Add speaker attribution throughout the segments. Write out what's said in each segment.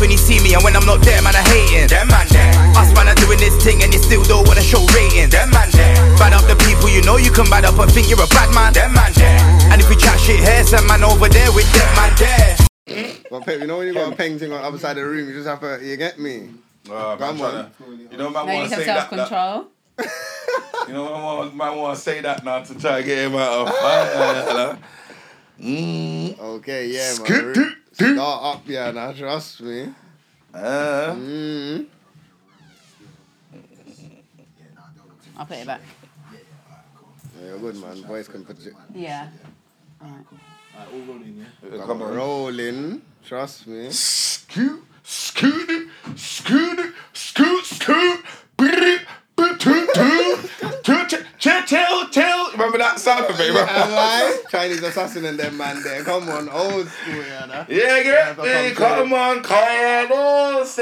Speaker 1: when he see me, and when I'm not there, man, I hating.
Speaker 2: Them man there.
Speaker 1: Us man are doing this thing, and you still don't wanna show ratings.
Speaker 2: Them man there.
Speaker 1: Bad up the people you know you can bad up and think you're a bad man.
Speaker 2: Them man there.
Speaker 1: And if we chat shit here, some man over there with them man there.
Speaker 3: But Pep, you know when you got a painting on the other side of the room, you just have to, you get me?
Speaker 2: Oh,
Speaker 3: Come
Speaker 2: man, tryna, you know, man,
Speaker 4: Now you
Speaker 2: want to
Speaker 4: have
Speaker 2: say that. that-
Speaker 4: self-control.
Speaker 2: You know, man, want, man, want to say that now to try to get him out of uh, fire. Mmm.
Speaker 3: Okay, yeah,
Speaker 2: Scoot,
Speaker 3: man.
Speaker 2: doot, doot.
Speaker 3: Start up, yeah, now trust me.
Speaker 2: Uh,
Speaker 3: Mm.
Speaker 4: I'll put it back.
Speaker 3: Yeah, you're good, man. Voice can put it.
Speaker 4: Yeah.
Speaker 2: come on.
Speaker 3: Rolling, trust me.
Speaker 2: Scoot, scoot, scoot, scoot, scoot, brrr, brrr, toot, toot, toot, toot, toot, toot, toot. Remember that sound of it?
Speaker 3: Am
Speaker 2: bro?
Speaker 3: I? Chinese assassin and them man there. Come on, old school, yeah. nah.
Speaker 2: Yeah, get
Speaker 3: Yeah,
Speaker 2: me,
Speaker 3: but come
Speaker 2: come on, Carlos.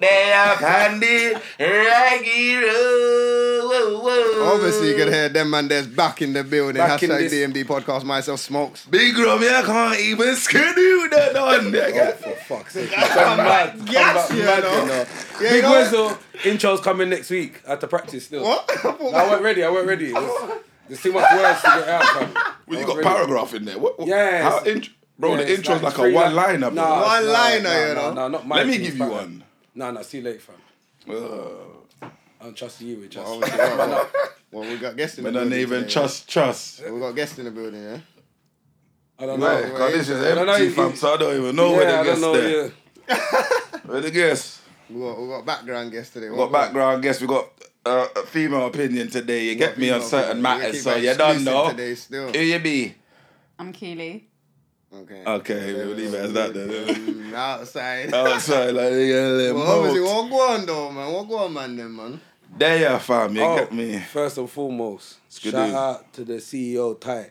Speaker 2: They are candy, raggy, whoa, whoa.
Speaker 3: Obviously, you can hear them man there's back in the building.
Speaker 2: Back in
Speaker 3: Hashtag
Speaker 2: this-
Speaker 3: DMD podcast, myself smokes.
Speaker 2: Big Rum, I can't even skedaddle that on
Speaker 5: Oh,
Speaker 2: there.
Speaker 3: For fuck's sake.
Speaker 5: Come back. Come
Speaker 3: Yes,
Speaker 5: back.
Speaker 3: you
Speaker 5: Mad,
Speaker 3: know.
Speaker 5: you know.
Speaker 3: Yeah, you
Speaker 5: Big
Speaker 3: know what?
Speaker 5: Wizzo, intro's coming next week. I had to practice still.
Speaker 3: What? I thought-
Speaker 5: No, I weren't ready. I weren't ready. It was- There's too much words to get out.
Speaker 2: Well, you
Speaker 5: Fam. I
Speaker 2: got
Speaker 5: wasn't ready.
Speaker 2: paragraph in there. What? what
Speaker 5: Yes.
Speaker 2: How int- bro,
Speaker 5: Yeah,
Speaker 2: the
Speaker 5: it's
Speaker 2: intro's like,
Speaker 5: three
Speaker 2: a
Speaker 5: li-
Speaker 2: one liner, bro.
Speaker 5: Nah,
Speaker 3: One
Speaker 5: nah,
Speaker 3: liner,
Speaker 5: nah,
Speaker 3: you
Speaker 5: nah,
Speaker 3: know.
Speaker 5: nah, not mine.
Speaker 2: Let me
Speaker 5: It's
Speaker 2: give you
Speaker 5: fine. Uh,
Speaker 2: one.
Speaker 5: Nah, nah, see you later, fam.
Speaker 2: Ugh.
Speaker 5: I don't trust you. It just.
Speaker 3: Well, obviously, Oh, well, well, well, we got guests in the
Speaker 2: Man, I
Speaker 3: building.
Speaker 2: don't even
Speaker 3: today,
Speaker 2: trust, trust.
Speaker 3: yeah. We got guests in the building, yeah?
Speaker 5: I don't
Speaker 2: No,
Speaker 5: know.
Speaker 3: wait,
Speaker 2: because this is
Speaker 5: I don't know,
Speaker 2: empty,
Speaker 5: you-
Speaker 2: fam, so I don't even know
Speaker 5: yeah,
Speaker 2: where
Speaker 5: I
Speaker 2: the
Speaker 5: don't
Speaker 2: guest
Speaker 5: know.
Speaker 2: there.
Speaker 5: Yeah.
Speaker 2: Where the guest?
Speaker 3: We got, we got background guests today.
Speaker 2: We got background guest, we got uh, a female opinion today, you get me on certain matters, so you
Speaker 3: you
Speaker 2: don't know.
Speaker 3: Today still.
Speaker 2: Who you be?
Speaker 4: I'm Keely.
Speaker 3: Okay.
Speaker 2: Okay, we'll leave it as that then.
Speaker 3: Mm, Outside.
Speaker 5: Uh,
Speaker 2: Oh, sorry, like, they get a little
Speaker 3: Well, obviously, what
Speaker 2: mouth.
Speaker 3: go on though, man? What go on, man? Then, man.
Speaker 2: There you are, fam, you
Speaker 5: Oh,
Speaker 2: get me?
Speaker 5: First and foremost,
Speaker 2: Skidoo.
Speaker 5: shout out to the CEO Ty,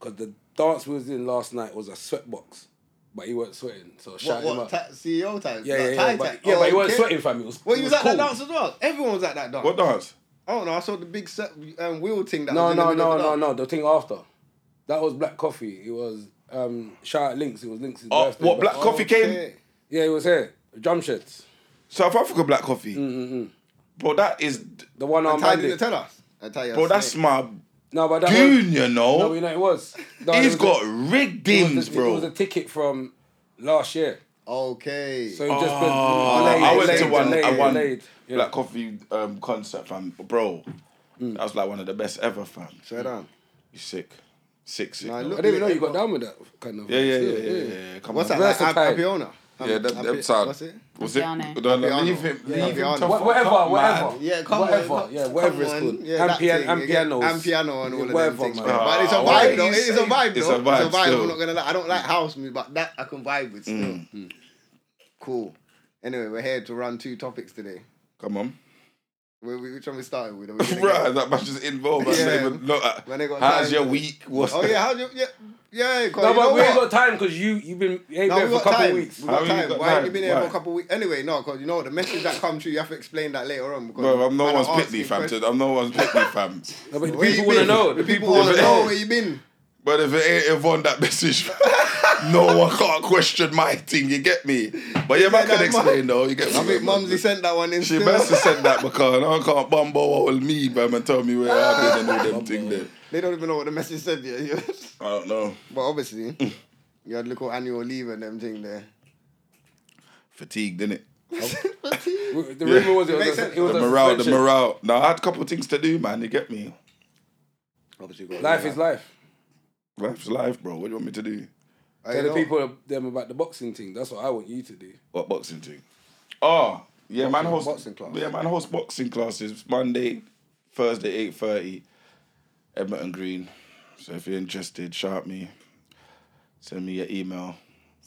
Speaker 5: because the dance we was in last night was a sweatbox, but he wasn't sweating. So shout
Speaker 3: What,
Speaker 5: him
Speaker 3: what
Speaker 5: out.
Speaker 3: ta- CEO time?
Speaker 5: yeah, yeah,
Speaker 3: Like,
Speaker 5: yeah,
Speaker 3: tie
Speaker 5: but,
Speaker 3: time?
Speaker 5: yeah, but he
Speaker 3: Oh,
Speaker 5: wasn't
Speaker 3: okay.
Speaker 5: sweating, fam. It was.
Speaker 3: Well,
Speaker 5: it
Speaker 3: you was
Speaker 5: was
Speaker 3: at
Speaker 5: cool.
Speaker 3: that dance as well. Everyone was at that dance.
Speaker 2: What dance?
Speaker 3: Oh no, I saw the big set, um, wheel thing that
Speaker 5: No,
Speaker 3: was in the
Speaker 5: no,
Speaker 3: middle
Speaker 5: no,
Speaker 3: of the
Speaker 5: no,
Speaker 3: dance.
Speaker 5: no. The thing after, that was Black Coffee. It was um, shout out Links. It was Links'
Speaker 2: Oh,
Speaker 5: birthday.
Speaker 2: what,
Speaker 5: but-
Speaker 2: Black Coffee came?
Speaker 3: Okay.
Speaker 5: Yeah, it was here. Drum sheds.
Speaker 2: South Africa Black Coffee?
Speaker 5: Mm,
Speaker 2: Bro, that is,
Speaker 5: The one arm
Speaker 3: Ty didn't
Speaker 5: bandit.
Speaker 3: tell us. I tell you.
Speaker 2: bro, that's my
Speaker 5: No, but that
Speaker 2: goon,
Speaker 5: was.
Speaker 2: you
Speaker 5: No,
Speaker 2: know?
Speaker 5: you know it was. No, it
Speaker 2: He's
Speaker 5: was
Speaker 2: got
Speaker 5: a- it was
Speaker 2: riggings,
Speaker 5: a- It
Speaker 2: bro.
Speaker 5: was a ticket from last year.
Speaker 3: okay.
Speaker 5: So it just
Speaker 2: Oh,
Speaker 5: been
Speaker 2: I went to
Speaker 3: delayed,
Speaker 2: one,
Speaker 3: delayed,
Speaker 2: I won
Speaker 5: delayed. Yeah.
Speaker 2: Black Coffee um, concert, fam. Bro,
Speaker 5: Mm.
Speaker 2: that was like one of the best ever, fam.
Speaker 3: Swear down.
Speaker 2: You sick, sick, sick.
Speaker 3: Nah,
Speaker 2: though.
Speaker 3: look-
Speaker 5: I didn't even know you got down with that kind of.
Speaker 2: yeah, yeah, yeah, yeah, yeah, yeah. Come
Speaker 3: What's
Speaker 2: on.
Speaker 3: that? Like,
Speaker 5: Versatile.
Speaker 3: Ap- Apiona. Ap-
Speaker 2: Yeah, that,
Speaker 3: Api-
Speaker 2: that sound.
Speaker 3: What's it?
Speaker 2: Was it?
Speaker 4: Piano.
Speaker 2: No, no,
Speaker 3: Piano.
Speaker 2: leave him.
Speaker 3: Yeah,
Speaker 2: leave him
Speaker 3: piano.
Speaker 2: to
Speaker 3: Wha-
Speaker 2: fuck
Speaker 5: whatever,
Speaker 2: up, man.
Speaker 5: whatever.
Speaker 3: Yeah, come
Speaker 5: whatever,
Speaker 3: on.
Speaker 5: yeah, whatever it's
Speaker 3: come
Speaker 5: called.
Speaker 3: on. Yeah,
Speaker 5: and,
Speaker 3: that
Speaker 5: pian-
Speaker 3: thing,
Speaker 5: and
Speaker 3: you get-
Speaker 5: pianos.
Speaker 3: And piano and all of
Speaker 5: Whatever,
Speaker 3: them things.
Speaker 5: man.
Speaker 3: But it's a
Speaker 2: Ah, why
Speaker 3: vibe, though.
Speaker 2: you
Speaker 3: It is a
Speaker 2: say-
Speaker 3: vibe, though.
Speaker 2: It's a vibe still.
Speaker 3: I'm not gonna lie. I don't like house music, but that I can vibe with still. Mm. Cool. Anyway, we're here to run two topics today.
Speaker 2: Come on.
Speaker 3: Where we- Which one we started with? Are we gonna
Speaker 2: Right,
Speaker 3: get-
Speaker 2: that much is involved. I don't
Speaker 3: Yeah.
Speaker 2: even look at-
Speaker 3: When they got
Speaker 2: How's
Speaker 3: time.
Speaker 2: your week? What's
Speaker 3: Oh yeah, how do you? Yeah, yeah. 'cause
Speaker 5: No,
Speaker 3: you know
Speaker 5: but we ain't
Speaker 3: what?
Speaker 5: got time because you you've been you ain't
Speaker 3: No,
Speaker 5: been
Speaker 3: we
Speaker 5: for
Speaker 3: got
Speaker 5: a couple
Speaker 3: time.
Speaker 5: of weeks.
Speaker 3: We got
Speaker 2: How you
Speaker 3: time.
Speaker 2: got
Speaker 3: Why have
Speaker 2: time?
Speaker 3: you been here
Speaker 2: Why?
Speaker 3: for a couple of weeks? Anyway, no, because you know the message that come through, you have to explain that later on. Because
Speaker 2: Bro, I'm no
Speaker 3: man, I
Speaker 2: one's
Speaker 3: ask
Speaker 2: Pitney
Speaker 3: you
Speaker 2: fam.
Speaker 3: questions.
Speaker 2: to- I'm no one's Pitney fam.
Speaker 5: No, but the
Speaker 3: Where you
Speaker 5: people want to
Speaker 3: been?
Speaker 5: know. The
Speaker 3: people
Speaker 5: people
Speaker 3: want
Speaker 5: want
Speaker 3: to
Speaker 2: wanna
Speaker 3: know where you been.
Speaker 2: But if it ain't Yvonne that message, no one can't question my thing, you get me? But yeah, man
Speaker 3: that,
Speaker 2: can explain
Speaker 3: Mum?
Speaker 2: though, you get me?
Speaker 3: I think Mumsy sent that one in.
Speaker 2: She
Speaker 3: still.
Speaker 2: must have said that because no one can't bumble all me, man, and tell me where I've been and all them thing there.
Speaker 3: They don't even know what the message said yet.
Speaker 2: I don't know.
Speaker 3: but obviously, you had little annual leave and them thing there.
Speaker 2: Fatigue, didn't it?
Speaker 5: The rumor was it
Speaker 3: Makes
Speaker 5: was, a,
Speaker 3: sense.
Speaker 5: it was
Speaker 2: The
Speaker 5: a
Speaker 2: morale, the
Speaker 5: suspension.
Speaker 2: morale. Now I had a couple of things to do, man. You get me?
Speaker 3: Obviously, got
Speaker 5: Life is life.
Speaker 2: Life's life, bro. What do you want me to do?
Speaker 3: I
Speaker 5: Tell the
Speaker 3: know.
Speaker 5: people them about the boxing thing. That's what I want you to do.
Speaker 2: What boxing thing? Oh, yeah, man. Host
Speaker 3: boxing class.
Speaker 2: Yeah, man. Host boxing classes Monday, Thursday, eight thirty, Edmonton Green. So if you're interested, shout me, send me your email.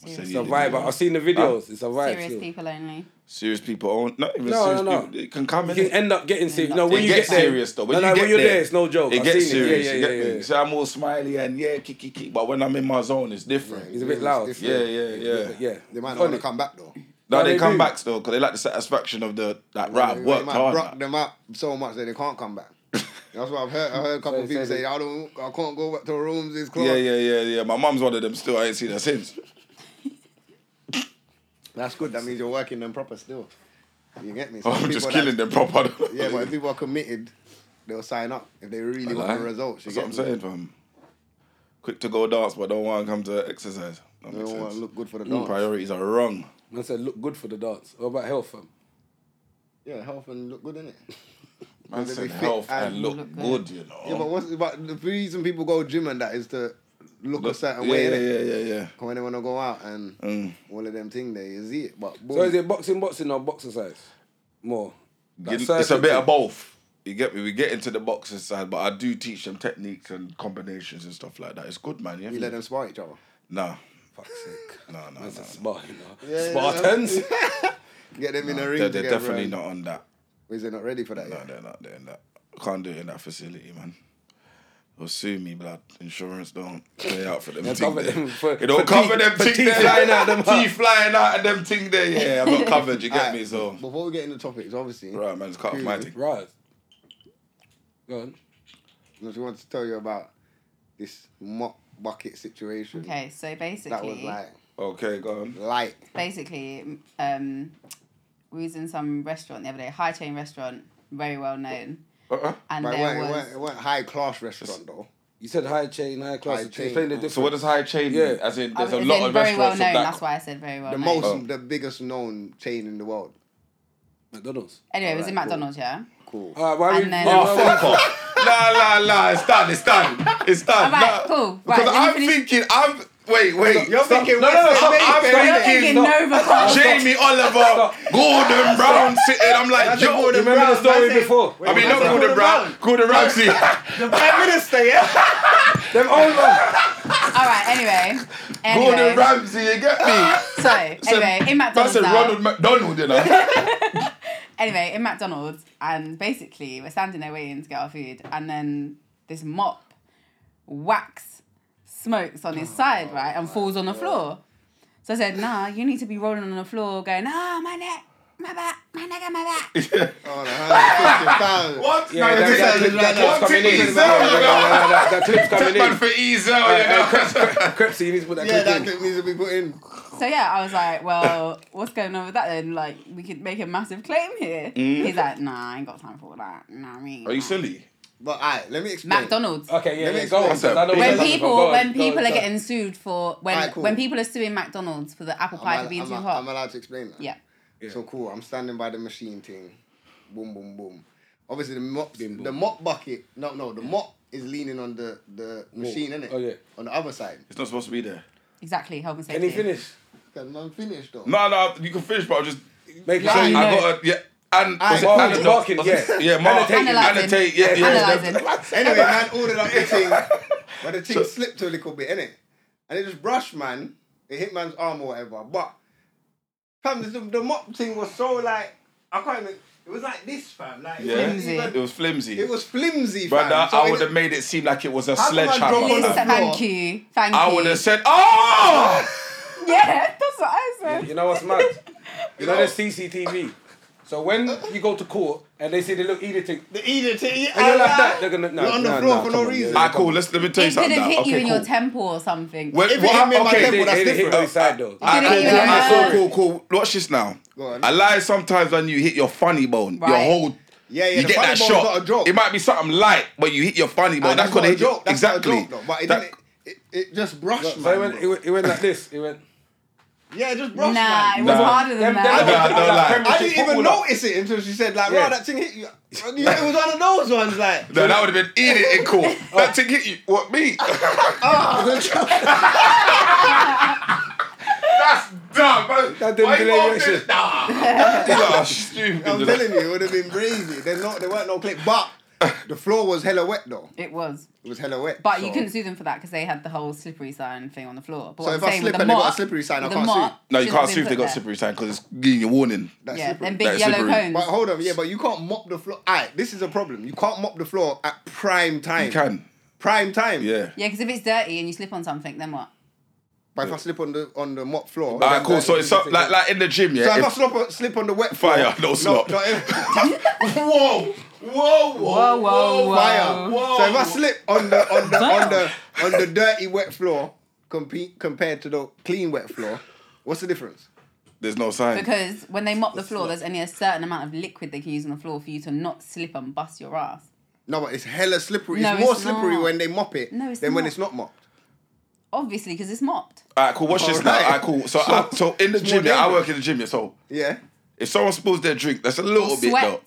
Speaker 2: I'll send
Speaker 5: It's
Speaker 2: you
Speaker 5: a
Speaker 2: the
Speaker 5: vibe.
Speaker 2: details.
Speaker 5: I've seen the videos. It's a vibe.
Speaker 4: Serious
Speaker 5: still.
Speaker 4: people only.
Speaker 2: Serious people own. Not even
Speaker 5: No,
Speaker 2: serious
Speaker 5: no, no.
Speaker 2: people. It can come
Speaker 5: You
Speaker 2: in.
Speaker 5: can end up getting serious. No,
Speaker 4: It
Speaker 5: when you
Speaker 2: gets
Speaker 5: get there-
Speaker 2: serious though. When
Speaker 5: no,
Speaker 2: you
Speaker 5: no,
Speaker 2: get
Speaker 5: when you're
Speaker 2: there,
Speaker 5: there, it's no joke.
Speaker 2: It
Speaker 5: I've
Speaker 2: gets
Speaker 5: seen
Speaker 2: serious.
Speaker 5: It.
Speaker 2: you
Speaker 5: Yeah,
Speaker 2: get
Speaker 5: yeah, yeah,
Speaker 2: me?
Speaker 5: yeah.
Speaker 2: So I'm all smiley and yeah, kiki, kiki. But when I'm in my zone, it's different.
Speaker 5: It's a bit loud.
Speaker 3: It's
Speaker 2: Yeah,
Speaker 3: different.
Speaker 2: yeah, yeah.
Speaker 5: But yeah,
Speaker 3: They might not want
Speaker 5: Funny.
Speaker 3: to come back though.
Speaker 2: No,
Speaker 5: No,
Speaker 2: they,
Speaker 5: they
Speaker 2: come
Speaker 5: do.
Speaker 2: back still because they like the satisfaction of the that right
Speaker 3: They-
Speaker 2: worked
Speaker 3: they might
Speaker 2: hard.
Speaker 3: Rock them up so much that they can't come back. That's what I've heard. I heard a couple
Speaker 5: So
Speaker 3: of
Speaker 5: they
Speaker 3: people
Speaker 5: say
Speaker 3: say,
Speaker 5: they-
Speaker 3: "I don't, I can't go back to the rooms. It's closed."
Speaker 2: Yeah, yeah, yeah, yeah. My mum's one of them still. I ain't seen her since.
Speaker 3: That's good. That means you're working them proper still. You get me? So
Speaker 2: Oh, I'm just
Speaker 3: people
Speaker 2: killing
Speaker 3: that-
Speaker 2: them proper.
Speaker 3: Yeah, but if people are committed, they'll sign up if they really want the
Speaker 2: Like,
Speaker 3: results. You
Speaker 2: That's what I'm
Speaker 3: get me?
Speaker 2: saying, fam. Quick to go dance, but don't want to come to exercise. That
Speaker 3: They
Speaker 2: makes
Speaker 3: don't want to
Speaker 2: sense.
Speaker 3: look good for the
Speaker 2: Mm.
Speaker 3: dance.
Speaker 2: Priorities are wrong.
Speaker 5: Man said, look good for the dance. What about health, fam?
Speaker 3: Yeah, health and look good, innit?
Speaker 2: Man
Speaker 3: they
Speaker 2: said
Speaker 3: be fit
Speaker 2: health and,
Speaker 3: and
Speaker 2: look,
Speaker 4: look
Speaker 2: good,
Speaker 4: good.
Speaker 2: you know.
Speaker 3: Yeah, but what's but the reason people go gym and that is to look, a
Speaker 2: Look-
Speaker 3: certain
Speaker 2: yeah,
Speaker 3: way.
Speaker 2: yeah,
Speaker 3: innit?
Speaker 2: yeah, yeah, yeah.
Speaker 3: When they want to go out and
Speaker 2: Mm.
Speaker 3: all of them thing, they see it. But boom.
Speaker 5: So is it boxing, boxing or boxer size? More. Like
Speaker 2: You- it's a
Speaker 5: circuit
Speaker 2: bit of
Speaker 5: thing.
Speaker 2: both. You get me? We get into the boxing side, but I do teach them techniques and combinations and stuff like that. It's good, man. Yeah?
Speaker 3: you let them spar each other.
Speaker 2: Nah,
Speaker 5: Fuck's sake.
Speaker 2: nah, nah. nah,
Speaker 5: Man said,
Speaker 2: nah.
Speaker 5: Spartan, you know.
Speaker 3: Yeah, yeah,
Speaker 5: Spartans.
Speaker 3: Get them in a ring
Speaker 2: They're, they're
Speaker 3: together.
Speaker 2: definitely
Speaker 3: and-
Speaker 2: not on that.
Speaker 3: Is they not ready for that
Speaker 2: No,
Speaker 3: yet?
Speaker 2: they're not. They're not. Can't do it in that facility, man. They'll sue me, blood. Insurance don't pay out for them.
Speaker 5: They'll
Speaker 2: ting
Speaker 5: cover
Speaker 2: there.
Speaker 5: them for-
Speaker 2: It don't
Speaker 5: for
Speaker 2: cover
Speaker 5: teeth-
Speaker 2: them
Speaker 5: for
Speaker 2: ting
Speaker 5: teeth
Speaker 2: there.
Speaker 5: flying out them
Speaker 2: teeth flying out of them ting there. Yeah, I'm not covered. You get
Speaker 3: Alright,
Speaker 2: me? So
Speaker 3: Before we get into topics, obviously,
Speaker 2: right, man, just cut off my thing.
Speaker 5: Right. Go on.
Speaker 3: I just want to tell you about this mop bucket situation.
Speaker 4: Okay, so basically,
Speaker 3: That was like
Speaker 2: Okay, go on.
Speaker 3: light.
Speaker 4: basically, um, we was in some restaurant the other day, high chain restaurant, very well known,
Speaker 2: Uh-uh.
Speaker 4: and
Speaker 3: But it
Speaker 4: there
Speaker 3: weren't, it,
Speaker 4: was
Speaker 3: weren't, it weren't high class restaurant though.
Speaker 5: You said high chain, high class.
Speaker 3: High
Speaker 5: High
Speaker 3: chain.
Speaker 5: chain. Explain the difference.
Speaker 2: So what does high chain mean?
Speaker 5: Yeah.
Speaker 2: As in,
Speaker 4: I
Speaker 2: there's a
Speaker 4: was in
Speaker 2: lot of
Speaker 4: very well
Speaker 2: restaurants
Speaker 4: known.
Speaker 2: of that.
Speaker 4: That's why I said very well
Speaker 3: The
Speaker 4: known.
Speaker 3: most,
Speaker 2: Oh.
Speaker 3: the biggest known chain in the world.
Speaker 5: McDonald's.
Speaker 4: Anyway, it was in
Speaker 3: Alright, cool.
Speaker 4: McDonald's, yeah.
Speaker 3: Cool.
Speaker 5: Uh, why
Speaker 4: And
Speaker 5: we,
Speaker 4: then-
Speaker 5: why-
Speaker 4: Oh,
Speaker 5: why-
Speaker 2: fuck off. Nah, nah, nah. It's done. It's done. It's done.
Speaker 4: All
Speaker 2: nah.
Speaker 4: right, cool. Right,
Speaker 2: Because
Speaker 4: let me
Speaker 2: I'm
Speaker 4: finish-
Speaker 2: thinking. I'm. Wait, wait.
Speaker 3: You're
Speaker 2: Stop.
Speaker 3: thinking
Speaker 2: No, no, no.
Speaker 3: West
Speaker 2: I'm, I'm
Speaker 3: Ham,
Speaker 2: thinking.
Speaker 4: You're thinking Nova
Speaker 2: Jamie Oliver, Gordon Brown sitting. I'm like,
Speaker 3: That's a
Speaker 2: yo,
Speaker 3: Gordon
Speaker 5: Remember the
Speaker 3: Brown, man,
Speaker 5: story
Speaker 3: say-
Speaker 5: before?
Speaker 2: I mean,
Speaker 3: That's
Speaker 2: not
Speaker 3: a
Speaker 2: Gordon
Speaker 3: Gordon
Speaker 2: Brown, Gordon Ramsay.
Speaker 3: The Prime Minister, yeah?
Speaker 5: Them old ones.
Speaker 4: All right. Anyway. anyway
Speaker 2: Gordon Ramsay, you get me?
Speaker 4: So anyway, in McDonald's.
Speaker 2: That's a
Speaker 4: now-
Speaker 2: Ronald McDonald, you know?
Speaker 4: anyway, in McDonald's, and basically we're standing there waiting to get our food, and then this mop wax smokes on his side, right, and falls on the floor. So I said, "Nah, you need to be rolling on the floor, going, ah, my neck, my back, my neck, and my back."
Speaker 3: Oh, the 150 pounds.
Speaker 2: What?
Speaker 5: Yeah,
Speaker 2: No,
Speaker 5: that,
Speaker 2: this
Speaker 5: that,
Speaker 2: is-
Speaker 5: clip- that
Speaker 2: What
Speaker 5: clip's coming in.
Speaker 2: is
Speaker 5: No,
Speaker 2: that?
Speaker 5: no, no, no, no, That clip's coming
Speaker 2: Man
Speaker 5: in.
Speaker 2: for oh, easel, you know?
Speaker 5: Crepsy, you need to put that
Speaker 3: Yeah, that
Speaker 5: clip in.
Speaker 3: clip needs to be put in.
Speaker 4: So yeah, I was like, "Well, what's going on with that then? Like, we could make a massive claim here."
Speaker 3: Mm-hmm.
Speaker 4: He's like, "Nah, I ain't got time for all that. Nah, I mean,
Speaker 2: Are you
Speaker 4: nah."
Speaker 2: silly?
Speaker 3: But alright, let me explain.
Speaker 4: McDonald's.
Speaker 5: Okay, yeah,
Speaker 3: Let me
Speaker 5: yeah, go on.
Speaker 3: explain.
Speaker 5: 'cause I
Speaker 4: when
Speaker 5: know what you're talking
Speaker 4: people
Speaker 5: about.
Speaker 4: when
Speaker 5: Go on,
Speaker 4: people
Speaker 5: go
Speaker 4: are
Speaker 5: on.
Speaker 4: getting sued for when
Speaker 3: Alright, cool.
Speaker 4: when people are suing McDonald's for the apple
Speaker 3: I'm
Speaker 4: pie
Speaker 3: al-
Speaker 4: for being
Speaker 3: I'm
Speaker 4: too
Speaker 3: al-
Speaker 4: hot.
Speaker 3: I'm allowed to explain that.
Speaker 4: yeah.
Speaker 3: So cool. I'm standing by the machine thing. Boom, boom, boom. Obviously the mop,
Speaker 5: boom.
Speaker 3: the mop bucket. No, no, the mop is leaning on the the machine, innit?
Speaker 5: Oh, yeah.
Speaker 3: On the other side.
Speaker 2: It's not supposed to be there.
Speaker 4: Exactly. Health and
Speaker 5: Can
Speaker 4: safety.
Speaker 5: he finish?
Speaker 3: Cause man finished though.
Speaker 2: No, no, you can finish, but I'll just.
Speaker 5: Make
Speaker 4: Yeah,
Speaker 2: I
Speaker 5: sure
Speaker 4: you
Speaker 5: you.
Speaker 4: know.
Speaker 2: got a. Yeah. And.
Speaker 5: Ah,
Speaker 2: was it
Speaker 3: Mark-
Speaker 2: anecdote?
Speaker 5: Marking,
Speaker 2: Was
Speaker 5: yeah.
Speaker 2: it- Yeah, Mark.
Speaker 5: Annotating.
Speaker 2: Annotate, yeah, yeah.
Speaker 4: Analyzing.
Speaker 3: Anyway, man ordered up the thing, but the thing slipped a little bit, innit? And it just brushed man. It hit man's arm or whatever. But fam, the, the mop thing was so like I can't even. It was like this, fam. Like it, wasn't
Speaker 2: It
Speaker 4: Flimsy.
Speaker 3: even,
Speaker 2: was flimsy.
Speaker 3: it was flimsy, fam.
Speaker 2: Brother,
Speaker 3: So
Speaker 2: I
Speaker 3: it-
Speaker 2: would have made it seem like it was a
Speaker 3: How come I drop
Speaker 2: sledgehammer.
Speaker 3: on
Speaker 4: Yes,
Speaker 3: the
Speaker 2: fam.
Speaker 4: thank
Speaker 3: floor.
Speaker 4: you. Thank
Speaker 2: I
Speaker 4: you.
Speaker 2: would have said, oh!
Speaker 4: Yeah, that's what I said.
Speaker 5: You know what's mad? You know there's CCTV. So when you go to court and they see the little eater thing,
Speaker 3: the E edict. And
Speaker 5: and you're like that, they're gonna no,
Speaker 3: You're on the
Speaker 5: no,
Speaker 3: floor
Speaker 5: no,
Speaker 3: for
Speaker 5: come
Speaker 3: no
Speaker 5: on, yeah,
Speaker 3: reason.
Speaker 5: yeah.
Speaker 2: Ah, cool, let's, let me tell you
Speaker 4: It could
Speaker 2: something.
Speaker 4: have
Speaker 2: now.
Speaker 4: hit you
Speaker 2: Okay,
Speaker 4: in
Speaker 2: cool.
Speaker 4: your temple or something.
Speaker 2: Well,
Speaker 3: If it
Speaker 2: well,
Speaker 3: hit me in my
Speaker 2: okay.
Speaker 5: They,
Speaker 3: temple,
Speaker 5: they,
Speaker 3: Well, that's
Speaker 5: they hit
Speaker 3: different.
Speaker 5: the side though.
Speaker 2: Ah,
Speaker 4: Did it
Speaker 2: cool,
Speaker 4: hit you
Speaker 2: cool,
Speaker 4: in
Speaker 2: ah,
Speaker 4: your-
Speaker 2: cool, cool, cool. Watch this now.
Speaker 3: Go on.
Speaker 2: I lie sometimes when you hit your funny bone, your
Speaker 4: Right.
Speaker 2: whole.
Speaker 3: Yeah, yeah,
Speaker 2: You
Speaker 3: the
Speaker 2: get
Speaker 3: funny
Speaker 2: that
Speaker 3: bone's
Speaker 2: shot.
Speaker 3: not a joke.
Speaker 2: It might be something light, but you hit your funny bone.
Speaker 3: Ah, that's
Speaker 2: That's, what
Speaker 3: not
Speaker 2: they
Speaker 3: a joke. That's not a
Speaker 2: exactly.
Speaker 3: joke, though. But it,
Speaker 2: That-
Speaker 3: didn't, it, it just brushed,
Speaker 5: So it
Speaker 3: man.
Speaker 5: went,
Speaker 3: bro.
Speaker 5: it went, it went like this. It went.
Speaker 3: yeah, it just brushed,
Speaker 4: Nah, it
Speaker 3: man.
Speaker 4: was
Speaker 2: Nah.
Speaker 4: harder than
Speaker 5: Them-
Speaker 4: that.
Speaker 5: them-
Speaker 2: I don't- I don't
Speaker 5: like
Speaker 2: like-
Speaker 5: Premier
Speaker 3: I
Speaker 5: League
Speaker 3: didn't even
Speaker 5: footballer.
Speaker 3: notice it until she said, like,
Speaker 5: Yeah.
Speaker 3: "Wow, that thing hit you." Yeah, It was one of those ones, like.
Speaker 2: No, that would have been eating it in court. That thing hit you. What me? That's dumb. bro.
Speaker 5: That didn't
Speaker 2: Why you
Speaker 5: delay
Speaker 2: gonna
Speaker 5: your
Speaker 2: do
Speaker 5: shit.
Speaker 2: it? Nah, you lot are stupid.
Speaker 3: I'm
Speaker 2: you know.
Speaker 3: telling you, it would have been crazy. They're not. There weren't no clip, but the floor was hella wet though.
Speaker 4: It was.
Speaker 3: It was hella wet.
Speaker 4: But
Speaker 3: so-
Speaker 4: you couldn't sue them for that because they had the whole slippery sign thing on the floor. But
Speaker 3: So
Speaker 4: what
Speaker 3: if
Speaker 4: I'm
Speaker 3: I
Speaker 4: saying,
Speaker 3: slip
Speaker 4: with the
Speaker 3: and they got a
Speaker 4: mop-
Speaker 3: slippery sign, I
Speaker 4: with the
Speaker 3: can't sue.
Speaker 4: mop,
Speaker 2: No, you
Speaker 4: shouldn't
Speaker 2: can't
Speaker 4: have
Speaker 2: sue if they
Speaker 4: been
Speaker 2: got
Speaker 4: put
Speaker 2: slippery sign because it's giving you warning.
Speaker 3: That's
Speaker 4: there. Yeah,
Speaker 3: slippery.
Speaker 4: them
Speaker 2: That
Speaker 4: big
Speaker 2: is
Speaker 4: yellow
Speaker 2: slippery.
Speaker 4: cones.
Speaker 3: But hold on, yeah, but you can't mop the floor. Alright, this is a problem. You can't mop the floor at prime time.
Speaker 2: You can.
Speaker 3: Prime time.
Speaker 2: Yeah.
Speaker 4: Yeah, because if it's dirty and you slip on something, then what?
Speaker 3: But if I slip on the on the mop floor,
Speaker 2: Alright,
Speaker 3: then
Speaker 2: cool.
Speaker 3: that-
Speaker 2: So it's up, like like in the gym,
Speaker 3: So
Speaker 2: yeah.
Speaker 3: if, I
Speaker 2: If-
Speaker 3: slip on, slip on the wet floor,
Speaker 2: Fire, no slop.
Speaker 3: if-
Speaker 2: Whoa, whoa,
Speaker 4: Whoa, whoa, whoa.
Speaker 3: fire.
Speaker 2: Whoa.
Speaker 3: So if I slip on the on the on the on the dirty wet floor, compete compared to the clean wet floor, what's the difference?
Speaker 2: There's no sign.
Speaker 4: Because when they mop the floor, there's only a certain amount of liquid they can use on the floor for you to not slip and bust your ass.
Speaker 3: No, but it's hella slippery.
Speaker 4: No,
Speaker 3: it's more
Speaker 4: it's
Speaker 3: slippery
Speaker 4: not.
Speaker 3: when they mop it
Speaker 4: No, it's
Speaker 3: than when
Speaker 4: not.
Speaker 3: it's not mopped.
Speaker 4: Obviously, because it's mopped.
Speaker 2: Alright, cool. Watch this now.
Speaker 3: Alright.
Speaker 2: Alright, cool. So,
Speaker 3: So-
Speaker 2: I, so in the
Speaker 3: It's
Speaker 2: gym,
Speaker 3: more
Speaker 2: yeah, I
Speaker 3: dangerous.
Speaker 2: work in the gym, yeah. So
Speaker 3: Yeah.
Speaker 2: if someone spills their drink, that's a
Speaker 4: Or
Speaker 2: little bit though.
Speaker 4: sweat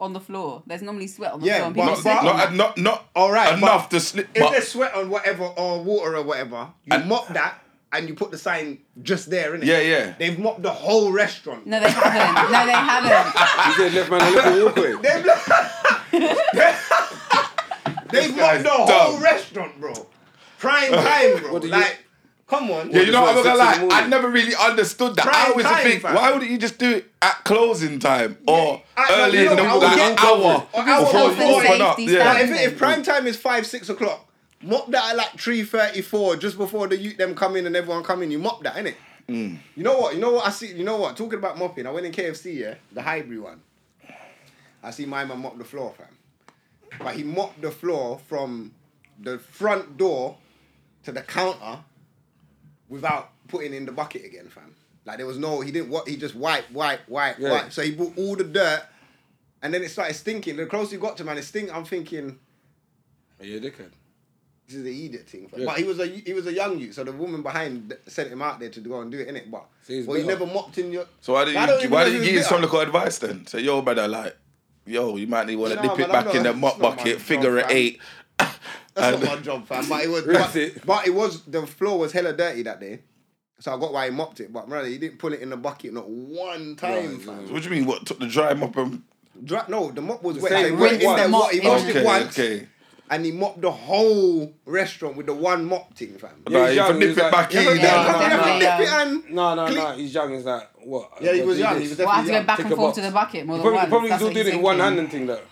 Speaker 4: on the floor. There's normally sweat on the
Speaker 3: Yeah,
Speaker 4: floor. And
Speaker 3: but-
Speaker 4: people
Speaker 2: Not,
Speaker 4: slip
Speaker 3: but-
Speaker 4: on
Speaker 2: not,
Speaker 4: that.
Speaker 2: not, not
Speaker 3: Alright,
Speaker 2: enough
Speaker 3: but
Speaker 2: to slip.
Speaker 3: If
Speaker 2: but-
Speaker 3: there's sweat on whatever or water or whatever, you
Speaker 2: And-
Speaker 3: mop that and you put the sign just there, innit?
Speaker 2: Yeah, yeah.
Speaker 3: They've mopped the whole restaurant.
Speaker 4: No, they haven't. No, they haven't.
Speaker 5: You said left man a little walkway.
Speaker 3: They've, They've
Speaker 2: guy's
Speaker 3: mopped the whole
Speaker 2: dumb.
Speaker 3: restaurant, bro. Prime time, bro.
Speaker 5: What do you-
Speaker 3: like, come on.
Speaker 2: Yeah, you know, I'm not
Speaker 5: Six
Speaker 2: gonna
Speaker 5: in the
Speaker 2: lie. I
Speaker 5: morning.
Speaker 2: never really understood that. I
Speaker 3: Prime
Speaker 2: always
Speaker 3: time,
Speaker 2: think,
Speaker 3: fam.
Speaker 2: why wouldn't you just do it at closing time or
Speaker 3: I- no,
Speaker 2: early
Speaker 3: you
Speaker 2: in the
Speaker 3: know, I would
Speaker 2: morning, like
Speaker 3: get-
Speaker 2: hour
Speaker 3: Or hour
Speaker 2: before
Speaker 3: before
Speaker 2: you open up?
Speaker 4: safety
Speaker 2: Yeah.
Speaker 4: start.
Speaker 3: If, if prime time is five, six o'clock, mop that at like three thirty-four, just before the youth them come in and everyone come in. You mop that, innit?
Speaker 5: Mm.
Speaker 3: You know what? You know what I see. You know what? Talking about mopping, I went in KFC, yeah, the Highbury one. I see my man mop the floor, fam. But he mopped the floor from the front door to the counter without putting in the bucket again, fam. Like there was no, he didn't. What he just wipe, wipe, wipe,
Speaker 5: Yeah.
Speaker 3: wipe. So he brought all the dirt, and then it started stinking. The closer you got to man, it stink. I'm thinking,
Speaker 5: Are you a dickhead?
Speaker 3: this is the idiot thing. fam.
Speaker 5: Yeah.
Speaker 3: But he was a he was a young youth, so the woman behind th- sent him out there to go and do it, innit? But
Speaker 5: So he's
Speaker 3: well, you
Speaker 5: bitter.
Speaker 3: never mopped in your.
Speaker 2: So why
Speaker 3: I
Speaker 2: did
Speaker 3: don't
Speaker 2: you
Speaker 3: even
Speaker 2: why
Speaker 3: know
Speaker 2: did
Speaker 3: he
Speaker 2: you
Speaker 3: was
Speaker 2: give him
Speaker 3: bitter.
Speaker 2: some local advice then? Say, yo, brother, like, yo, you might need want to
Speaker 3: No,
Speaker 2: dip it
Speaker 3: man,
Speaker 2: back
Speaker 3: I'm
Speaker 2: in
Speaker 3: not-
Speaker 2: the mop
Speaker 3: it's not my
Speaker 2: bucket,
Speaker 3: job,
Speaker 2: figure it
Speaker 3: fam.
Speaker 2: eight.
Speaker 3: That's
Speaker 2: And-
Speaker 3: not my job, fam. But it was.
Speaker 5: That's
Speaker 3: but,
Speaker 5: it.
Speaker 3: but it was the floor was hella dirty that day, so I got why he mopped it. But brother, he didn't pull it in the bucket not one time,
Speaker 5: Right,
Speaker 3: fam.
Speaker 2: What do you mean? What took the dry mop and
Speaker 3: Dra- no, the mop was wet.
Speaker 5: same
Speaker 3: They put it
Speaker 5: wet
Speaker 3: in there.
Speaker 4: one.
Speaker 3: wa- He
Speaker 4: Mop
Speaker 3: washed
Speaker 2: okay,
Speaker 3: it once,
Speaker 2: okay.
Speaker 3: and he mopped the whole restaurant with the one mop thing, fam.
Speaker 5: Yeah,
Speaker 2: Nah,
Speaker 5: he's
Speaker 2: if I
Speaker 5: young,
Speaker 2: nip
Speaker 5: he's
Speaker 2: it
Speaker 5: like-
Speaker 2: back
Speaker 5: Yeah,
Speaker 2: in,
Speaker 5: but
Speaker 2: then-
Speaker 5: yeah,
Speaker 3: Come
Speaker 5: no,
Speaker 3: on,
Speaker 5: no,
Speaker 3: you have to
Speaker 4: no.
Speaker 3: nip it and
Speaker 5: No, no,
Speaker 3: clean-
Speaker 5: no. He's young. He's like what?
Speaker 3: Yeah, he
Speaker 5: Gotta
Speaker 3: was
Speaker 5: do
Speaker 3: young,
Speaker 5: this.
Speaker 3: he was
Speaker 4: Well, I have to
Speaker 3: Yeah,
Speaker 4: go back
Speaker 5: Tick
Speaker 4: and
Speaker 5: a
Speaker 4: forth
Speaker 5: box.
Speaker 4: to the bucket more than
Speaker 5: He probably,
Speaker 4: once.
Speaker 5: probably
Speaker 4: That's
Speaker 5: still
Speaker 4: what
Speaker 5: did
Speaker 4: he's
Speaker 5: it one
Speaker 4: thinking.
Speaker 5: hand and thing though.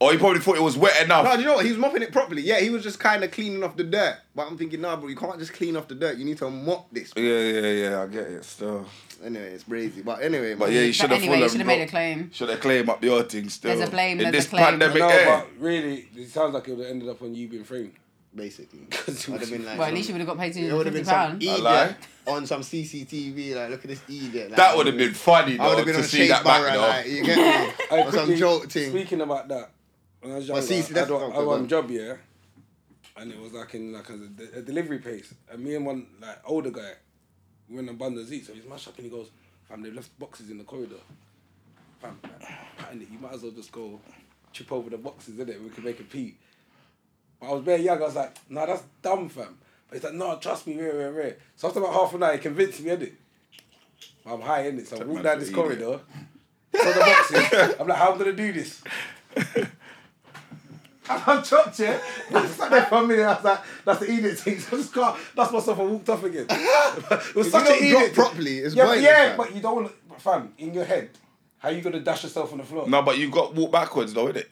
Speaker 2: Or you probably thought it was wet enough.
Speaker 3: No, do you know what? He was mopping it properly. Yeah, he was just kind of cleaning off the dirt. But I'm thinking, nah, bro, you can't just clean off the dirt. You need to mop this.
Speaker 2: Yeah, yeah, yeah. I get it. Still,
Speaker 3: Anyway, it's crazy. But anyway,
Speaker 2: but
Speaker 3: man.
Speaker 2: yeah, you
Speaker 4: But
Speaker 2: should have.
Speaker 4: anyway, you should have made a claim.
Speaker 2: Should have claimed up your thing. Still,
Speaker 4: There's a
Speaker 2: In
Speaker 4: blame, there's a
Speaker 2: this
Speaker 4: claim.
Speaker 2: pandemic,
Speaker 5: No,
Speaker 2: eh?
Speaker 5: but really, it sounds like it would have ended up on you being framed.
Speaker 3: basically. I'd have been like,
Speaker 4: Well, at least you would have got paid
Speaker 3: It would have been
Speaker 4: £250.
Speaker 3: some
Speaker 4: pounds.
Speaker 2: A lie?
Speaker 3: idiot on some CCTV. Like, look at this idiot. Like,
Speaker 2: That would have been funny
Speaker 3: I would
Speaker 2: though
Speaker 3: have been
Speaker 2: to
Speaker 3: on a
Speaker 2: see
Speaker 3: chase
Speaker 2: that back
Speaker 3: barrier.
Speaker 2: though.
Speaker 3: Like, you get me? Or
Speaker 5: Hey,
Speaker 3: some
Speaker 5: quickly,
Speaker 3: joke thing.
Speaker 5: Speaking about that, when I was younger,
Speaker 3: see, see,
Speaker 5: I
Speaker 3: that's-
Speaker 5: had one- I
Speaker 3: oh,
Speaker 5: had
Speaker 3: go
Speaker 5: one
Speaker 3: on.
Speaker 5: job yeah, and it was like in like a, de- a delivery place, and me and one like older guy, we went on Bundes eat, so he's mashed up and he goes, "Fam, they've left boxes in the corridor." Fam, like, patting it, you might as well just go chip over the boxes, innit? We can make a pee. But I was very young. I was like, "Nah, that's dumb, fam." But he's like, "No, trust me, rare, rare, rare." So after about half an hour, he convinced me, innit? I'm high, innit? So I walk
Speaker 2: man's
Speaker 5: down
Speaker 2: an
Speaker 5: this
Speaker 2: idiot.
Speaker 5: corridor. saw the boxes. I'm like, how am I gonna do this? And I chopped it. I sat there for a minute. I was like, that's the idiot thing. So I just can't, that's myself. I walked off again. it was
Speaker 3: If
Speaker 5: such
Speaker 3: you
Speaker 5: an
Speaker 3: don't drop
Speaker 5: idiot.
Speaker 3: properly, it's
Speaker 5: yeah, but,
Speaker 3: pointless,
Speaker 5: yeah,
Speaker 3: fam.
Speaker 5: but you don't want to, fam, in your head, how you gonna dash yourself on the floor?
Speaker 2: No, but you got walk backwards though, innit?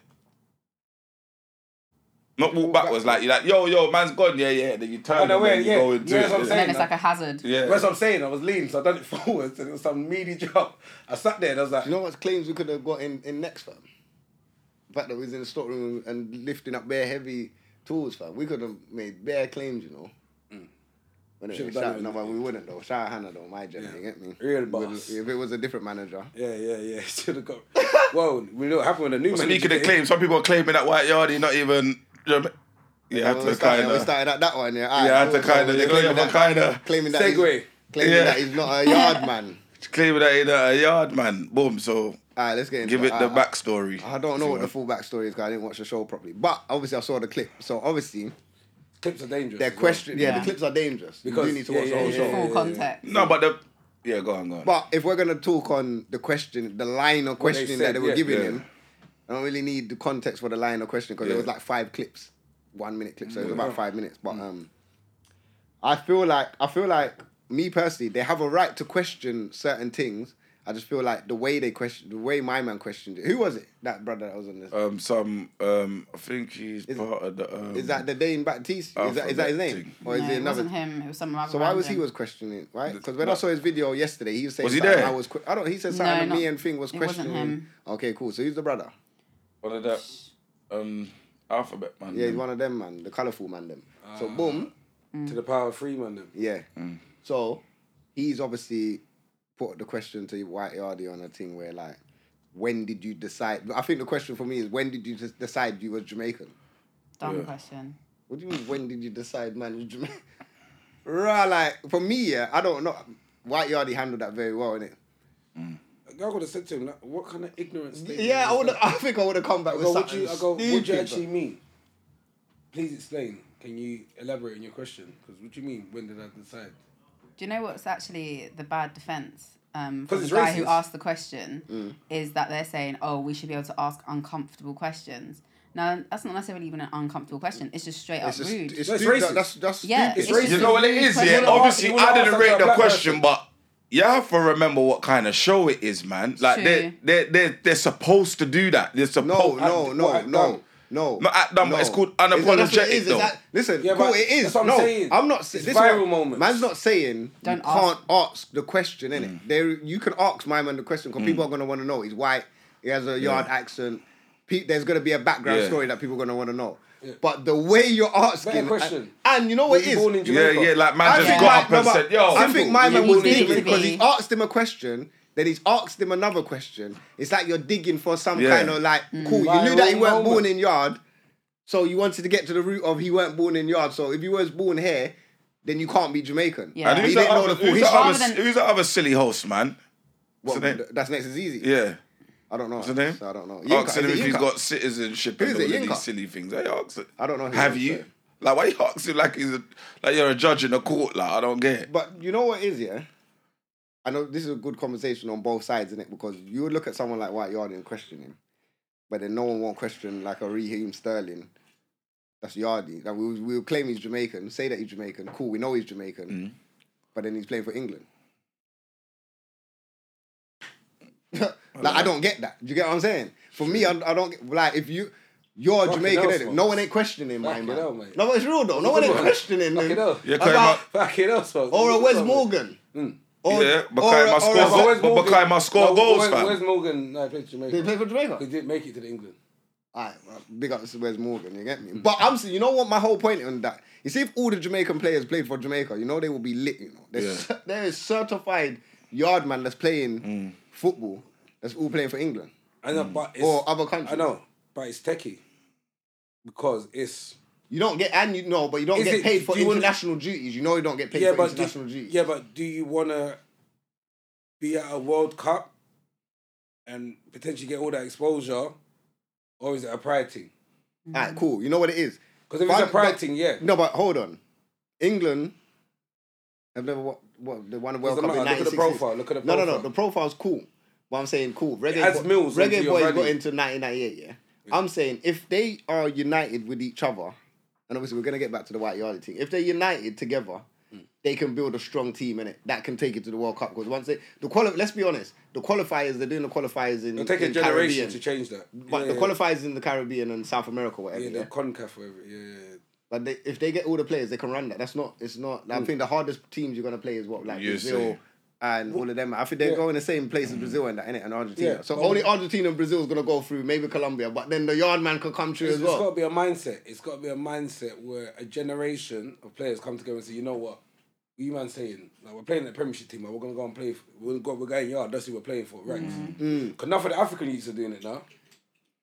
Speaker 2: Not walk
Speaker 3: Walk
Speaker 2: backwards, like you like, yo, yo, man's gone, yeah, yeah. Then you turn
Speaker 5: Oh,
Speaker 2: and
Speaker 5: no,
Speaker 2: then
Speaker 5: wait,
Speaker 2: you
Speaker 5: yeah.
Speaker 2: go into
Speaker 5: Yeah,
Speaker 2: it.
Speaker 5: that's what
Speaker 2: innit?
Speaker 5: I'm
Speaker 4: And
Speaker 5: saying.
Speaker 4: then it's like a hazard.
Speaker 2: Yeah.
Speaker 5: That's what I'm saying. I was lean, so I done it forwards, and it was some meaty job. I sat there and I was like,
Speaker 3: You know what claims we could have got in, in next, fam? The fact that we was in the storeroom and lifting up bare heavy tools, fam. We could have made bare claims, you know.
Speaker 2: Mm.
Speaker 3: But Anyway,
Speaker 5: Should've
Speaker 3: shout,
Speaker 5: done it
Speaker 3: no,
Speaker 5: with-
Speaker 3: but we wouldn't though. Shout out Hannah though, my gem, you get me?
Speaker 5: Real
Speaker 3: We would've-
Speaker 5: boss.
Speaker 3: If it was a different manager.
Speaker 5: yeah, yeah, yeah. Should have got. Whoa, we know what happened when the new man.
Speaker 2: Speaking of claims, some people are claiming that white yardie not even. you know, You had
Speaker 3: Well,
Speaker 2: to
Speaker 3: we, started,
Speaker 2: kind
Speaker 3: we
Speaker 2: of.
Speaker 3: started at that one, yeah. Alright,
Speaker 2: You had to
Speaker 3: cool. So
Speaker 2: kind of.
Speaker 3: we're
Speaker 2: They're claiming that kind of.
Speaker 3: claiming that he's-
Speaker 5: Segue.
Speaker 3: claiming
Speaker 2: Yeah.
Speaker 3: that he's not a yard man.
Speaker 2: Claiming that ain't a yard man. Boom. So
Speaker 3: Alright, let's get into
Speaker 2: give it the
Speaker 3: Alright,
Speaker 2: backstory.
Speaker 3: I, I don't know what the full backstory is because I didn't watch the show properly. But obviously I saw the clip. So obviously
Speaker 5: clips are dangerous.
Speaker 3: they're
Speaker 5: as well.
Speaker 3: question yeah,
Speaker 4: Yeah.
Speaker 3: the clips are dangerous. Because,
Speaker 5: Because-
Speaker 3: you do need to
Speaker 5: yeah,
Speaker 3: watch
Speaker 5: yeah,
Speaker 3: the whole
Speaker 5: yeah,
Speaker 3: show.
Speaker 5: yeah,
Speaker 4: Full
Speaker 5: yeah.
Speaker 4: context.
Speaker 2: No, but the. Yeah, go on, go on.
Speaker 3: But if we're gonna talk on the question, the line of
Speaker 5: they
Speaker 3: questioning that
Speaker 5: said,
Speaker 3: they were
Speaker 5: yeah,
Speaker 3: giving
Speaker 2: yeah.
Speaker 3: him, I don't really need the context for the line of questioning because there was
Speaker 2: Yeah.
Speaker 3: like five clips, one minute clips, so it was about five minutes. But um, I feel like I feel like me personally, they have a right to question certain things. I just feel like the way they question, the way my man questioned it. Who was it? That brother that was on this.
Speaker 2: um, some. Um, I think he's part of the. Um,
Speaker 3: is that the Dane Baptiste? Is that, is that his name,
Speaker 2: Alphabetic.
Speaker 3: or is
Speaker 4: no,
Speaker 3: it
Speaker 4: it
Speaker 3: another?
Speaker 4: wasn't him. It was some other
Speaker 3: So why was he
Speaker 4: random.
Speaker 3: was questioning, right? Because when I saw his video yesterday, he was saying
Speaker 2: Was he
Speaker 3: something
Speaker 2: there?
Speaker 3: I was. que- I don't. He said
Speaker 4: No,
Speaker 3: something that me
Speaker 4: not-
Speaker 3: and Thing was
Speaker 4: it wasn't
Speaker 3: questioning.
Speaker 4: him.
Speaker 3: Okay, cool. So he's the brother.
Speaker 2: One of that. Um, alphabet man.
Speaker 3: Yeah, he's one of them man, the colourful man them. so
Speaker 2: Ah.
Speaker 3: boom,
Speaker 2: Mm.
Speaker 5: to the power of three man. Then.
Speaker 3: yeah. So he's obviously put the question to White Yardie on a thing where like, when did you decide? I think the question for me is when did you just decide you were Jamaican?
Speaker 4: Dumb
Speaker 2: Yeah.
Speaker 4: question.
Speaker 3: What do you mean? When did you decide, man? you're Jamaican? Right, like for me, yeah, I don't know. White Yardie handled that very well, innit?
Speaker 5: A girl could have said to him, like, what kind of ignorance statement
Speaker 3: Yeah, I
Speaker 5: is
Speaker 3: would.
Speaker 5: that?
Speaker 3: I think I would have come back
Speaker 5: I
Speaker 3: with
Speaker 5: go, what do
Speaker 3: something.
Speaker 5: you, I go, what do you
Speaker 3: stupid,
Speaker 5: actually mean? Please explain. Can you elaborate on your question? Because what do you mean, when did I decide?
Speaker 4: Do you know what's actually the bad defense um, for
Speaker 5: 'Cause
Speaker 4: the
Speaker 5: it's
Speaker 4: guy who
Speaker 5: racist.
Speaker 4: asked the question? Is that they're saying, "Oh, we should be able to ask uncomfortable questions." Now, that's not necessarily even an uncomfortable question. It's just straight up
Speaker 3: It's just,
Speaker 4: rude.
Speaker 3: it's
Speaker 5: No, it's
Speaker 3: stupid.
Speaker 5: racist.
Speaker 3: That's that's
Speaker 4: yeah,
Speaker 3: stupid.
Speaker 5: it's racist.
Speaker 4: just
Speaker 2: You
Speaker 4: a
Speaker 2: know what it
Speaker 4: rude
Speaker 2: is,
Speaker 4: question.
Speaker 2: yeah.
Speaker 5: wanna ask-
Speaker 2: Obviously,
Speaker 5: you wanna
Speaker 2: I didn't
Speaker 5: ask
Speaker 2: rate
Speaker 5: about
Speaker 2: the
Speaker 5: black
Speaker 2: question,
Speaker 5: person.
Speaker 2: but you have to remember what kind of show it is, man. Like
Speaker 4: True.
Speaker 2: they they they're, they're supposed to do that. They're
Speaker 3: No, no,
Speaker 2: supposed.
Speaker 3: no,
Speaker 5: what,
Speaker 3: no,
Speaker 5: act
Speaker 3: no.
Speaker 2: No, act dumb, but it's called
Speaker 3: It's- that's what
Speaker 2: unapologetic,
Speaker 3: it is,
Speaker 2: though.
Speaker 3: it's act- listen,
Speaker 5: Yeah,
Speaker 3: cool,
Speaker 5: but
Speaker 3: it is.
Speaker 5: that's what I'm
Speaker 3: no,
Speaker 5: saying.
Speaker 3: I'm not. sa-
Speaker 5: It's
Speaker 3: this is what-
Speaker 5: viral moments.
Speaker 3: Man's not saying
Speaker 4: Don't
Speaker 3: you
Speaker 4: ask.
Speaker 3: can't ask Mm. the question, innit? There, you can ask my man the question because people are gonna want to know. He's white. He has a yard accent. Pe- there's gonna be a background
Speaker 2: Yeah.
Speaker 3: story that people are gonna want to know.
Speaker 5: Yeah.
Speaker 3: But the way you're asking,
Speaker 5: Better question.
Speaker 3: And, and you know
Speaker 5: Were
Speaker 3: what it
Speaker 5: you
Speaker 3: is.
Speaker 5: born in
Speaker 2: Yeah,
Speaker 5: Jamaica?
Speaker 2: yeah. Like
Speaker 3: I
Speaker 2: man
Speaker 4: think
Speaker 2: just got
Speaker 3: my-
Speaker 2: up
Speaker 3: no,
Speaker 2: and
Speaker 3: but
Speaker 2: said, "Yo,
Speaker 3: I think my
Speaker 5: You
Speaker 3: man was
Speaker 5: need to
Speaker 3: digging
Speaker 5: be.
Speaker 3: because he asked him a question. Then he's asked him another question. It's like you're digging for some
Speaker 2: Yeah.
Speaker 3: kind of like, cool. You
Speaker 5: Viral
Speaker 3: knew that he weren't
Speaker 5: moment.
Speaker 3: born in yard, so you wanted to get to the root of he weren't born in yard. So if he was born here, then you can't be Jamaican.
Speaker 4: Yeah.
Speaker 2: And
Speaker 4: He
Speaker 2: who's
Speaker 3: didn't
Speaker 2: the
Speaker 3: know
Speaker 2: other,
Speaker 3: the full
Speaker 2: who's, the
Speaker 3: history.
Speaker 2: other,
Speaker 4: Rather than-
Speaker 2: who's the other silly host, man?
Speaker 3: What,
Speaker 2: What's the name?
Speaker 3: that's next is easy.
Speaker 2: Yeah.
Speaker 3: I don't know.
Speaker 2: What's the name?
Speaker 3: I don't know. Yinka,
Speaker 2: Ask him
Speaker 3: is it
Speaker 2: if he's
Speaker 3: Yinka?
Speaker 2: got citizenship and
Speaker 3: Who's
Speaker 2: all
Speaker 3: it,
Speaker 2: of
Speaker 3: Yinka?
Speaker 2: these silly things. Hey, ask it.
Speaker 3: I don't know who
Speaker 2: Have
Speaker 3: it is,
Speaker 2: you?
Speaker 3: though.
Speaker 2: Like, why you ask him like he's a, like you're a judge in a court? Like, I don't get it.
Speaker 3: But you know what is yeah. I know this is a good conversation on both sides, is it? Because you would look at someone like White Yardie and question him, but then no one won't question like a Raheem Sterling. That's Yardie. Like we we'll claim he's Jamaican, say that he's Jamaican. Cool, we know he's Jamaican, but then he's playing for England. like I don't get that. Do you get what I'm saying? For me, I, I don't get like if you. You're
Speaker 5: Fucking
Speaker 3: Jamaican,
Speaker 5: hell,
Speaker 3: innit?
Speaker 5: Smokes.
Speaker 3: no one ain't questioning mine,
Speaker 5: Fucking
Speaker 3: man.
Speaker 5: hell, mate.
Speaker 3: No, but it's real though. No one ain't
Speaker 5: one.
Speaker 3: questioning
Speaker 5: Fucking
Speaker 3: him.
Speaker 5: hell.
Speaker 2: Yeah, Claire,
Speaker 3: about-
Speaker 5: Fucking hell, so-
Speaker 3: or a Wes
Speaker 5: Mm.
Speaker 3: Morgan.
Speaker 5: Mm.
Speaker 3: Or,
Speaker 2: yeah, but
Speaker 3: or,
Speaker 2: Kai must
Speaker 3: or,
Speaker 2: score
Speaker 5: But
Speaker 2: goals.
Speaker 5: Wes
Speaker 2: But
Speaker 5: Morgan-
Speaker 2: Bukai must score
Speaker 5: No,
Speaker 2: goals,
Speaker 5: Wes-
Speaker 2: fam.
Speaker 5: Wes Morgan, no, he played for Jamaica.
Speaker 3: They play for Jamaica.
Speaker 5: He didn't make it to the England.
Speaker 3: Alright, well, big up to Wes Morgan, you get me? But I'm saying, you know what my whole point on that? You see, if all the Jamaican players played for Jamaica, you know they will be lit, you know. There's, There is certified yard man that's playing football that's all playing for England.
Speaker 5: I know, but Hmm. it's,
Speaker 3: Hmm. Or other countries.
Speaker 5: I know, but it's techie because it's
Speaker 3: You don't get, and you know, but you don't
Speaker 5: Is
Speaker 3: get
Speaker 5: it-
Speaker 3: paid for
Speaker 5: do you wanna-
Speaker 3: international duties. You know you don't get paid
Speaker 5: yeah,
Speaker 3: for
Speaker 5: but
Speaker 3: international
Speaker 5: do,
Speaker 3: duties.
Speaker 5: yeah, but do you want to be at a World Cup and potentially get all that exposure, or is it a pride thing?
Speaker 3: Alright, cool. You know what it is?
Speaker 5: Because if it's a
Speaker 3: But-
Speaker 5: pride
Speaker 3: but-
Speaker 5: thing, yeah,
Speaker 3: No, but hold on. England have never what, what they won a World
Speaker 5: Doesn't
Speaker 3: Cup in
Speaker 5: matter, look at the
Speaker 3: 1960s.
Speaker 5: profile, look at the
Speaker 3: No, no, no.
Speaker 5: profile.
Speaker 3: The profile's cool. But I'm saying cool. Reggae,
Speaker 5: adds
Speaker 3: Bo-
Speaker 5: Mills
Speaker 3: Reggae
Speaker 5: into your
Speaker 3: Boys
Speaker 5: value.
Speaker 3: got into 1998, yeah? I'm saying if they are united with each other, and obviously we're going to get back to the White Yardie thing, if they're united together,
Speaker 5: Mm.
Speaker 3: they can build a strong team in it that can take it to the World Cup. Because once they, the quali- let's be honest, the qualifiers, they're doing the qualifiers in.
Speaker 5: it'll take a
Speaker 3: in
Speaker 5: generation
Speaker 3: Caribbean.
Speaker 5: to change that.
Speaker 3: But
Speaker 5: yeah,
Speaker 3: the
Speaker 5: yeah.
Speaker 3: qualifiers in the Caribbean and South America, whatever.
Speaker 5: yeah,
Speaker 3: yeah?
Speaker 5: the Concaf, whatever. Yeah, yeah, yeah.
Speaker 3: But they, if they get all the players, they can run that. That's not. It's not.
Speaker 5: Mm.
Speaker 3: I think the hardest teams you're gonna play is what like
Speaker 2: USA.
Speaker 3: Brazil and all of them. I think they
Speaker 5: Yeah.
Speaker 3: go in the same place as Brazil and that, innit? And Argentina.
Speaker 5: Yeah.
Speaker 3: So
Speaker 5: Well-
Speaker 3: only Argentina and Brazil is gonna go through. Maybe Colombia, but then the yard man could come through
Speaker 5: It's-
Speaker 3: as
Speaker 5: it's got
Speaker 3: well.
Speaker 5: to be a mindset. It's got to be a mindset where a generation of players come together and say, you know what, you man saying like we're playing the Premiership team, but we're gonna go and play. For, we're go, we're going yard. That's who we're playing for, right? Because none of the African youths are doing it now.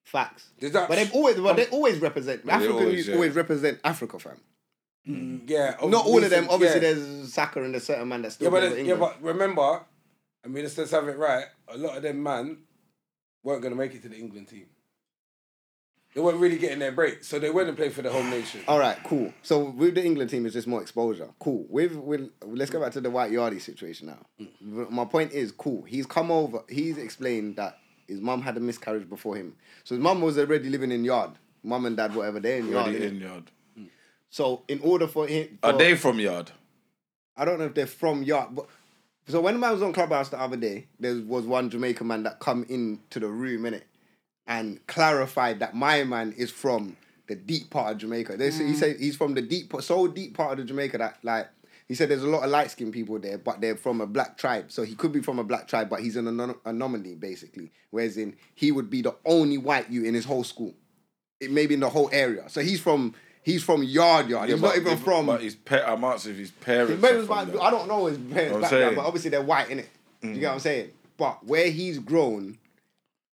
Speaker 3: Facts.
Speaker 5: There's that- um,
Speaker 3: But they've always. But they always represent. African
Speaker 2: always,
Speaker 3: youth
Speaker 2: yeah.
Speaker 3: always represent Africa, fam.
Speaker 5: Yeah,
Speaker 3: Not all of them.
Speaker 5: recent-
Speaker 3: Obviously,
Speaker 5: Oh, yeah.
Speaker 3: there's Saka and there's certain man that's still
Speaker 5: yeah, but
Speaker 3: playing for
Speaker 5: there's- yeah,
Speaker 3: England.
Speaker 5: but remember, I mean, let's let's have it right. A lot of them man weren't gonna make it to the England team. They weren't really getting their break, so they went and played for the home nation.
Speaker 3: All right, cool. So with the England team, it's just more exposure. Cool. With, with let's go back to the White Yardie situation now.
Speaker 2: Mm.
Speaker 3: My point is, cool. He's come over. He's explained that his mum had a miscarriage before him, so his mum was already living in yard. Mum and dad, whatever, they're in yard.
Speaker 2: Already
Speaker 3: innit?
Speaker 2: in yard.
Speaker 3: So in order for him,
Speaker 2: Are
Speaker 3: for-
Speaker 2: they from yard?
Speaker 3: I don't know if they're from York, but so when I was on Clubhouse the other day, there was one Jamaican man that come into the room innit, and clarified that my man is from the deep part of Jamaica. They say, he said he's from the deep, so deep part of the Jamaica that like he said there's a lot of light skinned people there, but they're from a black tribe. So he could be from a black tribe, but he's an anon- anomaly basically. Whereas in he would be the only white you in his whole school, it maybe in the whole area. So he's from. He's from Yard Yard. he's not
Speaker 2: but-
Speaker 3: even from.
Speaker 2: But his pa- I'm asking if his parents.
Speaker 3: Maybe
Speaker 2: are
Speaker 3: it's
Speaker 2: from
Speaker 3: like-
Speaker 2: there.
Speaker 3: I don't know his parents'
Speaker 2: I'm
Speaker 3: background,
Speaker 2: saying. Mm.
Speaker 3: but obviously they're white, innit? Do you get what I'm saying? But where he's grown,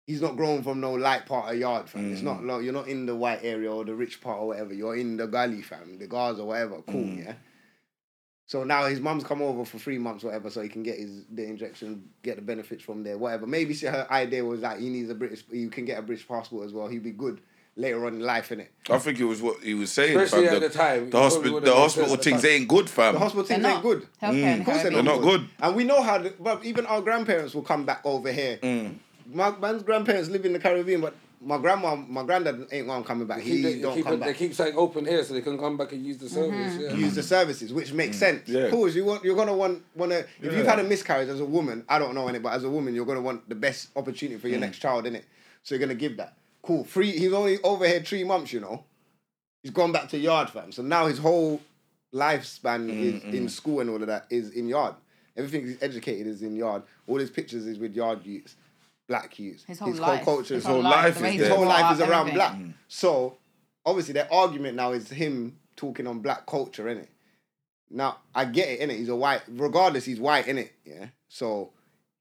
Speaker 3: he's not grown from no light part of yard, fam. It's
Speaker 2: Mm.
Speaker 3: not like you're not in the white area or the rich part or whatever. You're in the gully, fam, the Gaza, whatever. Cool,
Speaker 2: Mm.
Speaker 3: yeah. So now his mum's come over for three months, whatever, so he can get his the injection, get the benefits from there, whatever. Maybe she, her idea was that he needs a British, you can get a British passport as well. He'd be good later on in life, innit?
Speaker 2: I think it was what he was saying.
Speaker 5: Especially
Speaker 2: fam,
Speaker 5: at the time,
Speaker 2: the,
Speaker 5: it probably
Speaker 2: hospi-
Speaker 5: would've
Speaker 2: the
Speaker 5: been
Speaker 2: hospital
Speaker 5: good at the
Speaker 2: things
Speaker 5: time.
Speaker 2: ain't good, fam.
Speaker 3: The hospital
Speaker 4: They're
Speaker 3: things
Speaker 4: not
Speaker 3: ain't good.
Speaker 4: Healthcare and
Speaker 3: Of course
Speaker 4: hygiene.
Speaker 3: they're
Speaker 2: Mm. They're not good.
Speaker 3: And we know how, the, but even our grandparents will come back over here.
Speaker 2: Mm.
Speaker 3: My man's grandparents live in the Caribbean, but my grandma, my granddad ain't one coming back.
Speaker 5: Keep
Speaker 3: He
Speaker 5: the,
Speaker 3: don't
Speaker 5: keep
Speaker 3: come
Speaker 5: it- they
Speaker 3: back.
Speaker 5: keep saying open here so they can come back and use the service. Yeah.
Speaker 3: Use the services, which makes sense.
Speaker 2: Mm. Yeah.
Speaker 3: Of course, you want you're gonna want wanna if you've
Speaker 2: Yeah.
Speaker 3: had a miscarriage as a woman, I don't know in it, but as a woman, you're gonna want the best opportunity for your
Speaker 2: Mm.
Speaker 3: next child, innit? So you're gonna give that. Cool. Three he's only over here three months, you know. He's gone back to yard fam. So now his whole lifespan
Speaker 2: Mm,
Speaker 3: is in school and all of that is in yard. Everything he's educated is in yard. All his pictures is with yard youths, black youths.
Speaker 4: His whole life.
Speaker 3: culture, his, whole,
Speaker 2: whole life
Speaker 4: the way
Speaker 2: is
Speaker 4: he's
Speaker 2: there.
Speaker 3: his whole
Speaker 4: brought
Speaker 3: life
Speaker 4: up,
Speaker 3: is around
Speaker 4: everything.
Speaker 3: black.
Speaker 2: Mm.
Speaker 3: So obviously their argument now is him talking on black culture, innit? Now I get it, innit? He's a white. Regardless, he's white, innit? Yeah. So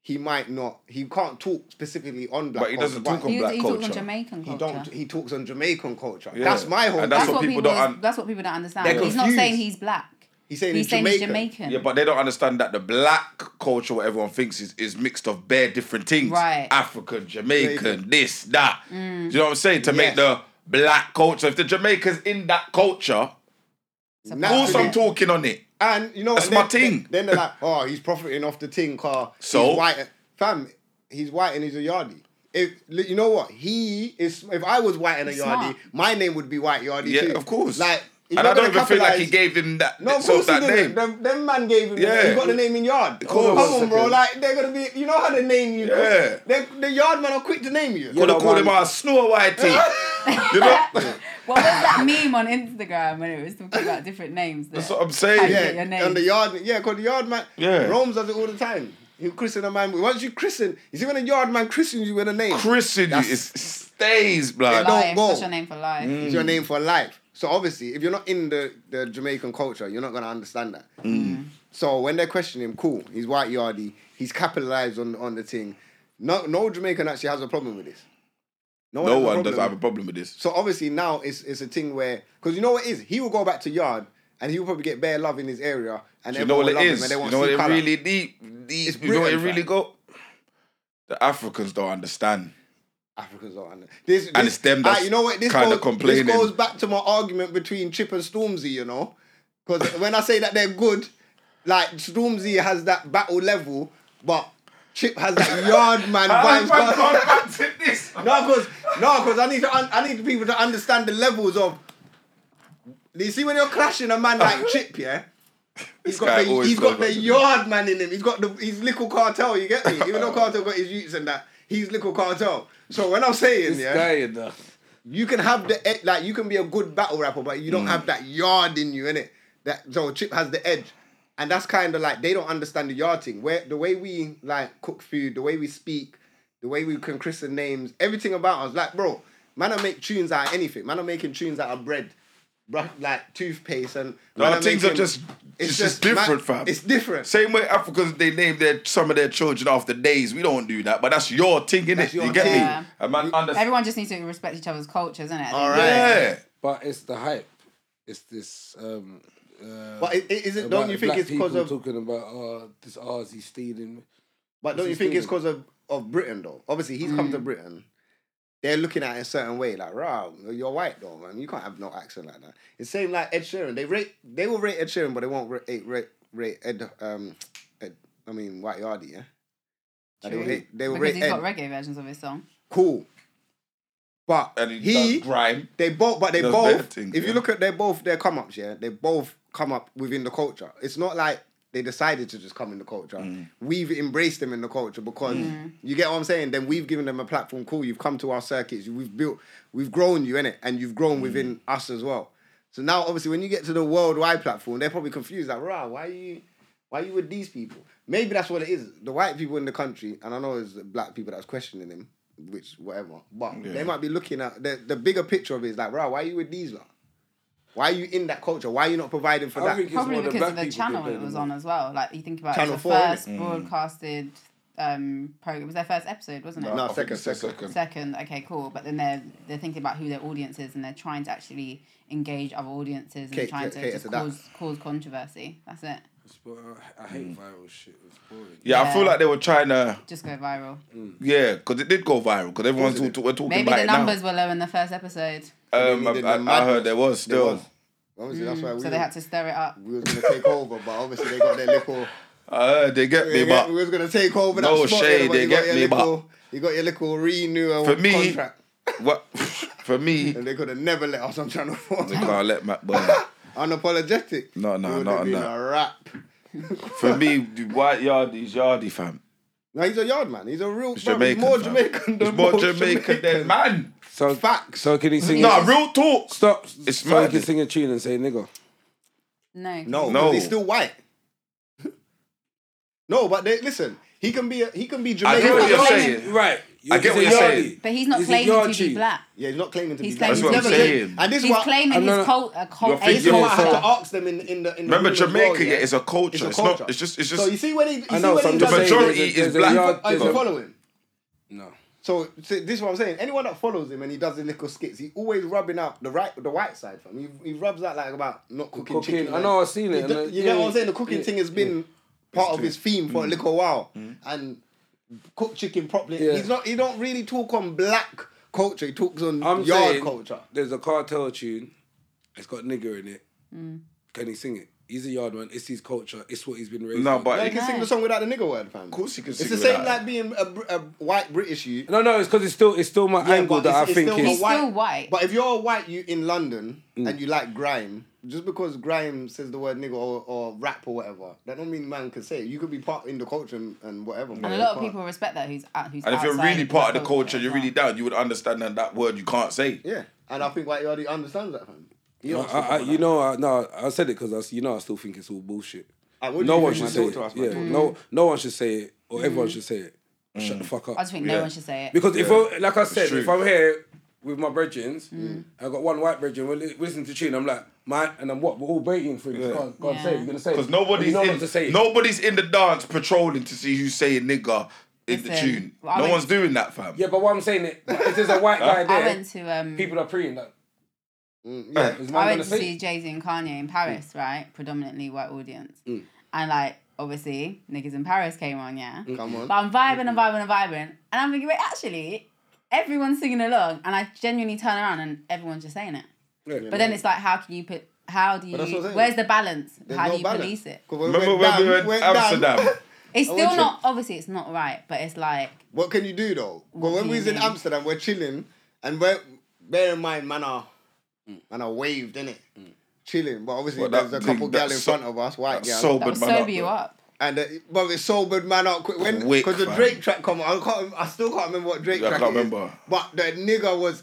Speaker 3: he might not. He can't talk specifically on black.
Speaker 2: But he doesn't
Speaker 3: culture,
Speaker 2: talk
Speaker 3: but
Speaker 2: on
Speaker 4: He,
Speaker 2: black
Speaker 4: he talks
Speaker 2: culture.
Speaker 4: on Jamaican
Speaker 3: He
Speaker 4: culture.
Speaker 3: don't. He talks on Jamaican culture.
Speaker 2: Yeah.
Speaker 3: That's my whole.
Speaker 2: And
Speaker 4: that's,
Speaker 2: That's
Speaker 4: what
Speaker 2: what
Speaker 4: people
Speaker 2: people
Speaker 4: don't.
Speaker 2: don't un-
Speaker 4: that's what people don't understand.
Speaker 2: They're
Speaker 4: He's not saying
Speaker 2: confused.
Speaker 4: he's black.
Speaker 3: He's saying
Speaker 4: he's
Speaker 3: he's Jamaican.
Speaker 4: Jamaican.
Speaker 2: Yeah, but they don't understand that the black culture, what everyone thinks, is, is mixed of bare different things.
Speaker 4: Right.
Speaker 2: African, Jamaican,
Speaker 3: Jamaican.
Speaker 2: this, that. Do you know what I'm saying? To
Speaker 3: Yes.
Speaker 2: make the black culture. If the Jamaicans in that culture,
Speaker 4: It's a
Speaker 2: of
Speaker 3: Nah,
Speaker 4: black
Speaker 2: course I'm
Speaker 4: man.
Speaker 2: talking on it.
Speaker 3: And you know
Speaker 2: That's
Speaker 3: and then-
Speaker 2: my ting.
Speaker 3: Then, then they're like, oh, he's profiting off the ting car.
Speaker 2: So?
Speaker 3: he's white, fam, he's white and he's a yardie. If li- you know what he is, if I was white and a
Speaker 4: He's
Speaker 3: yardie,
Speaker 4: smart.
Speaker 3: my name would be white yardie
Speaker 2: Yeah,
Speaker 3: too.
Speaker 2: of course.
Speaker 3: Like, if
Speaker 2: and
Speaker 3: you're
Speaker 2: I don't
Speaker 3: gonna
Speaker 2: even feel like he
Speaker 3: capitalise-
Speaker 2: gave him that,
Speaker 3: No, of
Speaker 2: himself
Speaker 3: course he
Speaker 2: that
Speaker 3: didn't.
Speaker 2: name.
Speaker 3: Them, them man gave him.
Speaker 2: Yeah.
Speaker 3: Yeah. He got the name in yard.
Speaker 2: course.
Speaker 3: Come on, bro.
Speaker 5: Second.
Speaker 3: Like they're gonna be. You know how they name you.
Speaker 2: Yeah.
Speaker 3: The, the yard man are quick to name you.
Speaker 2: Could have
Speaker 5: know,
Speaker 2: called him
Speaker 5: man.
Speaker 2: out Snore Whitey. you know?
Speaker 4: What was that meme on Instagram when it was talking about different names?
Speaker 2: That's
Speaker 4: that-
Speaker 2: what I'm saying.
Speaker 4: how you get your
Speaker 3: Yeah,
Speaker 4: name.
Speaker 3: and the yard, yeah, because the yard man,
Speaker 2: Yeah.
Speaker 3: Rome's does it all the time. You christen a man. Once you christen, you see when a yard man christens you with a name,
Speaker 2: Christian, you, it
Speaker 3: That's-
Speaker 2: stays blood.
Speaker 3: don't
Speaker 4: life.
Speaker 3: go.
Speaker 4: That's your name for life.
Speaker 3: it's
Speaker 2: Mm.
Speaker 3: your name for life. So obviously, if you're not in the, the Jamaican culture, you're not gonna understand that.
Speaker 2: Mm.
Speaker 3: So when they're questioning him, cool, he's white yardie, he's capitalized on on the thing. No, no Jamaican actually has a problem with this.
Speaker 2: No
Speaker 3: has a
Speaker 2: one
Speaker 3: problem
Speaker 2: does have a
Speaker 3: with-
Speaker 2: problem with this.
Speaker 3: So obviously now it's it's a thing where because you know what it is he will go back to yard and he will probably get bare love in his area and
Speaker 2: You know what
Speaker 3: everyone will
Speaker 2: it
Speaker 3: love
Speaker 2: is.
Speaker 3: Him and they
Speaker 2: You
Speaker 3: won't
Speaker 2: know what
Speaker 3: see
Speaker 2: it
Speaker 3: colour.
Speaker 2: really deep. deep
Speaker 3: It's
Speaker 2: you know what it
Speaker 3: Britain,
Speaker 2: really
Speaker 3: fam.
Speaker 2: go. The Africans don't understand.
Speaker 3: Africans don't under this,
Speaker 2: And
Speaker 3: this-
Speaker 2: it's them that's
Speaker 3: Ah, you know what this
Speaker 2: kinda
Speaker 3: goes,
Speaker 2: complaining.
Speaker 3: This goes back to my argument between Chip and Stormzy, you know, because when I say that they're good, like Stormzy has that battle level, but Chip has that yard man vibes. No, because no, because I need to un- I need people to understand the levels of. You see, when you're clashing a man like Chip, yeah. He's
Speaker 2: guy
Speaker 3: got, the,
Speaker 2: always
Speaker 3: he's got
Speaker 2: goes
Speaker 3: the
Speaker 2: back.
Speaker 3: yard man in him. He's got the he's little cartel. You get me? Even though cartel got his youths and that, he's little cartel. So when I'm saying,
Speaker 5: This
Speaker 3: yeah,
Speaker 5: guy, you know.
Speaker 3: you can have the ed- like you can be a good battle rapper, but you don't
Speaker 2: Mm.
Speaker 3: have that yard in you, innit? That so Chip has the edge, and that's kind of like they don't understand the yard thing. Where the way we like cook food, the way we speak, the way we can christen names, everything about us, like bro, man, I make tunes out of anything. Man, I'm making tunes out of bread, bro, like toothpaste and.
Speaker 2: No,
Speaker 3: man, I'm
Speaker 2: things are
Speaker 3: making-
Speaker 2: just it's, just,
Speaker 3: man,
Speaker 2: different, fam.
Speaker 3: It's different.
Speaker 2: Same way Africans they name their some of their children after days. We don't do that, but that's your thing, innit?
Speaker 3: That's your
Speaker 2: You get
Speaker 3: thing.
Speaker 4: Yeah.
Speaker 2: me? A man understand.
Speaker 4: Everyone just needs to respect each other's cultures, isn't it?
Speaker 3: All right.
Speaker 2: Yeah.
Speaker 5: But it's the hype. It's this. Um, uh,
Speaker 3: But it, it, is it, don't
Speaker 5: about
Speaker 3: you think
Speaker 5: black
Speaker 3: it's because
Speaker 5: people
Speaker 3: of?
Speaker 5: talking about oh, this Aussie stealing?
Speaker 3: But don't
Speaker 5: This
Speaker 3: you
Speaker 5: is
Speaker 3: think it's
Speaker 5: England.
Speaker 3: because of, of Britain though? Obviously, he's come to
Speaker 2: Mm.
Speaker 3: Britain. They're looking at it a certain way, like, rah, you're white though, man. You can't have no accent like that. It's same like Ed Sheeran. They rate, they will rate Ed Sheeran, but they won't rate rate, rate Ed. Um, Ed, I mean White Yardie, yeah. Like, they will
Speaker 4: True.
Speaker 3: hate, they will
Speaker 4: Because
Speaker 3: rate
Speaker 4: he's
Speaker 3: Ed.
Speaker 4: got reggae versions of his song.
Speaker 3: cool, but
Speaker 2: And he,
Speaker 3: he
Speaker 2: does grime.
Speaker 3: they both, but they
Speaker 2: Does their
Speaker 3: both.
Speaker 2: thing,
Speaker 3: if you
Speaker 2: yeah.
Speaker 3: look at their both their come ups, yeah, they both come up within the culture. It's not like they decided to just come in the culture. We've embraced them in the culture because you get what I'm saying. Then we've given them a platform. Cool, you've come to our circuits. you- We've built, we've grown you in it, and you've grown within us as well. So now, obviously, when you get to the worldwide platform, they're probably confused. Like, rah, why you? Why you with these people? Maybe that's what it is. The white people in the country, and I know it's the black people that's questioning him, which whatever. But they might be looking at the, the bigger picture of it is like, right, why are you with these lot? Why are you in that culture? Why are you not providing for
Speaker 5: I
Speaker 3: that?
Speaker 5: think it's more
Speaker 4: Probably
Speaker 5: the
Speaker 4: because
Speaker 5: black
Speaker 4: of the
Speaker 5: people
Speaker 4: channel
Speaker 5: compared
Speaker 4: it
Speaker 5: to
Speaker 4: was
Speaker 5: them.
Speaker 4: on as well. Like you think about
Speaker 3: Channel
Speaker 4: it, it's the
Speaker 3: four,
Speaker 4: first broadcasted um program. It was their first episode, wasn't it?
Speaker 2: I
Speaker 3: No,
Speaker 2: think
Speaker 3: second,
Speaker 2: it's the
Speaker 3: second.
Speaker 4: Second, okay, cool. But then they're they're thinking about who their audience is, and they're trying to actually engage other audiences and
Speaker 3: Ca-
Speaker 4: trying
Speaker 3: ca-
Speaker 4: to
Speaker 3: cater
Speaker 4: just
Speaker 3: to that.
Speaker 4: cause cause controversy. That's it.
Speaker 5: It's bo- uh, I, I
Speaker 4: Mm.
Speaker 5: hate viral shit. It's boring.
Speaker 2: Yeah, I
Speaker 4: Yeah.
Speaker 2: feel like they were trying to,
Speaker 4: Just go viral.
Speaker 3: Mm,
Speaker 2: yeah, because it did go viral. Because everyone's all, we're talking
Speaker 4: Maybe
Speaker 2: about
Speaker 4: the
Speaker 2: it now.
Speaker 4: numbers were low in the first episode,
Speaker 2: Um, I,
Speaker 3: They needed
Speaker 2: I-
Speaker 3: the
Speaker 2: I heard
Speaker 3: madness.
Speaker 2: there was
Speaker 3: They
Speaker 2: still.
Speaker 3: was. Obviously, that's
Speaker 2: Mm.
Speaker 3: why we,
Speaker 4: so they had to stir it up.
Speaker 3: we was going to take over, but obviously they got their little...
Speaker 2: I heard they get me,
Speaker 3: They
Speaker 2: but
Speaker 3: got, we was going to take over that
Speaker 2: No
Speaker 3: spot.
Speaker 2: shade,
Speaker 3: there, but
Speaker 2: they
Speaker 3: you got
Speaker 2: get
Speaker 3: your
Speaker 2: me, but-
Speaker 3: little, You got your little renewal
Speaker 2: For me-
Speaker 3: contract.
Speaker 2: what for me,
Speaker 3: And they could have never let us on Channel 4.
Speaker 2: they can't let Matt burn.
Speaker 3: Unapologetic.
Speaker 2: No, no,
Speaker 3: It would
Speaker 2: not
Speaker 3: have
Speaker 2: on
Speaker 3: been
Speaker 2: that.
Speaker 3: a rap.
Speaker 2: For me, the white yardie's yardie fam.
Speaker 3: No, he's a yard man. He's a real...
Speaker 2: It's
Speaker 3: bruv,
Speaker 2: Jamaican.
Speaker 3: he's more
Speaker 2: fam.
Speaker 3: Jamaican than
Speaker 2: It's more
Speaker 3: most
Speaker 2: Jamaican than man.
Speaker 5: So
Speaker 3: Facts.
Speaker 5: So can he sing?
Speaker 2: Nah, real talk.
Speaker 5: Stop.
Speaker 2: It's
Speaker 5: so he can
Speaker 2: madness.
Speaker 5: sing a tune and say nigga.
Speaker 3: No,
Speaker 4: No,
Speaker 2: No.
Speaker 3: no, he's still white. no, but they, listen, he can be a, he can be
Speaker 2: I
Speaker 3: Jamaican.
Speaker 2: get what you're
Speaker 4: Right.
Speaker 2: saying.
Speaker 5: Right.
Speaker 2: I get what you're saying.
Speaker 4: but he's not
Speaker 5: He's a
Speaker 4: claiming
Speaker 5: yard
Speaker 4: to be
Speaker 5: chief.
Speaker 4: black.
Speaker 3: Yeah, he's not claiming to
Speaker 4: He's
Speaker 3: be. black.
Speaker 4: claiming- That's
Speaker 2: what I'm
Speaker 3: never-
Speaker 2: saying.
Speaker 3: And this is
Speaker 4: He's
Speaker 3: what
Speaker 4: claiming
Speaker 5: I'm
Speaker 4: his
Speaker 5: not-
Speaker 4: cult, a
Speaker 2: You're
Speaker 4: cult.
Speaker 2: thinking
Speaker 3: this is
Speaker 2: Yeah,
Speaker 3: what I had
Speaker 5: so-
Speaker 3: to ask them in in the. In the
Speaker 2: Remember,
Speaker 3: room as well,
Speaker 2: Jamaica, yeah, it's a culture. It's, not. It's just. It's just.
Speaker 3: So you see where they. You
Speaker 5: I
Speaker 3: see
Speaker 5: know.
Speaker 3: where
Speaker 5: So
Speaker 3: they
Speaker 5: I'm just
Speaker 2: The
Speaker 5: saying
Speaker 3: diverge.
Speaker 2: majority
Speaker 5: there's a-
Speaker 2: is
Speaker 5: there's a
Speaker 2: black.
Speaker 5: yard-
Speaker 3: Oh,
Speaker 5: there's
Speaker 3: you
Speaker 5: a-
Speaker 3: follow him.
Speaker 5: No.
Speaker 3: So, so this is what I'm saying. Anyone that follows him and he does the little skits, he always rubbing out the right, the white side from. He, he rubs out like about not cooking,
Speaker 5: cooking,
Speaker 3: chicken.
Speaker 5: I
Speaker 3: and-
Speaker 5: know, I've seen it,
Speaker 3: You, do-
Speaker 5: and, uh,
Speaker 3: you get what
Speaker 5: yeah,
Speaker 3: I'm saying? The cooking
Speaker 5: yeah,
Speaker 3: thing has been
Speaker 2: Mm.
Speaker 3: part of his theme for a little while, and cook chicken properly.
Speaker 5: Yeah.
Speaker 3: He's not. He don't really talk on black culture. He talks on
Speaker 5: I'm
Speaker 3: yard
Speaker 5: saying
Speaker 3: culture.
Speaker 5: there's a cartel tune. It's got nigger in it.
Speaker 4: Mm.
Speaker 5: Can he sing it? He's a yard man. It's his culture. It's what he's been raised.
Speaker 2: No,
Speaker 5: on.
Speaker 2: but
Speaker 3: Yeah, he
Speaker 2: it-
Speaker 3: Oh, can sing the song without the nigger word, fam. Of
Speaker 2: course he can sing
Speaker 3: It's the same
Speaker 2: without it.
Speaker 3: like being a, Br- a white British you.
Speaker 5: no, no. It's because it's still it's still my
Speaker 3: Yeah,
Speaker 5: angle
Speaker 3: but
Speaker 5: that I
Speaker 3: it's- it's
Speaker 5: think
Speaker 3: still
Speaker 5: is. Mm.
Speaker 4: He's still white.
Speaker 3: But if you're white, you in London and you like grime, just because grime says the word nigger or, or rap or whatever, that don't mean man can say it. You could be part in the culture and, and whatever.
Speaker 4: And a lot of people respect that. Who's out, who's
Speaker 2: and if you're
Speaker 4: outside
Speaker 2: really part of the culture,
Speaker 4: as
Speaker 2: you're
Speaker 4: well.
Speaker 2: really down. You would understand that that word you can't say.
Speaker 3: Yeah, and I think White Yardie understands that, fam. You
Speaker 5: I, I, I- you know, I, no, I said it because you know I still think it's all bullshit.
Speaker 3: Ah, what do
Speaker 5: no
Speaker 3: you
Speaker 5: one
Speaker 3: think
Speaker 5: should
Speaker 3: my
Speaker 5: say it.
Speaker 3: daughter asked my
Speaker 5: Yeah,
Speaker 3: daughter?
Speaker 2: Mm.
Speaker 5: no, no one should say it, or everyone should say it. Shut the fuck up.
Speaker 4: I just think
Speaker 2: Yeah.
Speaker 4: no one should say it.
Speaker 5: Because if, I, like I said,
Speaker 2: true. Mm.
Speaker 5: if I'm here with my brethrens, I got one white brethren, we're li- listening to tune, I'm like, man, and I'm what? We're all waiting for it. Can't, can't
Speaker 4: Yeah.
Speaker 5: say it. You're gonna say it.
Speaker 2: Because
Speaker 5: You
Speaker 2: nobody's
Speaker 5: know not to say
Speaker 2: in,
Speaker 5: it.
Speaker 2: nobody's in the dance patrolling to see who's saying nigger in the
Speaker 4: Listen,
Speaker 2: tune.
Speaker 4: well, I
Speaker 2: No
Speaker 4: went-
Speaker 2: one's doing that, fam.
Speaker 5: Yeah, but what I'm saying is, if there's a white guy
Speaker 4: I
Speaker 5: there,
Speaker 4: went to um,
Speaker 5: people are preying that.
Speaker 3: Mm, yeah.
Speaker 5: Is
Speaker 4: I went
Speaker 5: man gonna
Speaker 4: to
Speaker 5: say
Speaker 4: see
Speaker 5: it?
Speaker 4: Jay Z and Kanye in
Speaker 3: Mm.
Speaker 4: Paris, right? Predominantly white audience, and like obviously niggas in Paris came on, yeah.
Speaker 3: Mm. Come on.
Speaker 4: But I'm vibing and vibing and vibing, and I'm thinking, wait, actually, everyone's singing along, and I genuinely turn around and everyone's just saying it. But then it's like, how can you put? How do you?
Speaker 3: that's what I'm saying.
Speaker 4: Where's the balance?
Speaker 3: There's
Speaker 4: how
Speaker 3: no
Speaker 4: do you
Speaker 3: balance.
Speaker 4: police it?
Speaker 3: 'Cause when
Speaker 2: Remember when we were in
Speaker 3: went down-
Speaker 2: Amsterdam?
Speaker 4: It's
Speaker 3: I
Speaker 4: still
Speaker 3: went to-
Speaker 4: not. Obviously, it's not right, but it's like
Speaker 3: What can you do though? Well,
Speaker 4: What
Speaker 3: when
Speaker 4: do
Speaker 3: we
Speaker 4: you
Speaker 3: was in
Speaker 4: mean?
Speaker 3: Amsterdam, we're chilling, and we're bear in mind, man are
Speaker 4: Mm.
Speaker 3: man are waved in it, chilling. But obviously,
Speaker 2: Well,
Speaker 3: there's
Speaker 2: that
Speaker 3: a couple
Speaker 2: thing-
Speaker 3: gal
Speaker 2: that
Speaker 3: in
Speaker 2: so-
Speaker 3: front of us, white
Speaker 2: that
Speaker 3: gal,
Speaker 2: sober
Speaker 4: that will
Speaker 2: man up,
Speaker 4: sober you
Speaker 2: though.
Speaker 4: up.
Speaker 3: and uh, but it sobered man up quick when
Speaker 2: Wick,
Speaker 3: because the
Speaker 2: fam.
Speaker 3: Drake track come. on, I can't, I still can't remember what Drake
Speaker 2: Yeah, I
Speaker 3: track.
Speaker 2: can't
Speaker 3: it is,
Speaker 2: remember.
Speaker 3: but the nigga was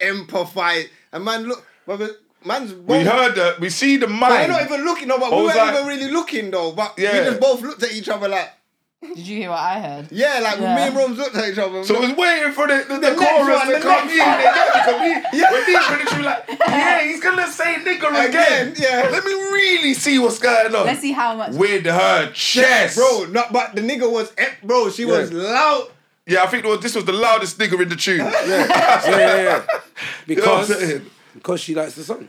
Speaker 3: empathize, and man, look, but man's
Speaker 2: We
Speaker 3: both-
Speaker 2: heard that. We see the
Speaker 3: We're
Speaker 2: mind.
Speaker 3: not even looking, no, but
Speaker 2: I
Speaker 3: we
Speaker 2: was
Speaker 3: weren't
Speaker 2: like-
Speaker 3: even really looking though. But
Speaker 2: Yeah.
Speaker 3: we just both looked at each other like,
Speaker 4: Did you hear what I heard?
Speaker 3: yeah, like me
Speaker 4: Yeah.
Speaker 3: and Roms looked at each other.
Speaker 2: So it's waiting for the, the, the,
Speaker 3: next
Speaker 2: chorus
Speaker 3: one,
Speaker 2: to
Speaker 3: the
Speaker 2: come
Speaker 3: next
Speaker 2: in.
Speaker 3: one.
Speaker 2: They get to come in. When these critics were like, yeah, he's gonna say nigger again.
Speaker 3: Again, yeah.
Speaker 2: Let me really see what's going on.
Speaker 4: Let's see how much.
Speaker 2: With her chest,
Speaker 3: Bro, no, but the nigga was, em- bro, she was loud.
Speaker 2: Yeah, I think it was- this was the loudest nigger in the tune.
Speaker 5: yeah, yeah, yeah.
Speaker 2: You know what I'm
Speaker 5: Because
Speaker 2: saying?
Speaker 5: because she likes the song.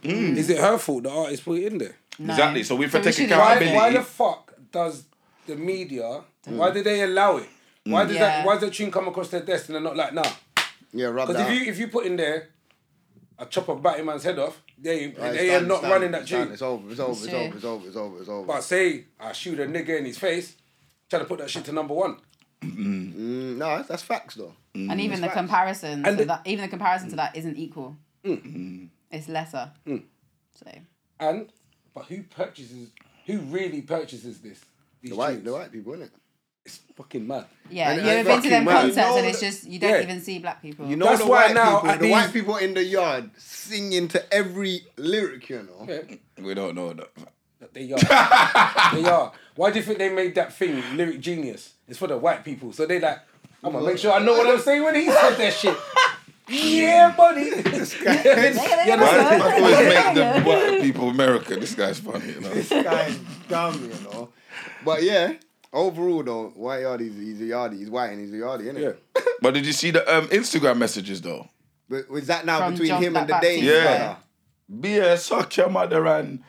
Speaker 3: Mm.
Speaker 5: Is it her fault the artist put it in there?
Speaker 4: No.
Speaker 2: Exactly, so we've
Speaker 4: So we
Speaker 2: taken
Speaker 4: shouldn't have
Speaker 5: Why,
Speaker 2: accountability.
Speaker 4: done
Speaker 5: why the fuck does the media?
Speaker 3: Mm.
Speaker 5: Why do they allow it? Why does
Speaker 4: Yeah.
Speaker 5: that? Why does that tune come across their desk and they're not like, nah?
Speaker 3: Yeah, rub
Speaker 5: Because
Speaker 3: that
Speaker 5: if
Speaker 3: out.
Speaker 5: you if you put in there, a chop a batting man's head off, they ain't,
Speaker 3: Right,
Speaker 5: they
Speaker 3: stand-
Speaker 5: ain't not
Speaker 3: stand-
Speaker 5: running that
Speaker 3: stand.
Speaker 5: tune.
Speaker 3: It's over, it's over, it's
Speaker 4: true.
Speaker 3: over, it's over, it's over, it's over.
Speaker 5: But say I shoot a nigga in his face, try to put that shit to number one.
Speaker 3: Mm, no, that's, that's facts though.
Speaker 4: and even the
Speaker 3: facts.
Speaker 4: comparison
Speaker 5: And
Speaker 4: to
Speaker 5: the-
Speaker 4: that even the comparison to that isn't equal it's lesser so
Speaker 5: And but who purchases? Who really purchases this? These
Speaker 3: The white,
Speaker 5: tunes?
Speaker 3: the white people, innit?
Speaker 5: It's fucking mad.
Speaker 4: yeah
Speaker 3: And-
Speaker 4: you
Speaker 3: and
Speaker 4: ever been to
Speaker 3: fucking
Speaker 4: them
Speaker 3: man. You
Speaker 4: concerts
Speaker 5: know
Speaker 4: and it's
Speaker 5: that-
Speaker 4: just you don't
Speaker 5: yeah.
Speaker 4: even see black people
Speaker 3: You know
Speaker 5: That's
Speaker 3: the
Speaker 5: why
Speaker 3: white
Speaker 5: now,
Speaker 3: people,
Speaker 5: at
Speaker 3: the white
Speaker 5: these-
Speaker 3: people in the yard singing to every lyric, you know.
Speaker 5: Yeah.
Speaker 2: We don't know that.
Speaker 5: They are. they are. Why do you think they made that thing lyric genius? It's for the white people. So they like, I'm gonna make sure I know what I'm saying when he says that shit. yeah, buddy. You
Speaker 2: Why
Speaker 5: understand?
Speaker 2: do you always make the white people American? This guy's funny, you know.
Speaker 3: This guy's dumb, you know. But yeah, Overall, though, White Yardie's he's a yardie. He's white and he's a yardie, isn't
Speaker 5: Yeah.
Speaker 3: it?
Speaker 2: But did you see the um, Instagram messages though?
Speaker 3: But was that now
Speaker 4: From
Speaker 3: between
Speaker 4: John
Speaker 3: him and the
Speaker 4: Bat-
Speaker 3: Danes?
Speaker 2: Baptiste,
Speaker 3: brother?
Speaker 2: yeah. Beer, suck your mother and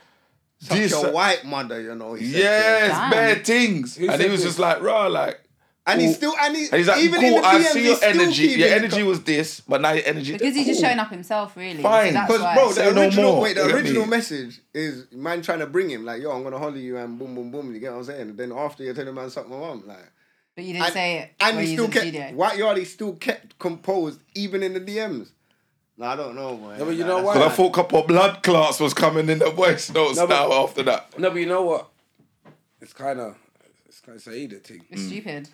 Speaker 3: Such
Speaker 2: this.
Speaker 3: a white mother, you know. he said to him.
Speaker 2: yes,
Speaker 4: Damn.
Speaker 2: bad things.
Speaker 5: Who
Speaker 2: and he
Speaker 5: said
Speaker 2: was
Speaker 5: this?
Speaker 2: just like, raw, like.
Speaker 3: and he's
Speaker 2: cool.
Speaker 3: still and, he,
Speaker 2: And he's like,
Speaker 3: even in
Speaker 2: cool,
Speaker 3: the
Speaker 2: I
Speaker 3: DMs,
Speaker 2: see
Speaker 3: he's
Speaker 2: your
Speaker 3: still
Speaker 2: energy.
Speaker 3: keeping
Speaker 2: Your
Speaker 3: the
Speaker 2: energy
Speaker 3: co-
Speaker 2: was this, but now your energy
Speaker 4: Because he's just
Speaker 2: cool.
Speaker 4: showing up himself, really.
Speaker 2: Fine.
Speaker 4: So that's
Speaker 3: Because
Speaker 4: why.
Speaker 3: bro,
Speaker 2: Say
Speaker 3: the
Speaker 2: no
Speaker 3: original
Speaker 2: more,
Speaker 3: wait, the
Speaker 2: you get
Speaker 3: original
Speaker 2: me?
Speaker 3: message is man trying to bring him like, yo, I'm gonna holler you and boom, boom, boom. You get what I'm saying? then after you're telling man suck my mum, like,
Speaker 4: but you didn't
Speaker 3: and,
Speaker 4: say it.
Speaker 3: and
Speaker 4: when
Speaker 3: he
Speaker 4: you
Speaker 3: still
Speaker 4: was in
Speaker 3: kept
Speaker 4: the studio.
Speaker 3: White Yardie still kept composed even in the DMs. No, I don't know, man.
Speaker 5: No, but you
Speaker 3: Like,
Speaker 5: know
Speaker 3: that's
Speaker 5: why?
Speaker 2: Because I
Speaker 5: Right.
Speaker 2: thought a couple of blood clots was coming in the voice notes
Speaker 5: No, but-
Speaker 2: now after that.
Speaker 5: No, but you know what? It's kind of it's kind of Saida thing.
Speaker 4: It's stupid.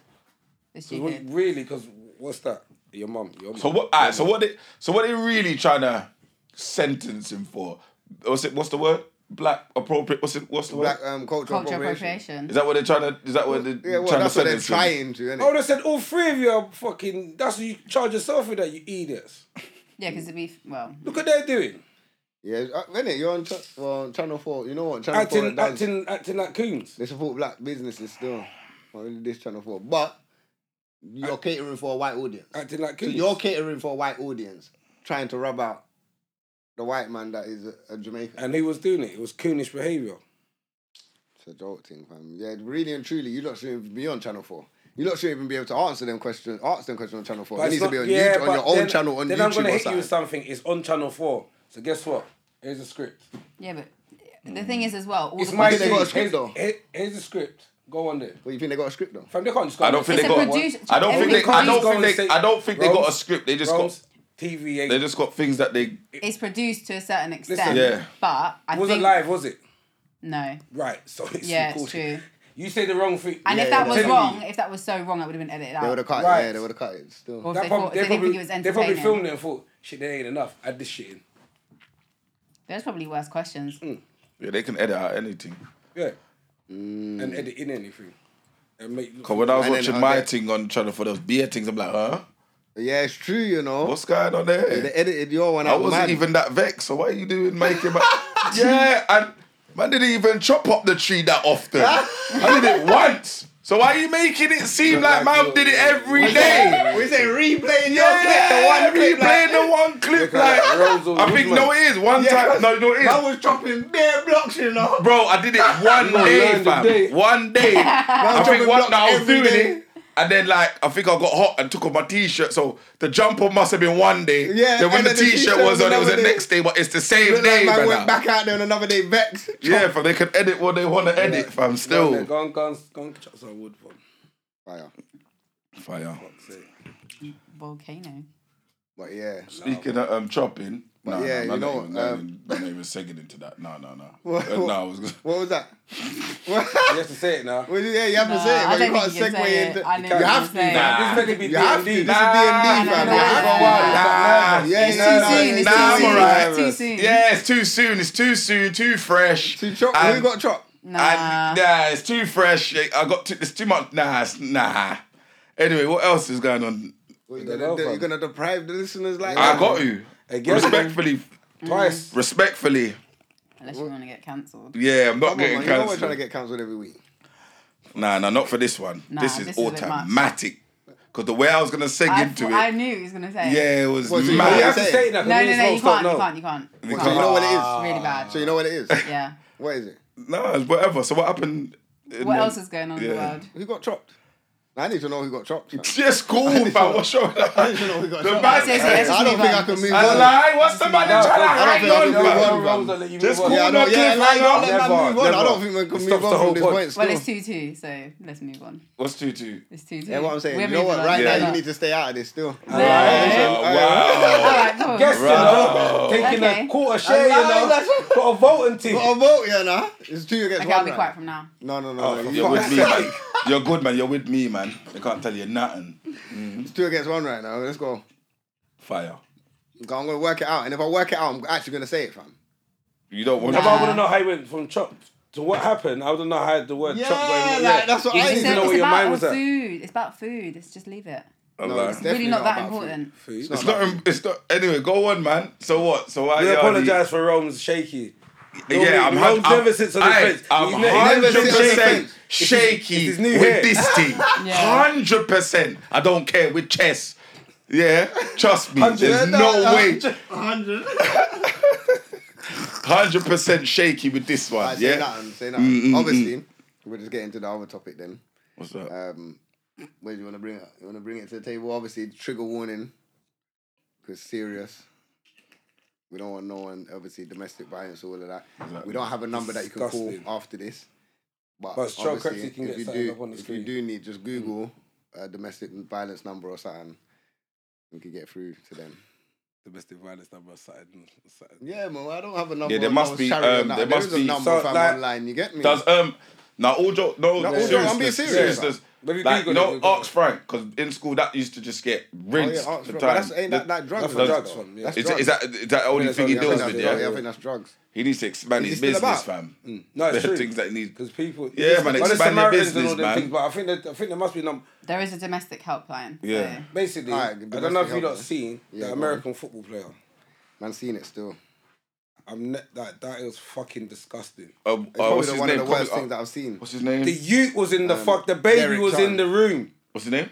Speaker 4: It's
Speaker 5: So what-
Speaker 4: stupid.
Speaker 5: really, because what's that? Your mum. Your mum.
Speaker 2: So what? Alright, so what? They, so what? They really trying to sentence him for? What's it? What's the word? Black appropriate? What's it? What's the
Speaker 3: black
Speaker 2: word?
Speaker 3: um, cultural
Speaker 4: Culture
Speaker 3: appropriation.
Speaker 4: appropriation.
Speaker 2: Is that what they're trying to? Is that what they're
Speaker 3: Yeah, well,
Speaker 2: trying
Speaker 3: that's
Speaker 2: to Oh,
Speaker 3: what they're
Speaker 2: sentence
Speaker 3: trying
Speaker 2: him?
Speaker 3: to,
Speaker 5: I
Speaker 3: innit?
Speaker 5: would have said all three of you are fucking. That's what you charge yourself with that, you idiots.
Speaker 4: Yeah, because it'd be well.
Speaker 5: Look at they're doing.
Speaker 3: Yeah, uh, innit? You're on, ch- well, on Channel 4. You know what? Channel 4
Speaker 5: Acting,
Speaker 3: does-
Speaker 5: acting, acting like coons.
Speaker 3: They support black businesses still. Not only this Channel 4. But you're catering for a white audience.
Speaker 5: Acting like
Speaker 3: So
Speaker 5: coons.
Speaker 3: you're catering for a white audience, trying to rub out the white man that is a, a Jamaican.
Speaker 5: and who was doing it? It was coonish behaviour.
Speaker 3: It's a joke thing, fam. Yeah, really and truly, you lot shouldn't even be on Channel 4. You lot shouldn't even be able to answer them questions, ask them questions on Channel 4. it
Speaker 5: it's
Speaker 3: needs to be
Speaker 5: not-
Speaker 3: on,
Speaker 5: yeah,
Speaker 3: YouTube, on
Speaker 5: but
Speaker 3: your own
Speaker 5: then-
Speaker 3: channel, on
Speaker 5: Then
Speaker 3: YouTube
Speaker 5: I'm gonna
Speaker 3: or
Speaker 5: hit you
Speaker 3: something.
Speaker 5: with something. It's on Channel 4. So guess what? Here's a script.
Speaker 4: Yeah, but the thing is as well. All
Speaker 5: It's
Speaker 4: the
Speaker 5: my
Speaker 3: think they
Speaker 5: thing.
Speaker 3: got a script,
Speaker 5: Here's-
Speaker 3: though?
Speaker 5: here- Here's a script. Go on there.
Speaker 3: But you think they got a script, though?
Speaker 5: Fam, they can't just go
Speaker 2: I
Speaker 5: on
Speaker 2: don't
Speaker 5: there.
Speaker 2: think they
Speaker 4: It's a
Speaker 2: got.
Speaker 4: producer-
Speaker 2: I don't think
Speaker 4: everything
Speaker 2: they. I don't
Speaker 4: comes-
Speaker 2: think they. I don't think they got a script. They just got.
Speaker 5: TV.
Speaker 2: They just got things that they.
Speaker 4: It's produced to a certain extent.
Speaker 2: Yeah.
Speaker 4: But I
Speaker 5: it wasn't
Speaker 4: think
Speaker 5: live, was it?
Speaker 4: no.
Speaker 5: Right. So it's
Speaker 4: Yeah, it's
Speaker 5: recorded.
Speaker 4: true.
Speaker 5: You say the wrong thing.
Speaker 4: And if
Speaker 3: Yeah,
Speaker 4: that
Speaker 3: yeah,
Speaker 4: was
Speaker 5: Telling you,
Speaker 4: wrong, if that was so wrong, it would have been edited out.
Speaker 3: They would have cut
Speaker 5: Right.
Speaker 3: it. Yeah, they would have cut it still.
Speaker 4: Or if
Speaker 5: that
Speaker 4: they,
Speaker 5: prob-
Speaker 4: thought,
Speaker 5: they
Speaker 4: they didn't
Speaker 5: probably,
Speaker 4: think it was
Speaker 5: they probably
Speaker 4: entertaining.
Speaker 5: filmed it and thought, shit, there ain't enough. Add this shit in.
Speaker 4: There's probably worse questions.
Speaker 3: Mm.
Speaker 2: Yeah, they can edit out anything.
Speaker 5: Yeah.
Speaker 3: Mm.
Speaker 5: And edit in anything. And make.
Speaker 2: Cause when I was
Speaker 3: And then
Speaker 2: watching
Speaker 3: I'll
Speaker 2: my
Speaker 3: get-
Speaker 2: thing on Channel Four, those beer things. I'm like, huh?
Speaker 3: Yeah, it's true, you know.
Speaker 2: What's going on there?
Speaker 3: they edited your one
Speaker 2: I
Speaker 3: out
Speaker 2: wasn't
Speaker 3: mad.
Speaker 2: even that vexed. So why are you doing making my? yeah, and man didn't even chop up the tree that often. I did it once. So why are you making it seem like,
Speaker 5: Like
Speaker 2: man
Speaker 5: you-
Speaker 2: did it every day?
Speaker 3: We say replaying
Speaker 2: Yeah, replaying the one clip. Like,
Speaker 5: like Rose or
Speaker 2: I think no, it is one time. No, no, it is.
Speaker 3: was chopping bare blocks, you know.
Speaker 2: Bro, I did it one
Speaker 5: gonna
Speaker 2: day,
Speaker 5: learn the
Speaker 2: fam.
Speaker 5: day.
Speaker 2: One day. I
Speaker 3: dropping
Speaker 2: think one
Speaker 3: blocks
Speaker 2: day I was
Speaker 3: every
Speaker 2: doing
Speaker 3: day.
Speaker 2: it. And then like I think I got hot and took off my t-shirt, so the jumper must have been one day.
Speaker 3: Yeah,
Speaker 2: Then when
Speaker 3: and
Speaker 2: the
Speaker 3: then the
Speaker 2: t-shirt,
Speaker 3: t-shirt
Speaker 2: was
Speaker 3: was
Speaker 2: on, it was the
Speaker 3: another day.
Speaker 2: next day, but it's the same
Speaker 3: Look
Speaker 2: day,
Speaker 3: like man
Speaker 2: brother.
Speaker 3: went back out there on another day, vexed.
Speaker 2: Yeah, for they can edit what they want to edit, fam.
Speaker 5: Go on, there,
Speaker 2: Still.
Speaker 5: go on, go on, go on, chop some wood for
Speaker 3: Fire.
Speaker 2: Fire.
Speaker 5: fuck's sake.
Speaker 4: Volcano.
Speaker 3: But yeah.
Speaker 2: Speaking of um, chopping. No,
Speaker 3: Yeah,
Speaker 2: no,
Speaker 3: you know,
Speaker 2: I'm not,
Speaker 3: um,
Speaker 2: even, I'm not even segueing into that. No, no, no.
Speaker 3: What-
Speaker 2: Uh, no, I was.
Speaker 3: What was that?
Speaker 5: You have to say it now.
Speaker 3: Well, yeah, you have to
Speaker 4: Nah,
Speaker 3: say it,
Speaker 4: Uh, I
Speaker 3: but you
Speaker 4: don't
Speaker 3: can't
Speaker 4: think you can
Speaker 3: segue
Speaker 4: say it.
Speaker 3: into.
Speaker 4: I know
Speaker 3: you
Speaker 4: what
Speaker 3: have
Speaker 4: you're
Speaker 3: to.
Speaker 4: saying.
Speaker 3: Nah.
Speaker 5: This better be
Speaker 3: You have to. This
Speaker 5: D&D.
Speaker 3: is D and D,
Speaker 4: Nah,
Speaker 3: fam.
Speaker 4: nah,
Speaker 3: You
Speaker 4: nah,
Speaker 3: have
Speaker 4: nah,
Speaker 3: to.
Speaker 4: nah.
Speaker 5: Nah,
Speaker 3: Yeah,
Speaker 5: it's
Speaker 3: it's
Speaker 5: too
Speaker 3: too
Speaker 5: soon,
Speaker 3: soon.
Speaker 5: it's
Speaker 3: It's
Speaker 2: Nah, I'm
Speaker 3: too soon.
Speaker 2: alright.
Speaker 4: It's too soon.
Speaker 2: Yeah, it's too soon. It's too soon. Too fresh.
Speaker 3: Too chop-
Speaker 2: And-
Speaker 3: Who got chopped?
Speaker 4: Nah.
Speaker 2: And, nah, it's too fresh. I got too, it's too much. Nah, it's, nah. Anyway, what else is going on?
Speaker 3: You're
Speaker 5: don't
Speaker 3: gonna
Speaker 5: know,
Speaker 3: do-
Speaker 5: fam.
Speaker 3: you're gonna deprive the listeners like
Speaker 2: I
Speaker 3: that.
Speaker 2: got you.
Speaker 5: Again.
Speaker 2: Respectfully,
Speaker 5: Twice.
Speaker 2: respectfully.
Speaker 4: Unless you want to get cancelled.
Speaker 2: Yeah, I'm not
Speaker 3: Come on,
Speaker 2: getting
Speaker 3: man. You know we're
Speaker 2: cancelled.
Speaker 3: trying to get cancelled every week.
Speaker 2: nah, nah, not for this one.
Speaker 4: Nah,
Speaker 2: this is
Speaker 4: this is a bit much.
Speaker 2: automatic. Because the way I was gonna seg
Speaker 4: I,
Speaker 2: into
Speaker 4: thought-
Speaker 2: it,
Speaker 4: I knew he was gonna say. it.
Speaker 2: yeah, it was
Speaker 3: What, so you
Speaker 5: But you
Speaker 3: Yeah,
Speaker 5: have
Speaker 2: mad.
Speaker 5: to
Speaker 3: say it.
Speaker 5: say it now. 'cause
Speaker 4: No,
Speaker 5: me
Speaker 4: no,
Speaker 5: and
Speaker 4: no. You
Speaker 5: Smokes don't
Speaker 4: can't. You
Speaker 5: know.
Speaker 4: can't. You can't.
Speaker 3: So
Speaker 4: You
Speaker 3: you
Speaker 4: can't.
Speaker 3: know what it is.
Speaker 4: It's really bad.
Speaker 3: So you know what it is.
Speaker 4: Yeah.
Speaker 3: What is it?
Speaker 2: Nah, it's whatever. So what happened? in
Speaker 4: What
Speaker 2: the-
Speaker 4: else is going on in the
Speaker 2: yeah.
Speaker 4: world?
Speaker 3: Who got chopped? I need to know who got chopped. fam.
Speaker 2: Just cool, fam. What's wrong?
Speaker 3: I need to know who got
Speaker 2: The
Speaker 3: chopped.
Speaker 2: bad-
Speaker 4: Yes, yes, yes,
Speaker 3: I don't
Speaker 4: move
Speaker 3: think
Speaker 4: on.
Speaker 3: I can move
Speaker 2: I
Speaker 3: on.
Speaker 2: lie. What's the man
Speaker 5: No,
Speaker 2: trying to
Speaker 5: I
Speaker 2: hang
Speaker 5: don't
Speaker 2: on,
Speaker 5: think I can move
Speaker 2: fam?
Speaker 5: on, bro. Don't let you
Speaker 2: Just
Speaker 5: move on.
Speaker 2: cool,
Speaker 3: Yeah, I
Speaker 2: no
Speaker 3: don't, yeah, like, don't
Speaker 2: cliffhanger.
Speaker 3: let man
Speaker 5: Never,
Speaker 3: move on. I don't
Speaker 5: never.
Speaker 3: think man can
Speaker 5: It
Speaker 3: move
Speaker 5: stops the
Speaker 3: on from
Speaker 5: whole
Speaker 3: this
Speaker 5: point.
Speaker 3: point. Still.
Speaker 4: Well, it's two two, so let's move on.
Speaker 2: What's two two?
Speaker 4: It's two two.
Speaker 3: yeah, what I'm saying. You know what? Right
Speaker 2: Yeah.
Speaker 3: now, you need to stay out of this still.
Speaker 5: Uh,
Speaker 2: Oh, wow.
Speaker 4: All right, cool.
Speaker 5: Guess, you know,
Speaker 2: Bro.
Speaker 5: taking
Speaker 4: Okay.
Speaker 5: a quarter share, you
Speaker 3: lied,
Speaker 5: know,
Speaker 3: that's-
Speaker 5: got a voting team.
Speaker 3: Got a vote, yeah, nah. It's two against
Speaker 4: Okay,
Speaker 3: one.
Speaker 4: I'll be
Speaker 3: right?
Speaker 4: quiet from now.
Speaker 3: No, no, no.
Speaker 2: Oh,
Speaker 3: no.
Speaker 2: you're
Speaker 3: you
Speaker 2: with
Speaker 3: can't.
Speaker 2: me, man. You're good, man. You're with me, man. I can't tell you nothing.
Speaker 3: It's two against one right now. Let's go.
Speaker 2: Fire.
Speaker 3: I'm gonna work it out, and if I work it out, I'm actually gonna say it, fam.
Speaker 2: You don't want
Speaker 5: If I
Speaker 4: Nah.
Speaker 5: wouldn't know how he went from chop to what happened, I wouldn't know how the word
Speaker 3: Yeah,
Speaker 5: chop went.
Speaker 3: like,
Speaker 5: yeah.
Speaker 3: that's what
Speaker 5: You
Speaker 3: I need to
Speaker 4: It's,
Speaker 5: just didn't know
Speaker 4: it's
Speaker 5: where your mind
Speaker 4: about
Speaker 5: was at.
Speaker 4: food. It's about food. It's just leave it.
Speaker 2: to.
Speaker 3: No, it's
Speaker 2: It's
Speaker 4: really
Speaker 3: definitely
Speaker 4: not that
Speaker 3: about food.
Speaker 4: important.
Speaker 5: Food.
Speaker 3: It's
Speaker 2: not. It's not. Anyway, go on, man. So what? So why?
Speaker 5: We
Speaker 2: yeah,
Speaker 5: apologise for Rome's shaky. No, wait,
Speaker 2: yeah, I'm
Speaker 5: Rome's
Speaker 2: hap- I'm-
Speaker 5: never sits on the
Speaker 2: aye,
Speaker 5: fence.
Speaker 2: I'm
Speaker 5: He's ne- he never
Speaker 2: hundred
Speaker 3: sits on the
Speaker 2: percent
Speaker 3: fence.
Speaker 5: it's
Speaker 2: shaky
Speaker 5: his new hair.
Speaker 2: with this team.
Speaker 4: Yeah.
Speaker 2: Hundred percent. I don't care with chess. Yeah, trust me. There's
Speaker 3: Yeah,
Speaker 2: no
Speaker 3: no,
Speaker 2: way.
Speaker 3: 100.
Speaker 2: Hundred percent shaky with this one.
Speaker 3: say
Speaker 2: Yeah.
Speaker 3: nothing, say nothing. Obviously, we're just getting to the other topic then.
Speaker 2: What's that?
Speaker 3: Um, where do you want to bring it? You want to bring it to the table? Obviously, trigger warning, because serious. We don't want no one, obviously, domestic violence, all of that. We don't have a number that you can
Speaker 5: Disgusting.
Speaker 3: call after this. But,
Speaker 5: But it's Charles
Speaker 3: obviously,
Speaker 5: Crepsey can
Speaker 3: if
Speaker 5: get
Speaker 3: you
Speaker 5: something up on
Speaker 3: do,
Speaker 5: the
Speaker 3: if you
Speaker 5: screen. Mm.
Speaker 3: do need, just Google a domestic violence number or something. You can get through to them.
Speaker 5: Domestic violence number aside. and- aside.
Speaker 3: Yeah, man. I don't have a number.
Speaker 2: Yeah, there
Speaker 3: on
Speaker 2: must
Speaker 3: those
Speaker 2: be,
Speaker 3: charity or
Speaker 2: um,
Speaker 3: not.
Speaker 2: there must
Speaker 3: is a
Speaker 2: be-
Speaker 3: number
Speaker 5: so,
Speaker 3: if I'm
Speaker 5: like,
Speaker 3: online. You get me?
Speaker 2: Does um now all joke no,
Speaker 3: No, all
Speaker 2: no
Speaker 3: joke,
Speaker 2: seriousness,
Speaker 3: I'm being serious.
Speaker 2: seriousness.
Speaker 5: But if you
Speaker 2: Like,
Speaker 5: Google
Speaker 2: you
Speaker 5: it,
Speaker 2: know,
Speaker 5: you'll
Speaker 2: ask Frank because in school that used to just get
Speaker 3: oh, yeah,
Speaker 2: rinsed
Speaker 3: oh,
Speaker 2: the
Speaker 3: but
Speaker 2: time.
Speaker 3: that's, ain't that,
Speaker 2: The-
Speaker 3: that drugs?
Speaker 5: that's
Speaker 3: though?
Speaker 5: drugs one, yeah.
Speaker 3: That's
Speaker 2: is,
Speaker 3: drugs.
Speaker 2: is that is that the only
Speaker 5: Yeah,
Speaker 2: thing he
Speaker 5: that's
Speaker 3: I think
Speaker 2: deals
Speaker 5: all-
Speaker 3: that's-
Speaker 2: with? Yeah,
Speaker 3: yeah, I think that's drugs.
Speaker 2: he needs to expand
Speaker 3: Is
Speaker 2: his
Speaker 3: he still
Speaker 2: business,
Speaker 3: about?
Speaker 2: fam.
Speaker 5: Mm. No, it's
Speaker 2: There's
Speaker 5: true.
Speaker 2: things that Uh, need.
Speaker 5: Because people.
Speaker 2: Yeah, man,
Speaker 5: But the
Speaker 2: expand your
Speaker 5: Samaritans
Speaker 2: business, man.
Speaker 5: Things, but I think, that, I think there must be number.
Speaker 4: There is a domestic helpline.
Speaker 2: Yeah.
Speaker 5: Basically,
Speaker 3: Alright,
Speaker 5: I
Speaker 3: the
Speaker 5: don't know
Speaker 3: domestic
Speaker 5: if you've not
Speaker 3: helpers.
Speaker 5: seen
Speaker 3: Yeah, go
Speaker 5: the
Speaker 3: on.
Speaker 5: American football player.
Speaker 3: Man, seen it still.
Speaker 5: I'm ne- that that is fucking disgusting.
Speaker 2: Uh, uh,
Speaker 3: It's probably
Speaker 2: what's
Speaker 3: the
Speaker 2: his
Speaker 3: one
Speaker 2: name?
Speaker 3: of the worst
Speaker 2: Probably-
Speaker 3: things that I've seen.
Speaker 2: What's his
Speaker 5: The
Speaker 2: name?
Speaker 5: youth was in the fuck. The baby
Speaker 3: Um, Derek
Speaker 5: was in
Speaker 3: Chan.
Speaker 5: the room.
Speaker 2: What's his name?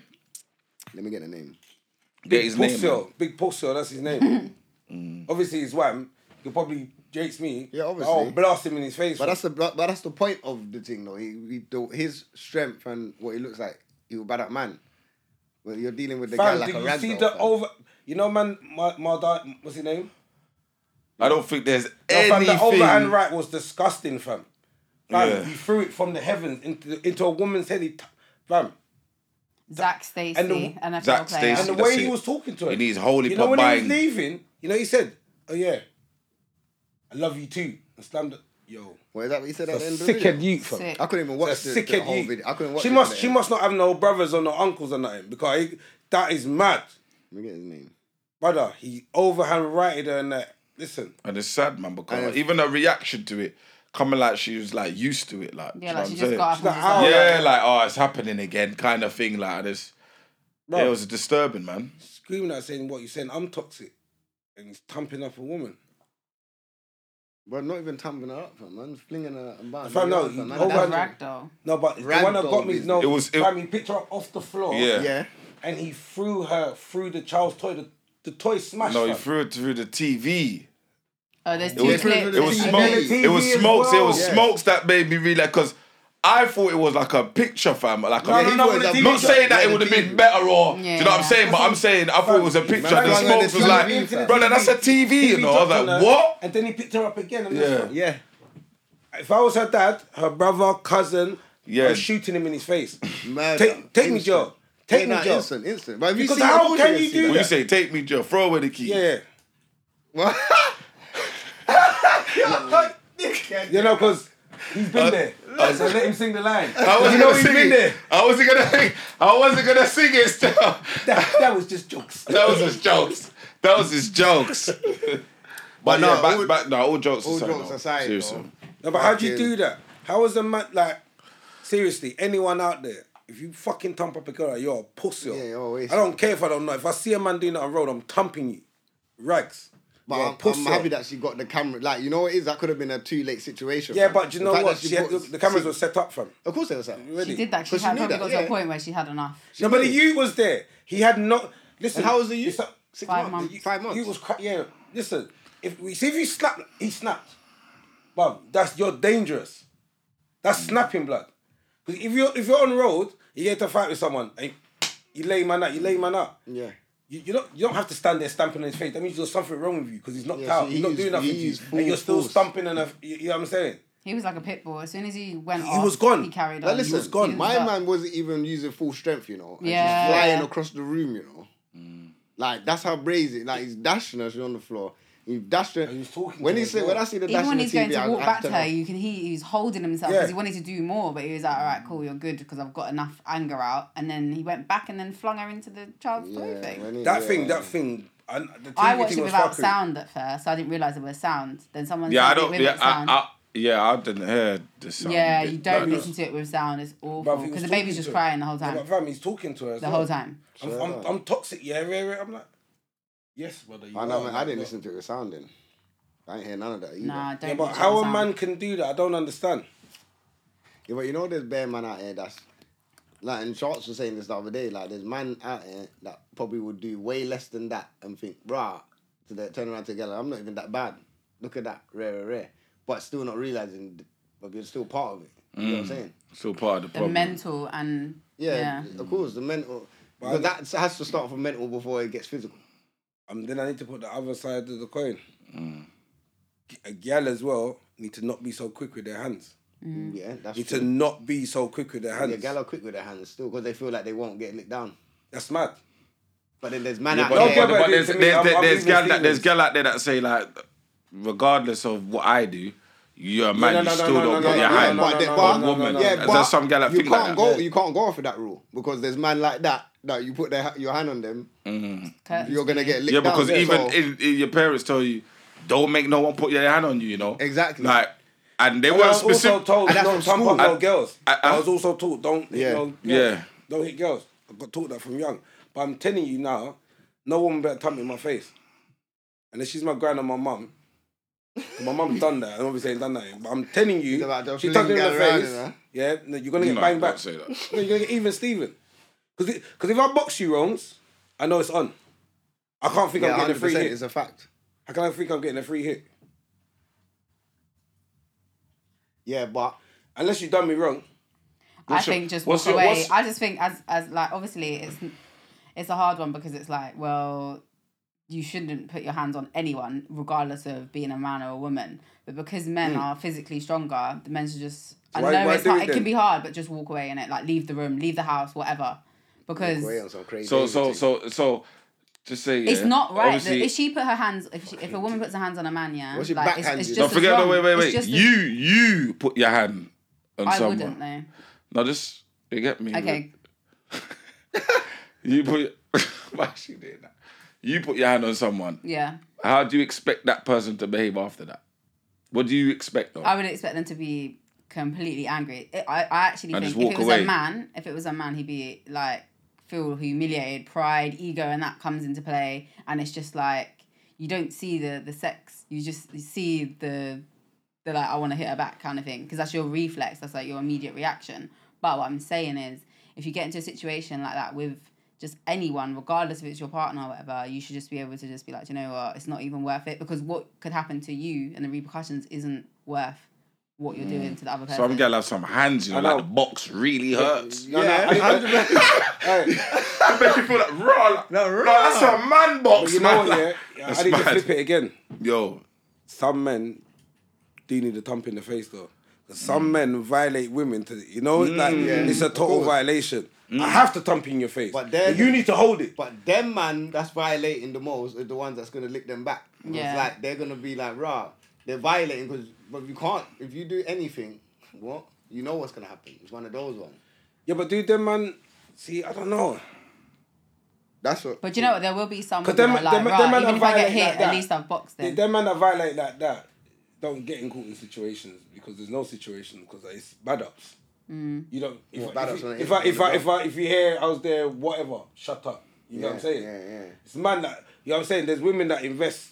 Speaker 3: Let me get the name.
Speaker 2: Get
Speaker 5: Big
Speaker 2: his name.
Speaker 5: Pussel,
Speaker 2: man. Mm.
Speaker 5: Big Pussel, that's his name. Obviously, he's wham. He'll probably jakes me.
Speaker 3: Yeah, obviously.
Speaker 5: I'll blast him in his face.
Speaker 3: But that's the but that's the point of the thing though. He, he the, his strength and what he looks like. He was bad at man. Well, you're dealing with the
Speaker 5: fam,
Speaker 3: guy like
Speaker 5: did
Speaker 3: a
Speaker 5: you
Speaker 3: rag
Speaker 5: see
Speaker 3: doll,
Speaker 5: the
Speaker 3: fam.
Speaker 5: over? You know, man, my, my di- what's his name?
Speaker 2: I don't think there's
Speaker 5: No, fam, the overhand
Speaker 2: anything.
Speaker 5: right was disgusting, fam. Fam,
Speaker 2: Yeah.
Speaker 5: he threw it from the heavens into the, into a woman's head. He t- fam,
Speaker 4: Zach Stacey,
Speaker 5: And the-
Speaker 4: NFL
Speaker 2: Zach
Speaker 4: player.
Speaker 5: and
Speaker 2: Stacey.
Speaker 5: the
Speaker 2: that's
Speaker 5: way he
Speaker 2: it.
Speaker 5: was talking to her.
Speaker 2: He needs holy
Speaker 5: You know when he
Speaker 2: buying.
Speaker 5: was leaving, you know he said, "Oh yeah, I love you too," and slammed. it. Yo,
Speaker 3: Well, is that what he said at
Speaker 5: that's
Speaker 3: the end of the
Speaker 5: sick
Speaker 3: video?
Speaker 5: head youth, fam.
Speaker 4: Sick.
Speaker 3: I couldn't even
Speaker 5: A
Speaker 3: watch the,
Speaker 5: sick
Speaker 3: the
Speaker 5: head
Speaker 3: whole
Speaker 5: youth.
Speaker 3: video. I couldn't watch
Speaker 5: She
Speaker 3: it
Speaker 5: must
Speaker 3: today.
Speaker 5: she must not have no brothers or no uncles or nothing because he, that is mad,
Speaker 3: Let me get his name.
Speaker 5: brother. He overhand righted her and that. Listen,
Speaker 2: And it's sad, man, because
Speaker 3: And
Speaker 2: like, even her reaction to it, coming like she was like used to it, like do you
Speaker 4: Yeah,
Speaker 2: know what
Speaker 4: like she
Speaker 2: I'm
Speaker 4: just
Speaker 2: saying?
Speaker 4: got up
Speaker 5: She's
Speaker 4: and
Speaker 5: like,
Speaker 4: was
Speaker 5: "Ow."
Speaker 4: like,
Speaker 2: Yeah, like oh, it's happening again, kind of thing. Like this,
Speaker 5: bro,
Speaker 2: it was disturbing, man.
Speaker 5: screaming at her saying what you saying. I'm toxic, and he's thumping up a woman.
Speaker 3: Bro, not even tumbling her up, fam. Man, flinging her about.
Speaker 5: Fam, no,
Speaker 3: yards,
Speaker 5: he-
Speaker 3: fam. Man,
Speaker 5: hold
Speaker 3: that's-
Speaker 4: that's
Speaker 5: on.
Speaker 4: ragdoll.
Speaker 5: No, but the
Speaker 3: Ragdoll
Speaker 5: one that got me is
Speaker 3: business.
Speaker 5: no.
Speaker 2: It was- it-
Speaker 5: fam, he picked her up off the floor.
Speaker 2: Yeah.
Speaker 3: Yeah.
Speaker 5: and he threw her through the child's toy. The, the toy smashed.
Speaker 2: No, he
Speaker 5: her.
Speaker 2: threw it through the TV.
Speaker 4: Oh, there's two
Speaker 2: It was,
Speaker 4: clips.
Speaker 2: it was
Speaker 3: TV.
Speaker 2: smokes.
Speaker 5: TV
Speaker 2: It was
Speaker 5: as
Speaker 2: smokes. It
Speaker 5: well.
Speaker 2: was
Speaker 3: Yeah.
Speaker 2: smokes that made me realize because I thought it was like a picture, fam. Like a,
Speaker 5: No, no,
Speaker 3: he
Speaker 5: no,
Speaker 3: was
Speaker 5: with
Speaker 3: a
Speaker 5: the TV
Speaker 2: Not
Speaker 5: show.
Speaker 2: saying that
Speaker 3: Yeah,
Speaker 2: it
Speaker 3: the
Speaker 2: would have
Speaker 3: TV.
Speaker 2: been better or do you know what I'm
Speaker 4: Yeah.
Speaker 2: saying, but I'm saying I thought it was a picture.
Speaker 3: Man,
Speaker 2: The
Speaker 3: man,
Speaker 2: smokes
Speaker 3: the
Speaker 2: was like,
Speaker 3: TV, fam.
Speaker 2: brother, that's a TV, you know. I was
Speaker 5: dropped on
Speaker 2: like,
Speaker 5: her,
Speaker 2: what?
Speaker 5: And then he picked her up again. And
Speaker 2: Yeah.
Speaker 5: yeah.
Speaker 3: Yeah.
Speaker 5: If I was her dad, her brother, cousin,
Speaker 2: Yeah.
Speaker 5: I'm shooting him in his face.
Speaker 3: Murder.
Speaker 5: Take, take me,
Speaker 3: Instant.
Speaker 5: Joe.
Speaker 3: Yeah,
Speaker 5: Take me,
Speaker 3: nah,
Speaker 5: Joe.
Speaker 3: Instant, instant. But if you
Speaker 5: Because
Speaker 3: see it, of
Speaker 5: how
Speaker 3: course
Speaker 5: can
Speaker 3: can
Speaker 5: you
Speaker 3: see
Speaker 5: do
Speaker 2: What
Speaker 3: that.
Speaker 2: you say? Take me, Joe. Throw away the key.
Speaker 5: Yeah. You know, because he's been there. so let him sing the line.
Speaker 2: Uh, I
Speaker 5: you
Speaker 2: wasn't
Speaker 5: know
Speaker 2: gonna
Speaker 5: he's
Speaker 2: sing
Speaker 5: been
Speaker 2: it.
Speaker 5: there.
Speaker 2: I wasn't gonna sing. I wasn't gonna sing it. Still, that
Speaker 5: That, that was just jokes.
Speaker 2: was his jokes. That was his jokes. But
Speaker 3: no,
Speaker 2: yeah, back,
Speaker 3: all-
Speaker 2: back, no, all jokes
Speaker 3: all
Speaker 2: aside.
Speaker 3: jokes
Speaker 2: though.
Speaker 3: aside,
Speaker 2: seriously.
Speaker 3: though.
Speaker 5: No, but how do you
Speaker 3: Fucking-
Speaker 5: do that? How is a man like? Seriously, anyone out there, if you fucking thump up a girl, like, you're a pussy.
Speaker 3: Yeah, you're a waste.
Speaker 5: I don't care if I don't know. If I see a man doing that on road, I'm thumping you. Rags.
Speaker 3: But
Speaker 5: You're a
Speaker 3: I'm,
Speaker 5: pussy.
Speaker 3: I'm happy that she got the camera. Like, you know what it is? That could have been a too late situation.
Speaker 5: Yeah,
Speaker 3: fam.
Speaker 5: but do you
Speaker 3: The
Speaker 5: know
Speaker 3: fact
Speaker 5: what?
Speaker 3: that she
Speaker 5: She had, the,
Speaker 3: brought-
Speaker 5: the cameras
Speaker 3: see-
Speaker 5: were set up from.
Speaker 3: Of course, they was that.
Speaker 5: Ready.
Speaker 4: She did that. She
Speaker 3: Because she
Speaker 4: had
Speaker 3: knew
Speaker 4: probably
Speaker 3: that,
Speaker 4: got to
Speaker 3: yeah.
Speaker 4: a point where she had enough.
Speaker 5: No, but the you was there. He had not. Listen.
Speaker 3: And how was the youth?
Speaker 5: it's like-
Speaker 3: Six
Speaker 4: Five
Speaker 3: months.
Speaker 4: months.
Speaker 3: Five months.
Speaker 5: You was cra- yeah. Listen, if we see if you snap, he snapped. Bub, that's you're dangerous. That's snapping blood. 'Cause if you are if you're on road, you get to fight with someone, and you lay man out, you lay man out.
Speaker 3: yeah.
Speaker 5: You, you don't you don't have to stand there stamping on his face. That means there's something wrong with you because he's knocked
Speaker 3: Yeah, so
Speaker 5: out.
Speaker 3: he
Speaker 5: he's not
Speaker 3: used-
Speaker 5: doing nothing
Speaker 3: he
Speaker 5: to you,
Speaker 3: used full
Speaker 5: and you're still
Speaker 3: force.
Speaker 5: stamping on a. You, you know what I'm saying?
Speaker 4: He was like a pit bull. As soon as he went
Speaker 5: He
Speaker 4: off,
Speaker 5: was gone.
Speaker 4: He carried on.
Speaker 3: But listen,
Speaker 4: he was
Speaker 5: gone.
Speaker 3: my
Speaker 4: up.
Speaker 3: man wasn't even using full strength, you know. And
Speaker 4: Yeah.
Speaker 3: she's flying across the room, you know.
Speaker 5: Mm.
Speaker 3: Like, that's how brazy. Like, he's dashing her, she's on the floor. He dashed her.
Speaker 5: And he's talking
Speaker 3: when
Speaker 5: to
Speaker 3: he
Speaker 5: her as
Speaker 3: said,
Speaker 5: well.
Speaker 3: when I see the
Speaker 4: Even
Speaker 3: dash on
Speaker 4: when
Speaker 3: the
Speaker 4: he's
Speaker 3: TV,
Speaker 4: going to
Speaker 3: I-
Speaker 4: walk
Speaker 3: I
Speaker 4: back to
Speaker 3: turn
Speaker 4: her,
Speaker 3: off.
Speaker 4: you can hear he was holding himself because
Speaker 5: Yeah.
Speaker 4: he wanted to do more, but he was like, "All right, cool, you're good," because I've got enough anger out. And then he went back and then flung her into the child's toy
Speaker 3: Yeah,
Speaker 4: thing.
Speaker 3: when he-
Speaker 5: That
Speaker 3: yeah.
Speaker 5: thing, that thing. And the TV
Speaker 4: I watched
Speaker 5: thing
Speaker 4: it
Speaker 5: was
Speaker 4: without
Speaker 5: fuckery.
Speaker 4: sound at first, so I didn't realize there was sound. Then someone
Speaker 2: Yeah, I
Speaker 4: said it
Speaker 2: don't.
Speaker 4: with
Speaker 2: Yeah, I,
Speaker 4: sound.
Speaker 2: I, yeah, I didn't hear the sound.
Speaker 4: yeah, you don't
Speaker 5: no, no.
Speaker 4: listen to it with sound. It's awful
Speaker 5: Bruv, he was
Speaker 4: because the
Speaker 5: talking
Speaker 4: baby's just
Speaker 5: to her.
Speaker 4: crying the whole
Speaker 5: Yeah,
Speaker 4: time.
Speaker 5: but fam, he's talking to her as
Speaker 4: the
Speaker 5: well.
Speaker 4: whole time.
Speaker 5: I'm,
Speaker 3: Sure.
Speaker 5: I'm, I'm toxic, yeah, yeah, yeah. I'm like, yes, brother. You
Speaker 3: I,
Speaker 5: are,
Speaker 3: know, man, I
Speaker 5: like,
Speaker 3: didn't
Speaker 5: look.
Speaker 3: listen to it sounding. I ain't hear none of that either.
Speaker 4: Nah, don't.
Speaker 5: Yeah, but
Speaker 4: touch
Speaker 5: how
Speaker 4: the
Speaker 5: a
Speaker 4: sound.
Speaker 5: man can do that, I don't understand.
Speaker 3: Yeah, but you know there's bare man out here that's like and Charles was saying this the other day, like there's man out here that probably would do way less than that and think, bruh, to that turn around together, I'm not even that bad. Look at that, rare, rare, rare. But still not realizing but you're still part of it. You know
Speaker 2: Mm.
Speaker 3: what I'm saying?
Speaker 2: Still part of the
Speaker 4: The
Speaker 2: problem.
Speaker 4: mental and
Speaker 3: Yeah,
Speaker 4: yeah.
Speaker 3: of course, the mental
Speaker 5: But
Speaker 3: but that has to start from mental before it gets physical.
Speaker 5: Um, then I need to put the other side of the coin.
Speaker 3: Mm.
Speaker 5: G- A gal as well need to not be so quick with their hands.
Speaker 3: Yeah, that's
Speaker 5: Need
Speaker 3: true.
Speaker 5: to not be so quick with their
Speaker 3: yeah,
Speaker 5: hands.
Speaker 3: gal are quick with their hands still because they feel like they won't get licked down.
Speaker 5: That's mad.
Speaker 3: But then there's man
Speaker 2: Yeah,
Speaker 3: out
Speaker 2: but,
Speaker 5: don't
Speaker 3: there.
Speaker 5: care
Speaker 2: but,
Speaker 5: about
Speaker 2: but there's,
Speaker 5: this to me,
Speaker 2: there's,
Speaker 5: I'm-
Speaker 2: there's,
Speaker 5: I'm
Speaker 2: there's,
Speaker 5: using
Speaker 2: gal that,
Speaker 5: feelings.
Speaker 2: there's gal out there that say like, regardless of what I do, you're a man.
Speaker 5: no,
Speaker 2: you
Speaker 5: no,
Speaker 2: still
Speaker 5: no,
Speaker 2: don't
Speaker 5: no,
Speaker 2: put
Speaker 5: no,
Speaker 2: your
Speaker 5: no,
Speaker 2: hand
Speaker 5: no,
Speaker 2: on
Speaker 5: no,
Speaker 3: but, but,
Speaker 5: no, no,
Speaker 2: a woman.
Speaker 5: no,
Speaker 3: yeah,
Speaker 2: There's
Speaker 3: but
Speaker 2: some gal that
Speaker 3: you
Speaker 2: think like
Speaker 3: can't
Speaker 2: that.
Speaker 3: go. You can't go off of that rule because there's man like that that you put their, your hand on them,
Speaker 4: curtains
Speaker 3: you're gonna
Speaker 4: really.
Speaker 3: get licked
Speaker 2: Yeah, because
Speaker 3: down.
Speaker 2: even
Speaker 3: So-
Speaker 2: if, if your parents tell you, don't make no one put your hand on you. You know
Speaker 3: Exactly.
Speaker 2: Like, and they
Speaker 5: And I
Speaker 2: weren't
Speaker 5: was also
Speaker 2: specific.
Speaker 5: told
Speaker 3: And that's from
Speaker 5: not to bump
Speaker 3: school.
Speaker 5: up no
Speaker 2: I-
Speaker 5: girls. I,
Speaker 2: I- I-
Speaker 5: was also told don't hit
Speaker 3: Yeah.
Speaker 5: no girls.
Speaker 2: Yeah.
Speaker 5: Don't hit girls. I got taught that from young. But I'm telling you now, no woman better thump me in my face. And if she's my grand and my mum, 'cause my mum done that, and obviously ain't done that. But I'm telling you,
Speaker 3: Yeah, but they'll
Speaker 5: she thumped me in
Speaker 3: fling
Speaker 5: the
Speaker 3: gal around,
Speaker 5: face.
Speaker 3: you know?
Speaker 5: Yeah, no, you're gonna get
Speaker 2: No,
Speaker 5: banged
Speaker 2: don't
Speaker 5: back.
Speaker 2: say that.
Speaker 5: No, you're gonna get even, Steven. Because if I box you, Rones, I know it's on. I can't think
Speaker 3: yeah,
Speaker 5: I'm getting a
Speaker 3: hundred
Speaker 5: free
Speaker 3: percent
Speaker 5: hit.
Speaker 3: is a fact.
Speaker 5: I can't think I'm getting a free hit.
Speaker 3: Yeah, but
Speaker 5: Unless you done me wrong.
Speaker 4: I think just walk
Speaker 2: what's your-
Speaker 4: away.
Speaker 2: what's-
Speaker 4: I just think as as like obviously it's it's a hard one because it's like well you shouldn't put your hands on anyone regardless of being a man or a woman. But because men are physically stronger, the men should just I
Speaker 5: Mm. Why-
Speaker 4: know
Speaker 5: why
Speaker 4: it's
Speaker 5: do
Speaker 4: hard,
Speaker 5: it
Speaker 4: it can
Speaker 5: then?
Speaker 4: be hard, but just walk away in it. Like leave the room, leave the house, whatever. Because
Speaker 3: way on some crazy.
Speaker 2: So so so so. Just say
Speaker 4: it's
Speaker 2: yeah,
Speaker 4: not right. that
Speaker 2: obviously-
Speaker 4: if she put her hands, if, she, if a woman puts her hands on a man, yeah,
Speaker 3: What's she
Speaker 4: like, it's,
Speaker 3: backhand
Speaker 4: it's
Speaker 3: you?
Speaker 4: just
Speaker 2: No,
Speaker 4: as
Speaker 2: forget. No,
Speaker 4: wrong.
Speaker 2: wait, wait,
Speaker 4: It's
Speaker 2: wait.
Speaker 4: just as-
Speaker 2: you, you put your hand on
Speaker 4: I
Speaker 2: someone.
Speaker 4: wouldn't though.
Speaker 2: No, just you get me.
Speaker 4: Okay,
Speaker 2: You put. Why is she doing that? You put your hand on someone.
Speaker 4: yeah.
Speaker 2: How do you expect that person to behave after that? What do you expect though?
Speaker 4: I would expect them to be completely angry. It, I, I actually
Speaker 2: And
Speaker 4: think
Speaker 2: just
Speaker 4: if
Speaker 2: walk
Speaker 4: it was
Speaker 2: away.
Speaker 4: a man, if it was a man, he'd be like feel humiliated, pride, ego, and that comes into play. And it's just like you don't see the the sex, you just you see the the like I want to hit her back kind of thing because that's your reflex, that's like your immediate reaction. But what I'm saying is, if you get into a situation like that with just anyone, regardless if it's your partner or whatever, you should just be able to just be like, "Do you know what, it's not even worth it because what could happen to you and the repercussions isn't worth what you're doing to the
Speaker 5: Mm.
Speaker 4: other person.
Speaker 2: Some girl have some hands, you know,
Speaker 5: I
Speaker 2: like
Speaker 5: know.
Speaker 2: the box really hurts.
Speaker 5: No, yeah, no, I, I, I,
Speaker 2: I bet you feel like raw. Like,
Speaker 3: No,
Speaker 2: no,
Speaker 3: raw.
Speaker 2: that's a man
Speaker 5: But
Speaker 2: box.
Speaker 5: Oh, you know
Speaker 2: man.
Speaker 5: what, yeah? I
Speaker 2: That's
Speaker 5: need to
Speaker 2: mad.
Speaker 5: flip it again.
Speaker 2: Yo,
Speaker 5: Some men do need a thump in the face, though. 'Cause
Speaker 3: Mm.
Speaker 5: Some men violate women to, you know, it's like it's a total
Speaker 3: course. Mm.
Speaker 5: violation. I have to thump in your face,
Speaker 3: But then-
Speaker 5: you need to hold it.
Speaker 3: but them man that's violating the most are the ones that's gonna lick them back. Because,
Speaker 4: Yeah.
Speaker 3: like they're gonna be like, rah, they're violating because but you can't if you do anything, what you know what's gonna happen. It's one of those ones.
Speaker 5: Yeah, but do them man? See, I don't know.
Speaker 3: That's what.
Speaker 4: But you know what? There will be some
Speaker 5: But
Speaker 4: women
Speaker 5: them-
Speaker 4: that are like,
Speaker 5: them-
Speaker 4: right,
Speaker 5: them man
Speaker 4: even
Speaker 5: that
Speaker 4: if I get
Speaker 5: violate
Speaker 4: hit,
Speaker 5: like
Speaker 4: at
Speaker 5: that.
Speaker 4: least I've boxed
Speaker 5: Them
Speaker 4: them.
Speaker 5: them man that violate like that don't get in caught in situations because there's no situation because it's bad ups. You don't. If,
Speaker 3: Well,
Speaker 5: I-
Speaker 3: bad
Speaker 5: if,
Speaker 3: ups
Speaker 5: you-
Speaker 3: on the
Speaker 5: if I if I
Speaker 3: internet,
Speaker 5: if I if you hear I was there, whatever, shut up. You know what I'm
Speaker 3: Yeah,
Speaker 5: saying?
Speaker 3: yeah, yeah.
Speaker 5: It's man that you know what I'm saying. There's women that invest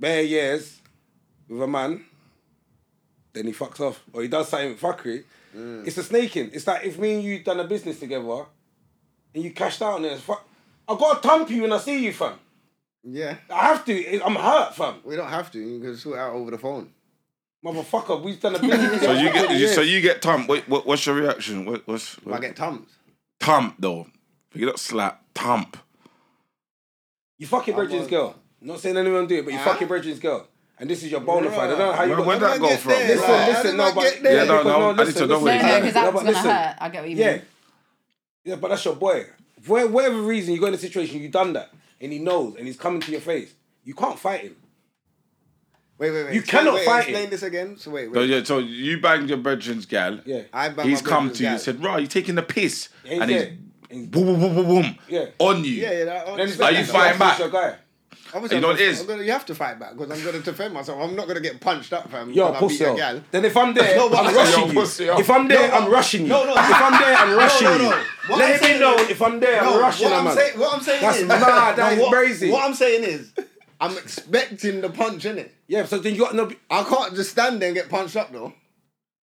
Speaker 5: bare years with a man, then he fucks off or he does something fuckery.
Speaker 3: Mm.
Speaker 5: It's a snaking. It's like if me and you done a business together, and you cashed out on it. Fuck, I gotta thump you when I see you, fam.
Speaker 3: Yeah,
Speaker 5: I have to. I'm hurt, fam.
Speaker 3: we don't have to. You can sort it out over the phone.
Speaker 5: Motherfucker, we've done a business.
Speaker 2: so you get you, so you get thumped. Wait, what, what's your reaction? What, what's
Speaker 3: If I
Speaker 2: what?
Speaker 3: get thumped.
Speaker 2: thump though? You get slap, thump.
Speaker 5: you fuck your brethren's
Speaker 3: a-
Speaker 5: girl. not saying anyone do it, but you fuck your brethren's girl, and this is your bona fide. I don't know how you.
Speaker 2: Where,
Speaker 5: got-
Speaker 2: where'd that
Speaker 3: I
Speaker 2: go
Speaker 3: get
Speaker 2: from?
Speaker 3: there,
Speaker 5: Listen,
Speaker 3: Right, how
Speaker 5: listen,
Speaker 3: did
Speaker 5: no,
Speaker 3: I
Speaker 5: but
Speaker 3: get there? Yeah,
Speaker 2: no,
Speaker 5: because
Speaker 2: no, I need to know
Speaker 4: no,
Speaker 2: where
Speaker 4: no,
Speaker 2: Yeah,
Speaker 4: because
Speaker 5: no,
Speaker 4: that's
Speaker 5: but
Speaker 4: gonna
Speaker 5: listen.
Speaker 4: hurt. I get what you
Speaker 5: Yeah,
Speaker 4: mean.
Speaker 5: yeah, but that's your boy. For whatever reason you got in a situation, you done that, and he knows, and he's coming to your face. You can't fight him.
Speaker 3: Wait, wait, wait.
Speaker 5: You
Speaker 3: So
Speaker 5: cannot
Speaker 3: wait,
Speaker 5: fight
Speaker 3: Explain
Speaker 5: it.
Speaker 3: this again. So wait,
Speaker 2: So,
Speaker 3: wait.
Speaker 2: yeah, so you banged your brethren's gal.
Speaker 5: Yeah.
Speaker 3: I bang my
Speaker 2: He's come
Speaker 3: brethren's
Speaker 2: to you
Speaker 3: gal.
Speaker 2: and said, "Raw, you taking the piss,"
Speaker 5: Yeah,
Speaker 2: and
Speaker 5: yeah.
Speaker 2: he's boom, boom, boom, boom, boom
Speaker 5: Yeah.
Speaker 2: on you.
Speaker 3: Yeah, yeah. That,
Speaker 5: Then it's
Speaker 3: obviously-
Speaker 2: Are you
Speaker 5: that's-
Speaker 2: fighting back?
Speaker 5: that's Your guy.
Speaker 3: Obviously,
Speaker 2: You know
Speaker 3: I'm
Speaker 2: what
Speaker 3: gonna-
Speaker 2: it is?
Speaker 3: I'm gonna, you have to fight back because I'm going to defend myself. I'm not going to get punched up, fam. because I
Speaker 5: Yo,
Speaker 3: beat
Speaker 5: pussy.
Speaker 3: a
Speaker 5: yo.
Speaker 3: gal.
Speaker 5: Then if I'm there,
Speaker 3: No, but
Speaker 5: I'm
Speaker 3: I'm
Speaker 5: rushing
Speaker 2: saying-
Speaker 5: you.
Speaker 2: Yo, pussy, yo.
Speaker 5: If I'm there,
Speaker 3: No,
Speaker 5: I'm
Speaker 3: no.
Speaker 5: rushing you.
Speaker 3: No, no.
Speaker 5: If I'm there, I'm rushing
Speaker 3: no, no.
Speaker 5: you.
Speaker 3: What I'm
Speaker 5: Let me
Speaker 3: saying
Speaker 5: know
Speaker 3: is-
Speaker 5: if I'm there,
Speaker 3: No,
Speaker 5: I'm rushing
Speaker 3: what
Speaker 5: a
Speaker 3: I'm
Speaker 5: man.
Speaker 3: saying- What I'm saying
Speaker 5: That's
Speaker 3: is
Speaker 5: mad, that
Speaker 3: No,
Speaker 5: is
Speaker 3: what-
Speaker 5: crazy.
Speaker 3: What I'm saying is, I'm expecting the punch, innit?
Speaker 5: Yeah, so then you got no.
Speaker 3: I can't just stand there and get punched up though.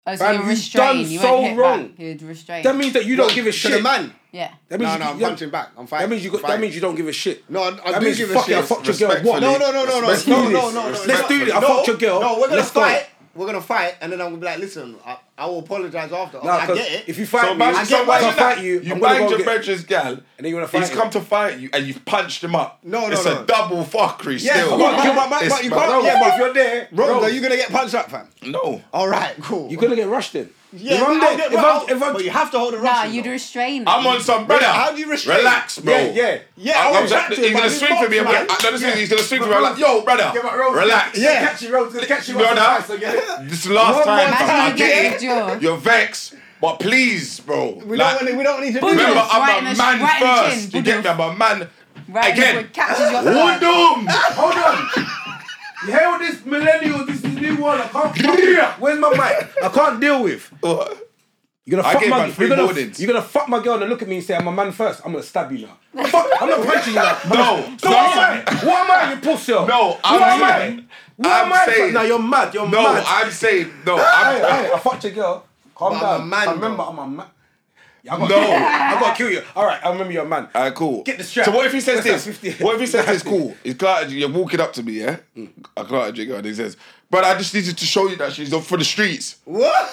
Speaker 4: Oh,
Speaker 5: Fam,
Speaker 4: so you're
Speaker 5: you've
Speaker 4: restrained.
Speaker 5: done
Speaker 4: you
Speaker 5: so
Speaker 4: won't hit
Speaker 5: wrong.
Speaker 4: Back. You'd restrain.
Speaker 5: That means that you don't give a
Speaker 3: to
Speaker 5: shit.
Speaker 3: the man.
Speaker 4: yeah.
Speaker 5: That means
Speaker 3: No,
Speaker 5: you-
Speaker 3: no, I'm
Speaker 5: yeah.
Speaker 3: punching back. I'm fighting.
Speaker 5: That means you.
Speaker 3: I'm
Speaker 5: Got, that
Speaker 3: fighting.
Speaker 5: means you don't give a shit.
Speaker 3: No, I, I
Speaker 5: that
Speaker 3: do
Speaker 5: means
Speaker 3: give a
Speaker 5: fuck
Speaker 3: shit.
Speaker 5: it, I fucked your girl. What?
Speaker 2: Respectfully.
Speaker 3: No, no, no, no, no,
Speaker 2: Let's
Speaker 3: no,
Speaker 2: do
Speaker 3: no,
Speaker 2: this.
Speaker 3: no, no.
Speaker 2: Let's
Speaker 5: do this. I
Speaker 3: no,
Speaker 5: fucked your girl.
Speaker 3: No, we're gonna
Speaker 5: Let's go.
Speaker 3: fight. We're gonna fight, and then I'm gonna be like, listen, I, I will apologize after.
Speaker 5: Nah,
Speaker 3: I
Speaker 5: 'cause
Speaker 3: get it.
Speaker 5: If you fight
Speaker 2: so
Speaker 5: me, I
Speaker 2: imagine
Speaker 5: get
Speaker 2: so
Speaker 5: why I
Speaker 2: imagine that.
Speaker 5: fight you.
Speaker 2: You
Speaker 5: I'm gonna
Speaker 2: banged
Speaker 5: go
Speaker 2: your
Speaker 5: get-
Speaker 2: brethren's gal, and
Speaker 5: then you wanna fight
Speaker 2: He's
Speaker 5: him.
Speaker 2: come to fight you, and you've punched him up.
Speaker 3: No, no,
Speaker 2: it's
Speaker 3: no.
Speaker 2: a double fuckery.
Speaker 3: Yeah,
Speaker 2: still.
Speaker 3: but- but- but-
Speaker 2: It's
Speaker 3: but you
Speaker 2: mad.
Speaker 3: can't-
Speaker 5: No,
Speaker 3: Yeah,
Speaker 5: but
Speaker 3: but-
Speaker 5: if you're there,
Speaker 3: Rose,
Speaker 5: Rose,
Speaker 3: are you gonna get punched up, fam?
Speaker 2: No,
Speaker 3: All right, cool.
Speaker 5: you're gonna get rushed then.
Speaker 3: Yeah,
Speaker 5: if I'm
Speaker 3: I'll
Speaker 5: there,
Speaker 3: get-
Speaker 5: if I'm, if I'm,
Speaker 3: but you have to hold a
Speaker 4: Nah,
Speaker 3: Russian.
Speaker 4: you'd
Speaker 3: though.
Speaker 4: restrain.
Speaker 2: I'm on some brother.
Speaker 3: how do you restrain?
Speaker 2: Relax, bro.
Speaker 5: Yeah, yeah.
Speaker 3: Yeah, I
Speaker 2: I'm
Speaker 3: won't
Speaker 2: just-
Speaker 3: touch
Speaker 2: He's
Speaker 3: him,
Speaker 2: gonna
Speaker 3: but
Speaker 2: swing for me. I'm
Speaker 3: he's
Speaker 2: like,
Speaker 3: boxed,
Speaker 2: no, this
Speaker 3: man.
Speaker 2: thing, he's gonna swing for me. I'm like, yo, brother, relax.
Speaker 3: Yeah.
Speaker 5: Catch you, Rose. Gonna catch you.
Speaker 2: Brother,
Speaker 5: once or twice, okay?
Speaker 2: this is the last
Speaker 3: One
Speaker 2: time.
Speaker 3: more
Speaker 2: fam.
Speaker 4: time,
Speaker 2: I get
Speaker 4: get
Speaker 2: it.
Speaker 4: it, Joe.
Speaker 2: You're vexed, but please, bro.
Speaker 3: We
Speaker 2: like,
Speaker 3: don't. Wanna, we don't need to do
Speaker 4: Remember-
Speaker 2: Remember,
Speaker 3: this.
Speaker 4: Right
Speaker 2: I'm
Speaker 4: in
Speaker 2: a
Speaker 4: the-
Speaker 2: man
Speaker 4: right in the chin,
Speaker 2: first. you get me? I'm a man.
Speaker 4: Right in the
Speaker 2: again.
Speaker 4: chin, catches your throat.
Speaker 2: Woodum.
Speaker 5: Hold on. You hear what this millennial, this is new one. I can't. fucking- Where's my mic? I can't deal with.
Speaker 2: What?
Speaker 5: You're gonna
Speaker 2: Oh. I
Speaker 5: fuck
Speaker 2: gave
Speaker 5: my.
Speaker 2: man three
Speaker 5: You're gonna,
Speaker 2: warnings.
Speaker 5: you're gonna fuck my girl and look at me and say I'm a man first. I'm gonna stab you now. fuck, I'm not punching you now.
Speaker 2: No,
Speaker 5: So what am I? What am I? You pussy.
Speaker 2: No,
Speaker 5: what
Speaker 2: I'm
Speaker 5: am I?
Speaker 2: saying-
Speaker 5: What
Speaker 2: I'm
Speaker 5: am I?
Speaker 2: saying-
Speaker 5: now uh, you're mad. You're
Speaker 2: No,
Speaker 5: mad.
Speaker 2: I'm saying no.
Speaker 5: Hey,
Speaker 2: I'm,
Speaker 5: hey, I fucked your girl. Calm
Speaker 3: But I'm
Speaker 5: down.
Speaker 3: a man,
Speaker 5: I remember
Speaker 3: bro.
Speaker 5: I'm a man. Yeah, I'm gonna
Speaker 2: No. Uh,
Speaker 5: kill you. I'm gonna kill you. All right, I remember you're a man.
Speaker 2: All right, cool.
Speaker 5: Get the strap.
Speaker 2: So what if he says
Speaker 5: Where's that
Speaker 2: this?
Speaker 5: 50?
Speaker 2: What if he says this? Cool. He's clouted you. You're walking up to me, yeah.
Speaker 3: Hmm.
Speaker 2: I clouted you, and he says, "But I just needed to show you that she's on for the streets."
Speaker 3: What?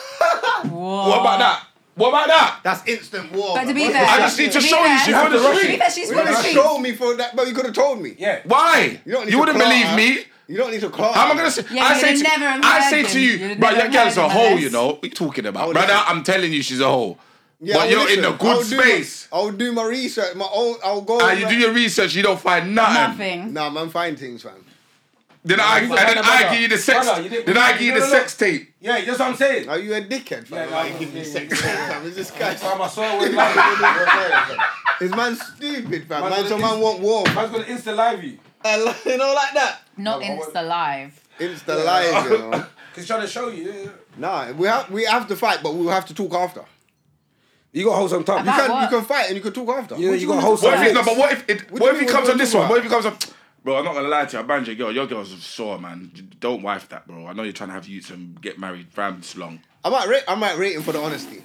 Speaker 4: Whoa.
Speaker 2: What about that? What about that?
Speaker 3: That's instant war.
Speaker 4: But to
Speaker 3: man.
Speaker 4: be
Speaker 3: What's
Speaker 4: fair,
Speaker 3: the-
Speaker 2: I just need to
Speaker 4: be
Speaker 2: show
Speaker 4: fair-
Speaker 2: you she's
Speaker 4: to
Speaker 2: on the
Speaker 4: be
Speaker 2: street.
Speaker 4: fair, she's
Speaker 3: You
Speaker 4: on the
Speaker 3: gotta
Speaker 4: street.
Speaker 3: show me for that, bro. You could have told me.
Speaker 5: Yeah.
Speaker 2: Why?
Speaker 3: You don't need
Speaker 2: You
Speaker 3: to
Speaker 2: wouldn't
Speaker 3: clout
Speaker 2: believe
Speaker 3: her.
Speaker 2: me.
Speaker 3: You don't need to clout.
Speaker 2: How am I
Speaker 3: her.
Speaker 2: gonna say?
Speaker 4: Yeah,
Speaker 2: I
Speaker 4: you'd
Speaker 2: say
Speaker 4: have
Speaker 2: to,
Speaker 4: never have
Speaker 2: I say
Speaker 4: heard
Speaker 2: to
Speaker 4: him. You'd
Speaker 2: you,
Speaker 4: have
Speaker 2: bro,
Speaker 4: never
Speaker 2: your girl's
Speaker 4: heard
Speaker 2: a
Speaker 4: him
Speaker 2: hoe.
Speaker 4: unless-
Speaker 2: You know what you talking about,
Speaker 3: would
Speaker 2: brother?
Speaker 3: listen.
Speaker 2: I'm telling you, she's a hoe.
Speaker 3: Yeah,
Speaker 2: but
Speaker 3: I'll
Speaker 2: you're in
Speaker 3: listen.
Speaker 2: a good
Speaker 3: I'll do my-
Speaker 2: space.
Speaker 3: I'll do my research. My own. I'll go.
Speaker 2: And you do your research, you don't find nothing.
Speaker 4: Nothing.
Speaker 3: Nah, man, find things, fam.
Speaker 2: Then I and
Speaker 5: Brother,
Speaker 2: then I
Speaker 5: brother.
Speaker 2: give you the sex.
Speaker 5: Brother, you didn't-
Speaker 2: Then I give you
Speaker 5: no,
Speaker 2: the
Speaker 5: no, no.
Speaker 2: sex tape.
Speaker 5: Yeah, that's what I'm saying.
Speaker 3: Are you a dickhead, fam?
Speaker 5: Yeah,
Speaker 3: Like,
Speaker 5: nah,
Speaker 3: give me
Speaker 5: yeah,
Speaker 3: sex,
Speaker 5: yeah.
Speaker 3: fam. Is this guy?
Speaker 5: Fam, I swear I wouldn't lie.
Speaker 3: Is man stupid, fam?
Speaker 5: Man,
Speaker 3: Man, so
Speaker 5: it's-
Speaker 3: man want war.
Speaker 5: I was gonna insta live you.
Speaker 3: fam. you know, like that.
Speaker 4: Not
Speaker 5: No, I
Speaker 4: Insta live.
Speaker 3: Insta live, you know.
Speaker 5: Cause trying to show you. yeah, yeah.
Speaker 3: Nah, we have we have to fight, but we'll have to talk after.
Speaker 5: You got hold some time.
Speaker 3: You
Speaker 4: About
Speaker 3: can
Speaker 4: what?
Speaker 3: you can fight and you can talk after.
Speaker 5: Yeah, you got hold
Speaker 2: What
Speaker 5: some.
Speaker 2: if
Speaker 5: time.
Speaker 2: it's, no, but what if it,
Speaker 3: What
Speaker 2: what,
Speaker 3: do you
Speaker 2: if
Speaker 3: mean,
Speaker 2: he comes
Speaker 3: what
Speaker 2: on this
Speaker 3: do you
Speaker 2: one? What if he comes on? Bro, I'm not gonna lie to you. I banned your girl. Your girl's sore, man. Don't wife that, bro. I know you're trying to have youths and get married. Ram long.
Speaker 3: I might rate I might rate him for the honesty.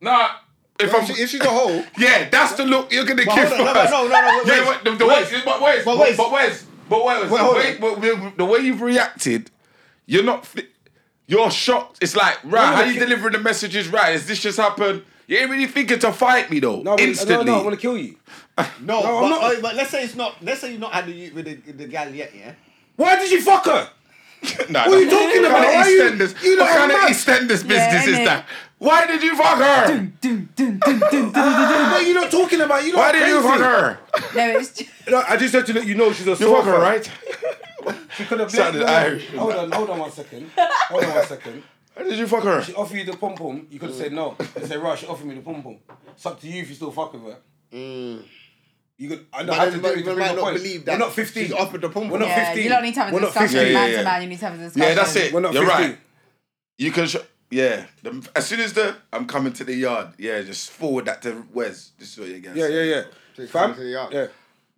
Speaker 2: Nah, if
Speaker 3: If,
Speaker 2: I'm,
Speaker 3: she, if she's a hoe,
Speaker 2: yeah, that's the look you're gonna give
Speaker 3: hold
Speaker 2: us.
Speaker 3: on, no, but no, no, no, wait,
Speaker 2: yeah,
Speaker 3: wait.
Speaker 2: but the, the way, but
Speaker 3: But
Speaker 2: where's,
Speaker 3: wait.
Speaker 2: but where's, but where's, but where's,
Speaker 3: Wait,
Speaker 2: the
Speaker 3: hold
Speaker 2: way, but the- the way you've reacted, you're not, fli- you're shocked. It's like, right,
Speaker 5: No,
Speaker 2: how
Speaker 5: no,
Speaker 2: you
Speaker 5: ki-
Speaker 2: delivering the messages? Right, has this just happened? You ain't really thinking to fight me though.
Speaker 5: No, I wanna-
Speaker 2: instantly.
Speaker 5: No, no, I want to kill you.
Speaker 3: no,
Speaker 5: No,
Speaker 3: but,
Speaker 5: I'm not-
Speaker 3: oh, but let's say it's not let's say you've not had the youth with the, the gal yet, yeah?
Speaker 5: Why did you fuck her?
Speaker 2: Nah,
Speaker 5: What are you
Speaker 2: nah.
Speaker 5: talking
Speaker 2: What
Speaker 5: about?
Speaker 2: kind of
Speaker 5: Why are you-
Speaker 2: EastEnders-
Speaker 5: you know,
Speaker 2: what kind of
Speaker 5: I'm mad.
Speaker 2: EastEnders business
Speaker 4: innit?
Speaker 2: is that? Why did you fuck her?
Speaker 4: Dun, dun, dun, dun, dun, dun.
Speaker 5: What are you not talking about? You
Speaker 2: Why
Speaker 5: not
Speaker 2: did you
Speaker 5: crazy.
Speaker 2: fuck her?
Speaker 4: No, it's just,
Speaker 5: No, I just had to let you know she's a
Speaker 2: You
Speaker 5: soul
Speaker 2: fuck her,
Speaker 5: fan.
Speaker 2: right?
Speaker 5: She could have
Speaker 2: Sounded Irish.
Speaker 5: Hold on, hold on one second. Hold on one second.
Speaker 2: Why did you fuck her?
Speaker 5: She offered you the pom pom. You could have said no. You said right. She offered me the pom pom. It's up to you if you still fuck with her. You could. I
Speaker 3: Mm.
Speaker 5: know
Speaker 3: But
Speaker 5: how to
Speaker 3: then
Speaker 5: do it.
Speaker 3: you
Speaker 5: to bring
Speaker 3: might
Speaker 5: your
Speaker 3: not
Speaker 5: point.
Speaker 3: believe
Speaker 5: We're
Speaker 3: that
Speaker 5: not fifteen.
Speaker 3: she's offered the pom-pom.
Speaker 5: We're not
Speaker 4: yeah,
Speaker 5: fifteen.
Speaker 4: you don't need to have a
Speaker 5: We're not
Speaker 4: discussion.
Speaker 5: 15.
Speaker 4: man
Speaker 2: Yeah,
Speaker 4: to
Speaker 2: yeah.
Speaker 4: man, you need to have a discussion.
Speaker 2: Yeah, that's it.
Speaker 5: We're not
Speaker 2: You're
Speaker 5: 15.
Speaker 2: right. You can, sh- yeah. The- as soon as the I'm coming to the yard, yeah, just forward that to Wes. This is what you get.
Speaker 5: Yeah, yeah, yeah.
Speaker 3: Take
Speaker 5: Fam.
Speaker 3: it to the yard.
Speaker 5: Yeah.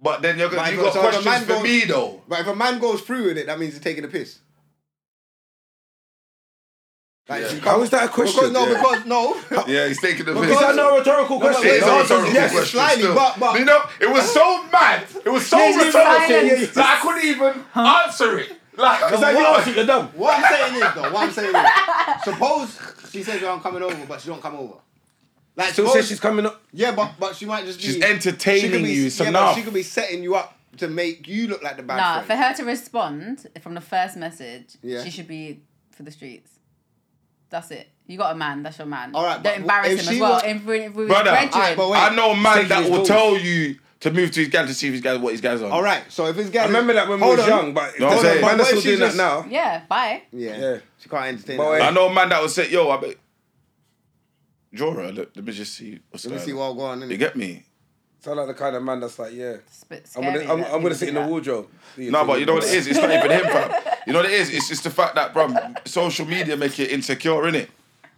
Speaker 2: But then you're
Speaker 3: But
Speaker 2: gonna, you
Speaker 3: if-
Speaker 2: got
Speaker 3: so the
Speaker 2: questions
Speaker 3: man
Speaker 2: for
Speaker 3: goes-
Speaker 2: me though.
Speaker 3: But if a man goes through with it, that means he's taking a piss. Like,
Speaker 2: Yeah.
Speaker 3: you can't-
Speaker 5: How is that a
Speaker 3: Because,
Speaker 5: question?
Speaker 3: no,
Speaker 2: Yeah.
Speaker 3: because no.
Speaker 2: Yeah, he's taking the
Speaker 5: Is
Speaker 2: piss.
Speaker 5: that not a rhetorical
Speaker 3: but
Speaker 5: question?
Speaker 3: wait,
Speaker 2: It's
Speaker 3: no,
Speaker 2: a
Speaker 3: it's-
Speaker 2: rhetorical
Speaker 3: yes,
Speaker 2: question
Speaker 3: slightly,
Speaker 2: still.
Speaker 3: but- but-
Speaker 2: you know, it was so mad. It was so
Speaker 5: Yeah, yeah,
Speaker 2: rhetorical
Speaker 5: yeah, yeah, yeah.
Speaker 2: that I couldn't even answer it. Like,
Speaker 5: Is that your answer? You're dumb.
Speaker 3: What I'm saying is though, what I'm saying is, suppose she says I'm coming over, but she don't come over. Like
Speaker 5: So
Speaker 3: suppose,
Speaker 5: say she's coming up.
Speaker 3: yeah, but but she might just be
Speaker 2: She's
Speaker 3: she could
Speaker 2: entertaining
Speaker 3: be-
Speaker 2: you. It's
Speaker 3: yeah, but
Speaker 2: enough.
Speaker 3: she could be setting you up to make you look like the bad
Speaker 4: Nah, for
Speaker 3: friend.
Speaker 4: her to respond from the first message,
Speaker 3: Yeah.
Speaker 4: she should be for the streets. That's it. You got a man. That's your man.
Speaker 3: All right, but
Speaker 4: Don't embarrass
Speaker 3: if
Speaker 4: him
Speaker 3: she
Speaker 4: as well.
Speaker 3: was-
Speaker 4: If we- if we was
Speaker 2: Brother,
Speaker 4: brethren.
Speaker 3: Alright, but wait.
Speaker 2: I know a man
Speaker 5: Taking
Speaker 2: that
Speaker 5: his
Speaker 2: will
Speaker 5: balls.
Speaker 2: tell you to move to his gal to see if his gal what his gal's on.
Speaker 3: All right, so if it's
Speaker 5: I
Speaker 3: getting,
Speaker 5: remember that when we
Speaker 3: Hold
Speaker 5: was
Speaker 3: on.
Speaker 5: young, but
Speaker 2: No, I'm
Speaker 5: hold on,
Speaker 2: saying-
Speaker 5: man,
Speaker 3: But
Speaker 5: that's
Speaker 3: what
Speaker 5: still
Speaker 3: if she
Speaker 5: doing that
Speaker 3: just-
Speaker 5: now.
Speaker 4: yeah, bye.
Speaker 3: yeah,
Speaker 5: Yeah.
Speaker 3: she can't entertain.
Speaker 5: But
Speaker 3: that.
Speaker 5: wait.
Speaker 2: I know a man that will say, "Yo, I bet." Jora, look, let me just see. What's
Speaker 3: Let me
Speaker 2: going
Speaker 3: see
Speaker 2: on."
Speaker 3: what going
Speaker 2: You
Speaker 3: on.
Speaker 2: get me?
Speaker 5: Sound like the kind of man that's like, yeah.
Speaker 4: It's a bit
Speaker 5: I'm
Speaker 4: scary.
Speaker 5: gonna, I'm,
Speaker 4: that
Speaker 5: I'm gonna
Speaker 4: people
Speaker 5: sit
Speaker 4: do
Speaker 5: in the
Speaker 4: that.
Speaker 5: wardrobe. Do your
Speaker 2: No,
Speaker 5: thing.
Speaker 2: but you know what it is? It's not even him, fam. You know what it is? It's just the fact that, bro, social media make you insecure, innit?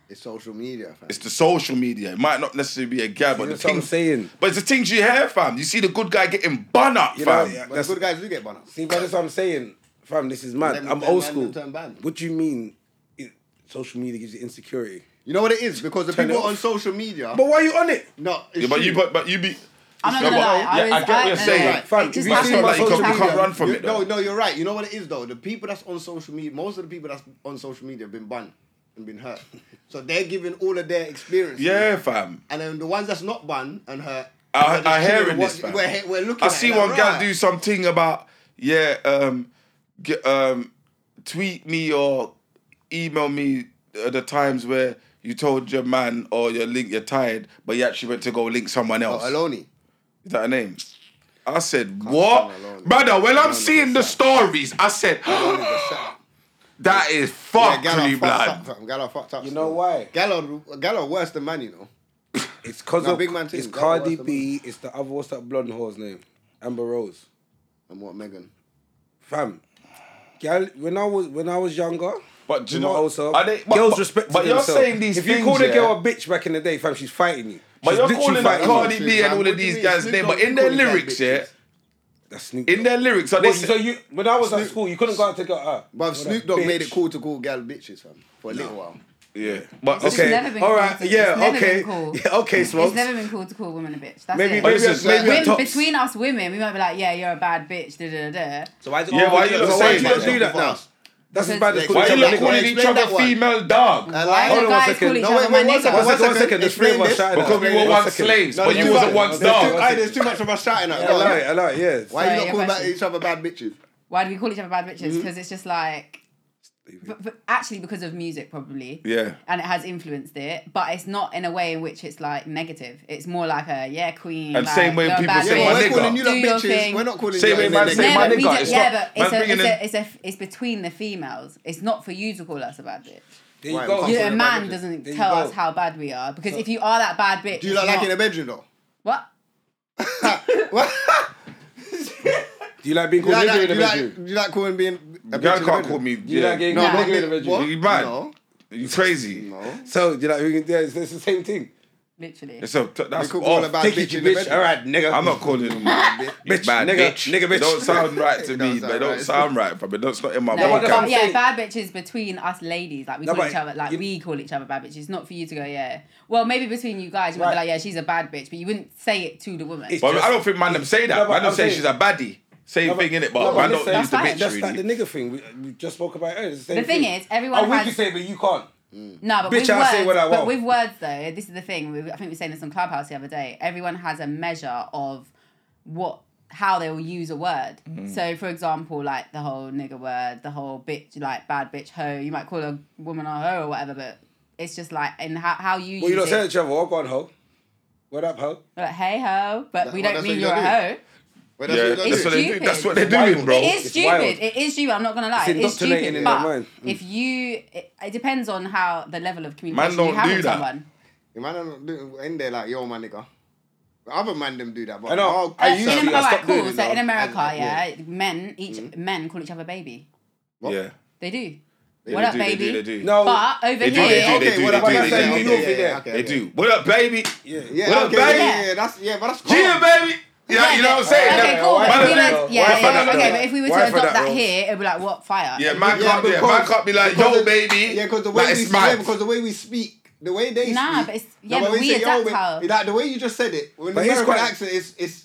Speaker 3: It's social media, fam.
Speaker 2: It's the social media. It might not necessarily be a guy, but the
Speaker 5: that's what I'm
Speaker 2: things.
Speaker 5: saying.
Speaker 2: But it's the things you hear, fam. You see the good guy getting bun up,
Speaker 5: You know,
Speaker 2: fam.
Speaker 5: yeah.
Speaker 3: But the good guys do get bun up.
Speaker 5: See, but that's what I'm saying. Fam, this is mad.
Speaker 3: Then-
Speaker 5: I'm
Speaker 3: then
Speaker 5: old
Speaker 3: man
Speaker 5: school.
Speaker 3: will turn bad.
Speaker 5: What do you mean? It, social media gives you insecurity.
Speaker 3: You know what it is because the
Speaker 5: Turn it
Speaker 3: people
Speaker 5: off.
Speaker 3: on social media.
Speaker 5: But why are you on it?
Speaker 3: no, it's
Speaker 2: Yeah, but you
Speaker 3: true.
Speaker 2: but but you be.
Speaker 4: I'm not gonna
Speaker 2: No, but-
Speaker 4: lie. I
Speaker 2: yeah,
Speaker 4: was,
Speaker 2: I get what you're
Speaker 4: no, no,
Speaker 2: saying.
Speaker 4: no. It
Speaker 5: Fam,
Speaker 4: just
Speaker 5: if you
Speaker 2: That's
Speaker 5: see
Speaker 2: not
Speaker 5: my
Speaker 2: like you
Speaker 5: social
Speaker 2: can't, you can't
Speaker 5: media-
Speaker 2: run from
Speaker 3: You-
Speaker 2: it.
Speaker 3: no,
Speaker 2: Though.
Speaker 3: no, you're right. You know what it is though. The people that's on social media, most of the people that's on social media have been banned and been hurt. so they're giving all of their experiences.
Speaker 2: Yeah, fam.
Speaker 3: And then the ones that's not banned and hurt.
Speaker 2: I,
Speaker 3: are just
Speaker 2: I hear
Speaker 3: chilling,
Speaker 2: in this.
Speaker 3: watch-
Speaker 2: Man.
Speaker 3: We're, he- we're looking.
Speaker 2: I
Speaker 3: at
Speaker 2: see
Speaker 3: it
Speaker 2: one
Speaker 3: like,
Speaker 2: guy
Speaker 3: right.
Speaker 2: do something about yeah, um, get, um, tweet me or email me uh, the times where you told your man or your link you're tired, but you actually went to go link someone
Speaker 3: Oh,
Speaker 2: else.
Speaker 3: Aloni.
Speaker 2: Is that her name? I said what, brother? When I'm seeing the stories, I said that is
Speaker 3: Gallo
Speaker 2: fuckery,
Speaker 3: fucked
Speaker 2: blood.
Speaker 3: up, fam. Gallo fucked up.
Speaker 5: You know why?
Speaker 3: Gallo, Gallo worse than man, you know.
Speaker 5: It's because
Speaker 3: No,
Speaker 5: of
Speaker 3: big man thing.
Speaker 5: it's
Speaker 3: That
Speaker 5: Cardi
Speaker 3: was the
Speaker 5: B. It's the other what's that blonde whore's name? Amber Rose.
Speaker 3: And what Megan?
Speaker 5: Fam, gal, when I was when I was younger.
Speaker 2: But do you
Speaker 5: in
Speaker 2: know
Speaker 5: my
Speaker 2: what?
Speaker 5: old self,
Speaker 2: Are they- but-
Speaker 5: girls
Speaker 2: but-
Speaker 5: respect.
Speaker 2: but you're
Speaker 5: themselves.
Speaker 2: saying these
Speaker 5: If you
Speaker 2: things,
Speaker 5: call a girl
Speaker 2: yeah.
Speaker 5: a bitch back in the day, fam, she's fighting you.
Speaker 2: But
Speaker 5: she's
Speaker 2: you're
Speaker 5: literally
Speaker 2: calling like
Speaker 5: fighting
Speaker 2: Cardi
Speaker 5: you.
Speaker 2: B and all
Speaker 3: What
Speaker 2: of
Speaker 3: do you
Speaker 2: these
Speaker 3: mean?
Speaker 2: guys'
Speaker 3: Snoop
Speaker 2: name,
Speaker 3: Dogg
Speaker 2: but in
Speaker 3: be
Speaker 2: their
Speaker 3: calling them
Speaker 2: lyrics, yeah,
Speaker 3: bitches.
Speaker 5: That's Snoop
Speaker 2: in
Speaker 5: Dogg.
Speaker 2: their lyrics, are they?
Speaker 5: What, so you, when I was at
Speaker 3: Snoop-
Speaker 5: school, you couldn't go out to go. Uh,
Speaker 3: But
Speaker 5: what
Speaker 3: Snoop
Speaker 5: a
Speaker 3: Dogg
Speaker 5: bitch.
Speaker 3: made it cool to call gal bitches, fam, for a little while.
Speaker 2: yeah, but
Speaker 4: It's
Speaker 5: Okay.
Speaker 4: never been
Speaker 5: All
Speaker 4: cool
Speaker 5: right.
Speaker 4: to-
Speaker 5: Yeah,
Speaker 4: it's never
Speaker 5: okay.
Speaker 4: been cool.
Speaker 5: Yeah, okay, Smokes.
Speaker 4: It's never been cool to call a woman a bitch. That's
Speaker 5: Maybe,
Speaker 4: it.
Speaker 5: maybe,
Speaker 2: Listen,
Speaker 5: maybe
Speaker 4: Women-
Speaker 5: at tops.
Speaker 4: between us women, we might be like, yeah, you're a bad bitch. Da, da, da, da.
Speaker 3: So why is it
Speaker 2: Yeah, why you
Speaker 5: But
Speaker 2: not
Speaker 5: why
Speaker 2: saying
Speaker 5: do you
Speaker 2: that
Speaker 5: not do
Speaker 2: now?
Speaker 5: that now? That's as bad as
Speaker 3: Because-
Speaker 5: calling
Speaker 2: Why are you not
Speaker 5: someone a
Speaker 3: Explain
Speaker 2: calling
Speaker 5: nigga.
Speaker 2: each
Speaker 3: that
Speaker 2: other
Speaker 3: one.
Speaker 2: female dog?
Speaker 4: Why do
Speaker 5: Hold on one
Speaker 4: guys
Speaker 5: second.
Speaker 4: call each
Speaker 5: No,
Speaker 4: other
Speaker 3: wait,
Speaker 4: my
Speaker 3: wait, one second,
Speaker 5: One
Speaker 4: nigga?
Speaker 5: second, one second. The three of
Speaker 3: Explain
Speaker 5: us
Speaker 3: this.
Speaker 5: shouted
Speaker 2: Because we
Speaker 5: out.
Speaker 2: were
Speaker 5: One
Speaker 2: once
Speaker 5: second.
Speaker 2: slaves,
Speaker 3: No,
Speaker 2: but
Speaker 3: there's
Speaker 2: you
Speaker 3: too
Speaker 2: wasn't
Speaker 3: much-
Speaker 2: once
Speaker 3: there's too-
Speaker 2: dog.
Speaker 3: aye, There's too much of us shouting at
Speaker 5: I like,
Speaker 3: her.
Speaker 5: I like, yes.
Speaker 3: Why are
Speaker 4: Sorry,
Speaker 3: you not
Speaker 4: your
Speaker 3: calling back
Speaker 4: question.
Speaker 3: each other bad bitches?
Speaker 4: Why do we call each other bad bitches? Because it's just like, but, but actually because of music probably.
Speaker 2: Yeah.
Speaker 4: And it has influenced it, but it's not in a way in which it's like negative. It's more like a yeah queen.
Speaker 2: And
Speaker 4: like,
Speaker 2: same way
Speaker 4: you're a
Speaker 2: people
Speaker 4: bad
Speaker 2: say
Speaker 4: bitch.
Speaker 2: my
Speaker 3: Yeah, we're
Speaker 2: nigga.
Speaker 3: calling you lot
Speaker 4: Do your
Speaker 3: bitches.
Speaker 4: thing.
Speaker 3: We're not calling
Speaker 2: Say
Speaker 3: you
Speaker 2: when man say
Speaker 4: No,
Speaker 2: my
Speaker 4: but
Speaker 2: nigga,
Speaker 4: we don't-
Speaker 2: it's not-
Speaker 4: yeah, but
Speaker 2: man
Speaker 4: it's, a,
Speaker 2: bringing
Speaker 4: it's, a, it's, a, it's between the females. It's not for you to call us a bad bitch.
Speaker 5: There you
Speaker 3: Why?
Speaker 5: go.
Speaker 3: Because
Speaker 4: You know,
Speaker 3: you're
Speaker 4: a
Speaker 3: a bad
Speaker 4: man
Speaker 3: bitch.
Speaker 4: doesn't
Speaker 5: There you
Speaker 4: tell
Speaker 5: go.
Speaker 4: us how bad we are because if you are that bad bitch,
Speaker 3: Do you not
Speaker 4: it's
Speaker 3: like in the
Speaker 4: not-
Speaker 3: bedroom though?
Speaker 4: what?
Speaker 5: Do you like being
Speaker 3: Do you
Speaker 5: called
Speaker 3: like,
Speaker 5: nigga
Speaker 3: that- do you
Speaker 5: in the
Speaker 3: like,
Speaker 5: bedroom?
Speaker 3: do you like calling being a bitch
Speaker 2: Girl
Speaker 3: in the
Speaker 2: can't
Speaker 3: bedroom?
Speaker 2: call me.
Speaker 5: Do you
Speaker 2: Yeah.
Speaker 5: like getting
Speaker 3: No,
Speaker 5: called
Speaker 3: nigga
Speaker 5: nigga in the bedroom?
Speaker 3: What?
Speaker 2: You mad?
Speaker 3: No.
Speaker 2: You crazy?
Speaker 3: No.
Speaker 5: So, do you like, yeah, it's, it's the same thing.
Speaker 4: Literally.
Speaker 2: It's a, that's
Speaker 3: could call
Speaker 2: off.
Speaker 3: about-
Speaker 5: Take
Speaker 3: bitch
Speaker 5: it, you
Speaker 3: in the
Speaker 5: bitch.
Speaker 3: bedroom.
Speaker 5: All right, nigga.
Speaker 2: I'm not calling them bitch,
Speaker 5: Bitch,
Speaker 2: bad
Speaker 5: nigga,
Speaker 2: bitch.
Speaker 5: nigga,
Speaker 2: They don't
Speaker 5: bitch.
Speaker 2: sound right to
Speaker 3: don't
Speaker 2: me.
Speaker 3: sound
Speaker 2: They don't
Speaker 3: right.
Speaker 2: sound right, but that's not in my
Speaker 4: No,
Speaker 5: but
Speaker 2: vocab.
Speaker 5: I'm
Speaker 4: but yeah,
Speaker 5: saying-
Speaker 4: bad bitches between us ladies. Like we
Speaker 5: No,
Speaker 4: call
Speaker 5: but
Speaker 4: each other, like
Speaker 5: you-
Speaker 4: we call each other bad bitches. It's not for you to go, yeah. Well, maybe between you guys, you might be
Speaker 5: Right.
Speaker 4: like, yeah, she's a bad bitch, but you wouldn't say it to the woman.
Speaker 5: It's
Speaker 2: But
Speaker 5: just-
Speaker 2: I don't think man them say that.
Speaker 5: No, but
Speaker 2: man them
Speaker 5: I'm
Speaker 2: say
Speaker 5: saying-
Speaker 2: she's a baddie. Same
Speaker 5: No,
Speaker 2: thing in it, but
Speaker 5: no,
Speaker 2: man
Speaker 5: listen,
Speaker 2: don't use the
Speaker 4: that's fine.
Speaker 2: bitch
Speaker 5: That's
Speaker 2: really.
Speaker 5: like the nigga thing we, we just spoke about. Earlier. It's The, same
Speaker 4: The thing is, everyone
Speaker 5: oh, we
Speaker 4: has-
Speaker 5: can say, but you can't.
Speaker 4: No, but
Speaker 5: Bitch,
Speaker 4: with
Speaker 5: I
Speaker 4: words,
Speaker 5: say what I
Speaker 4: but
Speaker 5: want.
Speaker 4: with words though, this is the thing. We, I think we were saying this on Clubhouse the other day. Everyone has a measure of what how they will use a word.
Speaker 5: Mm.
Speaker 4: So, for example, like the whole nigger word, the whole bitch, like bad bitch hoe. You might call a woman a hoe or whatever, but it's just like in how how you use
Speaker 5: Well, you're not
Speaker 4: it.
Speaker 5: saying each other. Oh, go on, ho. What up, ho?
Speaker 4: We're like, hey ho, but
Speaker 3: That-
Speaker 4: we
Speaker 3: well,
Speaker 4: don't
Speaker 3: that's
Speaker 4: mean
Speaker 3: what
Speaker 4: you're
Speaker 3: you
Speaker 4: a
Speaker 3: gotta
Speaker 4: hoe.
Speaker 3: Well,
Speaker 2: Yeah,
Speaker 3: what
Speaker 2: that's
Speaker 3: you
Speaker 2: what
Speaker 3: do.
Speaker 2: they do.
Speaker 4: Stupid.
Speaker 2: That's what they're doing, bro.
Speaker 4: It is
Speaker 5: Oh, It's
Speaker 4: stupid.
Speaker 5: wild.
Speaker 4: It is stupid. I'm not gonna lie.
Speaker 5: It's
Speaker 4: It is
Speaker 5: indoctrinating
Speaker 4: stupid.
Speaker 5: in
Speaker 4: but
Speaker 5: their mind. Mm.
Speaker 4: if you, it, it depends on how the level of
Speaker 2: Man
Speaker 4: communication
Speaker 2: don't
Speaker 4: you have
Speaker 2: do
Speaker 4: with
Speaker 2: that.
Speaker 4: someone.
Speaker 3: The man don't do- in there like yo my nigga. Other man them do that, but
Speaker 5: I know.
Speaker 3: I'll-
Speaker 5: I
Speaker 4: Uh,
Speaker 5: used
Speaker 4: in
Speaker 5: to.
Speaker 4: America,
Speaker 5: I
Speaker 4: alright,
Speaker 5: stopped
Speaker 4: cool.
Speaker 5: doing it
Speaker 4: so
Speaker 5: now.
Speaker 4: in America,
Speaker 3: I-
Speaker 4: yeah, men each men call each other baby.
Speaker 2: Yeah.
Speaker 4: They do.
Speaker 2: Yeah,
Speaker 4: what
Speaker 2: they
Speaker 4: up,
Speaker 2: do, they
Speaker 4: baby?
Speaker 2: do, they do.
Speaker 5: No.
Speaker 4: But over
Speaker 2: Oh, They do,
Speaker 4: here,
Speaker 2: they do, they
Speaker 3: Okay,
Speaker 2: do,
Speaker 3: what
Speaker 2: they
Speaker 3: about
Speaker 2: do,
Speaker 3: that
Speaker 2: they
Speaker 3: saying
Speaker 2: do,
Speaker 3: you
Speaker 2: they
Speaker 3: know,
Speaker 2: do.
Speaker 3: yeah, yeah,
Speaker 2: They
Speaker 3: okay,
Speaker 2: do. What up, baby?
Speaker 3: Yeah,
Speaker 2: What up,
Speaker 3: okay,
Speaker 2: baby?
Speaker 3: yeah, yeah, that's yeah, but that's cool.
Speaker 2: Gia, baby. Yeah, you know what I'm saying?
Speaker 4: Okay,
Speaker 5: Yeah,
Speaker 4: cool.
Speaker 5: why
Speaker 4: but
Speaker 5: for
Speaker 4: if we
Speaker 5: that
Speaker 4: were-
Speaker 5: though?
Speaker 4: yeah,
Speaker 5: Why for
Speaker 4: yeah,
Speaker 5: that
Speaker 4: okay,
Speaker 5: though?
Speaker 4: but if we were
Speaker 5: Why
Speaker 4: to
Speaker 5: for
Speaker 4: adopt
Speaker 5: that
Speaker 4: that
Speaker 5: though?
Speaker 4: here, it'd be like, what fire?
Speaker 2: Yeah, man
Speaker 3: Yeah,
Speaker 2: can't be, man
Speaker 3: because-
Speaker 2: can't be like, yo,
Speaker 3: because-
Speaker 2: baby.
Speaker 3: Yeah, because the way
Speaker 2: Like,
Speaker 3: we
Speaker 2: it's mad.
Speaker 3: yeah, because the way we speak, the way they
Speaker 4: Nah,
Speaker 3: speak.
Speaker 4: but it's- yeah, but
Speaker 3: when
Speaker 4: we
Speaker 3: say, yo,
Speaker 4: adapt
Speaker 3: we-
Speaker 4: how-
Speaker 3: Like the way you just said it, when the
Speaker 5: But it's
Speaker 3: American
Speaker 5: quite-
Speaker 3: accent is it's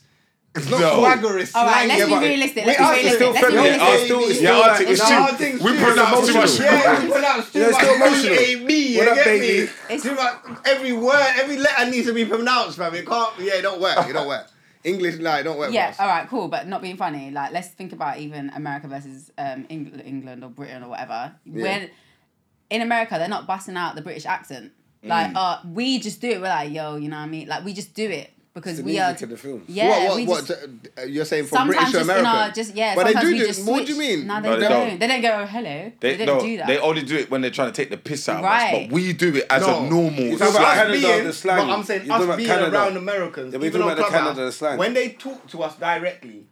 Speaker 3: it's not
Speaker 2: No.
Speaker 3: swagger, it's
Speaker 4: All right,
Speaker 3: slang.
Speaker 4: let's
Speaker 3: yeah,
Speaker 4: be
Speaker 3: but
Speaker 4: realistic,
Speaker 3: we
Speaker 4: let's be
Speaker 3: are
Speaker 4: realistic,
Speaker 3: still
Speaker 4: let's be
Speaker 3: feminine.
Speaker 4: realistic.
Speaker 3: Still-
Speaker 2: Yeah,
Speaker 3: it's
Speaker 2: yeah,
Speaker 3: still
Speaker 2: our
Speaker 3: like-
Speaker 2: thing is
Speaker 3: it's
Speaker 2: too-
Speaker 3: our thing
Speaker 2: we
Speaker 3: too.
Speaker 2: pronounce too much.
Speaker 3: Yeah, we pronounce
Speaker 5: Yeah,
Speaker 3: too
Speaker 5: it's
Speaker 3: much.
Speaker 5: still emotional.
Speaker 3: A B, you
Speaker 5: What up,
Speaker 3: get me?
Speaker 5: baby?
Speaker 4: It's-
Speaker 3: Too much- Every word, every letter needs to be pronounced, fam. It can't. Yeah, it don't work. It don't work. English, like, it don't work.
Speaker 4: Yeah,
Speaker 3: for us.
Speaker 4: all right, cool. But not being funny, like let's think about even America versus um, England, England or Britain or whatever. When in America, they're not busting out the British accent. Like, uh, we just do it. We're like, yo, you know what I mean? Like, we just do it because
Speaker 5: the
Speaker 4: we
Speaker 5: music
Speaker 4: are.
Speaker 5: and the film.
Speaker 4: Yeah,
Speaker 3: what?
Speaker 4: we
Speaker 3: What? what
Speaker 4: just,
Speaker 3: uh, you're saying from
Speaker 4: sometimes
Speaker 3: British to
Speaker 4: just
Speaker 3: American?
Speaker 4: in our just yeah.
Speaker 3: but they
Speaker 4: sometimes
Speaker 3: do
Speaker 4: we
Speaker 3: this.
Speaker 4: just
Speaker 3: What
Speaker 4: switch.
Speaker 3: do you mean?
Speaker 4: No, they,
Speaker 2: No, they
Speaker 4: don't.
Speaker 2: don't.
Speaker 4: They don't go hello. They,
Speaker 2: They,
Speaker 4: don't
Speaker 2: no,
Speaker 4: do that.
Speaker 2: they only do it when they're trying to take the piss out of us.
Speaker 4: Right.
Speaker 2: But we do it as
Speaker 3: No.
Speaker 2: a normal.
Speaker 5: It's
Speaker 2: slang.
Speaker 5: about
Speaker 3: us
Speaker 5: Canada,
Speaker 3: being,
Speaker 5: the slang.
Speaker 3: But I'm saying
Speaker 5: You're talking
Speaker 3: us
Speaker 5: about
Speaker 3: being
Speaker 5: Canada.
Speaker 3: around Americans,
Speaker 5: Yeah, we're
Speaker 3: even
Speaker 5: talking
Speaker 3: on
Speaker 5: about the
Speaker 3: Clubhouse,
Speaker 5: Canada, the slang.
Speaker 3: when they talk to us directly,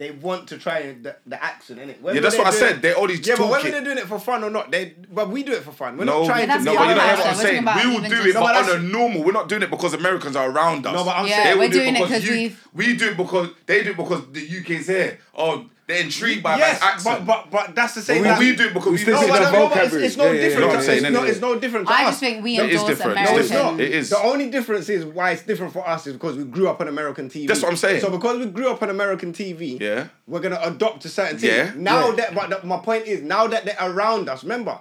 Speaker 3: they want to try the, the accent, innit? Whether
Speaker 2: Yeah, that's
Speaker 3: they're
Speaker 2: what I
Speaker 3: doing-
Speaker 2: said, they only
Speaker 3: yeah,
Speaker 2: talk
Speaker 3: but whether
Speaker 2: it.
Speaker 3: they're doing it for fun or not, they but we do it for fun. We're
Speaker 2: No,
Speaker 3: not trying
Speaker 4: that's
Speaker 3: to.
Speaker 2: no,
Speaker 4: the
Speaker 2: but you don't
Speaker 4: other
Speaker 2: hear what I'm
Speaker 4: accent.
Speaker 2: saying.
Speaker 4: We're talking
Speaker 2: We will
Speaker 4: about
Speaker 2: do
Speaker 4: even
Speaker 2: it,
Speaker 4: just-
Speaker 2: but
Speaker 3: No,
Speaker 2: on
Speaker 3: but
Speaker 2: a normal. We're not doing it because Americans are around us.
Speaker 3: No, but I'm
Speaker 4: Yeah,
Speaker 2: They will
Speaker 4: we're
Speaker 2: do
Speaker 4: doing it
Speaker 2: because
Speaker 4: 'cause
Speaker 2: you- We do it because they do it because the UK's here. Oh, They're intrigued by
Speaker 3: yes,
Speaker 2: man's accent.
Speaker 3: but, but but that's the same.
Speaker 2: But
Speaker 3: that-
Speaker 2: we do it because
Speaker 5: we
Speaker 2: we
Speaker 5: still
Speaker 2: know
Speaker 3: no,
Speaker 5: see
Speaker 3: I
Speaker 5: that
Speaker 3: don't know, but it's,
Speaker 5: vocabary.
Speaker 3: it's no
Speaker 5: Yeah, yeah,
Speaker 3: different. to-
Speaker 2: yeah. No, I'm saying,
Speaker 3: it's, no,
Speaker 2: innit?
Speaker 3: it's no different. To
Speaker 4: I
Speaker 3: us.
Speaker 4: just think we
Speaker 2: No, it is
Speaker 4: endorse
Speaker 2: different. No,
Speaker 4: American.
Speaker 3: No, it's not.
Speaker 2: It is.
Speaker 3: The only difference is why it's different for us is because we grew up on American TV.
Speaker 2: That's what I'm saying.
Speaker 3: So because we grew up on American TV,
Speaker 2: Yeah.
Speaker 3: we're gonna adopt a certain thing.
Speaker 2: Yeah.
Speaker 3: Now
Speaker 5: Yeah.
Speaker 3: that, but the, my point is, now that they're around us, remember,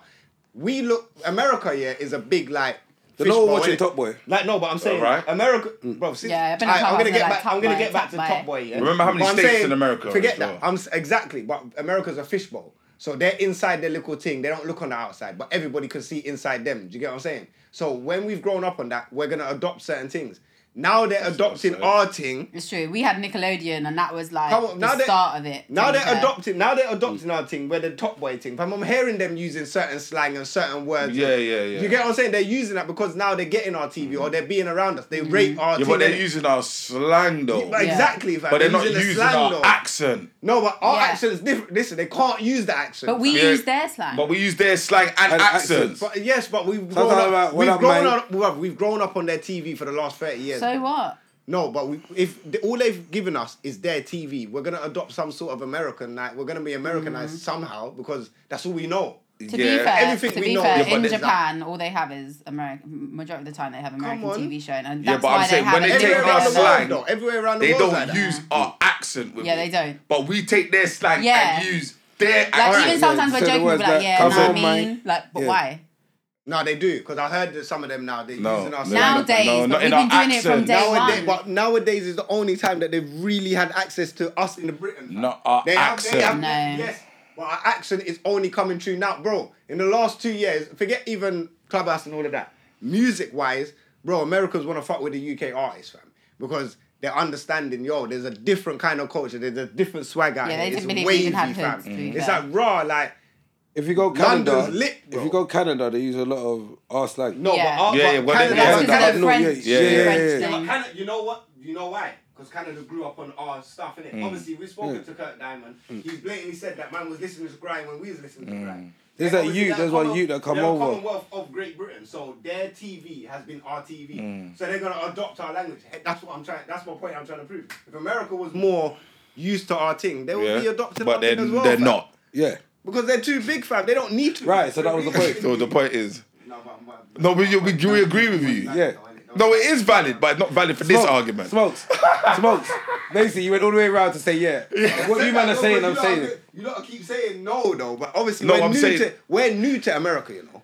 Speaker 3: we look America. Yeah, is a big like.
Speaker 5: They're not
Speaker 3: fishbowl,
Speaker 5: watching
Speaker 3: innit?
Speaker 5: Top Boy.
Speaker 3: Like no, but I'm saying
Speaker 2: Alright.
Speaker 3: America, bro. Since,
Speaker 4: Yeah, I've been a
Speaker 3: Alright, I'm
Speaker 4: part of
Speaker 3: gonna get
Speaker 4: like
Speaker 3: back.
Speaker 4: Top
Speaker 3: I'm gonna
Speaker 4: Boy,
Speaker 3: get back
Speaker 4: Top
Speaker 3: to
Speaker 4: Boy.
Speaker 3: Top Boy. Yeah?
Speaker 2: Remember how many
Speaker 3: But I'm
Speaker 2: states
Speaker 3: saying-
Speaker 2: in America
Speaker 3: Forget
Speaker 2: as
Speaker 3: that.
Speaker 2: well.
Speaker 3: I'm s- exactly, but America's a fishbowl, so they're inside their little thing. They don't look on the outside, but everybody can see inside them. Do you get what I'm saying? So when we've grown up on that, we're gonna adopt certain things. Now they're adopting
Speaker 2: saying.
Speaker 3: our thing.
Speaker 4: It's true. We had Nickelodeon, and that was like
Speaker 3: Come on, now
Speaker 4: the
Speaker 3: they-
Speaker 4: start of it. to
Speaker 3: Now
Speaker 4: be
Speaker 3: they're
Speaker 4: fair.
Speaker 3: adopting. Now they're adopting our thing. We're the top boy thing. Fam, I'm hearing them using certain slang and certain words.
Speaker 2: Yeah, yeah, yeah.
Speaker 3: You get what I'm saying? They're using that because now they're getting our TV or they're being around us. They rate our.
Speaker 2: Yeah,
Speaker 3: thing,
Speaker 2: but they're
Speaker 3: innit?
Speaker 2: using our slang though.
Speaker 3: But
Speaker 4: Mm-hmm. Yeah.
Speaker 3: Exactly, fam.
Speaker 2: But they're not
Speaker 3: the
Speaker 2: using,
Speaker 3: slang,
Speaker 2: our
Speaker 3: though.
Speaker 2: accent.
Speaker 3: No, but our
Speaker 4: Yeah.
Speaker 3: accent's different. Listen, they can't use the accent.
Speaker 4: But we
Speaker 2: Yeah.
Speaker 4: use their slang.
Speaker 2: But we use their slang and,
Speaker 5: And
Speaker 2: accents.
Speaker 5: accents.
Speaker 3: But yes, but we've
Speaker 5: Sometimes
Speaker 3: grown up.
Speaker 5: like, what
Speaker 3: we've
Speaker 5: up,
Speaker 3: grown
Speaker 5: mate?
Speaker 3: up. bruv, We've grown up on their TV for the last thirty years.
Speaker 4: so what?
Speaker 3: no, but we, if the, all they've given us is their TV, we're gonna adopt some sort of American. Like we're gonna be Americanized
Speaker 4: Mm.
Speaker 3: somehow because that's all we know.
Speaker 4: To
Speaker 2: Yeah.
Speaker 4: be fair,
Speaker 3: Everything
Speaker 4: to
Speaker 3: we
Speaker 4: be
Speaker 3: know
Speaker 4: fair,
Speaker 3: is
Speaker 4: in
Speaker 3: that-
Speaker 4: Japan, all they have is American. Majority of the time, they have American
Speaker 3: on.
Speaker 4: TV show, and
Speaker 2: Yeah,
Speaker 4: that's
Speaker 2: but I'm
Speaker 4: why they
Speaker 2: saying
Speaker 4: have
Speaker 2: when
Speaker 4: it.
Speaker 2: they take
Speaker 3: Everywhere
Speaker 2: our
Speaker 3: around the
Speaker 2: slang,
Speaker 3: world, though. Everywhere around the
Speaker 2: They
Speaker 3: world,
Speaker 2: don't
Speaker 3: like that.
Speaker 2: use our accent with
Speaker 4: Yeah,
Speaker 2: it.
Speaker 4: they don't.
Speaker 2: But we take their slang
Speaker 4: Yeah.
Speaker 2: and use their
Speaker 4: Like
Speaker 2: accent.
Speaker 4: even
Speaker 5: yeah,
Speaker 4: sometimes we're
Speaker 5: say the
Speaker 4: joking, we're
Speaker 5: words
Speaker 4: like,
Speaker 5: like,
Speaker 4: yeah,
Speaker 5: come
Speaker 4: nah, I
Speaker 5: on,
Speaker 4: mean,
Speaker 5: mate.
Speaker 4: like, but
Speaker 5: Yeah.
Speaker 4: why?
Speaker 3: No, they do because I heard that some of them now they're using our slang.
Speaker 4: Nowadays, but
Speaker 2: not
Speaker 4: we've
Speaker 2: in our
Speaker 4: been doing it from
Speaker 2: accent.
Speaker 4: day one.
Speaker 3: Nowadays, but nowadays is the only time that they've really had access to us in the Britain. fam.
Speaker 2: Not our
Speaker 3: They have, they
Speaker 2: accent.
Speaker 3: have,
Speaker 4: No.
Speaker 3: Yes, but our accent is only coming true now, bro. In the last two years, forget even clubhouse and all of that. Music wise, bro, Americans want to fuck with the UK artists, fam, because they're understanding. Yo, there's a different kind of culture. There's a different swag out
Speaker 4: Yeah,
Speaker 3: here.
Speaker 4: they
Speaker 3: It's
Speaker 4: didn't believe we
Speaker 3: wavy,
Speaker 4: even had
Speaker 3: fam.
Speaker 4: hoods, to be
Speaker 3: It's
Speaker 4: fair.
Speaker 3: like raw, like oh,
Speaker 5: If you go Canada,
Speaker 3: London's lit, bro.
Speaker 5: if you go Canada, they use a lot of our slang.
Speaker 3: no,
Speaker 4: Yeah.
Speaker 3: but our,
Speaker 2: Yeah,
Speaker 3: but
Speaker 2: yeah, well,
Speaker 3: Canada,
Speaker 2: they-
Speaker 4: That's
Speaker 5: Canada,
Speaker 4: because
Speaker 5: up
Speaker 4: of
Speaker 5: north,
Speaker 4: French.
Speaker 5: yeah, yeah,
Speaker 4: the
Speaker 5: yeah,
Speaker 4: French
Speaker 5: yeah.
Speaker 3: Yeah, but
Speaker 4: thing.
Speaker 3: Canada, you know what? You know why? Because Canada grew up on our stuff,
Speaker 5: Mm.
Speaker 3: innit? Obviously, we've spoken to Kurt Diamond. He blatantly said that man was listening to Grind when we was listening to Grind.
Speaker 5: Mm. There's
Speaker 3: They're
Speaker 5: that
Speaker 3: obviously that
Speaker 5: youth, there's one
Speaker 3: common-
Speaker 5: youth that come
Speaker 3: they're a
Speaker 5: over.
Speaker 3: Commonwealth of Great Britain, so their TV has been our TV.
Speaker 5: Mm.
Speaker 3: So they're gonna adopt our language. Hey, That's what I'm trying. That's my point. I'm trying to prove. If America was more used to our thing, they would
Speaker 2: Yeah.
Speaker 3: be adopting
Speaker 2: But
Speaker 3: our
Speaker 2: they're,
Speaker 3: thing as well.
Speaker 2: they're
Speaker 3: fam.
Speaker 2: not.
Speaker 5: Yeah.
Speaker 3: because they're too big, fam. They don't need to.
Speaker 5: Right, so that was the point.
Speaker 2: So the point is,
Speaker 3: No, but- but-
Speaker 2: no, we, we, we agree with you.
Speaker 5: Yeah.
Speaker 2: No, it is valid, but it's not valid for this
Speaker 5: Smokes,
Speaker 2: argument.
Speaker 5: Smokes. Smokes. Basically, you went all the way around to say yeah. What you man are saying, I'm
Speaker 3: You lot
Speaker 5: saying
Speaker 3: are-
Speaker 5: it.
Speaker 3: You lot keep saying no, though. But obviously,
Speaker 2: No,
Speaker 3: we're
Speaker 2: I'm
Speaker 3: new
Speaker 2: saying-
Speaker 3: to we're new to America, you know.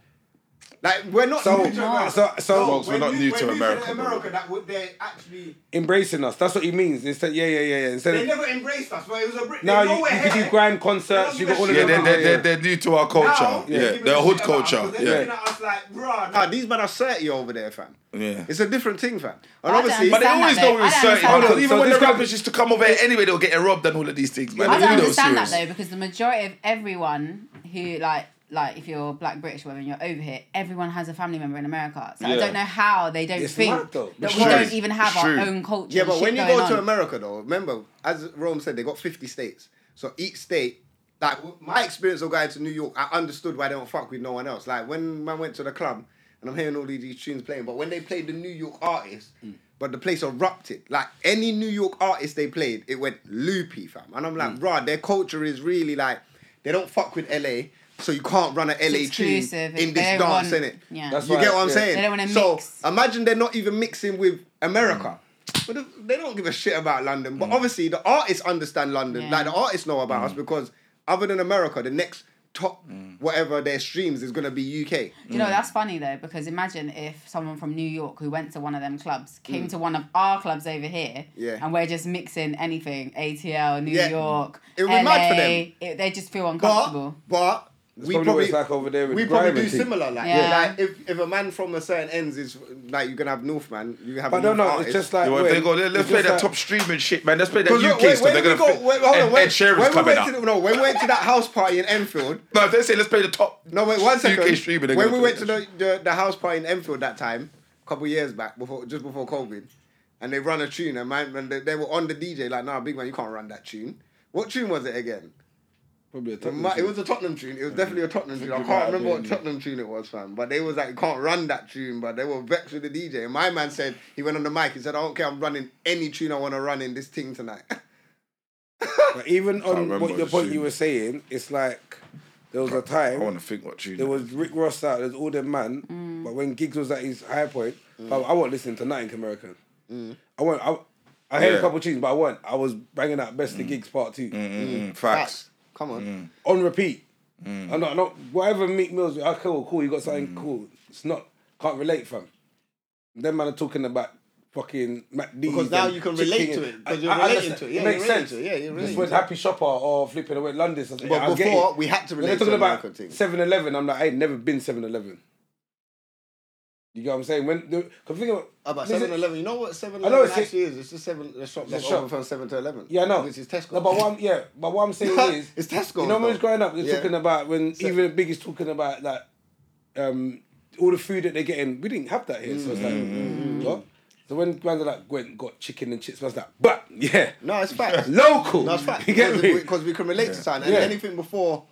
Speaker 3: Like we're not
Speaker 5: So-
Speaker 3: new to
Speaker 5: No.
Speaker 3: America.
Speaker 5: so- so-
Speaker 2: Folks, we're not new to America, bro.
Speaker 3: America that would they actually
Speaker 5: Embracing us. That's what he means. Instead, yeah, yeah, yeah, yeah. Instead
Speaker 3: they
Speaker 5: of,
Speaker 3: never embraced us. But it was a Brit.
Speaker 5: now
Speaker 3: they know
Speaker 5: you,
Speaker 3: we're
Speaker 5: you could
Speaker 3: here.
Speaker 5: do grime
Speaker 3: They don't
Speaker 5: concerts. You
Speaker 3: give
Speaker 5: got
Speaker 3: a
Speaker 5: all of
Speaker 3: shit
Speaker 2: Yeah, they're,
Speaker 5: them.
Speaker 2: they're, they're,
Speaker 5: Yeah,
Speaker 2: they're new to our
Speaker 3: Now,
Speaker 2: culture.
Speaker 3: they're
Speaker 2: Yeah,
Speaker 3: giving
Speaker 2: they're
Speaker 3: a
Speaker 2: hood
Speaker 3: shit about us, 'cause
Speaker 2: culture.
Speaker 3: They're
Speaker 2: Yeah.
Speaker 3: looking at us like, bruh, nah, these men are thirty over there, fam.
Speaker 2: Yeah.
Speaker 3: It's a different thing, fam. And
Speaker 4: I don't
Speaker 3: obviously,
Speaker 2: But they
Speaker 4: understand
Speaker 2: always
Speaker 4: that,
Speaker 2: know
Speaker 4: though.
Speaker 2: we're
Speaker 4: I don't
Speaker 2: certain.
Speaker 4: understand
Speaker 2: Because
Speaker 4: that.
Speaker 2: even when
Speaker 5: So
Speaker 2: the
Speaker 5: this guy-
Speaker 2: rappers used to come over here anyway, they'll get robbed and all of these things, man.
Speaker 4: I
Speaker 2: They
Speaker 4: don't
Speaker 2: do those
Speaker 4: understand that
Speaker 2: serious.
Speaker 4: though because the majority of everyone who like like if you're black British woman you're over here everyone has a family member in America so I
Speaker 2: Yeah.
Speaker 4: don't know how they don't
Speaker 5: It's mad,
Speaker 4: think
Speaker 5: though.
Speaker 4: that
Speaker 5: It's
Speaker 4: we
Speaker 2: true.
Speaker 4: don't even have
Speaker 2: It's
Speaker 4: our
Speaker 2: true.
Speaker 4: own culture
Speaker 3: Yeah,
Speaker 4: and
Speaker 3: but
Speaker 4: shit
Speaker 3: when you
Speaker 4: going
Speaker 3: go to
Speaker 4: on.
Speaker 3: America, though, remember, as Rome said, they got 50 states. So each state, like, w- my experience of going to New York, I understood why they don't fuck with no one else. Like, when I went to the club and I'm hearing all these, these tunes playing, but when they played the New York artist,
Speaker 4: Mm.
Speaker 3: but the place erupted. Like, any New York artist they played, it went loopy, fam. And I'm
Speaker 4: Mm.
Speaker 3: like, rah, their culture is really like, they don't fuck with LA. So you can't run an LA tune
Speaker 4: exclusive,
Speaker 3: in
Speaker 4: they
Speaker 3: this
Speaker 4: don't want-
Speaker 3: dance, innit?
Speaker 4: yeah.
Speaker 5: That's
Speaker 3: you
Speaker 5: right,
Speaker 3: get what I'm
Speaker 5: yeah.
Speaker 3: saying?
Speaker 4: They don't wanna
Speaker 3: so,
Speaker 4: mix.
Speaker 3: Imagine they're not even mixing with America.
Speaker 5: Mm.
Speaker 3: But th- they don't give a shit about London. But obviously, the artists understand London.
Speaker 4: Yeah.
Speaker 3: Like the artists know about
Speaker 5: Mm.
Speaker 3: us because other than America, the next top whatever their streams is gonna be UK.
Speaker 4: You know, that's funny though, because imagine if someone from New York who went to one of them clubs came to one of our clubs over here
Speaker 3: Mm. Yeah.
Speaker 4: and we're just mixing anything ATL, New
Speaker 3: Yeah.
Speaker 4: York.
Speaker 3: It would be mad for
Speaker 4: LA,
Speaker 3: them.
Speaker 4: It, they just feel
Speaker 3: But
Speaker 4: uncomfortable.
Speaker 3: but we
Speaker 5: probably what
Speaker 3: probably
Speaker 5: it's like over there with
Speaker 3: we probably
Speaker 5: grime
Speaker 3: do
Speaker 5: and thing.
Speaker 3: similar. Like
Speaker 4: Yeah.
Speaker 3: like if, if a man from a certain ends is like you're gonna have North man, you have.
Speaker 5: But
Speaker 3: a
Speaker 5: no,
Speaker 2: Mm,
Speaker 3: North
Speaker 2: oh,
Speaker 5: no,
Speaker 3: artist.
Speaker 5: it's just like.
Speaker 2: Yeah, well, if
Speaker 5: when-
Speaker 2: they go, let,
Speaker 5: it's
Speaker 2: let's play
Speaker 5: just
Speaker 2: that
Speaker 5: like-
Speaker 2: top streaming shit, man. Let's play that
Speaker 3: Because look,
Speaker 2: UK
Speaker 3: when-
Speaker 2: stuff. They're
Speaker 3: when we
Speaker 2: gonna.
Speaker 3: go,
Speaker 2: Go,
Speaker 3: wait, hold on,
Speaker 2: Ed, Ed
Speaker 3: wait.
Speaker 2: Sheeran's
Speaker 3: when we
Speaker 2: coming
Speaker 3: went
Speaker 2: out.
Speaker 3: to the- no, when we went to that house party in Enfield,
Speaker 2: No, if they say let's play the top.
Speaker 3: No, wait, one second.
Speaker 2: UK streaming. they're
Speaker 3: when
Speaker 2: gonna
Speaker 3: we
Speaker 2: play
Speaker 3: went to
Speaker 2: that
Speaker 3: the, the, the house party in Enfield that time, a couple years back, before just before COVID, and they run a tune, and, man, and they, they were on the DJ, like, nah, big man, you can't run that tune. What tune was it again?
Speaker 5: Probably a
Speaker 3: It
Speaker 5: top.
Speaker 3: mi- it was a Tottenham tune. It was definitely a Tottenham tune. I
Speaker 5: about
Speaker 3: can't
Speaker 5: it,
Speaker 3: remember what
Speaker 5: yeah.
Speaker 3: Tottenham tune it was, fam. But they was like, you can't run that tune, but they were vexed with the DJ. And my man said, he went on the mic, he said, I don't care, I'm running any tune I want to run in this thing tonight.
Speaker 5: But even on
Speaker 2: remember
Speaker 5: what your
Speaker 2: the
Speaker 5: point
Speaker 2: tune.
Speaker 5: you were saying, it's like there was a
Speaker 2: I
Speaker 5: time
Speaker 2: want to think what tune.
Speaker 5: there
Speaker 2: it
Speaker 5: was Rick Ross out, there's all them man, but when Giggs was at his high point,
Speaker 2: Mm.
Speaker 5: I, I wasn't listening to nothing American. I won't. I, I heard
Speaker 2: Yeah.
Speaker 5: a couple tunes, but I wasn't. I was banging out Best of Gigs Part Two
Speaker 2: Mm, facts.
Speaker 3: Come on.
Speaker 5: on repeat. I'm not, I'm not whatever Meek Mills. Okay, cool, cool. You got something
Speaker 3: Mm.
Speaker 5: cool. It's not can't relate, fam. Them man are talking about fucking Mac D.
Speaker 3: Because now you can relate to it, because you're relating to it. Yeah,
Speaker 5: it
Speaker 3: you're
Speaker 5: makes
Speaker 3: relating
Speaker 5: sense.
Speaker 3: to it. Yeah, you're
Speaker 5: Just
Speaker 3: relating
Speaker 5: when
Speaker 3: to it.
Speaker 5: Happy Shopper or flipping away London. But
Speaker 3: But before, we had to
Speaker 5: when they're
Speaker 3: relate
Speaker 5: talking
Speaker 3: to
Speaker 5: about
Speaker 3: American things.
Speaker 5: 7-Eleven, I'm like, I ain't never been 7-Eleven. You get what I'm saying? When the, cause think about,
Speaker 3: About
Speaker 5: listen-
Speaker 3: 7 Eleven, you know what 7
Speaker 5: I know
Speaker 3: Eleven
Speaker 5: it's-
Speaker 3: actually is? It's just seven, the shop that's
Speaker 5: shop.
Speaker 3: open from 7 to 11.
Speaker 5: Yeah, no.
Speaker 3: Which is Tesco.
Speaker 5: No, but what I'm, yeah, but what I'm saying is,
Speaker 3: It's Tesco,
Speaker 5: You know, when
Speaker 3: though.
Speaker 5: I was growing up, they're
Speaker 3: Yeah.
Speaker 5: talking about when even the biggest talking about that, um, all the food that they're getting. We didn't have that here, so it's like, what? So when brands are like went got chicken and chips, I was like, but yeah,
Speaker 3: No, it's facts.
Speaker 5: local.
Speaker 3: No, it's fact.
Speaker 5: You get me?
Speaker 3: Because we, can relate to something. And
Speaker 5: Yeah.
Speaker 3: anything before,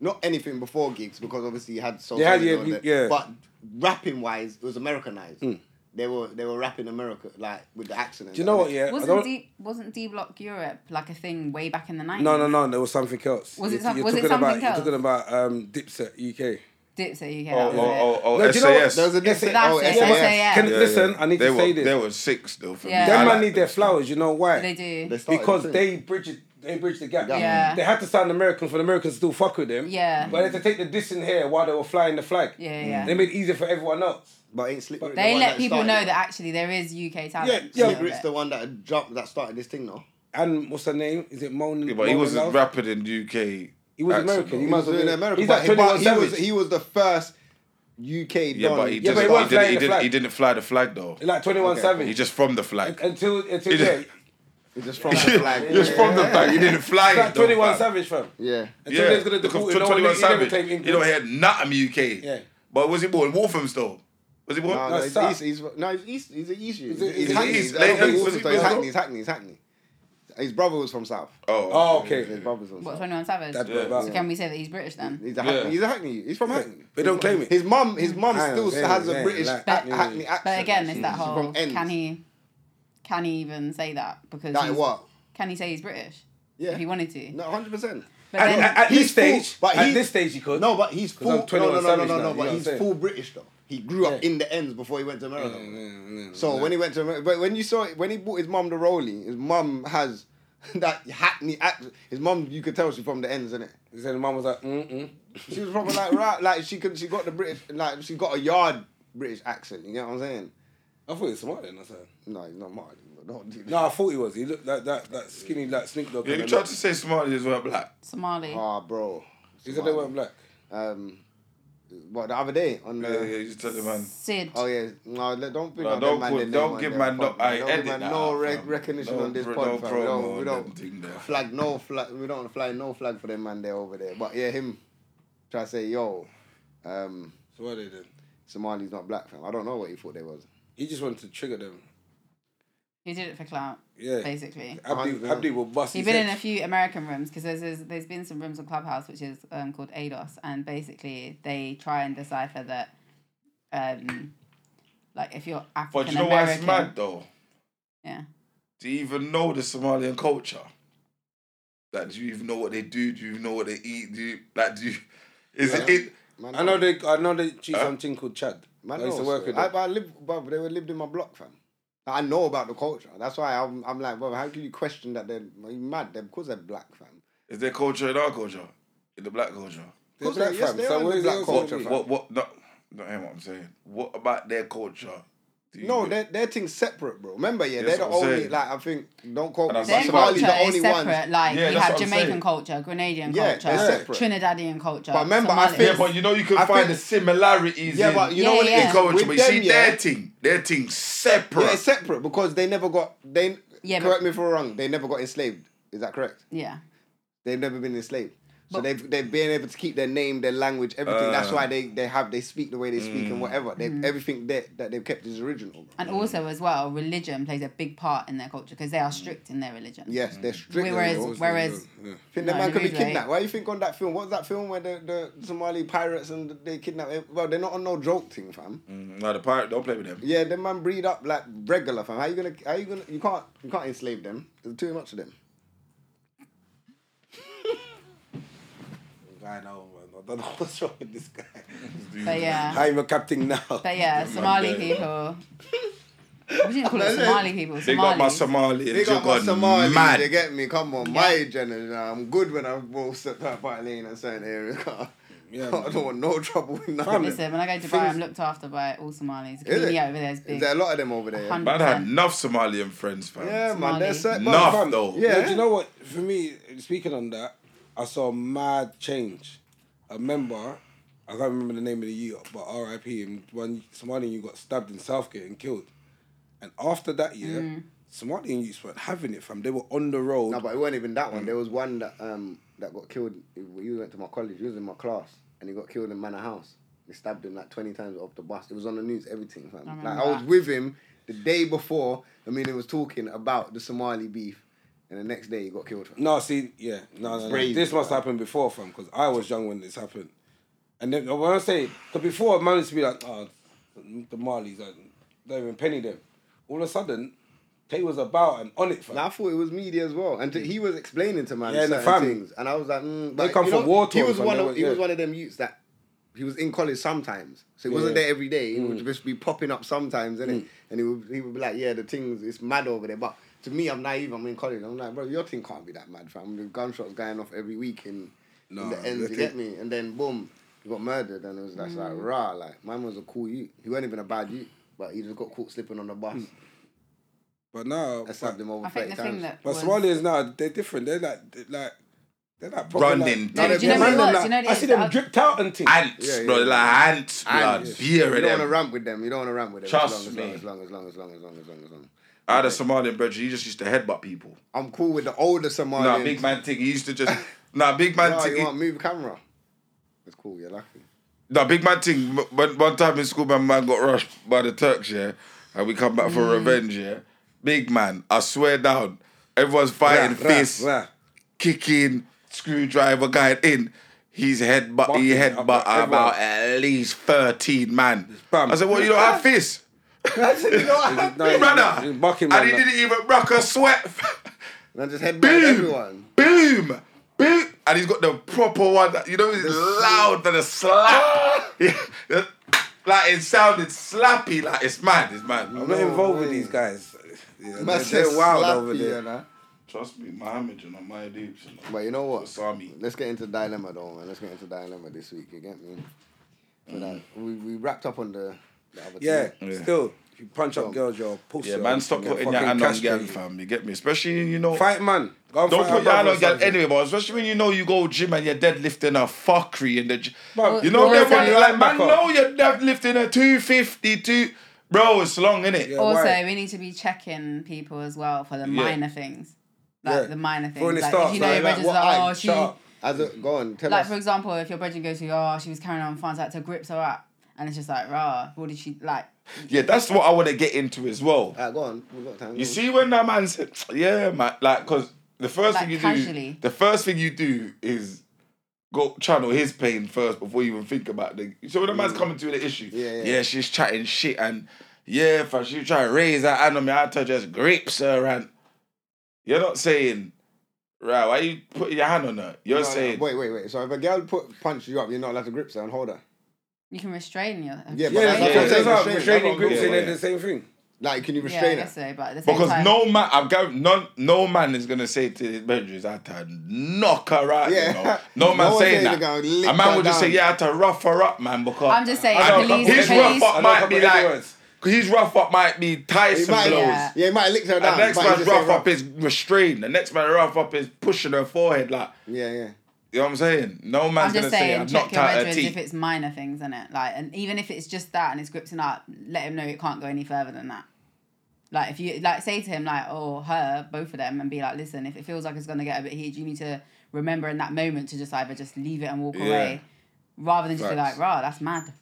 Speaker 3: not anything before gigs, because obviously you had so
Speaker 5: You had,
Speaker 3: many
Speaker 5: yeah,
Speaker 3: on there.
Speaker 5: yeah. Hmm.
Speaker 3: But rapping wise, it was Americanized. They were they were rapping America like with the accent.
Speaker 5: Do you know what? Yeah, I
Speaker 4: Wasn't
Speaker 5: don't-
Speaker 4: D wasn't D Block Europe like a thing way back in the nineties?
Speaker 5: No, no, no. There was something else.
Speaker 4: Was it
Speaker 5: You're-
Speaker 4: some-
Speaker 5: you're
Speaker 4: was it
Speaker 5: talking
Speaker 4: something
Speaker 5: about, You're
Speaker 4: else?
Speaker 5: talking about um, Dipset UK.
Speaker 4: Dipset UK.
Speaker 2: Oh, oh,
Speaker 4: that was it.
Speaker 2: oh, oh,
Speaker 5: No, do you know what?
Speaker 2: SAS.
Speaker 3: There was a
Speaker 5: Yes,
Speaker 3: different-
Speaker 4: that's
Speaker 3: oh,
Speaker 4: it,
Speaker 3: SAS.
Speaker 4: SAS, yeah.
Speaker 5: Can, Listen, I need
Speaker 2: they
Speaker 5: to
Speaker 2: were,
Speaker 5: say this.
Speaker 2: They were six though for
Speaker 4: Yeah.
Speaker 2: me. I
Speaker 5: Them
Speaker 2: like
Speaker 5: man need their
Speaker 2: them.
Speaker 5: flowers. You know why?
Speaker 4: They do.
Speaker 3: They started
Speaker 5: because
Speaker 3: the thing.
Speaker 5: they bridge it, they bridge the gap.
Speaker 4: Yeah.
Speaker 5: They had to sound American for the Americans to still fuck with them.
Speaker 4: Yeah.
Speaker 5: But they had to take the diss in here while they were flying the flag.
Speaker 4: Yeah, yeah.
Speaker 5: They made it easier for everyone else.
Speaker 3: but ain't Slick Rick the
Speaker 4: They
Speaker 3: one
Speaker 4: let people
Speaker 3: started
Speaker 4: know
Speaker 3: it?
Speaker 4: that actually there is UK talent.
Speaker 5: Yeah, yeah.
Speaker 4: Slick
Speaker 3: Slick Rick's the one that jumped that started this thing though.
Speaker 5: And what's her name? Is it Moan?
Speaker 2: Yeah, but he
Speaker 5: Moan
Speaker 2: wasn't
Speaker 5: Love?
Speaker 2: rapping in UK.
Speaker 5: He was
Speaker 2: accent,
Speaker 5: American. He
Speaker 2: though.
Speaker 5: might
Speaker 3: He was
Speaker 5: as well
Speaker 3: in
Speaker 5: be-
Speaker 3: America,
Speaker 5: He's
Speaker 3: but,
Speaker 5: like
Speaker 3: he, but
Speaker 5: 21
Speaker 3: he was
Speaker 5: Savage.
Speaker 3: he was the first UK
Speaker 2: Yeah,
Speaker 3: don.
Speaker 2: but he
Speaker 5: Yeah,
Speaker 2: just
Speaker 5: but he
Speaker 2: he, didn't,
Speaker 5: wasn't
Speaker 2: he,
Speaker 5: flying the
Speaker 2: didn't,
Speaker 5: flag.
Speaker 2: he didn't fly the flag though.
Speaker 5: Like 21 Savage.
Speaker 2: He just from the flag.
Speaker 5: until until
Speaker 2: He
Speaker 5: yeah.
Speaker 2: just-
Speaker 3: He just from the flag.
Speaker 2: Just
Speaker 3: yeah.
Speaker 2: from the flag. He didn't fly
Speaker 5: It's
Speaker 2: it.
Speaker 5: like
Speaker 2: though,
Speaker 5: 21
Speaker 2: fam.
Speaker 5: Savage, fam.
Speaker 3: Yeah.
Speaker 5: Until
Speaker 2: Yeah,
Speaker 5: they was gonna
Speaker 2: because
Speaker 5: debut,
Speaker 2: tw-
Speaker 5: no one-
Speaker 2: 21
Speaker 5: he never
Speaker 2: Savage.
Speaker 5: claimed
Speaker 2: He
Speaker 5: England.
Speaker 2: don't hear nothing UK.
Speaker 5: Yeah.
Speaker 2: But was he born in Waltham still? Was he born?
Speaker 3: No,
Speaker 5: No,
Speaker 3: no,
Speaker 5: it's
Speaker 3: he's,
Speaker 5: tough.
Speaker 3: he's, he's- no, he's East. He's an East. He's,
Speaker 5: it-
Speaker 3: he's,
Speaker 5: is it
Speaker 3: Hackney.
Speaker 5: East?
Speaker 3: I don't
Speaker 5: Like,
Speaker 3: think
Speaker 5: is-
Speaker 3: he's
Speaker 5: was
Speaker 3: Wolverhampton,
Speaker 5: it-
Speaker 3: he's Hackney. He's Hackney. He's Hackney. His brother was from South.
Speaker 2: Oh,
Speaker 5: Oh,
Speaker 3: His
Speaker 5: okay.
Speaker 3: brother was from
Speaker 4: What,
Speaker 3: South.
Speaker 4: 21 Savage?
Speaker 5: That's what about-
Speaker 4: So can we say that he's British then?
Speaker 3: He's a Hackney.
Speaker 2: Yeah.
Speaker 3: He's a Hackney. He's from Hackney.
Speaker 5: They don't claim it.
Speaker 3: His mum, his mum
Speaker 5: Hang on,
Speaker 3: still
Speaker 5: they-
Speaker 3: has a
Speaker 5: they-
Speaker 3: British
Speaker 5: like,
Speaker 3: a-
Speaker 5: Hackney.
Speaker 3: Hackney, accent.
Speaker 4: But again, it's that
Speaker 3: She's
Speaker 4: whole
Speaker 3: from Ends.
Speaker 4: can he can he even say that? Because
Speaker 3: That
Speaker 4: he's-
Speaker 3: what?
Speaker 4: Can he say he's British?
Speaker 3: Yeah.
Speaker 4: If he wanted to.
Speaker 3: No, hundred percent.
Speaker 4: But
Speaker 5: At,
Speaker 4: then-
Speaker 5: at, at this
Speaker 3: He's full,
Speaker 5: stage,
Speaker 3: but
Speaker 5: at
Speaker 3: he-
Speaker 5: this stage, you could.
Speaker 3: No, but he's full.
Speaker 5: I'm
Speaker 3: No,
Speaker 5: 21
Speaker 3: no, no, no,
Speaker 5: savage
Speaker 3: no, no.
Speaker 5: now, you know
Speaker 3: But
Speaker 5: what I'm
Speaker 3: he's
Speaker 5: saying?
Speaker 3: full British though. He grew up
Speaker 5: Yeah.
Speaker 3: in the ends before he went to America.
Speaker 5: Mm, mm,
Speaker 3: So when he went to America, but when you saw it, when he bought his mum the Rolly, his mum has that Hackney accent. His mum, you could tell she's from the ends, innit?
Speaker 5: He said, "Mum was like, mm mm."
Speaker 3: She was probably like right, like she could, she got the British, like she got a yard British accent. You know what I'm saying?
Speaker 5: I thought he was smart then. I said.
Speaker 3: No, he's not Martin. but Don't do
Speaker 5: No, I thought he was. He looked like that, that skinny, like Snoop Dogg.
Speaker 2: Yeah,
Speaker 5: kinda
Speaker 2: you tried
Speaker 5: look.
Speaker 2: to say Smarties as well, black.
Speaker 4: Somali.
Speaker 3: Ah, bro.
Speaker 5: He said they weren't black.
Speaker 3: Um, what the other day on the.
Speaker 2: uh, Yeah, yeah, you tell the man.
Speaker 4: Sid.
Speaker 3: Oh yeah, no, let- don't bring
Speaker 2: No,
Speaker 3: on
Speaker 2: don't
Speaker 3: that man.
Speaker 2: put-
Speaker 3: their name
Speaker 2: don't
Speaker 3: on
Speaker 2: give
Speaker 3: there,
Speaker 2: man no-
Speaker 3: fam.
Speaker 2: aye,
Speaker 3: Don't give
Speaker 2: edit
Speaker 3: man
Speaker 2: that
Speaker 3: no
Speaker 2: out,
Speaker 3: re-
Speaker 2: fam.
Speaker 3: recognition
Speaker 2: Don't
Speaker 3: on this
Speaker 2: pro-
Speaker 3: pod,
Speaker 2: don't
Speaker 3: fam. We don't,
Speaker 2: promo
Speaker 3: we
Speaker 2: them thing
Speaker 3: don't
Speaker 2: there.
Speaker 3: flag no flag. We don't fly no flag for them man there over there. But yeah, him try to say yo, um,
Speaker 5: So what they did?
Speaker 3: Somali's not black fam. I don't know what he thought they was.
Speaker 5: He just wanted to trigger them.
Speaker 4: He did it for clout.
Speaker 5: Yeah.
Speaker 4: Basically.
Speaker 5: Abdi,
Speaker 3: 100%.
Speaker 5: Abdi will bust.
Speaker 4: He's
Speaker 5: his
Speaker 4: been in
Speaker 5: head.
Speaker 4: a few American rooms because there's, there's there's been some rooms on Clubhouse which is um, called ADOS, and basically they try and decipher that, um, like if you're
Speaker 2: But you
Speaker 4: African
Speaker 2: know why it's
Speaker 4: American,
Speaker 2: mad though?
Speaker 4: yeah,
Speaker 2: Do you even know the Somalian culture? Like, do you even know what they do? Do you even know what they eat? Do you, like, do you, is it, it?
Speaker 3: Man,
Speaker 5: I know they. I know they cheat something called Chad.
Speaker 3: Man,
Speaker 5: I used to
Speaker 3: knows,
Speaker 5: work with
Speaker 3: bro. I,
Speaker 5: them.
Speaker 3: but I lived, bro, they were lived in my block, fam. I know about the culture. That's why I'm, I'm like, bro, how can you question that they're are you mad? They're because they're black, fam.
Speaker 2: Is their culture in our culture? In the black culture?
Speaker 5: They're
Speaker 3: Because they-
Speaker 5: black,
Speaker 3: yes,
Speaker 5: fam.
Speaker 3: they are
Speaker 5: So
Speaker 3: in
Speaker 5: where
Speaker 3: the
Speaker 5: is
Speaker 3: black
Speaker 5: that
Speaker 3: culture,
Speaker 5: culture
Speaker 3: fam.
Speaker 5: from?
Speaker 2: What? What? No, don't hear what I'm saying. What about their culture? Do you
Speaker 3: No,
Speaker 2: get-
Speaker 3: their their thing's separate, bro. Remember, yeah,
Speaker 2: That's
Speaker 3: they're the
Speaker 2: what I'm
Speaker 3: only
Speaker 2: saying.
Speaker 3: like I think. Don't quote me.
Speaker 2: And
Speaker 3: but
Speaker 2: that's
Speaker 4: their
Speaker 2: Somali's
Speaker 3: Somali's
Speaker 4: culture
Speaker 3: the
Speaker 4: is
Speaker 3: only
Speaker 4: separate.
Speaker 3: ones.
Speaker 4: Like
Speaker 2: Yeah,
Speaker 4: you
Speaker 2: that's
Speaker 4: have
Speaker 2: what I'm
Speaker 4: Jamaican
Speaker 2: saying.
Speaker 4: culture, Grenadian
Speaker 3: Yeah,
Speaker 4: culture,
Speaker 3: they're separate.
Speaker 4: Trinidadian culture.
Speaker 3: But remember, I
Speaker 4: Somali.
Speaker 3: think-
Speaker 2: Yeah, but you know you can
Speaker 3: I
Speaker 2: find
Speaker 3: think-
Speaker 2: the similarities.
Speaker 3: Yeah,
Speaker 2: in,
Speaker 3: but you
Speaker 4: know what it
Speaker 2: in
Speaker 4: is?
Speaker 2: culture,
Speaker 3: With
Speaker 2: but you see
Speaker 3: them, yeah.
Speaker 2: their thing, their thing separate.
Speaker 3: Yeah, it's separate because they never got. They
Speaker 4: Yeah, but-
Speaker 3: correct me if I'm wrong. They never got enslaved. Is that correct?
Speaker 4: yeah,
Speaker 3: They've never been enslaved. So
Speaker 4: But-
Speaker 3: they've they've been able to keep their name, their language, everything.
Speaker 2: Uh.
Speaker 3: That's why they, they have they speak the way they speak
Speaker 2: Mm.
Speaker 3: and whatever. They
Speaker 4: Mm.
Speaker 3: everything that that they've kept is original. Bro.
Speaker 4: and also as well, religion plays a big part in their culture because they are strict in their religion.
Speaker 3: Yes,
Speaker 5: Mm.
Speaker 3: they're strict.
Speaker 4: Whereas
Speaker 3: I
Speaker 4: whereas
Speaker 5: Yeah.
Speaker 3: think that
Speaker 4: No,
Speaker 3: man could be
Speaker 4: individually.
Speaker 3: kidnapped. Why you think on that film? What's that film where the, the Somali pirates and they kidnap? Well, they're not on no joke thing, fam.
Speaker 2: Mm, no, the pirate don't play with them.
Speaker 3: Yeah, them man breed up like regular fam. How you gonna? How you gonna? You can't. You can't enslave them. There's too much of them.
Speaker 5: guy now, man. I don't know what's wrong with this guy.
Speaker 4: But yeah.
Speaker 5: I'm a captain now.
Speaker 4: But yeah, Somali people. We didn't call it Somali people.
Speaker 2: They got my
Speaker 4: Somali.
Speaker 2: Somali and
Speaker 3: They got my
Speaker 2: gone
Speaker 3: Somali.
Speaker 2: mad.
Speaker 3: They get me. Come on, my generation. I'm good when I will step out by lane and certain area.
Speaker 5: Yeah,
Speaker 3: I don't want no trouble with
Speaker 5: Family.
Speaker 3: nothing.
Speaker 4: Listen, when I go to Dubai, I'm looked after by all Somalis. The
Speaker 3: Is it?
Speaker 4: community over there is big.
Speaker 3: Is there a lot of them over there?
Speaker 4: Hundred-
Speaker 2: Man had enough Somalian friends, fam.
Speaker 3: Yeah, man. There's
Speaker 4: Somali.
Speaker 3: certain.
Speaker 2: Enough,
Speaker 5: Fam,
Speaker 2: though.
Speaker 5: Yeah.
Speaker 3: Yeah.
Speaker 5: do you know what? For me, speaking on that, I saw a mad change. I remember, I can't remember the name of the year, but RIP, and one Somali you got stabbed in Southgate and killed. And after that year,
Speaker 4: Mm.
Speaker 5: Somali and youths weren't having it, fam. They were on the road.
Speaker 3: No, but it wasn't even that one.
Speaker 4: Mm.
Speaker 3: There was one that um that got killed. He went to my college. He was in my class, and he got killed in Manor House. He stabbed him like twenty times off the bus. It was on the news. Everything, fam.
Speaker 4: remember
Speaker 3: like I was
Speaker 4: that.
Speaker 3: with him the day before. I mean, he was talking about the Somali beef, and the next day he got killed. Fam.
Speaker 5: No, see, yeah, no, no, no.
Speaker 3: crazy,
Speaker 5: this must
Speaker 3: bro.
Speaker 5: happen before, fam, because I was young when this happened. And then when I say, because before I managed to be like, oh, the Marleys, I don't even penny them. All of a sudden, Tay was about and on it, fam.
Speaker 3: And I thought it was media as well, and t- he was explaining to man
Speaker 5: Yeah, and the
Speaker 3: certain
Speaker 5: fam-
Speaker 3: things, and I was like, mm,
Speaker 5: They
Speaker 3: like,
Speaker 5: come
Speaker 3: you
Speaker 5: from
Speaker 3: know,
Speaker 5: war
Speaker 3: He
Speaker 5: torn,
Speaker 3: was
Speaker 5: fam,
Speaker 3: one
Speaker 5: they
Speaker 3: of
Speaker 5: were-
Speaker 3: he was
Speaker 5: yeah.
Speaker 3: one of them youths that he was in college sometimes, so he wasn't
Speaker 5: Yeah. Mm.
Speaker 3: there every day. He would just be popping up sometimes, innit? and he would he would be like, yeah, the things it's mad over there. But to me, I'm naive. I'm in college. I'm like, bro, your thing can't be that mad, fam. The gunshots going off every week in,
Speaker 5: No,
Speaker 3: in the ends.
Speaker 5: the
Speaker 3: You get
Speaker 5: thing- Mm.
Speaker 3: me? And then boom, he got murdered, and it was that's like rah, like man was a cool youth. He wasn't even a bad youth, but he just got caught slipping on the bus.
Speaker 5: Mm. But now,
Speaker 3: I slapped him over
Speaker 4: I think
Speaker 3: 30
Speaker 4: the thing
Speaker 3: times.
Speaker 4: that
Speaker 5: But
Speaker 4: was-
Speaker 5: Somalians now, they're different. They're like, they're like, they're like proper,
Speaker 2: Running.
Speaker 5: Like,
Speaker 4: No,
Speaker 2: down
Speaker 4: do you know what it
Speaker 5: Man,
Speaker 4: was?
Speaker 5: like,
Speaker 4: Do you know what it
Speaker 5: I
Speaker 4: is?
Speaker 5: see them
Speaker 4: I-
Speaker 5: dripped out and things.
Speaker 2: Ants,
Speaker 3: Yeah,
Speaker 2: bro.
Speaker 3: yeah.
Speaker 2: Like ants, blood,
Speaker 3: And
Speaker 2: beer
Speaker 3: You
Speaker 2: and
Speaker 3: don't want to
Speaker 2: them.
Speaker 3: ramp with them. You don't want to ramp with them.
Speaker 2: Trust
Speaker 3: as long,
Speaker 2: me.
Speaker 3: As long, as long, as long, as long, as long, as long, as long.
Speaker 2: I had a Somalian brother. He just used to headbutt people.
Speaker 3: I'm cool with the older Somalians.
Speaker 2: Nah, big man thing. He used to just. Nah, big man
Speaker 3: No,
Speaker 2: thing.
Speaker 3: you
Speaker 2: he-
Speaker 3: want move camera? It's cool. You're lucky.
Speaker 2: No, big man thing. One, one time in school, my man got rushed by the Turks, yeah, and we come back
Speaker 3: Mm.
Speaker 2: for revenge, yeah. Big man, I swear down, everyone's
Speaker 5: Rah,
Speaker 2: fighting,
Speaker 5: rah,
Speaker 2: fist
Speaker 5: rah.
Speaker 2: kicking, screwdriver guy in. He's headbutt. He
Speaker 5: Bucking up
Speaker 2: headbutt
Speaker 5: everyone.
Speaker 2: about at least thirteen man.
Speaker 5: bam.
Speaker 2: I said, "Well, you don't have fists,
Speaker 5: No, he's-
Speaker 2: brother."
Speaker 5: he's bucking man
Speaker 2: and he
Speaker 5: up.
Speaker 2: didn't even rock a sweat.
Speaker 3: And I just headbutt everyone.
Speaker 2: boom, boom, boom, and he's got the proper one. That, you know, it's loud and a slap. Yeah. like it sounded slappy. Like it's mad. It's mad.
Speaker 5: I'm not involved with these guys. Yeah, they're, they're
Speaker 3: Massive
Speaker 5: wild
Speaker 3: slap
Speaker 5: over
Speaker 3: you,
Speaker 5: there.
Speaker 3: you know?
Speaker 2: Trust me, Mohammed, you know, my dudes. You know.
Speaker 3: But you know what?
Speaker 2: Sami.
Speaker 3: Let's get into dilemma though, man. Let's get into dilemma this week. You get me? But, uh, we we wrapped up on the, the other
Speaker 5: Yeah,
Speaker 3: team.
Speaker 5: still, if you punch up girls, you're a pussy.
Speaker 2: Yeah,
Speaker 5: or
Speaker 2: man,
Speaker 5: you
Speaker 2: stop
Speaker 5: get
Speaker 2: putting your
Speaker 5: fucking
Speaker 2: hand on
Speaker 5: castrated.
Speaker 2: gal, fam. You get me? Especially, you know,
Speaker 5: Fight, man. Go and
Speaker 2: Don't
Speaker 5: fight
Speaker 2: put
Speaker 5: a
Speaker 2: your hand
Speaker 5: brother
Speaker 2: on gal
Speaker 5: or something.
Speaker 2: anyway, but especially when you know you go gym and you're deadlifting a fuckery in the gym.
Speaker 5: Bro,
Speaker 2: you know,
Speaker 4: or
Speaker 2: them
Speaker 4: also-
Speaker 2: ones like, man,
Speaker 5: Back up.
Speaker 2: no, you're deadlifting a 252. Bro, it's long, innit?
Speaker 5: Yeah.
Speaker 4: Also,
Speaker 5: why?
Speaker 4: we need to be checking people as well for the minor things, like
Speaker 5: Yeah.
Speaker 4: the minor
Speaker 5: For when
Speaker 4: things.
Speaker 5: it
Speaker 4: Like
Speaker 5: starts,
Speaker 4: if you know
Speaker 5: like,
Speaker 4: your
Speaker 5: like,
Speaker 4: brethren's
Speaker 5: what
Speaker 4: like,
Speaker 5: eye?
Speaker 4: oh,
Speaker 5: Shut
Speaker 4: she,
Speaker 5: up.
Speaker 3: As a, go on, tell
Speaker 4: like
Speaker 3: us.
Speaker 4: for example, if your brethren goes to you, oh, she was carrying on, finds out her grips are up, and it's just like, rah, what did she like?
Speaker 2: Yeah, that's what I want to get into as well.
Speaker 3: Ah, go on. We've got time.
Speaker 2: You
Speaker 3: Go on.
Speaker 2: see when that man said, "Yeah, man," like because the first
Speaker 4: Like,
Speaker 2: thing you
Speaker 4: casually.
Speaker 2: do, the first thing you do is go channel his pain first before you even think about the. So when the man's coming to you with the issue,
Speaker 3: Yeah, yeah.
Speaker 2: she's chatting shit and yeah, for she trying to raise her hand on me, I had to just grip her and you're not saying, right? Why you putting your hand on her? You're
Speaker 3: No, no,
Speaker 2: saying,
Speaker 3: wait, wait, wait. So if a girl put punch you up, you're not allowed to grip her and hold her.
Speaker 4: You can restrain your.
Speaker 3: Yeah, but
Speaker 5: Yeah,
Speaker 3: that's
Speaker 2: Yeah,
Speaker 5: that's what I'm saying.
Speaker 2: yeah,
Speaker 5: That's
Speaker 3: yeah.
Speaker 5: restraining grips,
Speaker 2: Yeah,
Speaker 5: and
Speaker 2: yeah.
Speaker 5: they're the same thing.
Speaker 3: Like, can you
Speaker 4: yeah, I
Speaker 3: restrain
Speaker 4: guess
Speaker 3: her?
Speaker 4: so, but at the same
Speaker 2: because
Speaker 4: time,
Speaker 2: no man, I've got no no man is gonna say to his bedrooms, I had to knock her out.
Speaker 3: Yeah.
Speaker 2: You know? No man
Speaker 3: No one
Speaker 2: saying
Speaker 3: says
Speaker 2: that.
Speaker 3: you're gonna lick
Speaker 2: A man
Speaker 3: her
Speaker 2: would just
Speaker 3: down.
Speaker 2: say, yeah, I had to rough her up, man, because
Speaker 4: I'm just saying,
Speaker 2: I don't-
Speaker 4: police-
Speaker 2: his
Speaker 4: police-
Speaker 2: rough
Speaker 5: I
Speaker 2: up
Speaker 5: don't
Speaker 2: might
Speaker 5: come
Speaker 2: be
Speaker 5: with
Speaker 2: like
Speaker 5: any words.
Speaker 2: his rough up might be Tyson
Speaker 3: might-
Speaker 2: blows.
Speaker 4: Yeah.
Speaker 3: Yeah, he might lick her down.
Speaker 2: The next
Speaker 3: but he
Speaker 2: man's
Speaker 3: just say
Speaker 2: rough up is restrained. The next man's rough up is pushing her forehead like
Speaker 3: Yeah, yeah.
Speaker 2: you know what I'm saying? No man's
Speaker 4: I'm
Speaker 2: gonna
Speaker 4: just
Speaker 2: say
Speaker 4: saying,
Speaker 2: I've
Speaker 4: check
Speaker 2: knocked
Speaker 4: your
Speaker 2: out her
Speaker 4: brethren if
Speaker 2: teeth.
Speaker 4: it's minor things, isn't it? Like, and even if it's just that and it's grips and up, let him know it can't go any further than that. Like, if you like say to him, like, or her, both of them, and be like, listen, if it feels like it's gonna get a bit heated, you need to remember in that moment to just either just leave it and walk
Speaker 2: Yeah.
Speaker 4: away, rather than just be
Speaker 2: Facts.
Speaker 4: like, rah, that's mad.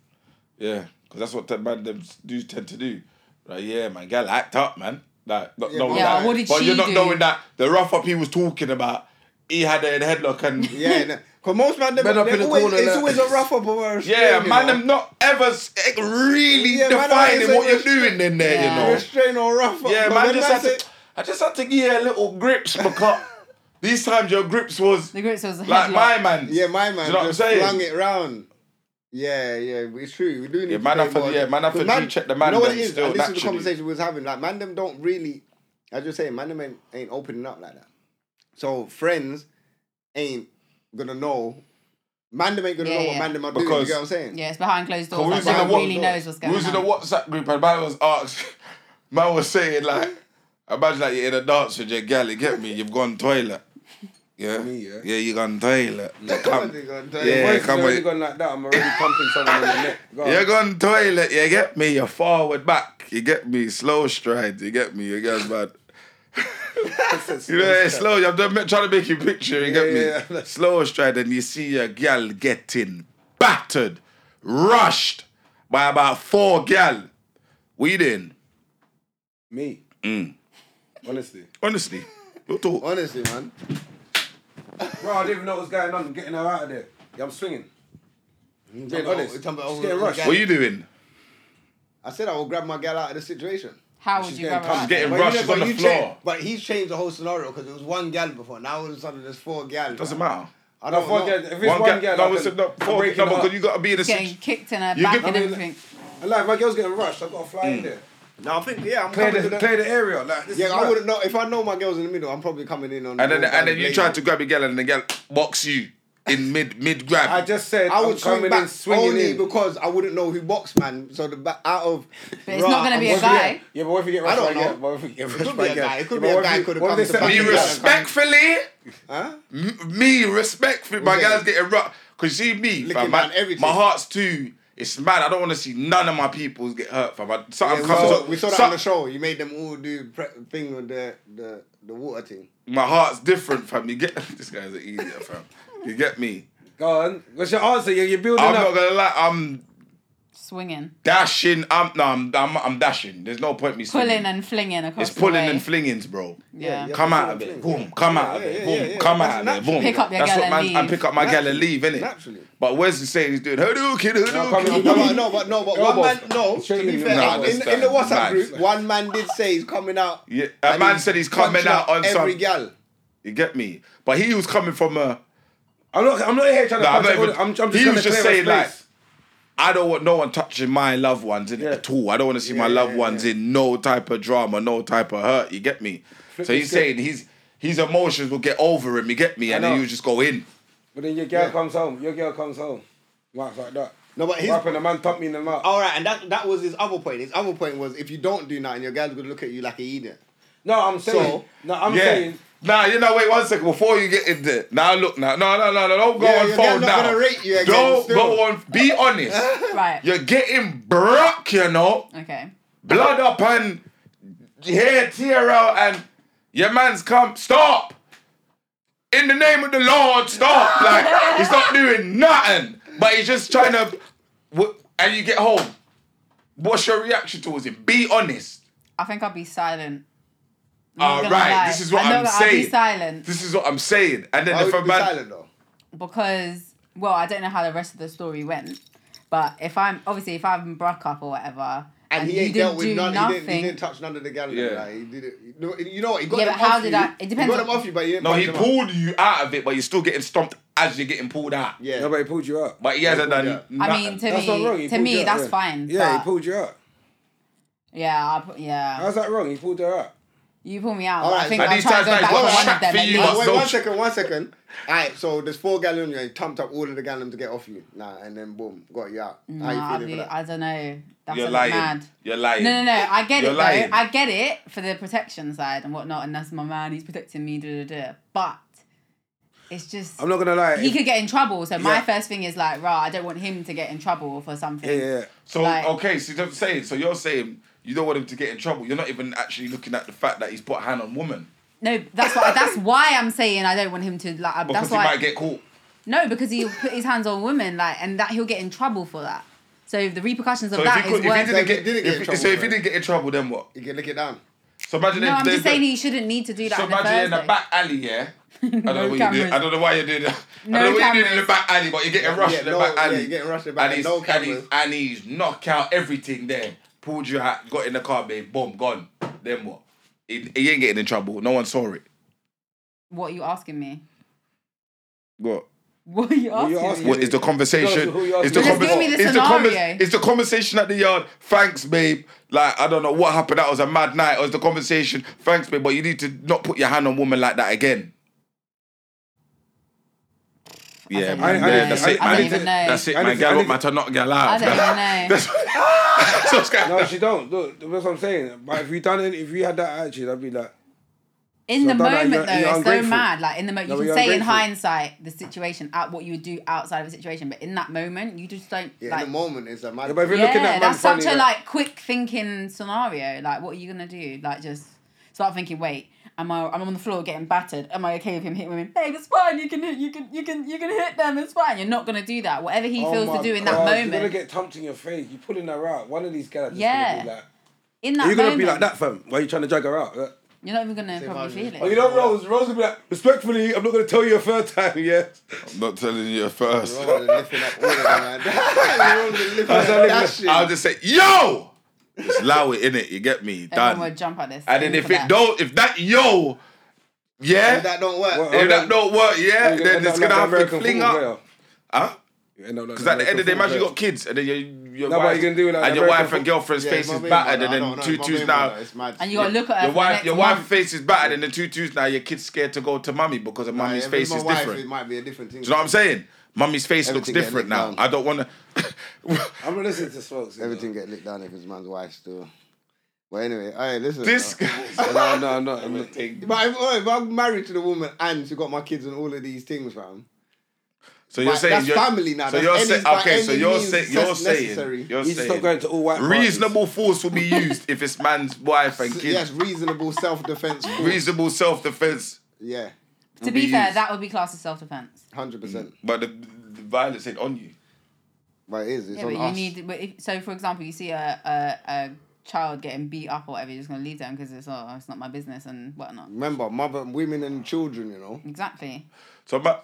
Speaker 2: Yeah, because that's what the man them do tend to do. Like, yeah, man, girl, act up, man. Like, not
Speaker 3: Yeah,
Speaker 2: knowing
Speaker 3: but-
Speaker 2: that.
Speaker 4: Yeah, what did
Speaker 2: but
Speaker 4: she
Speaker 2: you're not
Speaker 4: do?
Speaker 2: knowing that the rough up he was talking about, he had her in a headlock and
Speaker 3: Yeah, no. Cause most man, them,
Speaker 5: Men up
Speaker 3: they're
Speaker 5: in the
Speaker 3: always,
Speaker 5: corner,
Speaker 3: it's
Speaker 5: like-
Speaker 3: always a rough up over a
Speaker 2: yeah, man,
Speaker 3: know?
Speaker 2: them not ever s- eh, really
Speaker 3: Yeah, man, I
Speaker 2: defining
Speaker 3: say
Speaker 2: what you're
Speaker 3: this-
Speaker 2: doing in there,
Speaker 4: Yeah.
Speaker 2: you know.
Speaker 3: restrain or rough up.
Speaker 2: Yeah,
Speaker 3: But
Speaker 2: man,
Speaker 3: when
Speaker 2: just had
Speaker 3: say-
Speaker 2: to, I just had to give her a little grips because These times your grips was
Speaker 4: The grips was a
Speaker 2: like
Speaker 4: headlock.
Speaker 2: my man.
Speaker 3: Yeah, my man
Speaker 2: Do you know what I'm
Speaker 3: just
Speaker 2: saying?
Speaker 3: flung it round. Yeah, yeah, but it's true. We do need
Speaker 2: Yeah,
Speaker 3: to
Speaker 2: man,
Speaker 3: play
Speaker 2: I feel-
Speaker 3: more.
Speaker 2: yeah, man, I
Speaker 3: But
Speaker 2: feel we check the man
Speaker 3: You know what it
Speaker 2: them
Speaker 3: is?
Speaker 2: still
Speaker 3: and this is the
Speaker 2: naturally.
Speaker 3: conversation we was having. Like, man, them don't really. As you're saying, man, them ain't, ain't opening up like that. So friends ain't gonna know. Man, them ain't gonna
Speaker 4: Yeah,
Speaker 3: know what
Speaker 4: yeah.
Speaker 3: man them are doing. You
Speaker 2: Because-
Speaker 3: get what I'm saying?
Speaker 4: Yeah, it's behind closed doors.
Speaker 2: We
Speaker 4: Like,
Speaker 2: was in
Speaker 4: no
Speaker 2: a
Speaker 4: one
Speaker 2: Wha-
Speaker 4: really knows what's going
Speaker 2: we was
Speaker 4: on.
Speaker 2: in a WhatsApp group and man was asked, man was saying like, imagine like you're in a dance with your gal, you get me, you've gone toilet. Yeah?
Speaker 5: Me, yeah.
Speaker 2: you gone toilet. Like, come,
Speaker 3: Everybody gone toilet.
Speaker 2: yeah,
Speaker 5: Boys,
Speaker 2: come
Speaker 5: already
Speaker 2: on.
Speaker 5: gone like that. I'm already pumping someone in the neck. Go on.
Speaker 2: You're gone toilet, you get me, you're forward back, you get me, slow stride, you get me, you get bad. You know, it's slow. I'm just ma- trying to make you picture. You get
Speaker 5: Yeah,
Speaker 2: me? Slow stride, and you see your gal getting battered, rushed by about four gal. We didn't.
Speaker 5: Me.
Speaker 2: Mm.
Speaker 5: Honestly.
Speaker 2: Honestly, we'll talk.
Speaker 3: Honestly, man.
Speaker 5: Bro, I didn't even know what was going on. I'm getting her out of there. Yeah, I'm swinging. I'm being
Speaker 3: Oh,
Speaker 5: honest.
Speaker 3: you're
Speaker 5: She's
Speaker 3: talking about over-
Speaker 5: getting rushed.
Speaker 3: over-
Speaker 2: What are you doing?
Speaker 3: I said I will grab my gal out of the situation.
Speaker 4: How would
Speaker 5: She's
Speaker 4: you
Speaker 5: getting
Speaker 4: rather?
Speaker 5: pumped.
Speaker 2: Getting
Speaker 3: But
Speaker 2: rushed.
Speaker 3: you
Speaker 2: She's
Speaker 3: know-
Speaker 2: on
Speaker 3: but
Speaker 2: the
Speaker 3: you
Speaker 2: floor.
Speaker 3: changed- but he's changed the whole scenario because it was one gal before. Now all of a sudden there's four gal.
Speaker 2: Doesn't
Speaker 3: bro.
Speaker 2: matter.
Speaker 3: I
Speaker 5: No,
Speaker 3: don't
Speaker 5: four
Speaker 3: know.
Speaker 5: girls- if it's
Speaker 2: One
Speaker 5: one,
Speaker 2: gal.
Speaker 5: girl,
Speaker 2: No,
Speaker 5: I
Speaker 2: it's
Speaker 5: can-
Speaker 2: no,
Speaker 5: I'm
Speaker 2: four,
Speaker 5: breaking
Speaker 2: no,
Speaker 5: her
Speaker 2: because
Speaker 5: up.
Speaker 2: you got to be in a
Speaker 4: Getting
Speaker 2: situation.
Speaker 4: kicked in her
Speaker 2: You
Speaker 4: back
Speaker 2: give-
Speaker 4: and
Speaker 5: I mean,
Speaker 4: everything.
Speaker 5: I like my girl's getting rushed. I've got to fly in there.
Speaker 3: No, I think yeah, I'm
Speaker 5: Clear
Speaker 3: coming to
Speaker 5: the,
Speaker 3: the-
Speaker 5: clear the area. Like, this
Speaker 3: Yeah,
Speaker 5: is
Speaker 3: I
Speaker 5: mad.
Speaker 3: wouldn't know. If I know my girl's in the middle, I'm probably coming in on.
Speaker 2: And
Speaker 3: on
Speaker 2: then, and then
Speaker 3: the
Speaker 2: you
Speaker 3: blade.
Speaker 2: try to grab your gal, and the gal box you in mid mid grab.
Speaker 5: I just said
Speaker 3: I
Speaker 5: I
Speaker 3: would
Speaker 5: am
Speaker 3: swing
Speaker 5: coming
Speaker 3: back
Speaker 5: in swinging
Speaker 3: only
Speaker 5: in.
Speaker 3: because I wouldn't know who boxed, man. So the back out of.
Speaker 4: But it's not gonna be a
Speaker 3: I'm-
Speaker 4: guy.
Speaker 5: Yeah, yeah, but what if you get
Speaker 3: I
Speaker 5: rushed
Speaker 3: don't
Speaker 5: by a girl?
Speaker 3: know.
Speaker 5: What if you get rushed
Speaker 3: could
Speaker 5: by
Speaker 3: be a
Speaker 5: girl?
Speaker 3: guy. It could
Speaker 5: Yeah,
Speaker 3: be
Speaker 5: but
Speaker 3: a
Speaker 5: what
Speaker 3: guy
Speaker 5: if you-
Speaker 3: could've
Speaker 5: what if
Speaker 3: come
Speaker 5: they
Speaker 3: to
Speaker 5: set
Speaker 3: back
Speaker 5: up
Speaker 2: me
Speaker 5: a
Speaker 3: you
Speaker 5: girl?
Speaker 3: res-
Speaker 2: respectfully.
Speaker 3: Huh?
Speaker 2: M- me respectfully, my
Speaker 3: Yeah.
Speaker 2: guys getting rocked. Cause you see me, fam,
Speaker 3: down
Speaker 2: my,
Speaker 3: everything.
Speaker 2: my heart's too. It's mad. I don't want to see none of my peoples get hurt, fam. I,
Speaker 3: Yeah,
Speaker 2: something
Speaker 3: we,
Speaker 2: comes
Speaker 3: saw,
Speaker 2: up.
Speaker 3: we saw that
Speaker 2: some-
Speaker 3: on the show. You made them all do pre- thing with the, the the water thing.
Speaker 2: My heart's different, fam. You get this guy's an idiot, fam. You get me.
Speaker 5: Go on. What's your answer? You're, you're building
Speaker 2: I'm
Speaker 5: up.
Speaker 2: not gonna lie. I'm
Speaker 4: Swinging.
Speaker 2: dashing. I'm no. I'm. I'm, I'm dashing. There's no point me.
Speaker 4: Pulling
Speaker 2: swinging.
Speaker 4: and flinging across
Speaker 2: It's pulling
Speaker 4: the way.
Speaker 2: and flingings, bro.
Speaker 4: Yeah.
Speaker 3: Yeah,
Speaker 2: Come
Speaker 3: yeah,
Speaker 2: out of
Speaker 3: yeah,
Speaker 2: it,
Speaker 3: yeah.
Speaker 2: boom. Come out of
Speaker 3: Yeah,
Speaker 2: it,
Speaker 3: yeah,
Speaker 2: boom.
Speaker 3: yeah, yeah.
Speaker 2: Come
Speaker 3: That's
Speaker 2: out of it,
Speaker 3: natural.
Speaker 2: boom.
Speaker 4: Pick up your
Speaker 2: That's
Speaker 4: gal
Speaker 2: what
Speaker 4: and
Speaker 2: man. I
Speaker 4: leave.
Speaker 2: pick up my gal and leave, innit?
Speaker 3: Naturally.
Speaker 2: But Wesley's saying he's doing hadouken,
Speaker 5: come
Speaker 2: hadouken.
Speaker 5: on.
Speaker 3: No, but no, but no, but one man.
Speaker 5: Elbows.
Speaker 3: No, to
Speaker 5: Straight
Speaker 3: be
Speaker 5: in
Speaker 3: fair,
Speaker 2: your
Speaker 3: in,
Speaker 2: mouth.
Speaker 3: in the WhatsApp
Speaker 2: Nice.
Speaker 3: group, one man did say he's coming out.
Speaker 2: Yeah, a
Speaker 3: and
Speaker 2: man said he's coming
Speaker 3: punching
Speaker 2: out on
Speaker 3: every
Speaker 2: some-
Speaker 3: gal.
Speaker 2: You get me? But he was coming from a.
Speaker 5: I'm not. I'm not here trying to.
Speaker 2: Nah,
Speaker 5: punch
Speaker 2: I'm not
Speaker 5: it all-
Speaker 2: even-
Speaker 5: I'm, I'm just
Speaker 2: he
Speaker 5: trying
Speaker 2: was
Speaker 5: to
Speaker 2: just
Speaker 5: clear a
Speaker 2: saying, like,
Speaker 5: space.
Speaker 2: I don't want no one touching my loved ones in
Speaker 5: Yeah.
Speaker 2: at all. I don't want to see my
Speaker 5: Yeah,
Speaker 2: loved
Speaker 5: yeah,
Speaker 2: ones
Speaker 5: yeah.
Speaker 2: in no type of drama, no type of hurt. You get me? so
Speaker 5: the
Speaker 2: he's
Speaker 5: script.
Speaker 2: saying he's his emotions will get over him. You get me? And then
Speaker 5: know.
Speaker 2: you just go in.
Speaker 5: But then your girl
Speaker 3: Yeah.
Speaker 5: comes home. Your girl comes home. Marks like that.
Speaker 3: No, but his-
Speaker 5: What happened? The man thumped me in the mouth.
Speaker 3: All right, and that that was his other point. His other point was if you don't do nothing, your gal's gonna look at you like an idiot.
Speaker 5: No, I'm saying.
Speaker 3: So-
Speaker 5: no, I'm
Speaker 2: yeah.
Speaker 5: saying.
Speaker 2: Nah, you know, wait one second before you get in there. Now look, now no, no, no, no, don't go
Speaker 3: Yeah,
Speaker 2: on
Speaker 3: your
Speaker 2: phone
Speaker 3: girl's not
Speaker 2: now.
Speaker 3: gonna rate you again,
Speaker 2: don't
Speaker 3: still.
Speaker 2: go on. Be honest.
Speaker 4: Right.
Speaker 2: You're getting broke, you know.
Speaker 4: Okay.
Speaker 2: blood up and hair tear out and your man's come stop in the name of the lord stop like he's not doing nothing but he's just trying to wh- and you get home what's your reaction towards him be honest
Speaker 4: I think I'll be silent.
Speaker 2: all
Speaker 4: gonna
Speaker 2: Oh, right
Speaker 4: lie.
Speaker 2: this is what
Speaker 4: I know
Speaker 2: i'm
Speaker 4: that I'll be
Speaker 2: saying
Speaker 4: silent.
Speaker 2: this is what i'm saying and then
Speaker 3: I
Speaker 2: if
Speaker 3: would
Speaker 2: a
Speaker 3: be
Speaker 2: man
Speaker 3: silent though.
Speaker 4: because well, I don't know how the rest of the story went, but if I'm obviously if I'm broke up or whatever,
Speaker 3: And, he
Speaker 4: you
Speaker 3: ain't
Speaker 4: didn't
Speaker 3: dealt with
Speaker 4: do
Speaker 3: none. He
Speaker 4: nothing.
Speaker 3: didn't, he didn't touch none of the gal.
Speaker 2: Yeah.
Speaker 3: Like, he did it. You know- You know what? He got
Speaker 4: Yeah,
Speaker 3: them
Speaker 4: but how
Speaker 3: off
Speaker 4: did
Speaker 3: you.
Speaker 4: I- it
Speaker 3: He
Speaker 4: depends
Speaker 3: got
Speaker 4: on-
Speaker 3: them off you, but he didn't.
Speaker 2: no
Speaker 3: punch
Speaker 2: he
Speaker 3: them
Speaker 2: pulled you out of it but you're still getting stomped as you're getting pulled out
Speaker 3: Yeah.
Speaker 5: Nobody pulled you up.
Speaker 2: but he hasn't
Speaker 3: Yeah.
Speaker 2: done
Speaker 3: I
Speaker 2: nothing.
Speaker 4: I mean, to
Speaker 5: That's
Speaker 4: me,
Speaker 5: not wrong. He
Speaker 4: to
Speaker 5: pulled
Speaker 4: me,
Speaker 5: you up,
Speaker 4: that's
Speaker 5: yeah.
Speaker 4: fine.
Speaker 5: Yeah, he
Speaker 4: but-
Speaker 5: pulled you up.
Speaker 4: Yeah, I pu- yeah.
Speaker 5: How's that wrong? He pulled her up.
Speaker 4: you pull me out.
Speaker 3: All
Speaker 4: but
Speaker 3: right,
Speaker 4: I think
Speaker 3: but
Speaker 4: I'll
Speaker 2: these
Speaker 4: try and go
Speaker 2: times,
Speaker 4: back
Speaker 2: like,
Speaker 4: to
Speaker 3: what
Speaker 4: one
Speaker 3: track
Speaker 4: of them.
Speaker 2: for
Speaker 4: at
Speaker 2: you,
Speaker 4: least.
Speaker 2: but-
Speaker 3: Wait,
Speaker 2: no
Speaker 3: one
Speaker 2: ch-
Speaker 3: second, one second. All right, so there's four gallons. You thumped up all of the gallons to get off you. Nah, and then boom, got you out. How
Speaker 4: Nah,
Speaker 3: you
Speaker 4: I'll
Speaker 3: feeling
Speaker 4: be-
Speaker 3: for that?
Speaker 4: I don't know. That's
Speaker 2: you're
Speaker 4: a bit
Speaker 2: lying
Speaker 4: mad.
Speaker 2: you're lying
Speaker 4: No, no, no. I get
Speaker 2: You're
Speaker 4: it
Speaker 2: lying.
Speaker 4: though. I get it for the protection side and whatnot, and that's my man. He's protecting me. Da da da. But it's just
Speaker 5: I'm not gonna lie.
Speaker 4: he could get in trouble. So my
Speaker 5: Yeah.
Speaker 4: first thing is like, rah, I don't want him to get in trouble for something.
Speaker 5: Yeah, yeah.
Speaker 2: So
Speaker 4: Like-
Speaker 2: okay, so you're saying so you're saying you don't want him to get in trouble. You're not even actually looking at the fact that he's put hand on woman
Speaker 4: No, that's why. that's why I'm saying I don't want him to like. uh,
Speaker 2: because
Speaker 4: that's
Speaker 2: he
Speaker 4: why.
Speaker 2: might get caught.
Speaker 4: No, because he'll put his hands on women, like, and that he'll get in trouble for that. So the repercussions of
Speaker 2: So if
Speaker 4: that
Speaker 2: he,
Speaker 4: is
Speaker 2: could, if he
Speaker 4: worse.
Speaker 2: didn't
Speaker 3: if he didn't
Speaker 2: get,
Speaker 3: get
Speaker 2: if-
Speaker 3: in trouble
Speaker 2: so if
Speaker 3: for
Speaker 2: he
Speaker 3: it.
Speaker 2: didn't get in trouble, then what?
Speaker 3: You can lick it down.
Speaker 2: So imagine
Speaker 4: no,
Speaker 2: if
Speaker 4: I'm
Speaker 2: they-
Speaker 4: just
Speaker 2: they-
Speaker 4: saying he shouldn't need to do that.
Speaker 2: So
Speaker 4: on the
Speaker 2: imagine in the
Speaker 4: Thursday.
Speaker 2: back alley, yeah. I don't know
Speaker 4: No
Speaker 2: what you do. I
Speaker 4: cameras.
Speaker 2: don't know why you're doing that. I
Speaker 4: No
Speaker 2: don't know what you're doing in the
Speaker 4: cameras.
Speaker 2: back alley, but you're getting rushed
Speaker 3: yeah,
Speaker 2: in the
Speaker 3: no-
Speaker 2: back alley.
Speaker 3: yeah, you're getting rushed in the back
Speaker 2: and
Speaker 3: alley,
Speaker 2: he's,
Speaker 3: no
Speaker 2: and
Speaker 3: cameras.
Speaker 2: he's, and he's knocked out everything there. Pulled you out, got in the car, babe, boom, gone. Then what? He, he ain't getting in trouble. No one saw it.
Speaker 4: What are you asking me?
Speaker 2: What?
Speaker 4: What are you
Speaker 5: are you
Speaker 4: asking, me?
Speaker 5: asking me?
Speaker 2: What is the conversation?
Speaker 5: Who you asking?
Speaker 2: Is the,
Speaker 5: Just
Speaker 2: conver-
Speaker 4: give me the
Speaker 2: is, the conver-
Speaker 4: scenario.
Speaker 2: is the conversation at the yard? Thanks, babe. Like I don't know what happened. That was a mad night. Or is the conversation? Thanks, babe. But you need to not put your hand on woman like that again. Yeah,
Speaker 4: don't
Speaker 2: man.
Speaker 5: know. I-
Speaker 2: yeah,
Speaker 5: I didn't-
Speaker 2: that's
Speaker 5: I
Speaker 2: it.
Speaker 5: didn't- I
Speaker 2: man.
Speaker 5: didn't
Speaker 4: even know.
Speaker 2: That's it,
Speaker 5: I
Speaker 2: man.
Speaker 5: didn't-
Speaker 2: Girl,
Speaker 5: I
Speaker 2: what
Speaker 5: didn't-
Speaker 2: man to not girl
Speaker 4: I
Speaker 2: out.
Speaker 4: don't
Speaker 2: man.
Speaker 4: even know.
Speaker 2: That's so it's kind of-
Speaker 5: No, she don't. Look, that's what I'm saying. But if you done it, if you had that attitude, I'd be like,
Speaker 4: In the
Speaker 5: So I don't know,
Speaker 4: moment,
Speaker 5: you're-
Speaker 4: though,
Speaker 5: you're
Speaker 4: it's so
Speaker 5: ungrateful.
Speaker 4: mad. Like in the moment,
Speaker 5: No,
Speaker 4: you
Speaker 5: but
Speaker 4: can
Speaker 5: you're
Speaker 4: say in
Speaker 5: ungrateful.
Speaker 4: hindsight the situation at what you would do outside of a situation, but in that moment, you just don't
Speaker 3: Yeah,
Speaker 4: like.
Speaker 3: in the moment it's a mad.
Speaker 5: Yeah, but if you're
Speaker 4: yeah,
Speaker 5: looking at man
Speaker 4: that's
Speaker 5: funny,
Speaker 4: such a
Speaker 5: like-
Speaker 4: like quick thinking scenario. Like, what are you gonna do? Like, just start thinking. Wait, am I? I'm on the floor getting battered. Am I okay with him hitting women? Babe, it's fine. You can hit. You can. You can. You can hit them. It's fine. You're not gonna do that. Whatever he
Speaker 5: oh
Speaker 4: feels
Speaker 5: my
Speaker 4: to do in
Speaker 5: God,
Speaker 4: that
Speaker 5: You're
Speaker 4: moment.
Speaker 5: gonna get thumped in your face. You're pulling her out. One of these guys is
Speaker 4: Yeah.
Speaker 5: gonna be like,
Speaker 4: in
Speaker 5: are
Speaker 4: that
Speaker 5: you gonna
Speaker 4: moment,
Speaker 5: be like that, fam? Why are you trying to drag her out? Like,
Speaker 4: you're not even gonna
Speaker 3: Say
Speaker 4: probably
Speaker 3: Marjorie.
Speaker 4: feel
Speaker 5: Oh, you
Speaker 4: it.
Speaker 5: know, Rose. Rose will be like, respectfully, I'm not gonna tell you a third time. Yeah.
Speaker 2: I'm not telling you first.
Speaker 3: Rowan was lifting up all of them, man. Rowan was lifting up that shit.
Speaker 2: I'll just say, yo, it's loud in it. You get me?
Speaker 4: Everyone
Speaker 2: Done.
Speaker 4: would jump at this.
Speaker 2: And then
Speaker 4: All
Speaker 2: if
Speaker 4: for
Speaker 2: it
Speaker 4: that.
Speaker 2: don't, if that yo, yeah,
Speaker 3: If that don't work.
Speaker 5: Well,
Speaker 2: if that don't work, yeah,
Speaker 5: You end
Speaker 2: then it's
Speaker 5: up
Speaker 2: gonna
Speaker 5: like the
Speaker 2: have to
Speaker 5: American
Speaker 2: fling
Speaker 5: football
Speaker 2: up,
Speaker 5: player.
Speaker 2: huh?
Speaker 5: You end up like
Speaker 2: Because at the end of the day,
Speaker 5: American
Speaker 2: imagine you got
Speaker 5: football
Speaker 2: kids, and then your your
Speaker 5: No, but
Speaker 2: wife
Speaker 5: you can do like
Speaker 2: and your
Speaker 5: American
Speaker 2: wife and
Speaker 5: foot-
Speaker 2: girlfriend's
Speaker 3: Yeah,
Speaker 2: face
Speaker 3: my
Speaker 2: is
Speaker 3: baby
Speaker 2: battered,
Speaker 3: mother, I
Speaker 2: and
Speaker 3: don't
Speaker 2: then
Speaker 3: know,
Speaker 2: two
Speaker 3: my
Speaker 2: twos
Speaker 3: baby
Speaker 2: now.
Speaker 3: mother, It's mad.
Speaker 4: And you gotta look at her.
Speaker 2: Your
Speaker 4: for the
Speaker 2: wife,
Speaker 4: next
Speaker 2: your wife's
Speaker 4: month.
Speaker 2: face is battered, and then two twos now. Your kid's scared to go to mummy because of mummy's
Speaker 3: Like,
Speaker 2: face
Speaker 3: every
Speaker 2: is
Speaker 3: wife,
Speaker 2: different.
Speaker 3: It might be a different thing.
Speaker 2: Do you know what I'm saying? Mummy's face looks
Speaker 3: Everything get
Speaker 2: different
Speaker 3: nicked
Speaker 2: now.
Speaker 3: down.
Speaker 2: I don't want to.
Speaker 5: player. I'm not listening to smokes. you know.
Speaker 3: Everything get licked down if it's man's wife still. But anyway, alright, listen.
Speaker 2: this
Speaker 3: uh,
Speaker 2: guy's
Speaker 5: No, no, no. I'm not-
Speaker 2: thing.
Speaker 3: But if, alright, if I'm married to the woman and she got my kids and all of these things, fam.
Speaker 2: So you're
Speaker 3: Like,
Speaker 2: saying
Speaker 3: that's
Speaker 2: you're,
Speaker 3: family now.
Speaker 2: So
Speaker 3: That's
Speaker 2: you're
Speaker 3: any-
Speaker 2: saying
Speaker 3: by
Speaker 2: okay. So
Speaker 3: any
Speaker 2: you're
Speaker 3: means
Speaker 2: saying you're
Speaker 3: that's necessary.
Speaker 2: saying you're
Speaker 5: You just stop going
Speaker 2: saying
Speaker 5: to all white. parties.
Speaker 2: reasonable force will be used if it's man's wife and
Speaker 3: S-
Speaker 2: kids.
Speaker 3: Yes, reasonable self defense.
Speaker 2: Reasonable self defense.
Speaker 3: yeah,
Speaker 4: To be
Speaker 2: be
Speaker 4: fair,
Speaker 2: used.
Speaker 4: that would be classed as self defense.
Speaker 3: 100%.
Speaker 2: But the, the violence ain't on you.
Speaker 3: But it is, it's
Speaker 4: Yeah,
Speaker 3: on
Speaker 4: but you
Speaker 3: us.
Speaker 4: need. But if, so, for example, you see a, a a child getting beat up or whatever, you're just gonna leave them because it's oh, it's not my business and whatnot.
Speaker 3: Remember, mother, women, and children, you know.
Speaker 4: Exactly.
Speaker 2: So ma-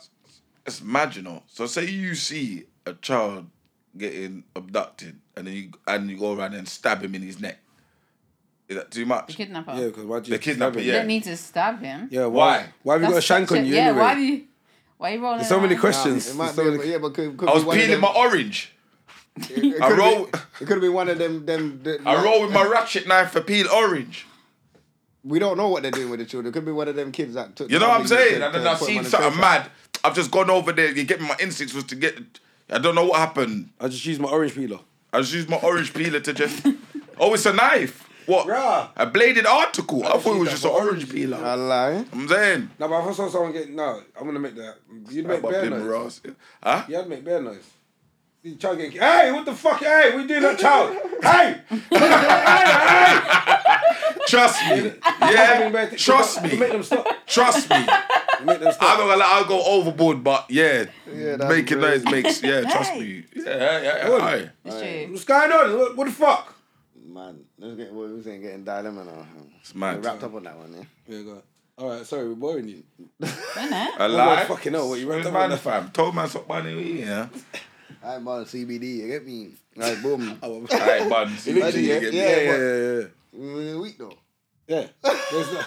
Speaker 2: it's marginal. So say you see a child getting abducted and then you and you go around and stab him in his neck. Is that too
Speaker 4: The
Speaker 2: much?
Speaker 4: kidnapper.
Speaker 5: Yeah, because why do you
Speaker 2: The kidnapper,
Speaker 5: stab him?
Speaker 4: You
Speaker 2: yeah.
Speaker 4: don't need to stab him.
Speaker 5: Yeah,
Speaker 2: Why?
Speaker 5: why? Why have you got a
Speaker 4: That's
Speaker 5: shank
Speaker 4: such
Speaker 5: on
Speaker 4: a-
Speaker 5: you
Speaker 4: Yeah.
Speaker 5: anyway?
Speaker 4: Why do you? Why are you rolling?
Speaker 5: There's so many
Speaker 4: around?
Speaker 5: questions.
Speaker 3: It might
Speaker 5: There's so
Speaker 3: be,
Speaker 5: many-
Speaker 3: yeah, but could, could
Speaker 2: I was
Speaker 3: be one of
Speaker 2: peeling
Speaker 3: them,
Speaker 2: my orange.
Speaker 3: It, it
Speaker 2: I
Speaker 3: could
Speaker 2: roll-
Speaker 3: Be, it could be one of them. Them. the-
Speaker 2: I
Speaker 3: like-
Speaker 2: roll with my ratchet knife to peel orange.
Speaker 3: We don't know what they're doing with the children. It could be one of them kids that took.
Speaker 2: You know what I'm saying? And then I've
Speaker 3: put them
Speaker 2: seen
Speaker 3: on the
Speaker 2: something
Speaker 3: paper.
Speaker 2: mad. I've just gone over there. You get me? My instincts was to get. I don't know what happened.
Speaker 5: I just use my orange peeler.
Speaker 2: I just used my orange peeler to just. Oh, it's a knife. What?
Speaker 5: Bruh.
Speaker 2: A bladed article. I,
Speaker 5: just
Speaker 2: thought it
Speaker 5: used
Speaker 2: was
Speaker 5: that
Speaker 2: just
Speaker 5: for
Speaker 2: an orange peeler.
Speaker 3: I lie.
Speaker 2: I'm saying.
Speaker 5: No, but if I saw someone get no, I'm gonna make that. You'd make
Speaker 2: About
Speaker 5: bear
Speaker 2: Bim
Speaker 5: noise.
Speaker 2: Ross. Huh?
Speaker 5: You had to make bear noise. You child get hey, what the fuck? Hey, we doing that child? hey,
Speaker 2: Trust me.
Speaker 5: You
Speaker 2: Yeah.
Speaker 5: make-
Speaker 2: Trust
Speaker 5: You
Speaker 2: me.
Speaker 5: make them stop.
Speaker 2: Trust me.
Speaker 5: You make them
Speaker 2: I'm not
Speaker 5: stop.
Speaker 2: gonna lie, I'll go overboard, but yeah,
Speaker 3: that'd
Speaker 2: making
Speaker 3: be
Speaker 2: noise
Speaker 3: crazy.
Speaker 2: makes yeah. Trust
Speaker 4: Hey.
Speaker 2: me. Yeah, yeah, yeah.
Speaker 5: Good.
Speaker 2: aye.
Speaker 4: It's true.
Speaker 5: What's going on? What, what the fuck?
Speaker 3: Man, let's get what we saying. Getting dilemma now.
Speaker 2: It's mad.
Speaker 3: We wrapped up on that one. Yeah.
Speaker 5: Yeah, go. All right, sorry, we're boring you.
Speaker 4: Isn't it?
Speaker 2: A
Speaker 5: my
Speaker 2: lie.
Speaker 5: fucking hell, what you wrapped
Speaker 2: It's
Speaker 5: up on
Speaker 2: mad,
Speaker 5: that?
Speaker 2: fam. Told man stop banning me. Yeah.
Speaker 3: I'm on CBD. You get me? Like boom.
Speaker 5: Oh, well,
Speaker 2: Alright, buns. You
Speaker 3: Literally,
Speaker 2: get me?
Speaker 3: yeah,
Speaker 5: yeah, yeah, yeah,
Speaker 3: In a week though.
Speaker 5: yeah. yeah. There's no,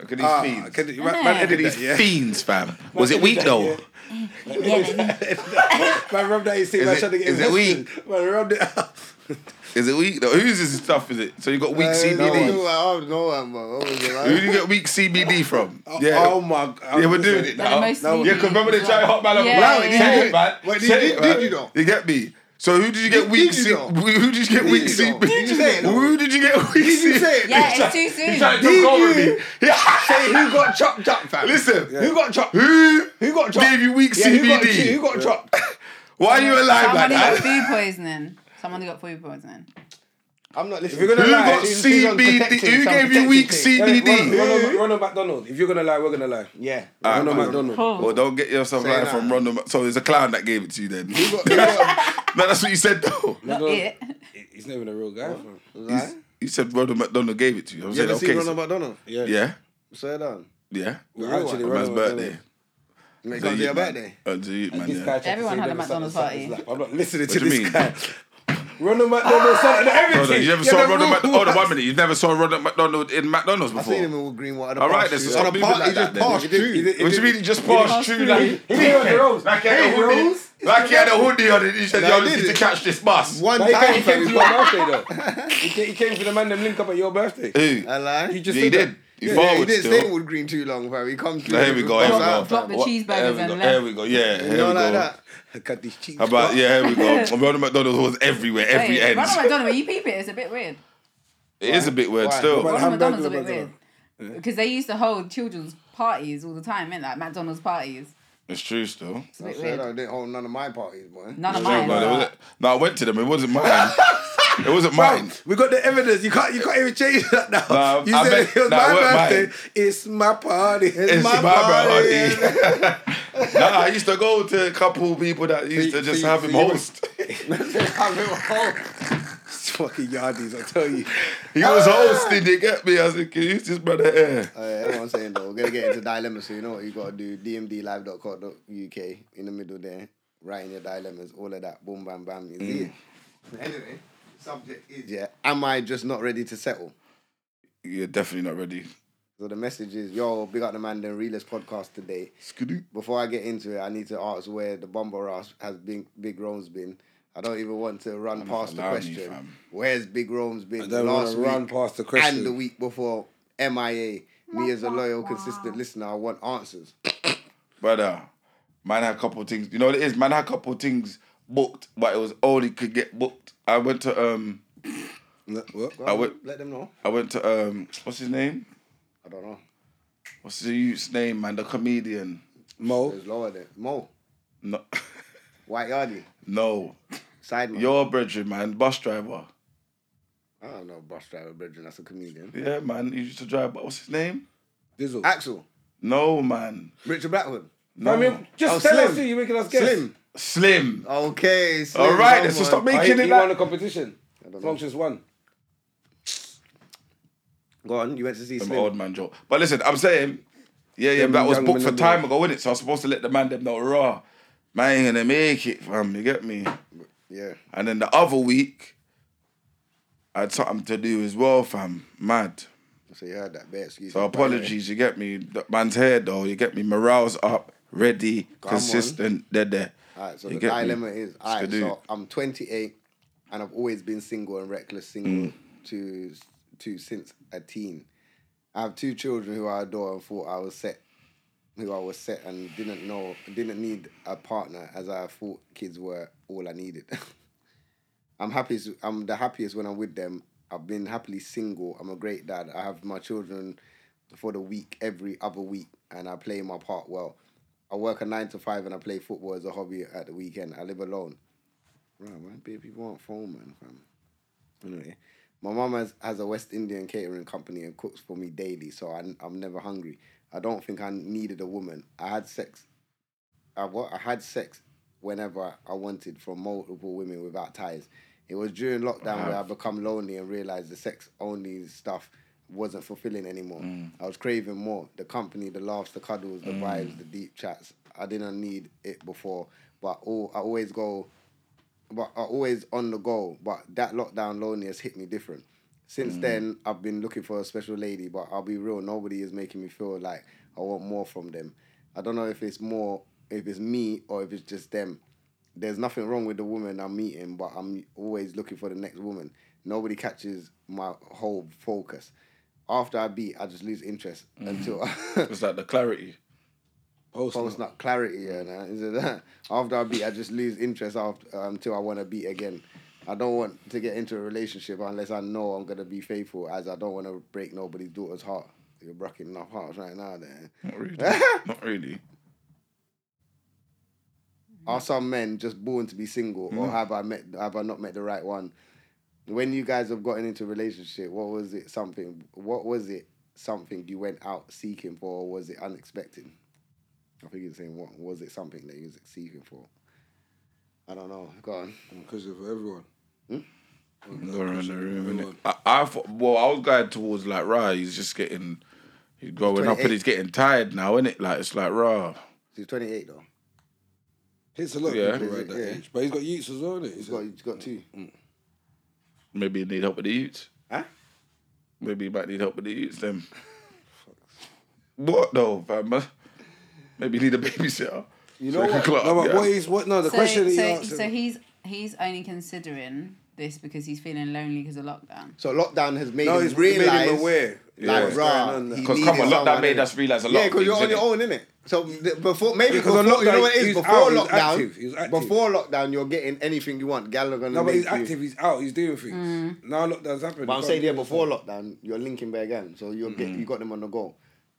Speaker 2: Look at these
Speaker 5: ah,
Speaker 2: fiends.
Speaker 5: can, you-
Speaker 4: Innit?
Speaker 5: man, man edit
Speaker 2: These
Speaker 5: that, yeah.
Speaker 2: fiends, fam. Was it weak though?
Speaker 5: Man, rub that. You see, man,
Speaker 2: it-
Speaker 5: trying to get
Speaker 2: is it
Speaker 5: invested. Man, rubbed it. out.
Speaker 2: Is it weak though? Whose is this stuff? Is it? So you got weak
Speaker 3: Uh,
Speaker 2: CBD.
Speaker 3: I don't know, man. What was it
Speaker 2: Who do
Speaker 3: like?
Speaker 2: you get weak CBD from?
Speaker 3: uh,
Speaker 5: Oh,
Speaker 2: Yeah.
Speaker 5: Oh my god.
Speaker 2: yeah, we're doing it
Speaker 4: They're the
Speaker 2: now.
Speaker 4: most
Speaker 5: no,
Speaker 2: Yeah,
Speaker 4: sleepy
Speaker 2: because remember they
Speaker 4: as
Speaker 2: tried
Speaker 4: well.
Speaker 2: hot man up.
Speaker 4: Yeah,
Speaker 2: Wow,
Speaker 4: yeah,
Speaker 2: you did
Speaker 4: yeah.
Speaker 2: it, man.
Speaker 3: Wait, did
Speaker 2: Say
Speaker 3: you-
Speaker 2: it,
Speaker 3: did
Speaker 2: man.
Speaker 3: you though?
Speaker 2: You get me. So who did you get
Speaker 3: Did-
Speaker 2: weak?
Speaker 3: did you
Speaker 2: C-
Speaker 3: though?
Speaker 2: who did you get weak
Speaker 3: you though?
Speaker 2: CBD?
Speaker 3: Did you say it though?
Speaker 2: Who did you get weak
Speaker 3: you say it though?
Speaker 2: CBD?
Speaker 4: Yeah, it's too soon.
Speaker 2: He's trying to talk over me.
Speaker 3: Say who got chopped up, fam?
Speaker 2: Listen,
Speaker 3: Who got chopped?
Speaker 2: who
Speaker 3: Who got chopped?
Speaker 2: gave you weak
Speaker 3: Yeah, who got-
Speaker 2: CBD?
Speaker 3: Who got chopped?
Speaker 2: Why are you alive like
Speaker 4: Someone who got
Speaker 2: that?
Speaker 4: food poisoning. Someone who got food poisoning.
Speaker 3: I'm not listening.
Speaker 5: If you're gonna
Speaker 2: Who
Speaker 5: lie,
Speaker 2: got
Speaker 5: she's-
Speaker 2: CBD? Who gave you weak
Speaker 5: Hey, Ronald,
Speaker 2: CBD?
Speaker 5: Ronald, Ronald McDonald. If you're gonna lie, we're gonna lie.
Speaker 3: Yeah.
Speaker 2: Uh,
Speaker 5: Ronald McDonald.
Speaker 4: Cool.
Speaker 2: Well, don't get yourself
Speaker 3: Say
Speaker 2: right
Speaker 3: that.
Speaker 2: from Ronald. Mac- So it's a clown that gave it to you then.
Speaker 3: Who got- who got-
Speaker 2: no, that's what you said though.
Speaker 4: Not
Speaker 5: Ronald-
Speaker 4: it.
Speaker 5: He- He's not even a real guy. fam.
Speaker 3: Right?
Speaker 2: You said Ronald McDonald gave it to you. I'm
Speaker 3: You
Speaker 2: saying
Speaker 3: ever
Speaker 2: okay.
Speaker 3: seen
Speaker 2: so-
Speaker 3: Ronald McDonald?
Speaker 5: Yeah.
Speaker 2: yeah,
Speaker 3: Say down.
Speaker 2: yeah.
Speaker 5: Well, actually,
Speaker 2: My
Speaker 5: Ronald
Speaker 2: man's
Speaker 5: McDonald-
Speaker 2: birthday.
Speaker 3: Make it
Speaker 2: So
Speaker 3: come to
Speaker 2: you-
Speaker 3: your birthday.
Speaker 2: Uh, to you, man, yeah.
Speaker 5: This guy tried to
Speaker 4: Everyone
Speaker 5: sing
Speaker 4: had a
Speaker 5: them
Speaker 4: McDonald's
Speaker 5: something-
Speaker 4: party.
Speaker 5: something. I'm not listening
Speaker 2: What
Speaker 5: to
Speaker 2: do you
Speaker 5: this
Speaker 2: mean?
Speaker 5: guy. Ronald McDonald Sutton, everything.
Speaker 2: Hold on, you never
Speaker 5: Yeah,
Speaker 2: saw
Speaker 5: the
Speaker 2: Ronald
Speaker 5: rules.
Speaker 2: McDonald. Hold on, one minute. You've never saw Ronald McDonald in McDonald's
Speaker 3: I've
Speaker 2: before.
Speaker 3: seen him in Greenwater.
Speaker 2: All right, there's some
Speaker 3: on a
Speaker 2: people
Speaker 3: party
Speaker 2: like
Speaker 3: just
Speaker 2: that then.
Speaker 3: passed
Speaker 2: He
Speaker 5: did- he
Speaker 3: through.
Speaker 5: did-
Speaker 2: What do you mean he just passed
Speaker 4: passed
Speaker 2: through?
Speaker 4: through.
Speaker 2: Like,
Speaker 5: He didn't have the rules.
Speaker 2: Like he had
Speaker 5: Hey,
Speaker 2: a hoodie.
Speaker 5: rules.
Speaker 2: Like he had a hoodie on it. He said,
Speaker 3: No,
Speaker 2: "Yo,
Speaker 3: he
Speaker 2: you need to
Speaker 3: didn't.
Speaker 2: catch this bus."
Speaker 3: One
Speaker 5: But he
Speaker 3: time,
Speaker 5: came, he came for
Speaker 3: fam,
Speaker 5: your birthday though. He came, he came for the man them link up at your birthday.
Speaker 2: Who?
Speaker 3: I lie.
Speaker 5: You
Speaker 2: Yeah,
Speaker 5: just
Speaker 2: he
Speaker 5: said that.
Speaker 2: did. He
Speaker 5: Yeah,
Speaker 3: Yeah, he
Speaker 2: forward
Speaker 3: didn't stay in
Speaker 2: still.
Speaker 3: Wood Green too long, fam. He come through.
Speaker 2: Now, Here we go. Here we go.
Speaker 4: Drop- drop the
Speaker 2: What-
Speaker 4: cheeseburgers
Speaker 2: here we
Speaker 4: and
Speaker 2: go,
Speaker 4: left.
Speaker 2: Here we go. Yeah. Here
Speaker 3: You
Speaker 2: we
Speaker 3: know, like
Speaker 2: go.
Speaker 3: that.
Speaker 5: I got these cheeks.
Speaker 2: How about yeah? Here we go. Ronald McDonald was everywhere, every
Speaker 4: Wait,
Speaker 2: end.
Speaker 4: Ronald McDonald, when you peep it, it's a bit weird.
Speaker 2: It is a bit weird
Speaker 3: Why?
Speaker 2: still.
Speaker 5: Why?
Speaker 4: Ronald
Speaker 5: hamburger
Speaker 4: McDonald's a bit
Speaker 5: McDonald.
Speaker 4: weird. Because they used to hold children's parties all the time, innit? Like McDonald's parties.
Speaker 2: It's true still.
Speaker 4: It's a bit
Speaker 3: So,
Speaker 4: weird.
Speaker 3: no, they didn't hold none of my parties, boy.
Speaker 4: None of
Speaker 2: No,
Speaker 4: mine.
Speaker 2: no, it wasn't- no, I went to them. It wasn't mine. It wasn't mine.
Speaker 5: We got the evidence. You can't. You can't even change that now.
Speaker 2: Nah,
Speaker 5: you
Speaker 2: I
Speaker 5: said
Speaker 2: meant-
Speaker 5: it was
Speaker 2: nah,
Speaker 5: my
Speaker 2: it weren't
Speaker 5: birthday.
Speaker 2: mine.
Speaker 5: It's my party.
Speaker 2: It's
Speaker 3: my
Speaker 2: my party.
Speaker 3: party.
Speaker 2: nah, I used to go to a couple people that used to
Speaker 5: So
Speaker 2: just
Speaker 5: you-
Speaker 2: have
Speaker 5: so
Speaker 2: him
Speaker 5: you went-
Speaker 2: host.
Speaker 3: Have him hold.
Speaker 5: It's fucking yardies. I tell you.
Speaker 2: He was hosting, you get me? I was like, use this brother here.
Speaker 3: Uh, everyone's saying though, we're gonna get into dilemmas, so you know what you gotta do. DMDlive.co.uk in the middle there, writing your dilemmas, all of that. Boom, bam, bam. You see it?
Speaker 2: Mm.
Speaker 3: Anyway, subject is yeah. Am I just not ready to settle?
Speaker 2: You're definitely not ready.
Speaker 3: So the message is, yo, big up the man, the realest podcast today.
Speaker 2: Skidoo.
Speaker 3: Before I get into it, I need to ask where the bomber ass has been. Big Rome's been. I don't even want to run past the
Speaker 2: allow me,
Speaker 3: question.
Speaker 2: fam.
Speaker 3: Where's Big Rome's
Speaker 5: I
Speaker 3: been
Speaker 5: don't want
Speaker 3: last
Speaker 5: to
Speaker 3: week?
Speaker 5: run past the question.
Speaker 3: and the week before MIA. Me as a loyal, consistent listener, I want answers.
Speaker 2: Brother, man had a couple things. You know what it is? Man had a couple things booked, but it was only could get booked. I went to um
Speaker 5: No, what?
Speaker 2: I went
Speaker 3: Let them know.
Speaker 2: I went to um what's his name?
Speaker 3: I don't know.
Speaker 2: What's the youth's name, man? The comedian.
Speaker 5: Mo.
Speaker 3: It's lower than Mo,
Speaker 2: No
Speaker 3: White Yardie,
Speaker 2: No.
Speaker 3: Sideman.
Speaker 2: Your brethren, man, bus driver.
Speaker 3: I don't know, bus driver, brethren. That's a comedian.
Speaker 2: Yeah, man. He used to drive but what's his name?
Speaker 5: Dizzle.
Speaker 3: Axel,
Speaker 2: No, man.
Speaker 3: Richard Blackwood,
Speaker 2: No.
Speaker 5: I mean, just
Speaker 3: Oh,
Speaker 5: tell
Speaker 3: Slim.
Speaker 5: us who you're making us guess.
Speaker 3: Slim.
Speaker 2: Slim.
Speaker 3: Okay, Slim.
Speaker 2: All right,
Speaker 3: come
Speaker 2: so
Speaker 3: on.
Speaker 2: stop
Speaker 5: Oh, he,
Speaker 2: making
Speaker 5: he
Speaker 2: it
Speaker 5: won the
Speaker 2: like.
Speaker 5: competition.
Speaker 3: don't know.
Speaker 5: Functions won.
Speaker 3: Go on. You went to see
Speaker 2: Some
Speaker 3: Slim.
Speaker 2: old man joke. But listen, I'm saying, yeah, yeah,
Speaker 5: Them
Speaker 2: but that was
Speaker 5: young
Speaker 2: booked for
Speaker 5: men,
Speaker 2: time
Speaker 5: them
Speaker 2: ago, innit? So I was supposed to let the man them know, raw, man ain't gonna make it, fam. You get me?
Speaker 3: Yeah.
Speaker 2: And then the other week, I had something to do as well, fam. Mad.
Speaker 3: So you heard that. Bad excuse.
Speaker 2: So
Speaker 3: me, by the way.
Speaker 2: apologies, you get me? The man's here though, you get me? Morale's up, ready, consistent, they're there.
Speaker 3: All right, so
Speaker 2: You
Speaker 3: the
Speaker 2: get me?
Speaker 3: dilemma is all right,
Speaker 2: Skidoo.
Speaker 3: so I'm 28 and I've always been single and reckless
Speaker 2: Mm.
Speaker 3: single to to since a teen. I have two children who I adore and thought I was set, who I was set and didn't know, didn't need a partner as I thought kids were all I needed. I'm happy. I'm the happiest when I'm with them. I've been happily single. I'm a great dad. I have my children for the week, every other week, and I play my part well. I work a nine to five and I play football as a hobby at the weekend. I live alone. Right, man, baby, people want phone, man, fam. Anyway, my mum has, has a West Indian catering company and cooks for me daily, so I, I'm never hungry. I don't think I needed a woman. I had sex I, wa- I had sex whenever I wanted from multiple women without ties. It was during lockdown where I become lonely and realized the sex only stuff wasn't fulfilling anymore. I was craving more the company, the laughs, the cuddles, the vibes, the deep chats. I didn't need it before, but all, I always go but are always on the go. But that lockdown loneliness hit me different. Since then, I've been looking for a special lady, but I'll be real, nobody is making me feel like I want more from them. I don't know if it's more, if it's me or if it's just them. There's nothing wrong with the woman I'm meeting, but I'm always looking for the next woman. Nobody catches my whole focus. After I beat, I just lose interest until
Speaker 2: It's like the clarity.
Speaker 5: Post.
Speaker 3: False not clarity, yeah. Nah. Is it that? After I beat, I just lose interest after um, until I want to beat again. I don't want to get into a relationship unless I know I'm gonna be faithful, as I don't want to break nobody's daughter's heart. You're breaking enough hearts right now, then.
Speaker 2: Not really. Not really.
Speaker 3: Are some men just born to be single,
Speaker 5: Mm-hmm.
Speaker 3: or have I met? Have I not met the right one? When you guys have gotten into a relationship, what was it? Something? What was it? Something you went out seeking for, or was it unexpected? I think you're saying what was it? Something that you was seeking for? I don't know. Go on.
Speaker 5: Because of everyone.
Speaker 2: Go around the room,
Speaker 5: Go
Speaker 2: innit? I, I thought, well, I was going towards like, rah, he's just getting, he's growing up and
Speaker 3: 28.
Speaker 2: he's getting tired now, isn't it? Like, it's like, rah.
Speaker 3: She's 28 though.
Speaker 5: Hits a lot
Speaker 2: Yeah.
Speaker 5: of people at that
Speaker 3: Yeah.
Speaker 5: age. But he's got youths as well, isn't he? Mm.
Speaker 3: He's got he's got two.
Speaker 2: Maybe you need help with the youths.
Speaker 3: Huh?
Speaker 2: Maybe you might need help with the youths then. what though, fam? Maybe you need a babysitter.
Speaker 5: You
Speaker 2: So
Speaker 5: know
Speaker 2: it can
Speaker 5: what?
Speaker 2: clock,
Speaker 5: no, but
Speaker 2: yeah.
Speaker 5: what is what? No, the
Speaker 4: So,
Speaker 5: question that you
Speaker 4: so,
Speaker 5: asked.
Speaker 4: so he's he's only considering this because he's feeling lonely because of lockdown.
Speaker 3: So lockdown has made
Speaker 5: no,
Speaker 3: him
Speaker 5: it's
Speaker 3: realize.
Speaker 5: made him aware.
Speaker 3: Like,
Speaker 5: what's
Speaker 3: rah,
Speaker 5: going on there.
Speaker 3: he
Speaker 2: Because
Speaker 3: needed
Speaker 2: come on,
Speaker 3: someone,
Speaker 2: lockdown made
Speaker 3: innit?
Speaker 2: us realise a lot
Speaker 3: Yeah,
Speaker 2: of
Speaker 3: because
Speaker 2: things.
Speaker 3: you're on your
Speaker 2: innit?
Speaker 3: own, innit? So th- before maybe
Speaker 5: Because on
Speaker 3: before, you know
Speaker 5: lockdown,
Speaker 3: what it
Speaker 5: he's
Speaker 3: is before
Speaker 5: out, he's active,
Speaker 3: lockdown.
Speaker 5: he's active.
Speaker 3: Before lockdown, you're getting anything you want. Gal are gonna
Speaker 5: No, but
Speaker 3: make
Speaker 5: he's
Speaker 3: you-
Speaker 5: active. He's out. He's doing things.
Speaker 4: Mm.
Speaker 5: Now lockdown's happening.
Speaker 3: But I'm
Speaker 5: you
Speaker 3: saying yeah,
Speaker 5: can't-
Speaker 3: before lockdown, you're linking back again, so you're get,
Speaker 5: Mm.
Speaker 3: you got them on the go.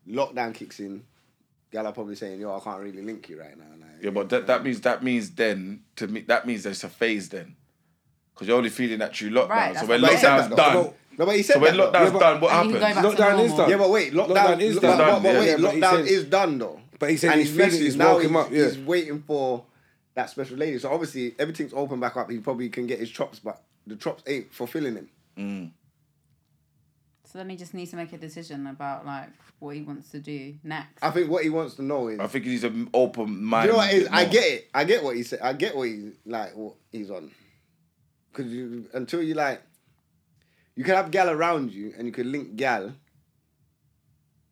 Speaker 3: Lockdown kicks in. Gal are probably saying, "Yo, I can't really link you right now." Like,
Speaker 2: Yeah, but that, that means that means then to me that means there's a phase then, because you're only feeling that true lockdown.
Speaker 4: Right,
Speaker 2: so
Speaker 4: that's
Speaker 2: when
Speaker 4: what
Speaker 3: But he said
Speaker 2: lockdown's
Speaker 3: that,
Speaker 2: done,
Speaker 5: though.
Speaker 3: no, but he said
Speaker 2: so
Speaker 3: that,
Speaker 2: when
Speaker 3: though.
Speaker 2: lockdown's
Speaker 5: but-
Speaker 2: done, what
Speaker 4: And you can
Speaker 2: happens?
Speaker 4: go back to
Speaker 5: Lockdown is
Speaker 4: normal.
Speaker 5: done.
Speaker 3: Yeah, but wait, lockdown,
Speaker 5: Lockdown is
Speaker 3: but- But,
Speaker 5: done.
Speaker 3: but
Speaker 2: Yeah,
Speaker 3: wait,
Speaker 5: but he
Speaker 3: lockdown
Speaker 5: said-
Speaker 3: is done though.
Speaker 5: But he said
Speaker 3: and
Speaker 5: he's
Speaker 3: his
Speaker 5: feeling-
Speaker 3: message
Speaker 5: he's
Speaker 3: now
Speaker 5: woke him
Speaker 3: he's-
Speaker 5: up, yeah.
Speaker 3: He's waiting for that special lady. So obviously everything's open back up. He probably can get his chops, but the chops ain't fulfilling him.
Speaker 4: So then he just needs to make a decision about like what he wants to do next.
Speaker 3: I think what he wants to know is,
Speaker 2: I think he's an open mind.
Speaker 3: you know what it is?
Speaker 2: a bit
Speaker 3: I
Speaker 2: more.
Speaker 3: get it. I get what he said. I get what he's like. What he's on. Cause you until you like, you can have gal around you and you can link gal.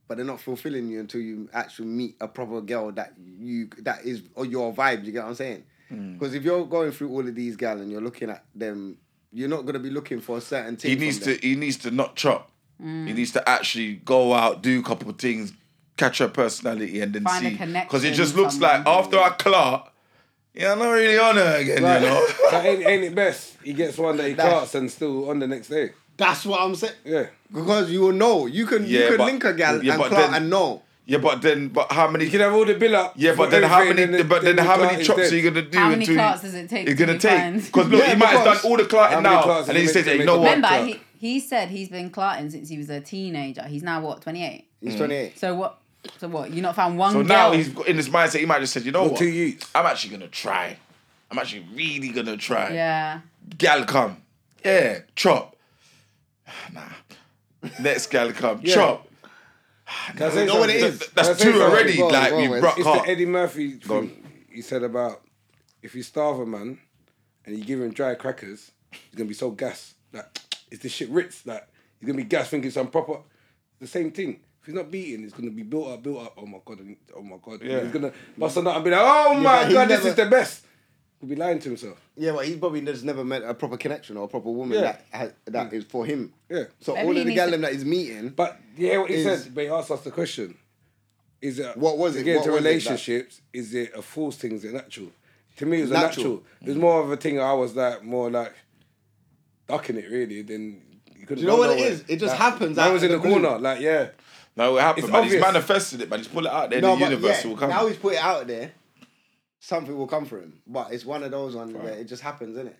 Speaker 3: But they're not fulfilling you until you actually meet a proper girl that you that is or your vibe. You get what I'm saying?
Speaker 2: Hmm.
Speaker 3: Because if you're going through all of these gal and you're looking at them, you're not gonna be looking for a certain thing.
Speaker 2: He
Speaker 3: from
Speaker 2: needs
Speaker 3: them.
Speaker 2: to. He needs to not chop. He needs to actually go out, do a couple of things, catch her personality, and then
Speaker 4: Find a
Speaker 2: see. it
Speaker 4: connection
Speaker 2: just looks like
Speaker 4: somewhere.
Speaker 2: after I clock, yeah, I'm not really on her again.
Speaker 5: Right.
Speaker 2: You know.
Speaker 5: But ain't, ain't it best? He gets one that he
Speaker 3: That-
Speaker 5: carts and still on the next day.
Speaker 3: That's what I'm saying.
Speaker 5: Yeah.
Speaker 3: Because you will know. You can
Speaker 2: Yeah,
Speaker 3: you can
Speaker 2: but-
Speaker 3: link a gal
Speaker 2: yeah,
Speaker 3: and
Speaker 2: but
Speaker 3: clout
Speaker 2: then-
Speaker 3: and know.
Speaker 2: Yeah, but then, but how many?
Speaker 5: You can have all the bill up.
Speaker 2: Yeah, but
Speaker 5: for
Speaker 2: then how
Speaker 5: everything
Speaker 2: many?
Speaker 5: and
Speaker 2: but then
Speaker 5: the
Speaker 2: how
Speaker 5: clout
Speaker 2: many
Speaker 5: is
Speaker 2: chops
Speaker 5: dead.
Speaker 2: are you gonna do?
Speaker 4: How many
Speaker 2: until
Speaker 4: classes does it take
Speaker 2: You're
Speaker 4: to
Speaker 2: gonna
Speaker 4: be
Speaker 2: take
Speaker 4: fined?
Speaker 2: because look,
Speaker 3: Yeah,
Speaker 2: he might have done
Speaker 3: because-
Speaker 2: all the
Speaker 5: How
Speaker 2: clarting
Speaker 5: many
Speaker 2: now,
Speaker 5: classes
Speaker 2: and then he
Speaker 5: does it
Speaker 2: said,
Speaker 5: take
Speaker 2: "You
Speaker 5: to
Speaker 2: know
Speaker 5: make a
Speaker 2: what?
Speaker 4: Remember,
Speaker 5: Fuck.
Speaker 4: he, he said he's been clarting since he was a teenager. He's now what, twenty eight?
Speaker 2: Hmm.
Speaker 3: He's 28.
Speaker 4: So what so what, you not found one
Speaker 2: So
Speaker 4: girl?
Speaker 2: now he's got- in this mindset. He might just said, "You know
Speaker 5: Well,
Speaker 2: what?
Speaker 5: two years.
Speaker 2: I'm actually gonna try. I'm actually really gonna try."
Speaker 4: Yeah.
Speaker 2: gal come. Yeah, chop. Nah. Next gal come, chop.
Speaker 5: Can I say
Speaker 2: You know what it
Speaker 5: something?
Speaker 2: is? That's
Speaker 5: Can I say
Speaker 2: two
Speaker 5: something?
Speaker 2: already.
Speaker 3: Go on,
Speaker 2: like
Speaker 3: go on,
Speaker 2: we
Speaker 3: Wes.
Speaker 2: brought
Speaker 5: It's
Speaker 2: up.
Speaker 5: the Eddie Murphy
Speaker 2: Go on.
Speaker 5: thing he said about if you starve a man and you give him dry crackers, he's gonna be so gas. Like, is this shit Ritz? Like, he's gonna be gas thinking some proper. The same thing. If he's not beating, it's gonna be built up, built up. Oh my god! I need- Oh my god!
Speaker 2: Yeah.
Speaker 5: He's gonna bust a nut and be like, "Oh my
Speaker 3: but he
Speaker 5: god, this
Speaker 3: never-
Speaker 5: is the best." He'll be lying to himself.
Speaker 3: Yeah, but he's probably just never met a proper connection or a proper woman
Speaker 5: Yeah.
Speaker 3: that ha-
Speaker 2: Mm.
Speaker 3: that is for him.
Speaker 5: Yeah.
Speaker 3: So
Speaker 4: Maybe
Speaker 3: all
Speaker 4: he
Speaker 3: of the
Speaker 4: needs
Speaker 3: gal
Speaker 4: to-
Speaker 3: them that he's meeting,
Speaker 5: But yeah, what he
Speaker 3: Is-
Speaker 5: said, but he asked us the question: Is it
Speaker 3: What was
Speaker 5: To
Speaker 3: it?
Speaker 5: get
Speaker 3: What
Speaker 5: into
Speaker 3: was it that-
Speaker 5: relationships, is it a false thing? Is it natural? To me, it was
Speaker 3: Natural. Mm.
Speaker 5: a natural. It was more of a thing. I was like more like ducking it really than. You,
Speaker 3: Do
Speaker 5: couldn't
Speaker 3: you know
Speaker 5: go
Speaker 3: what it
Speaker 5: nowhere.
Speaker 3: is? It just
Speaker 5: Like,
Speaker 3: happens
Speaker 5: I
Speaker 3: out
Speaker 5: was
Speaker 3: of
Speaker 5: in the,
Speaker 3: the blue.
Speaker 5: corner, like yeah.
Speaker 2: No, it happened,
Speaker 5: It's
Speaker 2: man. He's
Speaker 5: obvious.
Speaker 2: manifested it, man. He's put it out there in the
Speaker 3: but
Speaker 2: universe.
Speaker 3: yeah,
Speaker 2: it will come.
Speaker 3: Now he's put it out there. Something will come for him, but it's one of those ones where it just happens, isn't it?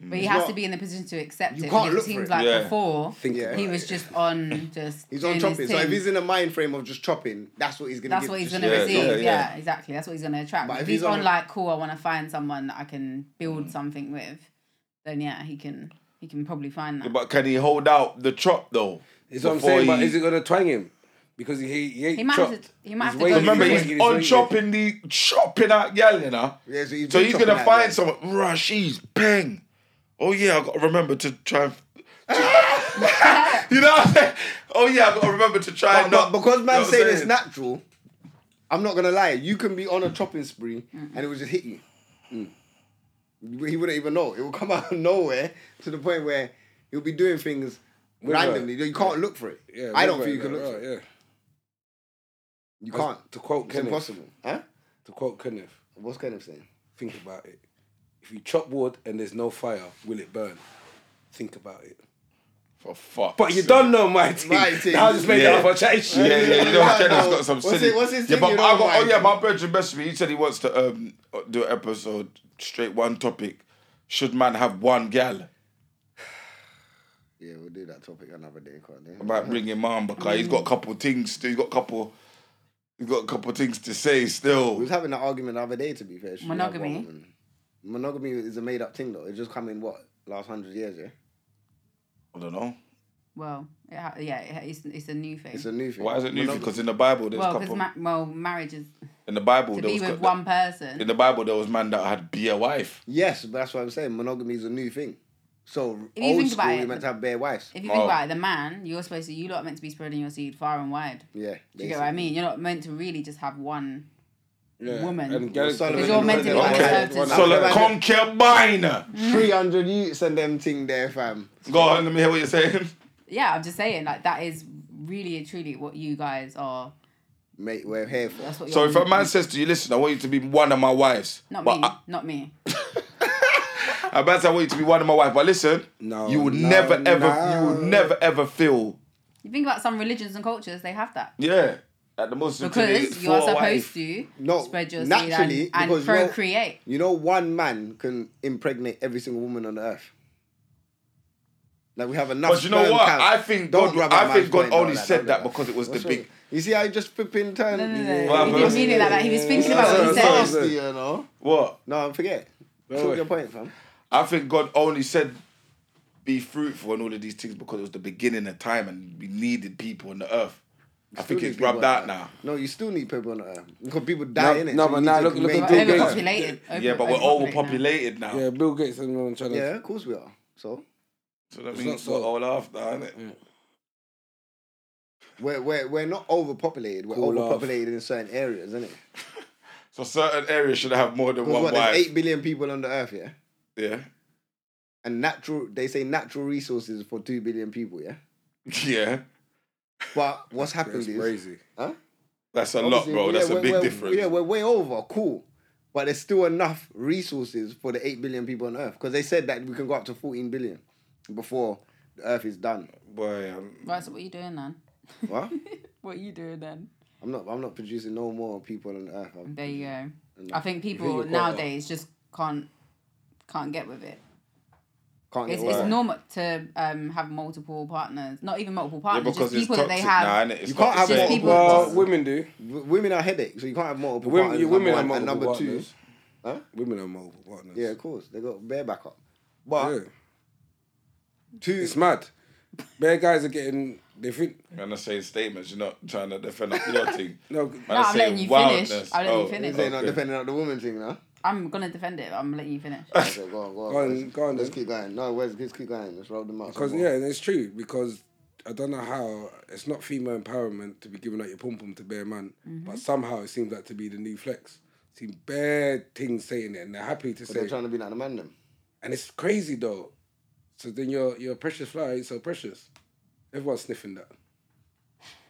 Speaker 5: Mm.
Speaker 4: But he has
Speaker 3: not-
Speaker 4: to be in the position to accept
Speaker 3: you
Speaker 4: it.
Speaker 3: can't
Speaker 4: because
Speaker 3: look
Speaker 4: it
Speaker 3: for
Speaker 4: seems
Speaker 3: it.
Speaker 4: like
Speaker 2: Yeah.
Speaker 4: before
Speaker 5: Think about
Speaker 4: he
Speaker 5: it.
Speaker 4: was just on just
Speaker 3: He's on
Speaker 4: doing his
Speaker 3: chopping, so if
Speaker 4: thing.
Speaker 3: he's in the mind frame of just chopping, that's what he's gonna.
Speaker 4: that's
Speaker 3: give,
Speaker 4: what he's
Speaker 3: just
Speaker 4: gonna
Speaker 2: yeah,
Speaker 4: receive.
Speaker 2: yeah,
Speaker 4: Yeah,
Speaker 2: yeah.
Speaker 4: exactly. That's what he's gonna attract.
Speaker 3: But
Speaker 4: But
Speaker 3: if
Speaker 4: if he's
Speaker 3: he's on
Speaker 4: on
Speaker 3: a- Mm.
Speaker 4: like, cool, I want to find someone that I can build something with, then yeah, he can he can probably find that.
Speaker 2: But can he hold out the chop though?
Speaker 5: Is what I'm
Speaker 2: Before
Speaker 5: saying. But
Speaker 2: he-
Speaker 5: is it gonna twang him? Because he he, he, ain't
Speaker 4: He might have
Speaker 5: chopped.
Speaker 4: to- he might have to
Speaker 5: waiting,
Speaker 4: go
Speaker 2: Remember,
Speaker 4: through
Speaker 2: he's on
Speaker 5: waiting.
Speaker 2: chopping the chopping out gal, you know.
Speaker 3: Yeah, so he's
Speaker 2: so
Speaker 3: been
Speaker 2: he's
Speaker 3: chopping
Speaker 2: gonna
Speaker 3: out
Speaker 2: find
Speaker 3: gal.
Speaker 2: someone. Rah, she's bang. Oh yeah, I gotta remember to try. And, to- you know what I'm saying? Oh yeah, I gotta remember to try. and
Speaker 3: But, but
Speaker 2: not,
Speaker 3: because
Speaker 2: you know
Speaker 3: man
Speaker 2: what I'm
Speaker 3: saying
Speaker 2: saying?
Speaker 3: it's natural, I'm not gonna lie. You can be on a chopping spree and it will just hit you. You- He wouldn't even know. It will come out of nowhere to the point where you'll be doing things
Speaker 5: With
Speaker 3: randomly. You can't look for it. I don't think you can look
Speaker 5: right,
Speaker 3: for
Speaker 5: right,
Speaker 3: it.
Speaker 5: Yeah.
Speaker 3: You
Speaker 5: That's-
Speaker 3: can't.
Speaker 5: To quote
Speaker 3: It's
Speaker 5: Kenneth.
Speaker 3: impossible. Huh?
Speaker 5: To quote Kenneth.
Speaker 3: What's kind of saying?
Speaker 5: Think about it. If you chop wood and there's no fire, will it burn? Think about it.
Speaker 2: For fuck.
Speaker 5: But you don't know my team.
Speaker 3: My team.
Speaker 5: Now I just made
Speaker 2: Yeah.
Speaker 5: it up. I chatted shit.
Speaker 2: Yeah, yeah, you know,
Speaker 3: Yeah,
Speaker 2: Kenneth's
Speaker 3: no.
Speaker 2: got some
Speaker 3: What's
Speaker 2: silly.
Speaker 3: it- what's his
Speaker 2: yeah,
Speaker 3: thing,
Speaker 2: but
Speaker 3: you know,
Speaker 2: I got. Oh
Speaker 3: Mike?
Speaker 2: yeah, my bedroom best me. He said he wants to um do an episode straight one topic. Should man have one gal?
Speaker 3: Yeah, we'll do that topic another day, can't we?
Speaker 2: About bring him on because
Speaker 3: Mm.
Speaker 2: he's got a couple things. To, he's got a couple. He's got a couple things to say
Speaker 3: We
Speaker 2: still.
Speaker 3: was having an argument the other day. To be fair, Should we have one
Speaker 4: Monogamy.
Speaker 3: woman? Monogamy is a made up thing though. It just come in what last hundred years, yeah.
Speaker 2: I don't know.
Speaker 4: Well, it ha- yeah, it ha- it's, it's a new thing.
Speaker 3: It's a new thing.
Speaker 2: Why is it new?
Speaker 3: Monog-
Speaker 2: Because in the Bible, there's
Speaker 4: well,
Speaker 2: a
Speaker 4: because
Speaker 2: couple.
Speaker 4: ma- well, marriage is
Speaker 2: in the Bible,
Speaker 4: to
Speaker 2: there
Speaker 4: be
Speaker 2: was
Speaker 4: with
Speaker 2: co-
Speaker 4: one person.
Speaker 2: in the Bible there was man that had be a wife.
Speaker 3: Yes, but that's what I'm saying. Monogamy is a new thing. So
Speaker 4: If you
Speaker 3: old
Speaker 4: think
Speaker 3: school,
Speaker 4: about
Speaker 3: you
Speaker 4: it-
Speaker 3: meant to have bare wives.
Speaker 4: If you think
Speaker 2: Oh.
Speaker 4: about it, the man, you're supposed to, you lot are meant to be spreading your seed far and wide.
Speaker 3: Yeah.
Speaker 4: Do you get what I mean? You're not meant to really just have one.
Speaker 5: Yeah.
Speaker 4: Woman.
Speaker 5: And Gary,
Speaker 3: Solomon-
Speaker 4: Because you're meant to be
Speaker 3: Okay.
Speaker 4: conservative.
Speaker 5: One
Speaker 2: So the
Speaker 3: Imagine-
Speaker 4: Mm.
Speaker 2: concubine.
Speaker 3: Three hundred youths and them thing there, fam.
Speaker 2: Go on, let me hear what you're saying.
Speaker 4: Yeah, I'm just saying, like, that is really and truly what you guys are.
Speaker 3: Mate, we're here for.
Speaker 4: That's what
Speaker 2: So
Speaker 4: you're
Speaker 2: if a man says to you, listen, I want you to be one of my wives.
Speaker 4: Not
Speaker 2: but
Speaker 4: me,
Speaker 2: I,
Speaker 4: not me.
Speaker 2: I'm about to say, I want you to be one of my wives, but listen,
Speaker 5: No,
Speaker 2: you will
Speaker 5: no,
Speaker 2: never ever, you
Speaker 5: no.
Speaker 2: will never ever feel,
Speaker 4: You think about some religions and cultures, they have that.
Speaker 2: yeah, at the Muslim
Speaker 4: Because you are supposed to
Speaker 3: No,
Speaker 4: spread your
Speaker 3: naturally,
Speaker 4: seed and, and
Speaker 3: because you're-
Speaker 4: procreate.
Speaker 3: You know, one man can impregnate every single woman on the earth. Like we have enough.
Speaker 2: But you know
Speaker 3: sperm
Speaker 2: what?
Speaker 3: count.
Speaker 2: I think
Speaker 3: Don't
Speaker 2: God-
Speaker 3: rub
Speaker 2: I
Speaker 3: my
Speaker 2: think
Speaker 3: man's
Speaker 2: God
Speaker 3: brain down
Speaker 2: only
Speaker 3: like
Speaker 2: said
Speaker 3: don't do
Speaker 2: that because it was the
Speaker 3: What's
Speaker 2: big-
Speaker 3: wrong? You see how you just flipping turn?
Speaker 4: No, no,
Speaker 2: Well,
Speaker 4: no. He
Speaker 2: but-
Speaker 4: didn't mean it like that. He was thinking about what he
Speaker 3: That's
Speaker 4: said.
Speaker 3: nasty, you know.
Speaker 2: What?
Speaker 3: No, forget.
Speaker 5: Don't
Speaker 3: Took
Speaker 5: worry.
Speaker 3: your point, fam.
Speaker 2: I think God only said be fruitful and all of these things because it was the beginning of time and we needed people on the earth. I think
Speaker 3: Still need
Speaker 2: it's
Speaker 3: people on
Speaker 2: rubbed out
Speaker 3: the earth.
Speaker 2: now.
Speaker 3: No, you still need people on the earth because people die in it.
Speaker 5: no, but now look- look at
Speaker 4: We're
Speaker 5: Bill Gates.
Speaker 4: overpopulated.
Speaker 2: Yeah, but we're
Speaker 4: overpopulated now.
Speaker 2: overpopulated now.
Speaker 5: yeah, Bill Gates and on China.
Speaker 3: Yeah, of course we are. So
Speaker 2: So that
Speaker 5: It's
Speaker 2: means
Speaker 5: not
Speaker 2: we're
Speaker 5: so.
Speaker 2: all after, innit?
Speaker 5: Yeah.
Speaker 3: we're we're, we're not overpopulated. We're
Speaker 5: Cool off.
Speaker 3: overpopulated in certain areas, isn't it?
Speaker 2: So certain areas should have more than
Speaker 3: Because
Speaker 2: one
Speaker 3: what? There's
Speaker 2: wife.
Speaker 3: eight billion people on the earth, yeah.
Speaker 2: Yeah.
Speaker 3: And natural, they say natural resources for two billion people, yeah.
Speaker 2: Yeah.
Speaker 3: But what's happened
Speaker 5: That's
Speaker 3: is
Speaker 5: crazy.
Speaker 3: Huh?
Speaker 2: That's a lot,
Speaker 3: Obviously,
Speaker 2: bro.
Speaker 3: yeah,
Speaker 2: That's a
Speaker 3: we're-
Speaker 2: big
Speaker 3: we're-
Speaker 2: difference.
Speaker 3: Yeah, we're way over, cool. But there's still enough resources for the 8 billion people on Earth. Because they said that we can go up to 14 billion before the Earth is done.
Speaker 2: Boy, um,
Speaker 4: Right, so what are you doing then?
Speaker 3: What?
Speaker 4: What are you doing then?
Speaker 3: I'm not I'm not producing no more people on Earth. I'm,
Speaker 4: There you go. I think people
Speaker 5: you're caught
Speaker 4: nowadays just can't can't get with it.
Speaker 3: can't
Speaker 4: It's,
Speaker 3: get away.
Speaker 4: it's normal to um, have multiple partners, not even multiple
Speaker 2: yeah,
Speaker 4: partners,
Speaker 2: because
Speaker 4: just
Speaker 2: it's
Speaker 4: people
Speaker 2: toxic
Speaker 4: that they have.
Speaker 2: now, innit? It's
Speaker 3: You
Speaker 2: not
Speaker 3: can't have
Speaker 2: the same.
Speaker 4: multiple-
Speaker 5: Well, women do.
Speaker 3: W- women are headaches, so you can't have multiple
Speaker 5: Women,
Speaker 3: partners,
Speaker 5: yeah,
Speaker 3: number
Speaker 5: women are
Speaker 3: one, and
Speaker 5: multiple
Speaker 3: number two.
Speaker 5: partners.
Speaker 3: Huh?
Speaker 5: Women are multiple partners.
Speaker 3: Yeah, of course. They got bare back up. But
Speaker 5: Yeah.
Speaker 3: two
Speaker 5: It's mad. Bare guys are getting. They think.
Speaker 2: Man, I'm saying statements. You're not trying to defend up your thing.
Speaker 5: No,
Speaker 2: Man,
Speaker 4: No,
Speaker 2: are
Speaker 4: I'm letting
Speaker 2: saying
Speaker 4: you finish.
Speaker 2: wildness.
Speaker 4: I'm letting you
Speaker 2: Oh,
Speaker 4: finish.
Speaker 3: they're not
Speaker 2: okay.
Speaker 3: depending on the woman thing now.
Speaker 4: I'm gonna defend it. I'm letting you finish.
Speaker 3: Okay, go on, go on.
Speaker 5: Go on,
Speaker 3: let's,
Speaker 5: go on
Speaker 3: let's
Speaker 5: then.
Speaker 3: keep going. No, let's, let's keep going. Let's roll them up.
Speaker 5: Because
Speaker 3: some
Speaker 5: yeah,
Speaker 3: more.
Speaker 5: and it's true. Because I don't know how it's not female empowerment to be giving out your pom pom to bare man,
Speaker 4: Mm-hmm.
Speaker 5: but somehow it seems like to be the new flex. Seem bare things saying it, and they're happy to
Speaker 3: But
Speaker 5: say.
Speaker 3: they're
Speaker 5: it.
Speaker 3: trying to be like the man them.
Speaker 5: And it's crazy though. So then your your precious flower ain't so precious. Everyone's sniffing that.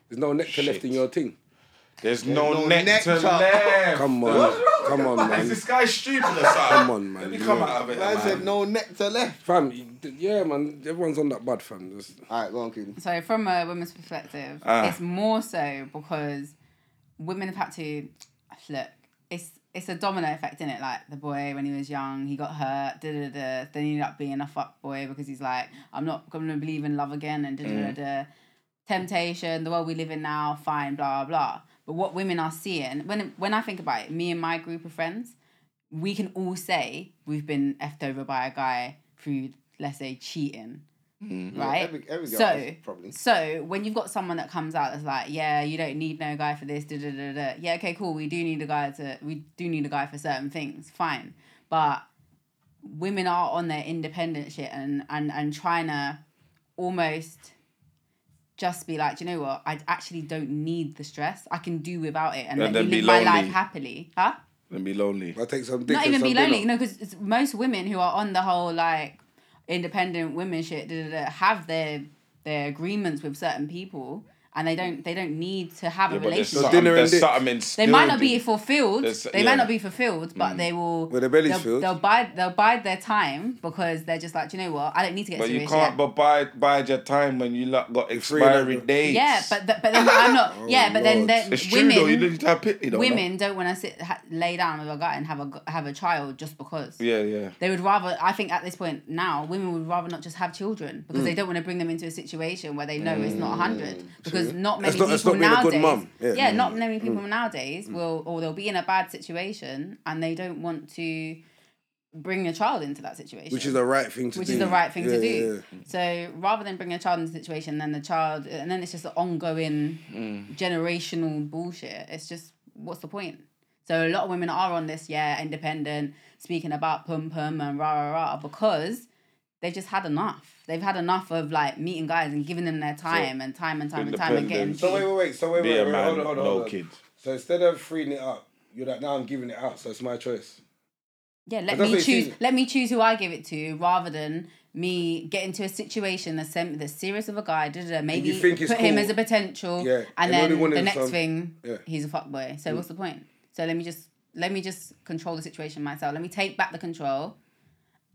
Speaker 5: There's no nectar left in
Speaker 2: Shit.
Speaker 5: your thing.
Speaker 2: There's no,
Speaker 3: no
Speaker 2: nectar,
Speaker 3: nectar.
Speaker 2: left.
Speaker 5: Come on, come on,
Speaker 2: Is
Speaker 5: man.
Speaker 2: this guy stupid or something?
Speaker 5: Come on, man.
Speaker 2: Let me come
Speaker 5: Yeah.
Speaker 2: out of it.
Speaker 3: I said
Speaker 2: man.
Speaker 3: no nectar left.
Speaker 5: Fam, you- yeah, man. Everyone's on that bud, fam. Just,
Speaker 3: All right, go on, Keaton.
Speaker 4: So from a woman's perspective,
Speaker 2: Ah.
Speaker 4: it's more so because women have had to look. It's it's a domino effect in it. Like the boy when he was young, he got hurt. Da da da. Then he ended up being a fuck boy because he's like, I'm not gonna believe in love again. And da da da. Temptation, the world we live in now, fine, blah blah. But what women are seeing when when I think about it, me and my group of friends, we can all say we've been effed over by a guy through, let's say, cheating right?
Speaker 3: every- every girl
Speaker 4: so
Speaker 3: has problems.
Speaker 4: so when you've got someone that comes out that's like, yeah, you don't need no guy for this, da da da da. Yeah, okay, cool. We do need a guy to we do need a guy for certain things, fine. But women are on their independent shit and and and trying to almost just be like, do you know what? I actually don't need the stress. I can do without it,
Speaker 2: And
Speaker 4: and, let
Speaker 2: then
Speaker 4: me
Speaker 2: be
Speaker 4: live my
Speaker 2: lonely.
Speaker 4: life happily, huh?
Speaker 2: Let me lonely.
Speaker 5: I take some dick
Speaker 4: not
Speaker 5: and
Speaker 4: even
Speaker 5: some
Speaker 4: be
Speaker 5: dinner.
Speaker 4: lonely. No, because most women who are on the whole like independent women shit da, da, da, have their their agreements with certain people, and they don't they don't need to have
Speaker 2: Yeah,
Speaker 4: a
Speaker 2: but there's
Speaker 4: relationship.
Speaker 2: something,
Speaker 5: dinner and
Speaker 2: there's
Speaker 5: dick.
Speaker 2: something
Speaker 4: They
Speaker 2: instilled
Speaker 4: might not
Speaker 2: in-
Speaker 4: be fulfilled.
Speaker 2: There's-
Speaker 4: They
Speaker 2: yeah. Mm.
Speaker 4: might not be fulfilled, but they will.
Speaker 5: Well, their belly's
Speaker 4: they'll,
Speaker 5: filled.
Speaker 4: They'll bide. They'll bide their time because they're just like, do you know what? I don't need to get
Speaker 2: But you
Speaker 4: serious.
Speaker 2: can't
Speaker 4: yet."
Speaker 2: but buy bide your time when you lot got
Speaker 5: free, don't
Speaker 2: expiry
Speaker 5: you?
Speaker 2: dates.
Speaker 4: yeah, but th- but then I'm not. yeah, but then
Speaker 5: Lord.
Speaker 4: then
Speaker 2: Oh, it's true
Speaker 4: women.
Speaker 2: though. You need to have pity though. no?
Speaker 4: women don't want to sit ha- lay down with a guy and have a g- have a child just because.
Speaker 2: Yeah, yeah.
Speaker 4: They would rather, I think at this point now, women would rather not just have children because
Speaker 5: Mm.
Speaker 4: they don't want to bring them into a situation where they know it's not 100. Because not many
Speaker 5: That's not- that's
Speaker 4: people
Speaker 5: not being a
Speaker 4: nowadays.
Speaker 5: good mum. Yeah. Mm.
Speaker 4: not many people nowadays will, or they'll be in a bad situation and they don't want to bring a child into that situation.
Speaker 5: Which is the right thing to
Speaker 4: which
Speaker 5: do.
Speaker 4: is the right thing to
Speaker 5: Yeah, yeah,
Speaker 4: do. So rather than bring a child into a situation, then the child, and then it's just an ongoing
Speaker 5: Mm.
Speaker 4: generational bullshit. It's just what's the point? So a lot of women are on this, yeah, independent, speaking about pum pum and rah rah rah because they just had enough. They've had enough of like meeting guys and giving them their time and time and time and time and getting.
Speaker 2: Independence.
Speaker 5: So wait, wait, wait. So wait,
Speaker 2: Be
Speaker 5: wait,
Speaker 2: a
Speaker 5: wait.
Speaker 2: man,
Speaker 5: hold on, hold on,
Speaker 2: no
Speaker 5: hold on.
Speaker 2: kid.
Speaker 5: So instead of freeing it up, you're like, now I'm giving it out. So it's my choice.
Speaker 4: Yeah, let
Speaker 5: But that's
Speaker 4: me
Speaker 5: what it
Speaker 4: choose.
Speaker 5: is.
Speaker 4: Let me choose who I give it to, rather than me get into a situation that's sem- that's serious of a guy. Da, da, da, maybe
Speaker 5: think it's
Speaker 4: put him
Speaker 5: cool.
Speaker 4: as a potential,
Speaker 5: Yeah,
Speaker 4: and
Speaker 5: and only
Speaker 4: then
Speaker 5: one
Speaker 4: the
Speaker 5: of
Speaker 4: next
Speaker 5: some-
Speaker 4: thing,
Speaker 5: yeah. Mm.
Speaker 4: he's a fuckboy. So what's the point? So let me just let me just control the situation myself. Let me take back the control.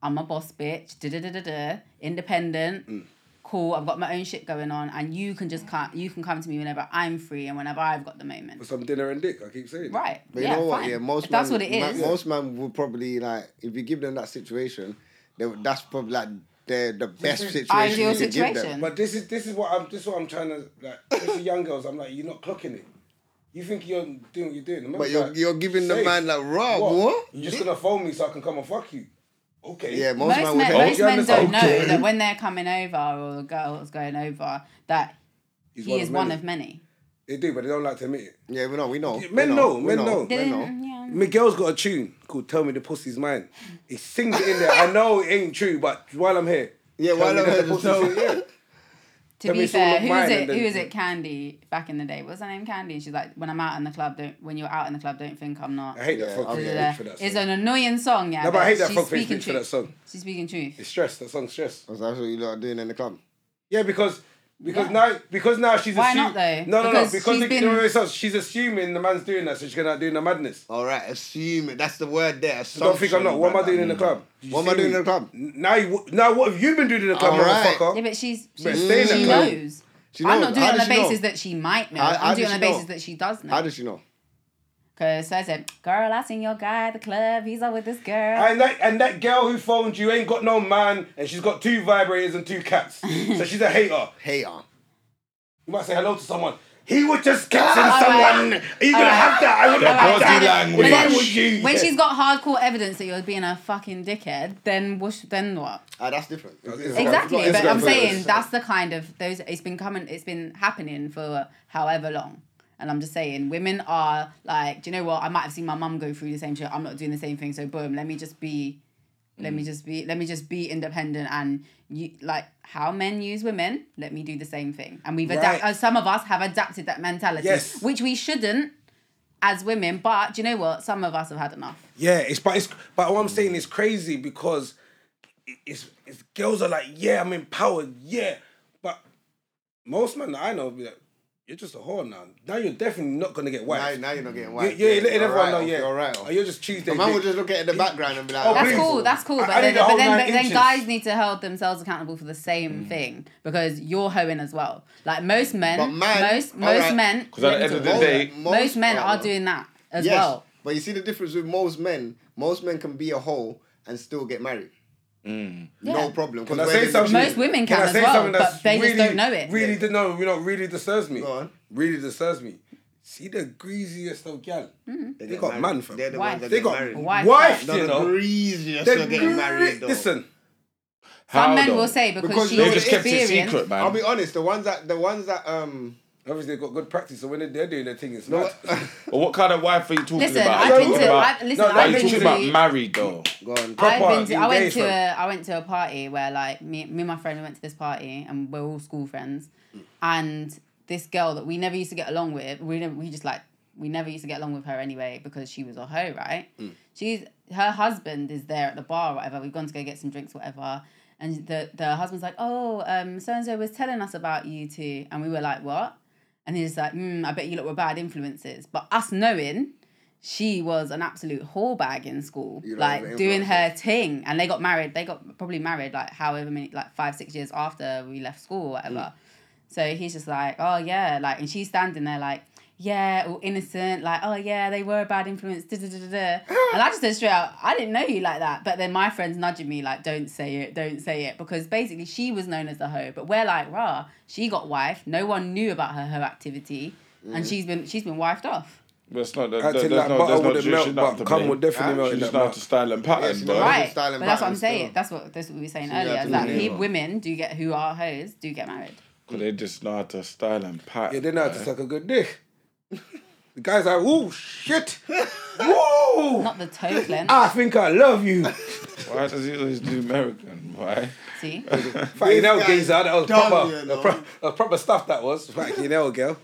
Speaker 4: I'm a boss bitch. Da da da da da. Independent.
Speaker 5: Mm.
Speaker 4: Cool. I've got my own shit going on, and you can just come. You can come to me whenever I'm free and whenever I've got the moment.
Speaker 5: For some dinner and dick, I keep saying.
Speaker 4: Right.
Speaker 3: But
Speaker 4: yeah,
Speaker 3: you know what?
Speaker 4: fine.
Speaker 3: Yeah, most
Speaker 4: If that's
Speaker 3: man-
Speaker 4: what it
Speaker 3: ma-
Speaker 4: is.
Speaker 3: most men would probably like if you give them that situation, they, would- that's probably like the the best situation.
Speaker 4: Ideal
Speaker 3: you could give them.
Speaker 4: situation.
Speaker 5: But this is this is what I'm this is what I'm trying to like. This is young girls. I'm like, you're not clocking it. You think you're doing what you're doing. Remember,
Speaker 3: But you're-
Speaker 5: like,
Speaker 3: you're giving the
Speaker 5: safe.
Speaker 3: man, like, raw, what?
Speaker 5: You're just gonna phone me so I can come and fuck you. Okay.
Speaker 3: Yeah, most,
Speaker 4: most
Speaker 3: men
Speaker 4: men,
Speaker 3: would.
Speaker 4: most
Speaker 5: you
Speaker 4: men don't
Speaker 5: understand?
Speaker 4: know that when they're coming over or the girl's going over that
Speaker 5: He's
Speaker 4: he is
Speaker 5: many.
Speaker 4: one of many.
Speaker 5: They do, but they don't like to admit it.
Speaker 3: yeah, we know, we know.
Speaker 5: Men
Speaker 3: we
Speaker 5: know,
Speaker 3: we
Speaker 5: men know.
Speaker 3: men know.
Speaker 4: Mm, yeah.
Speaker 5: Miguel's got a tune called "Tell Me the Pussy's Mine." He sings it in there. I know it ain't true, but while I'm here,
Speaker 3: Yeah,
Speaker 5: tell
Speaker 3: while
Speaker 5: me
Speaker 3: I'm
Speaker 5: that
Speaker 3: here,
Speaker 5: the
Speaker 3: just
Speaker 5: pussy's
Speaker 3: tell-
Speaker 5: in there.
Speaker 4: To
Speaker 5: Tell me
Speaker 4: be
Speaker 5: it's all
Speaker 4: fair,
Speaker 5: of
Speaker 4: who
Speaker 5: mine
Speaker 4: was it?
Speaker 5: and then-
Speaker 4: Who was it? Candy back in the day. What was her name? Candy. She's like, when I'm out in the club, don't. When you're out in the club, don't think I'm not.
Speaker 5: I hate that
Speaker 3: Yeah,
Speaker 5: fucking
Speaker 3: okay.
Speaker 5: bitch for that.
Speaker 4: It's
Speaker 5: song.
Speaker 4: an annoying song, yeah.
Speaker 5: No, but I hate that
Speaker 4: she's
Speaker 5: fuckface
Speaker 4: speaking
Speaker 5: bitch for
Speaker 4: truth.
Speaker 5: that song.
Speaker 4: She's speaking
Speaker 5: It's
Speaker 4: truth.
Speaker 5: stress. That song's stress.
Speaker 3: That's what you lot are doing in the club.
Speaker 5: Yeah, because because
Speaker 4: Yeah.
Speaker 5: now because now she's
Speaker 4: Why
Speaker 5: assuming
Speaker 4: not, though?
Speaker 5: no no
Speaker 4: Because
Speaker 5: no because
Speaker 4: she's
Speaker 5: it,
Speaker 4: been-
Speaker 5: no, wait, so she's assuming the man's doing that, so she's gonna do the madness.
Speaker 3: All right, assume it. That's the word there.
Speaker 5: So don't think I'm not. What am I doing in the club? Did you
Speaker 3: What am I
Speaker 5: see
Speaker 3: doing
Speaker 5: me?
Speaker 3: in the club?
Speaker 5: N- Now you, now what have you been doing in the club,
Speaker 3: Alright.
Speaker 5: motherfucker?
Speaker 4: Yeah, but she's she,
Speaker 5: But stay in
Speaker 4: she
Speaker 5: the club.
Speaker 4: knows.
Speaker 3: She
Speaker 4: I'm
Speaker 3: knows.
Speaker 4: not doing
Speaker 3: How
Speaker 4: it on
Speaker 3: does
Speaker 4: the
Speaker 3: she know?
Speaker 4: basis that she might know.
Speaker 3: How- how
Speaker 4: I'm doing it
Speaker 3: does
Speaker 4: on
Speaker 3: she
Speaker 4: the
Speaker 3: know?
Speaker 4: basis that she does know.
Speaker 3: How does she know?
Speaker 4: Cause so I said, girl, I seen your guy at the club. He's out with this girl.
Speaker 5: And that and that girl who phoned you ain't got no man, and she's got two vibrators and two cats, so she's a hater.
Speaker 3: Hey, on.
Speaker 5: You might say hello to someone. He was just catching
Speaker 4: Alright.
Speaker 5: someone. Are you gonna
Speaker 4: Alright.
Speaker 5: have that? I would
Speaker 2: The
Speaker 5: have
Speaker 4: Alright.
Speaker 5: that.
Speaker 2: body language.
Speaker 4: But
Speaker 5: Why
Speaker 4: then,
Speaker 5: would you?
Speaker 4: when she's got hardcore evidence that you're being a fucking dickhead, then what? sh- Then what?
Speaker 3: Ah, that's different.
Speaker 5: Exactly. Instagram-
Speaker 4: Exactly.
Speaker 5: Instagram
Speaker 4: But I'm
Speaker 5: photos.
Speaker 4: saying that's the kind of those. It's been coming. It's been happening for however long. And I'm just saying, women are like, do you know what? I might have seen my mum go through the same shit. I'm not doing the same thing. So boom, let me just be, let
Speaker 5: Mm.
Speaker 4: me just be, let me just be independent. And you like how men use women. Let me do the same thing. And we've
Speaker 5: Right.
Speaker 4: adapted. some of us have adapted that mentality,
Speaker 5: Yes.
Speaker 4: which we shouldn't as women. But do you know what? Some of us have had enough.
Speaker 5: Yeah, it's but it's but what I'm
Speaker 3: Hmm.
Speaker 5: saying is crazy because it- it's it's girls are like, yeah, I'm empowered, yeah. But most men that I know be like, you're just a whore now. Now you're definitely not gonna get
Speaker 3: Now,
Speaker 5: wiped.
Speaker 3: now you're not getting
Speaker 5: Yeah,
Speaker 3: white.
Speaker 5: yeah, letting everyone know, yeah.
Speaker 3: You're right.
Speaker 5: Oh, you're just Tuesday.
Speaker 3: man would
Speaker 5: dick.
Speaker 3: just look at it in the background and be like,
Speaker 5: Oh,
Speaker 4: That's
Speaker 5: Please.
Speaker 4: cool. That's cool.
Speaker 5: I-
Speaker 4: But, then,
Speaker 5: I need the
Speaker 4: but
Speaker 5: whole
Speaker 4: then,
Speaker 5: nine
Speaker 4: but then
Speaker 5: inches.
Speaker 4: guys need to hold themselves accountable for the same thing because you're hoeing as well. Like most
Speaker 3: But
Speaker 4: men,
Speaker 3: man-
Speaker 4: most most
Speaker 3: alright.
Speaker 4: men,
Speaker 2: Because at
Speaker 4: let
Speaker 2: the
Speaker 4: me
Speaker 2: end of
Speaker 4: talk.
Speaker 2: the day,
Speaker 4: most, men are doing that as
Speaker 3: yes,
Speaker 4: well.
Speaker 3: But you see the difference with most men. Most men can be a hoe and still get married. No
Speaker 4: Yeah.
Speaker 3: problem.
Speaker 5: Can I
Speaker 3: where
Speaker 5: say
Speaker 3: they-
Speaker 5: something?
Speaker 4: Most women can
Speaker 5: I
Speaker 4: as
Speaker 5: say
Speaker 4: well,
Speaker 5: something
Speaker 4: but
Speaker 5: that's
Speaker 4: they just
Speaker 5: really-
Speaker 4: don't know it.
Speaker 5: Really, did know, you know, really disturbs me.
Speaker 3: Go on.
Speaker 5: Really disturbs me. See the greasiest of gal. They,
Speaker 3: get
Speaker 5: got
Speaker 3: married.
Speaker 5: man for
Speaker 3: They're the
Speaker 4: Why?
Speaker 3: ones that
Speaker 5: They
Speaker 3: get
Speaker 5: got
Speaker 3: married.
Speaker 4: Why?
Speaker 5: wife,
Speaker 4: Mm-hmm. Wife,
Speaker 3: No,
Speaker 5: you
Speaker 3: the
Speaker 5: know.
Speaker 3: greasiest
Speaker 5: They're
Speaker 3: are getting married though.
Speaker 5: Listen,
Speaker 2: How
Speaker 4: Some men
Speaker 2: though?
Speaker 4: will say because,
Speaker 3: Because
Speaker 4: she's
Speaker 3: you know
Speaker 2: They
Speaker 3: what
Speaker 2: just
Speaker 3: it
Speaker 2: kept it
Speaker 4: experienced.
Speaker 2: secret, man.
Speaker 3: I'll be honest. The ones that the ones that um.
Speaker 5: obviously they got good practice, so when they're, they're doing their thing, it's
Speaker 3: No,
Speaker 5: mad.
Speaker 2: But what kind of wife are you talking
Speaker 4: Listen,
Speaker 2: about?
Speaker 4: I've
Speaker 2: Are you
Speaker 5: been
Speaker 2: talking
Speaker 5: to-
Speaker 2: about-
Speaker 4: I've- listen,
Speaker 5: No, I've
Speaker 2: Are you
Speaker 5: been
Speaker 2: talking
Speaker 5: to
Speaker 2: about
Speaker 4: the-
Speaker 2: married though?
Speaker 3: go on.
Speaker 5: Proper
Speaker 4: I've been to, I went to
Speaker 5: engagement.
Speaker 4: a I went to a party where like me me and my friend we went to this party and we're all school friends, and this girl that we never used to get along with we never, we just like we never used to get along with her anyway because she was a hoe right.
Speaker 5: Mm.
Speaker 4: She's her husband is there at the bar or whatever. We've gone to go get some drinks whatever. And the, the husband's like, oh, um, so and so was telling us about you two. And we were like, what? And he's like, mm, I bet you lot were bad influences. But us knowing she was an absolute whore bag in school,
Speaker 3: You lot were
Speaker 4: like
Speaker 3: the
Speaker 4: doing her thing. And they got married, they got probably married like however many, like five, six years after we left school or whatever.
Speaker 3: Hmm.
Speaker 4: So he's just like, oh yeah, like, and she's standing there like, yeah, all innocent, like, oh yeah, they were a bad influence, da da da da da. And I just said straight out, I didn't know you like that. But then my friend's nudging me, like, don't say it, don't say it. Because basically she was known as the hoe. But we're like, rah, she got wife, no one knew about her hoe activity,
Speaker 3: Mm.
Speaker 4: and she's been she's been wifed off.
Speaker 2: That's not. There's,
Speaker 5: Acting
Speaker 2: there's
Speaker 5: like
Speaker 2: no.
Speaker 5: butter
Speaker 2: There's no.
Speaker 5: wouldn't
Speaker 2: She's
Speaker 5: melt,
Speaker 2: not
Speaker 5: but
Speaker 2: to
Speaker 5: cum would
Speaker 2: blame.
Speaker 5: definitely
Speaker 2: She's
Speaker 5: melt in that
Speaker 2: just not
Speaker 5: mouth.
Speaker 2: to style and pattern,
Speaker 3: Yes,
Speaker 2: bro.
Speaker 3: Well,
Speaker 4: right.
Speaker 3: it's style and
Speaker 4: But that's what I'm
Speaker 3: balance,
Speaker 4: saying.
Speaker 3: though.
Speaker 4: That's what that's what we were saying
Speaker 3: you
Speaker 4: earlier.
Speaker 3: have
Speaker 4: Is
Speaker 3: to
Speaker 4: that
Speaker 3: believe
Speaker 4: he-
Speaker 3: her.
Speaker 4: women do get who are hoes do get married.
Speaker 2: They just know how to style and
Speaker 5: Yeah,
Speaker 2: pattern.
Speaker 5: they know how to suck a good dick. The guy's like, oh shit, whoa!
Speaker 4: Not the toe cleanse.
Speaker 5: I think I love you.
Speaker 2: Why does he always do American? Why?
Speaker 4: See?
Speaker 5: Fucking hell,
Speaker 3: guy's
Speaker 5: geezer, that was
Speaker 3: dumb,
Speaker 5: proper,
Speaker 3: you
Speaker 5: that was
Speaker 3: know.
Speaker 5: pro- that was proper stuff. That was fucking hell, girl.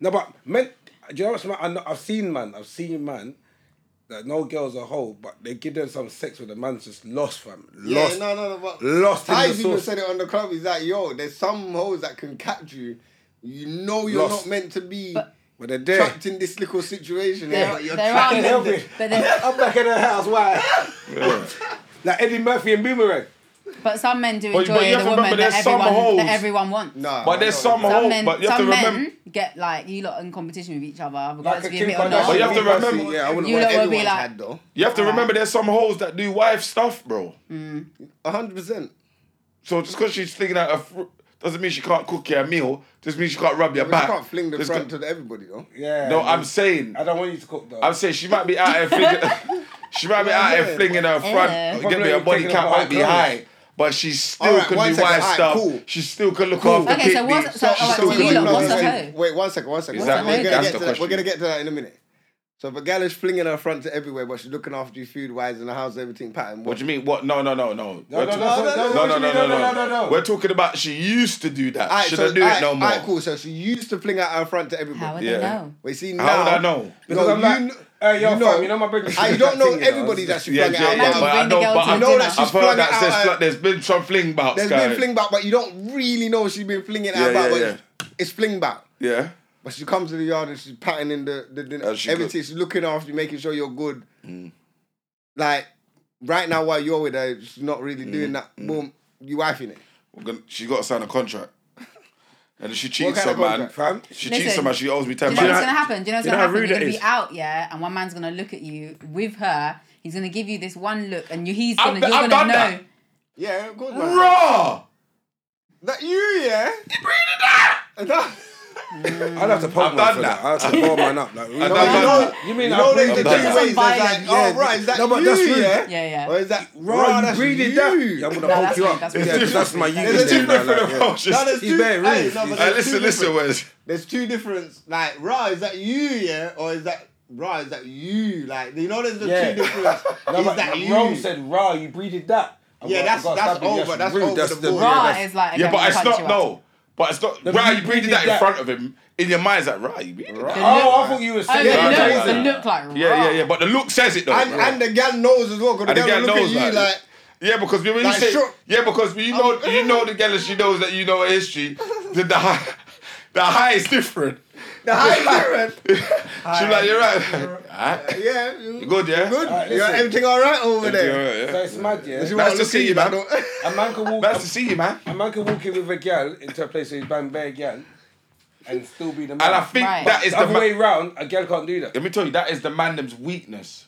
Speaker 5: No, but men, do you know what's man? I know, I've seen man, I've seen man that no girls are whole, but they give them some sex where the man's just lost, fam,
Speaker 3: Yeah,
Speaker 5: lost.
Speaker 3: no, no, no. But
Speaker 5: lost in the
Speaker 3: Ty's even
Speaker 5: sauce.
Speaker 3: said it on the club. He's like, yo, there's some hoes that can catch you. You know you're
Speaker 5: Lost.
Speaker 3: not meant to be
Speaker 4: But-
Speaker 5: But they're there.
Speaker 3: trapped in this little situation.
Speaker 4: There-
Speaker 3: Yeah, but you're
Speaker 4: there
Speaker 3: trapped.
Speaker 4: are-
Speaker 5: Fucking help me.
Speaker 4: But there-
Speaker 5: I'm back in the house. Why?
Speaker 2: Yeah.
Speaker 5: Like Eddie Murphy and Boomerang.
Speaker 4: But some men do
Speaker 2: Oh, But- but
Speaker 4: enjoy
Speaker 2: you have to
Speaker 4: the
Speaker 2: remember
Speaker 4: woman
Speaker 2: there's
Speaker 4: that
Speaker 2: some
Speaker 4: everyone, that
Speaker 2: hoes.
Speaker 4: everyone wants.
Speaker 3: Nah,
Speaker 2: But there's
Speaker 3: no,
Speaker 2: some
Speaker 3: no.
Speaker 4: Some
Speaker 2: hope,
Speaker 4: men,
Speaker 2: but you have to
Speaker 4: some
Speaker 2: remember.
Speaker 4: men get like you lot in competition with each other,
Speaker 5: Like
Speaker 4: regardless
Speaker 5: a
Speaker 4: if you
Speaker 5: Kim
Speaker 4: admit or
Speaker 5: Kardashian.
Speaker 2: But you have
Speaker 4: not.
Speaker 2: to
Speaker 5: Beyonce,
Speaker 2: remember-
Speaker 5: Yeah, I wouldn't
Speaker 4: You lot
Speaker 5: want
Speaker 4: will
Speaker 5: everyone.
Speaker 4: be
Speaker 3: Everyone's
Speaker 4: like-
Speaker 3: had though.
Speaker 2: You have to
Speaker 4: Alright.
Speaker 2: remember there's some hoes that do wife stuff, bro.
Speaker 3: A hundred percent.
Speaker 2: So just because she's flinging out a fruit doesn't mean she can't cook you a meal. Just means she can't rub your
Speaker 3: But
Speaker 2: back.
Speaker 3: you can't fling the
Speaker 2: Just
Speaker 3: front
Speaker 2: go-
Speaker 3: to everybody though.
Speaker 5: Yeah.
Speaker 2: No, I'm saying,
Speaker 5: I don't want you to cook though.
Speaker 2: I'm saying she might be out here flinging. she might be out here flinging her
Speaker 4: Yeah.
Speaker 2: front. Get me, her
Speaker 5: Probably
Speaker 2: body
Speaker 5: taking
Speaker 2: count
Speaker 5: off
Speaker 2: might be
Speaker 5: her
Speaker 2: high, but she still
Speaker 3: Alright,
Speaker 2: can
Speaker 3: one
Speaker 2: do
Speaker 3: second,
Speaker 2: wife
Speaker 3: alright,
Speaker 2: stuff.
Speaker 3: cool.
Speaker 2: She still can look
Speaker 3: Cool.
Speaker 2: after
Speaker 4: Okay, so
Speaker 2: picnics.
Speaker 4: what's- so,
Speaker 2: she
Speaker 4: alright,
Speaker 2: still
Speaker 4: so
Speaker 2: can
Speaker 4: you
Speaker 2: look
Speaker 4: lot, what's
Speaker 2: after
Speaker 4: the
Speaker 2: picnics.
Speaker 4: hoe?
Speaker 3: Wait, one second, one second.
Speaker 2: Exactly,
Speaker 3: We're, gonna
Speaker 4: that's
Speaker 3: get to
Speaker 2: the
Speaker 3: that. We're
Speaker 2: question.
Speaker 3: gonna get to that in a minute. So if a gal is flinging her front to everywhere, but she's looking after you food wise and the house everything pattern.
Speaker 2: What do you mean? What? No, no, no, no.
Speaker 5: No,
Speaker 2: We're
Speaker 5: no,
Speaker 2: talking-
Speaker 5: no,
Speaker 2: no,
Speaker 5: no,
Speaker 2: no,
Speaker 5: no,
Speaker 2: no,
Speaker 5: no, no,
Speaker 2: no,
Speaker 5: no, no.
Speaker 2: We're talking about she used to do that.
Speaker 3: Alright,
Speaker 2: Shouldn't
Speaker 3: so-
Speaker 2: do
Speaker 3: alright,
Speaker 2: it no more.
Speaker 3: alright, cool. So she used to fling out her front to everybody.
Speaker 4: How would
Speaker 2: Yeah.
Speaker 4: they know?
Speaker 3: But you see now.
Speaker 2: How would I know?
Speaker 5: Because
Speaker 3: no,
Speaker 5: I'm like,
Speaker 3: you, kn-
Speaker 5: hey, yo,
Speaker 3: you know,
Speaker 5: fam, you know my breakfast
Speaker 3: I
Speaker 5: is
Speaker 3: don't
Speaker 5: that
Speaker 3: know
Speaker 5: thing, you know,
Speaker 3: everybody
Speaker 5: it's-
Speaker 3: that she
Speaker 2: Yeah,
Speaker 3: flung
Speaker 2: yeah,
Speaker 3: it
Speaker 2: yeah.
Speaker 3: out.
Speaker 4: Imagine
Speaker 2: But
Speaker 3: But
Speaker 2: I
Speaker 4: bringing
Speaker 2: know,
Speaker 4: the girl
Speaker 2: but
Speaker 4: to
Speaker 2: I
Speaker 4: dinner.
Speaker 2: know that
Speaker 4: I've
Speaker 2: she's
Speaker 3: heard
Speaker 2: flung
Speaker 3: that
Speaker 2: out.
Speaker 3: since
Speaker 2: There's,
Speaker 3: fl-
Speaker 2: there's been some fling bouts,
Speaker 3: there's
Speaker 2: guys.
Speaker 3: been fling back, but you don't really know she's been flinging it
Speaker 2: Yeah,
Speaker 3: out.
Speaker 2: yeah,
Speaker 3: back, but
Speaker 2: yeah.
Speaker 3: it's- It's fling back.
Speaker 2: Yeah.
Speaker 3: But she comes to the yard and she's patting in the, the, the
Speaker 2: As Uh, she Mm.
Speaker 3: everything.
Speaker 2: could.
Speaker 3: She's looking after you, making sure you're good. Like right now, while you're with her, she's not
Speaker 2: Mm,
Speaker 3: really doing that. Boom, you wifing it.
Speaker 2: We're gonna, she got to sign a contract. And if she cheats
Speaker 3: kind of
Speaker 2: some man,
Speaker 3: contract?
Speaker 5: fam.
Speaker 2: she
Speaker 4: Listen,
Speaker 2: cheats some man, she owes me
Speaker 4: Do
Speaker 2: 10
Speaker 4: you know what's
Speaker 2: pounds.
Speaker 4: gonna happen? Do you know what's
Speaker 5: you
Speaker 4: gonna
Speaker 5: know how
Speaker 4: happen?
Speaker 5: rude
Speaker 4: You're gonna
Speaker 5: that
Speaker 4: be
Speaker 5: is?
Speaker 4: out, yeah, and one man's gonna look at you with her. He's gonna give you this one look, and you, he's
Speaker 2: I've
Speaker 4: gonna,
Speaker 2: d-
Speaker 4: you're
Speaker 2: I've
Speaker 4: gonna know.
Speaker 2: done
Speaker 3: Yeah, of course. man.
Speaker 2: Raw!
Speaker 3: That you, yeah. You breathing
Speaker 5: I'd have to pull
Speaker 2: I've
Speaker 5: one
Speaker 2: done
Speaker 5: for
Speaker 2: that.
Speaker 5: Mm. that. I'd have to pull man up. Like, you, know,
Speaker 2: done
Speaker 5: you,
Speaker 2: that.
Speaker 5: know, you mean
Speaker 3: You
Speaker 5: I
Speaker 3: know
Speaker 5: breathe
Speaker 3: there's the
Speaker 5: that?
Speaker 3: two ways. It's like,
Speaker 4: violence.
Speaker 3: oh, right, is that
Speaker 5: No, but
Speaker 3: you,
Speaker 5: that's rude.
Speaker 3: yeah?
Speaker 4: Yeah, yeah.
Speaker 3: Or is that
Speaker 5: Bro,
Speaker 3: raw?
Speaker 5: you
Speaker 3: That's
Speaker 5: breathe
Speaker 3: you.
Speaker 5: it that. Yeah, I'm gonna
Speaker 4: No,
Speaker 5: poke
Speaker 4: that's
Speaker 5: you
Speaker 4: me,
Speaker 5: up.
Speaker 4: that's me.
Speaker 5: Yeah, that's my you.
Speaker 2: It's
Speaker 5: in there,
Speaker 2: different for
Speaker 5: like,
Speaker 2: the
Speaker 5: yeah.
Speaker 2: vultures.
Speaker 3: No, there's
Speaker 5: He's
Speaker 3: two.
Speaker 5: very rude.
Speaker 3: Hey, no, but
Speaker 5: Hey,
Speaker 2: Hey,
Speaker 3: there's two
Speaker 2: listen, listen,
Speaker 3: different-
Speaker 2: Wes.
Speaker 3: There's two difference. Like, raw, is that you, yeah? Or is that raw? Is that you? Like, you know, there's the
Speaker 5: Yeah.
Speaker 3: two difference.
Speaker 5: No,
Speaker 3: is
Speaker 5: but
Speaker 3: that you?
Speaker 5: Rome said, "Raw, you breathed that." I'm
Speaker 3: Yeah,
Speaker 5: gonna-
Speaker 3: that's-
Speaker 5: I'm gonna
Speaker 3: that's
Speaker 5: stab you.
Speaker 3: over, that's
Speaker 5: rude.
Speaker 3: over the board.
Speaker 4: Raw
Speaker 5: that's-
Speaker 4: is like
Speaker 2: Yeah,
Speaker 4: again,
Speaker 2: but
Speaker 4: I'll
Speaker 2: it's
Speaker 4: punch
Speaker 2: not,
Speaker 4: you
Speaker 2: no. But it's not,
Speaker 5: but
Speaker 2: right,
Speaker 5: you
Speaker 2: you breathing
Speaker 5: did
Speaker 2: that in
Speaker 5: that.
Speaker 2: front of him. In your mind's like, right, you breathing that.
Speaker 4: Up.
Speaker 5: Oh, I thought you were
Speaker 4: Oh,
Speaker 5: saying.
Speaker 4: the
Speaker 2: Yeah,
Speaker 4: look,
Speaker 2: yeah,
Speaker 4: the
Speaker 2: yeah.
Speaker 4: look like raw.
Speaker 2: Yeah, yeah, yeah. But the look says it though.
Speaker 3: And,
Speaker 2: Yeah.
Speaker 3: and the gal knows as well, because
Speaker 2: And
Speaker 3: the
Speaker 2: the
Speaker 3: gal
Speaker 2: girl
Speaker 3: will look at
Speaker 2: knows
Speaker 3: you
Speaker 2: that.
Speaker 3: like,
Speaker 2: yeah, because when you
Speaker 3: Like,
Speaker 2: say
Speaker 3: sure.
Speaker 2: yeah, because you know you know the girl she knows that you know her history. The the high, the high is different.
Speaker 3: the high
Speaker 2: She's like, you're right. Alright.
Speaker 3: Yeah. You
Speaker 2: You good, yeah?
Speaker 3: Good.
Speaker 5: Alright,
Speaker 3: you got
Speaker 5: listen.
Speaker 3: everything all right over
Speaker 2: Everything
Speaker 3: there?
Speaker 2: alright, yeah?
Speaker 5: So it's mad, yeah.
Speaker 3: She
Speaker 2: Nice
Speaker 3: won't
Speaker 2: to
Speaker 3: look
Speaker 2: see
Speaker 3: at
Speaker 2: you,
Speaker 3: like,
Speaker 2: man.
Speaker 3: don't-
Speaker 5: A man can walk.
Speaker 2: Nice to see you, man.
Speaker 5: A man can walk in with a gal into a place where he's bang bare gal, and still be the man.
Speaker 2: And I think
Speaker 4: Right.
Speaker 2: that is
Speaker 5: the
Speaker 2: the
Speaker 5: other
Speaker 2: man.
Speaker 5: way round, a gal can't do that.
Speaker 2: Let me tell you, that is the mandem's weakness.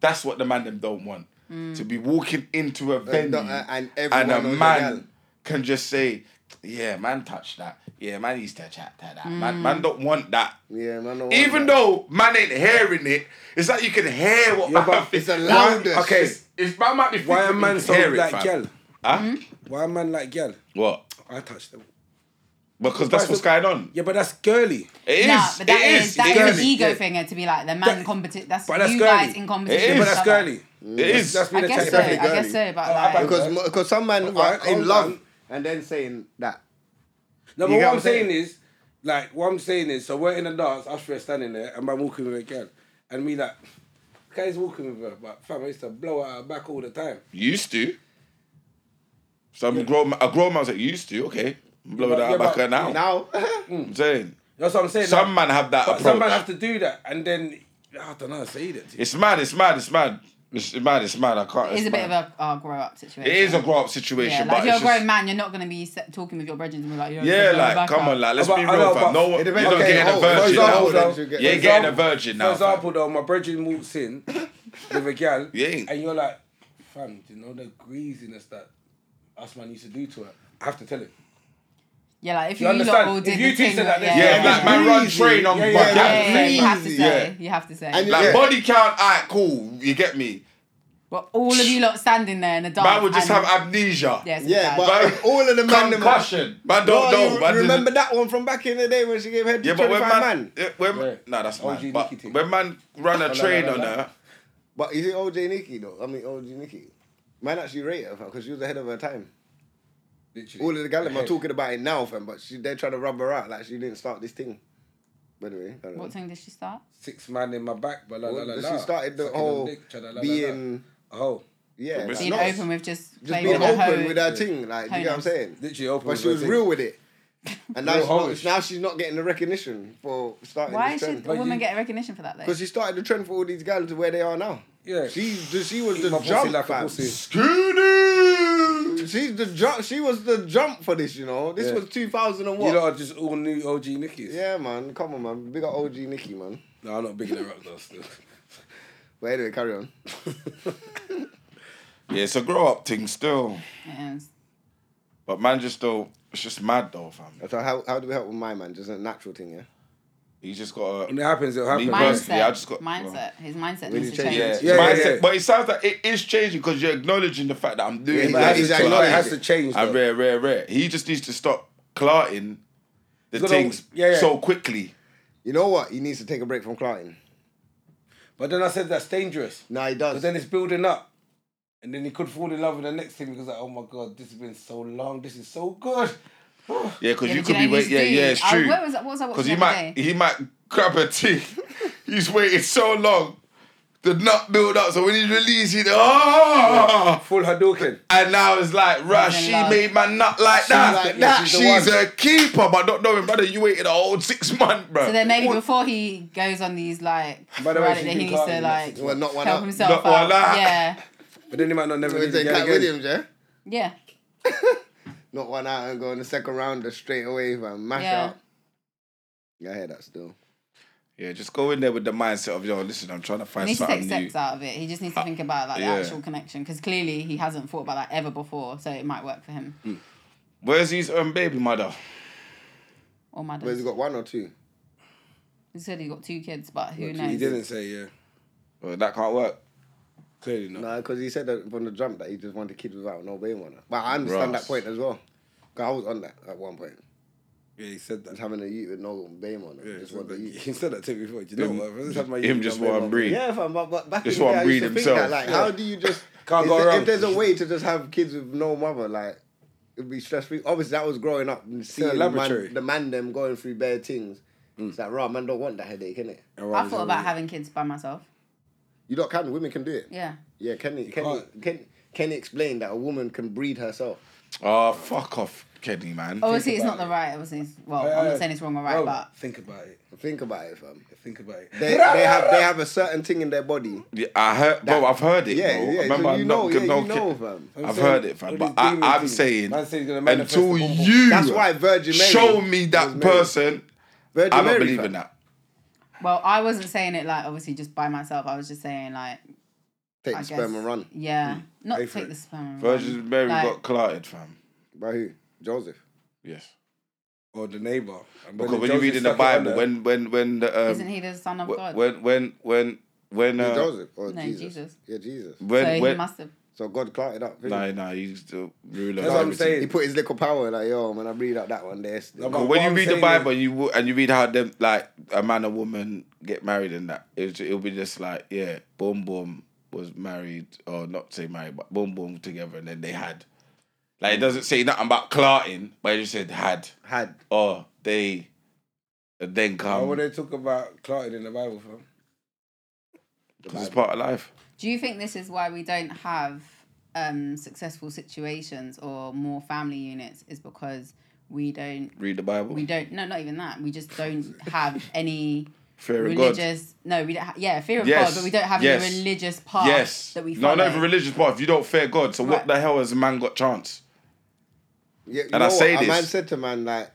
Speaker 2: That's what the mandem don't want. To be walking into a venue
Speaker 3: don't- uh, and everyone
Speaker 2: and a
Speaker 3: knows the girl.
Speaker 2: man can just say, "Yeah, man, touch that. Yeah, man, used to chat to that. Man, man, don't want that."
Speaker 3: Yeah, man. I don't
Speaker 2: Even
Speaker 3: want that.
Speaker 2: though man ain't hearing it, it's like you can hear what
Speaker 5: Yeah,
Speaker 2: man
Speaker 5: but
Speaker 2: thinks.
Speaker 3: it's the loudest.
Speaker 2: Why- Okay, it's, it's man might be thinking,
Speaker 5: Why a man
Speaker 2: you
Speaker 5: so
Speaker 2: can hear it,
Speaker 5: like
Speaker 2: fam.
Speaker 5: gal?
Speaker 2: Huh?
Speaker 5: Why a man like gal?
Speaker 2: What?
Speaker 5: I touched them.
Speaker 2: Because that's what's going on.
Speaker 5: Yeah, but that's girly.
Speaker 2: It is.
Speaker 4: Nah, but that
Speaker 2: it
Speaker 4: is,
Speaker 2: is.
Speaker 4: that
Speaker 2: it is.
Speaker 4: is an ego
Speaker 5: yeah.
Speaker 4: thing uh, to be like the man
Speaker 5: That-
Speaker 4: competition. That's,
Speaker 5: but that's
Speaker 4: you
Speaker 5: girly.
Speaker 4: guys in competition.
Speaker 2: It is.
Speaker 4: with
Speaker 5: But
Speaker 4: each
Speaker 5: that's
Speaker 4: other.
Speaker 5: girly.
Speaker 2: It is.
Speaker 5: That's
Speaker 4: I
Speaker 5: been a
Speaker 4: guess so. I
Speaker 5: technique.
Speaker 3: Definitely
Speaker 4: guess
Speaker 3: girly.
Speaker 4: so, but
Speaker 5: Oh, I
Speaker 4: like,
Speaker 5: back-
Speaker 3: Because because some men
Speaker 5: Alright,
Speaker 3: are in
Speaker 5: hold
Speaker 3: love
Speaker 5: on.
Speaker 3: and then saying that.
Speaker 5: No,
Speaker 3: You
Speaker 5: but
Speaker 3: get
Speaker 5: what
Speaker 3: what
Speaker 5: I'm
Speaker 3: I'm
Speaker 5: saying
Speaker 3: saying?
Speaker 5: is, like, what I'm saying is, so we're in the dance, us three are standing there, and man walking with a girl, and me like, guy's walking with her, but fam, I used to blow out her back all the time.
Speaker 2: Used to. Some grown a grown man's like used to. Okay, I'm blowing
Speaker 5: Yeah,
Speaker 2: out
Speaker 5: but-
Speaker 2: back her now.
Speaker 3: Now,
Speaker 2: I'm saying
Speaker 5: That's what I'm saying.
Speaker 2: some
Speaker 5: like,
Speaker 2: man have that
Speaker 5: but
Speaker 2: approach.
Speaker 5: some man have to do that, and then I don't know, how to say that. To you.
Speaker 2: it's mad. It's mad. It's mad. It's mad. It's mad. I can't.
Speaker 4: it is a bit of
Speaker 2: mad.
Speaker 4: a uh, grow up situation.
Speaker 2: It is a grow up situation,
Speaker 4: Yeah, like
Speaker 2: but
Speaker 4: if you're a
Speaker 2: it's just,
Speaker 4: grown man, you're not going to be se- talking with your brethren and be like, Yo,
Speaker 2: yeah,
Speaker 4: so
Speaker 2: like
Speaker 4: back
Speaker 2: come
Speaker 4: up.
Speaker 2: on, like let's
Speaker 5: But
Speaker 2: be
Speaker 5: I know,
Speaker 2: real,
Speaker 5: but
Speaker 2: fam. No,
Speaker 5: it
Speaker 2: one, you're
Speaker 3: depends-
Speaker 2: not
Speaker 3: okay,
Speaker 2: getting a
Speaker 3: hold on. For
Speaker 2: virgin
Speaker 3: example,
Speaker 2: now.
Speaker 3: then,
Speaker 2: You ain't getting a virgin
Speaker 5: For
Speaker 2: now. fam.
Speaker 5: example, though, my brethren walks in with a gal,
Speaker 2: You ain't.
Speaker 5: and you're like, fam, do you know the greasiness that us man used to do to her? I have to tell him.
Speaker 4: Yeah, like if
Speaker 5: You
Speaker 4: you, lot
Speaker 5: understand?
Speaker 4: all
Speaker 5: If
Speaker 4: did
Speaker 5: you
Speaker 4: the
Speaker 5: teach
Speaker 4: thing,
Speaker 5: them that,
Speaker 4: yeah,
Speaker 5: they-
Speaker 2: Yeah,
Speaker 4: yeah,
Speaker 2: like man run train on
Speaker 5: Yeah, yeah,
Speaker 2: my
Speaker 5: yeah,
Speaker 4: yeah, yeah,
Speaker 2: gal.
Speaker 4: you have to
Speaker 3: Easy,
Speaker 4: say, you have to say.
Speaker 3: And
Speaker 2: Like
Speaker 3: Yeah.
Speaker 2: body count, alright, cool. You get me.
Speaker 4: Well, all of you lot standing there in the dark.
Speaker 2: Man would just
Speaker 4: and-
Speaker 2: have amnesia.
Speaker 4: Yes,
Speaker 3: Yeah,
Speaker 4: bad.
Speaker 3: but
Speaker 2: Man,
Speaker 3: all of the man them-
Speaker 2: Concussion. Man, don't
Speaker 3: Bro,
Speaker 2: know.
Speaker 3: you
Speaker 2: Man,
Speaker 3: remember
Speaker 2: didn't-
Speaker 3: that one from back in the day when she gave head to
Speaker 2: Yeah, but when
Speaker 3: 25
Speaker 2: man,
Speaker 3: man.
Speaker 2: yeah, when
Speaker 5: Yeah.
Speaker 2: nah, that's
Speaker 5: OG
Speaker 2: man. But
Speaker 5: Nicky thing.
Speaker 2: when man ran a
Speaker 5: no,
Speaker 2: train
Speaker 5: no,
Speaker 2: on
Speaker 5: no.
Speaker 2: her,
Speaker 3: But is it OJ Nikki though? I mean OJ Nikki. Man actually rate her because she was ahead of her time.
Speaker 5: Literally.
Speaker 3: All of the gallum are
Speaker 5: Ahead.
Speaker 3: talking about it now, fam, but she, they're trying to rub her out like she didn't start this thing. By the way, I don't know.
Speaker 4: What thing did she start?
Speaker 5: Six man in my back, but la la
Speaker 3: Well,
Speaker 5: la
Speaker 3: this
Speaker 5: la.
Speaker 3: is started the
Speaker 5: Sucking
Speaker 3: whole
Speaker 5: dick, cha la la la la.
Speaker 3: being-
Speaker 5: Oh,
Speaker 3: yeah,
Speaker 2: Being
Speaker 3: like,
Speaker 4: Being
Speaker 3: not-
Speaker 4: open with just,
Speaker 3: just
Speaker 4: playing
Speaker 3: being
Speaker 4: with her
Speaker 3: open
Speaker 4: hoe.
Speaker 3: with her thing, like do you get what I'm
Speaker 4: Hoes.
Speaker 3: saying?
Speaker 5: literally open.
Speaker 3: But
Speaker 5: with
Speaker 3: she was
Speaker 5: her
Speaker 3: real
Speaker 5: thing.
Speaker 3: with it, and now
Speaker 5: Real
Speaker 3: she's, not,
Speaker 5: hoes.
Speaker 3: now she's not getting the recognition for starting
Speaker 4: Why
Speaker 3: this
Speaker 4: should
Speaker 3: trend.
Speaker 4: a
Speaker 5: But
Speaker 4: woman
Speaker 5: you-
Speaker 4: get recognition for that though?
Speaker 3: Because she started the trend for all these girls to where they are now.
Speaker 5: Yeah.
Speaker 3: she's the, she was
Speaker 5: Eat my
Speaker 3: the
Speaker 5: pussy
Speaker 3: jump,
Speaker 5: like a
Speaker 3: fam.
Speaker 5: pussy.
Speaker 2: Scooter.
Speaker 3: She's the jump. She was the jump for this, you know. This
Speaker 5: Yeah.
Speaker 3: was 2000 and
Speaker 5: You
Speaker 3: what?
Speaker 5: lot are just all new OG Nickies.
Speaker 3: yeah, man. Come on, man. Big up OG Nikki, man.
Speaker 5: No, I'm not bigging her up though. Still.
Speaker 3: But anyway, carry on.
Speaker 2: Yeah, it's a grow up thing still.
Speaker 4: Yeah, it's-
Speaker 2: But man just don't it's just mad though, fam.
Speaker 3: So how, how do we help with my man? Just a natural thing, yeah.
Speaker 2: He just got
Speaker 5: When
Speaker 2: a
Speaker 5: it happens, it'll happen.
Speaker 2: Me
Speaker 4: mindset.
Speaker 2: personally, I just got-
Speaker 4: mindset. His mindset
Speaker 3: Really
Speaker 4: needs to
Speaker 3: changed.
Speaker 4: change.
Speaker 2: yeah,
Speaker 5: Yeah,
Speaker 2: mindset.
Speaker 5: yeah, yeah.
Speaker 2: But it sounds like it is changing because you're acknowledging the fact that I'm doing
Speaker 3: Yeah,
Speaker 5: But it
Speaker 2: this.
Speaker 5: has to
Speaker 3: Exactly.
Speaker 5: change.
Speaker 3: Like,
Speaker 5: It has to change.
Speaker 2: And
Speaker 5: though.
Speaker 2: rare, rare, rare. He just needs to stop clarting the
Speaker 5: He's gonna-
Speaker 2: things
Speaker 5: yeah, yeah.
Speaker 2: so quickly.
Speaker 3: You know what? He needs to take a break from clotting.
Speaker 5: But then I said that's dangerous.
Speaker 3: Nah, he
Speaker 5: But
Speaker 3: does.
Speaker 5: then it's building up. And then he could fall in love with the next thing because like, oh my god, this has been so long, this is so good.
Speaker 2: Yeah, because
Speaker 4: Yeah,
Speaker 2: you
Speaker 4: but
Speaker 2: could
Speaker 4: do
Speaker 2: be
Speaker 4: know
Speaker 2: waiting.
Speaker 4: you
Speaker 2: Yeah,
Speaker 4: do?
Speaker 2: yeah, it's
Speaker 4: I-
Speaker 2: true.
Speaker 4: What was, what was I watching
Speaker 2: Because
Speaker 4: the
Speaker 2: he
Speaker 4: other
Speaker 2: might
Speaker 4: day?
Speaker 2: he might grab a tea. he's waited so long. The nut build up, so when he's released, he's oh,
Speaker 5: Full Hadouken.
Speaker 2: and now it's like, rah,
Speaker 4: He's in
Speaker 2: she
Speaker 4: love.
Speaker 2: made my nut like that.
Speaker 5: like
Speaker 2: She's,
Speaker 5: that. She's the one.
Speaker 2: a keeper, but not knowing, brother, you waited a whole six months, bro.
Speaker 4: So then maybe before he goes on these like
Speaker 5: By the way,
Speaker 4: sporadic
Speaker 5: she's
Speaker 4: that
Speaker 5: been
Speaker 4: he needs to
Speaker 5: clowning
Speaker 4: like
Speaker 3: Well, not one
Speaker 4: help
Speaker 3: up.
Speaker 4: himself
Speaker 2: Not
Speaker 4: out.
Speaker 2: one up.
Speaker 4: Yeah,
Speaker 5: But then he might not never
Speaker 3: We
Speaker 5: leave
Speaker 3: take
Speaker 5: again.
Speaker 3: Cat
Speaker 5: again.
Speaker 3: Williams, yeah.
Speaker 4: yeah.
Speaker 3: Not one out and go in the second round just straight away, man. Mash
Speaker 4: Yeah.
Speaker 3: out. Yeah, I hear that still.
Speaker 2: Yeah, just go in there with the mindset of yo. Listen, I'm trying to
Speaker 4: He
Speaker 2: find
Speaker 4: needs to
Speaker 2: something
Speaker 4: take
Speaker 2: new.
Speaker 4: steps out of it. He just needs to think about like
Speaker 2: yeah.
Speaker 4: the actual connection because clearly he hasn't thought about that ever before. So it might work for him
Speaker 2: Where's his um baby mother?
Speaker 4: or my
Speaker 3: But
Speaker 4: dad.
Speaker 3: he's got one or two.
Speaker 4: He said he got two kids, but who knows?
Speaker 5: He didn't say, yeah.
Speaker 2: Well, that can't work.
Speaker 5: Clearly not.
Speaker 3: Nah, because he said that from the jump that he just wanted kids without no baby on her. But I understand
Speaker 2: Ross.
Speaker 3: that point as well. 'Cause I was on that at one point.
Speaker 5: Yeah, he said that.
Speaker 3: Just having a youth with no baby on her.
Speaker 5: Yeah, he,
Speaker 3: just
Speaker 5: said
Speaker 3: want
Speaker 5: that.
Speaker 3: the youth.
Speaker 5: he said that to me before. Do you know
Speaker 2: Him-
Speaker 5: what? If I just had my
Speaker 2: him
Speaker 5: youth,
Speaker 2: just
Speaker 5: I'd be
Speaker 2: want
Speaker 5: like,
Speaker 2: breed.
Speaker 3: Yeah, fam, but, but back
Speaker 2: Just
Speaker 3: in the
Speaker 2: want
Speaker 3: day, I used
Speaker 2: breed
Speaker 3: to think that,
Speaker 2: themselves.
Speaker 3: like,
Speaker 5: Yeah.
Speaker 3: how do you just...
Speaker 5: Can't
Speaker 3: is
Speaker 5: go
Speaker 3: there-
Speaker 5: around.
Speaker 3: If there's a way to just have kids with no mother, like, it'd be stress-free. Obviously, that was growing up and seeing the
Speaker 5: laboratory. Mm.
Speaker 3: man, the man them going through bare things. It's like, rah, man don't want that headache, innit?
Speaker 4: I thought about having kids by myself.
Speaker 3: You don't can, women can do it.
Speaker 4: Yeah.
Speaker 3: Yeah, Kenny, Kenny,
Speaker 5: can't.
Speaker 3: Kenny, Kenny explained that a woman can breed herself.
Speaker 2: Oh, fuck off, Kenny, man.
Speaker 4: Obviously, it's
Speaker 5: about
Speaker 4: not the
Speaker 5: it.
Speaker 4: right. Obviously, it's, well,
Speaker 5: Yeah,
Speaker 4: I'm
Speaker 5: yeah.
Speaker 4: not saying it's wrong or right,
Speaker 5: Bro,
Speaker 4: but
Speaker 5: think about it.
Speaker 3: Think about it, fam.
Speaker 5: Think about it.
Speaker 3: They, they have they have a certain thing in their body.
Speaker 2: Yeah, I heard, bro. I've heard it.
Speaker 3: Yeah,
Speaker 2: bro.
Speaker 3: yeah.
Speaker 2: Remember,
Speaker 3: so
Speaker 2: I'm
Speaker 3: you
Speaker 2: not
Speaker 3: know,
Speaker 2: gonna-
Speaker 3: yeah,
Speaker 2: no
Speaker 3: you
Speaker 2: kid-
Speaker 3: know, fam.
Speaker 5: I'm
Speaker 2: I've
Speaker 5: saying
Speaker 2: heard it, fam.
Speaker 5: all
Speaker 2: But
Speaker 5: these
Speaker 2: I,
Speaker 5: demon
Speaker 2: I'm
Speaker 5: things.
Speaker 2: saying
Speaker 5: Man said he's gonna manifest
Speaker 2: until
Speaker 5: the bum bum.
Speaker 2: you
Speaker 3: That's why Virgin Mary
Speaker 2: show me
Speaker 3: was
Speaker 2: that
Speaker 3: made.
Speaker 2: person,
Speaker 3: Virgin
Speaker 2: I'm not
Speaker 3: Mary,
Speaker 2: believing
Speaker 3: fam.
Speaker 2: that.
Speaker 4: well, I wasn't saying it like obviously just by myself. I was just saying like
Speaker 3: Take
Speaker 4: I
Speaker 3: the
Speaker 4: guess
Speaker 3: sperm and run.
Speaker 4: Yeah, not
Speaker 5: Pay
Speaker 4: take
Speaker 5: for it.
Speaker 4: the sperm and run.
Speaker 2: Virgin Mary
Speaker 4: Mm. Like-
Speaker 2: got clarted, fam.
Speaker 3: By who? Joseph.
Speaker 2: Yes.
Speaker 5: Or the neighbour. And
Speaker 2: Because when you
Speaker 5: Joseph
Speaker 2: read in the
Speaker 5: stuck it on
Speaker 2: Bible,
Speaker 5: her-
Speaker 2: when when when the um,
Speaker 4: Isn't he the son of God?
Speaker 2: wh- when when when when
Speaker 3: Who's
Speaker 2: uh,
Speaker 3: Joseph or
Speaker 4: No,
Speaker 3: Jesus?
Speaker 4: Jesus.
Speaker 3: Yeah, Jesus.
Speaker 4: so
Speaker 2: when
Speaker 4: he
Speaker 2: when
Speaker 4: must have.
Speaker 3: So God clotted up. didn't he?
Speaker 2: nah nah he's the ruler.
Speaker 5: That's
Speaker 2: of
Speaker 5: what I'm
Speaker 2: everything.
Speaker 5: saying.
Speaker 3: He put his little power like, yo, man, I breathe out that one there.
Speaker 5: No,
Speaker 2: But
Speaker 5: But
Speaker 2: when
Speaker 5: what
Speaker 2: you
Speaker 5: I'm
Speaker 2: read the
Speaker 5: saying
Speaker 2: Bible
Speaker 5: is-
Speaker 2: and you wo- and you read how them like a man and woman get married and that it'll, ju- it'll be just like yeah, boom boom was married or not say married but boom boom together and then they had. Like it doesn't say nothing about clarting, but it just said had
Speaker 3: Had.
Speaker 2: or they, and then
Speaker 5: Why would
Speaker 2: come
Speaker 5: they talk about clotting in the Bible, fam?
Speaker 2: because it's part of life.
Speaker 4: Do you think this is why we don't have um, successful situations or more family units? Is because we don't.
Speaker 2: Read the Bible.
Speaker 4: We don't. No, not even that. We just don't have any
Speaker 2: Fear of God.
Speaker 4: religious. No, we don't. Ha- yeah, fear of
Speaker 2: Yes,
Speaker 4: God, but we don't have
Speaker 2: yes,
Speaker 4: any religious path
Speaker 2: Yes.
Speaker 4: that we
Speaker 2: no,
Speaker 4: follow.
Speaker 2: not even religious part. If you don't fear God, so what
Speaker 4: Right.
Speaker 2: the hell has a man got chance?
Speaker 3: Yeah, you
Speaker 2: I
Speaker 3: know
Speaker 2: say
Speaker 3: what?
Speaker 2: this-
Speaker 3: A man said to man like,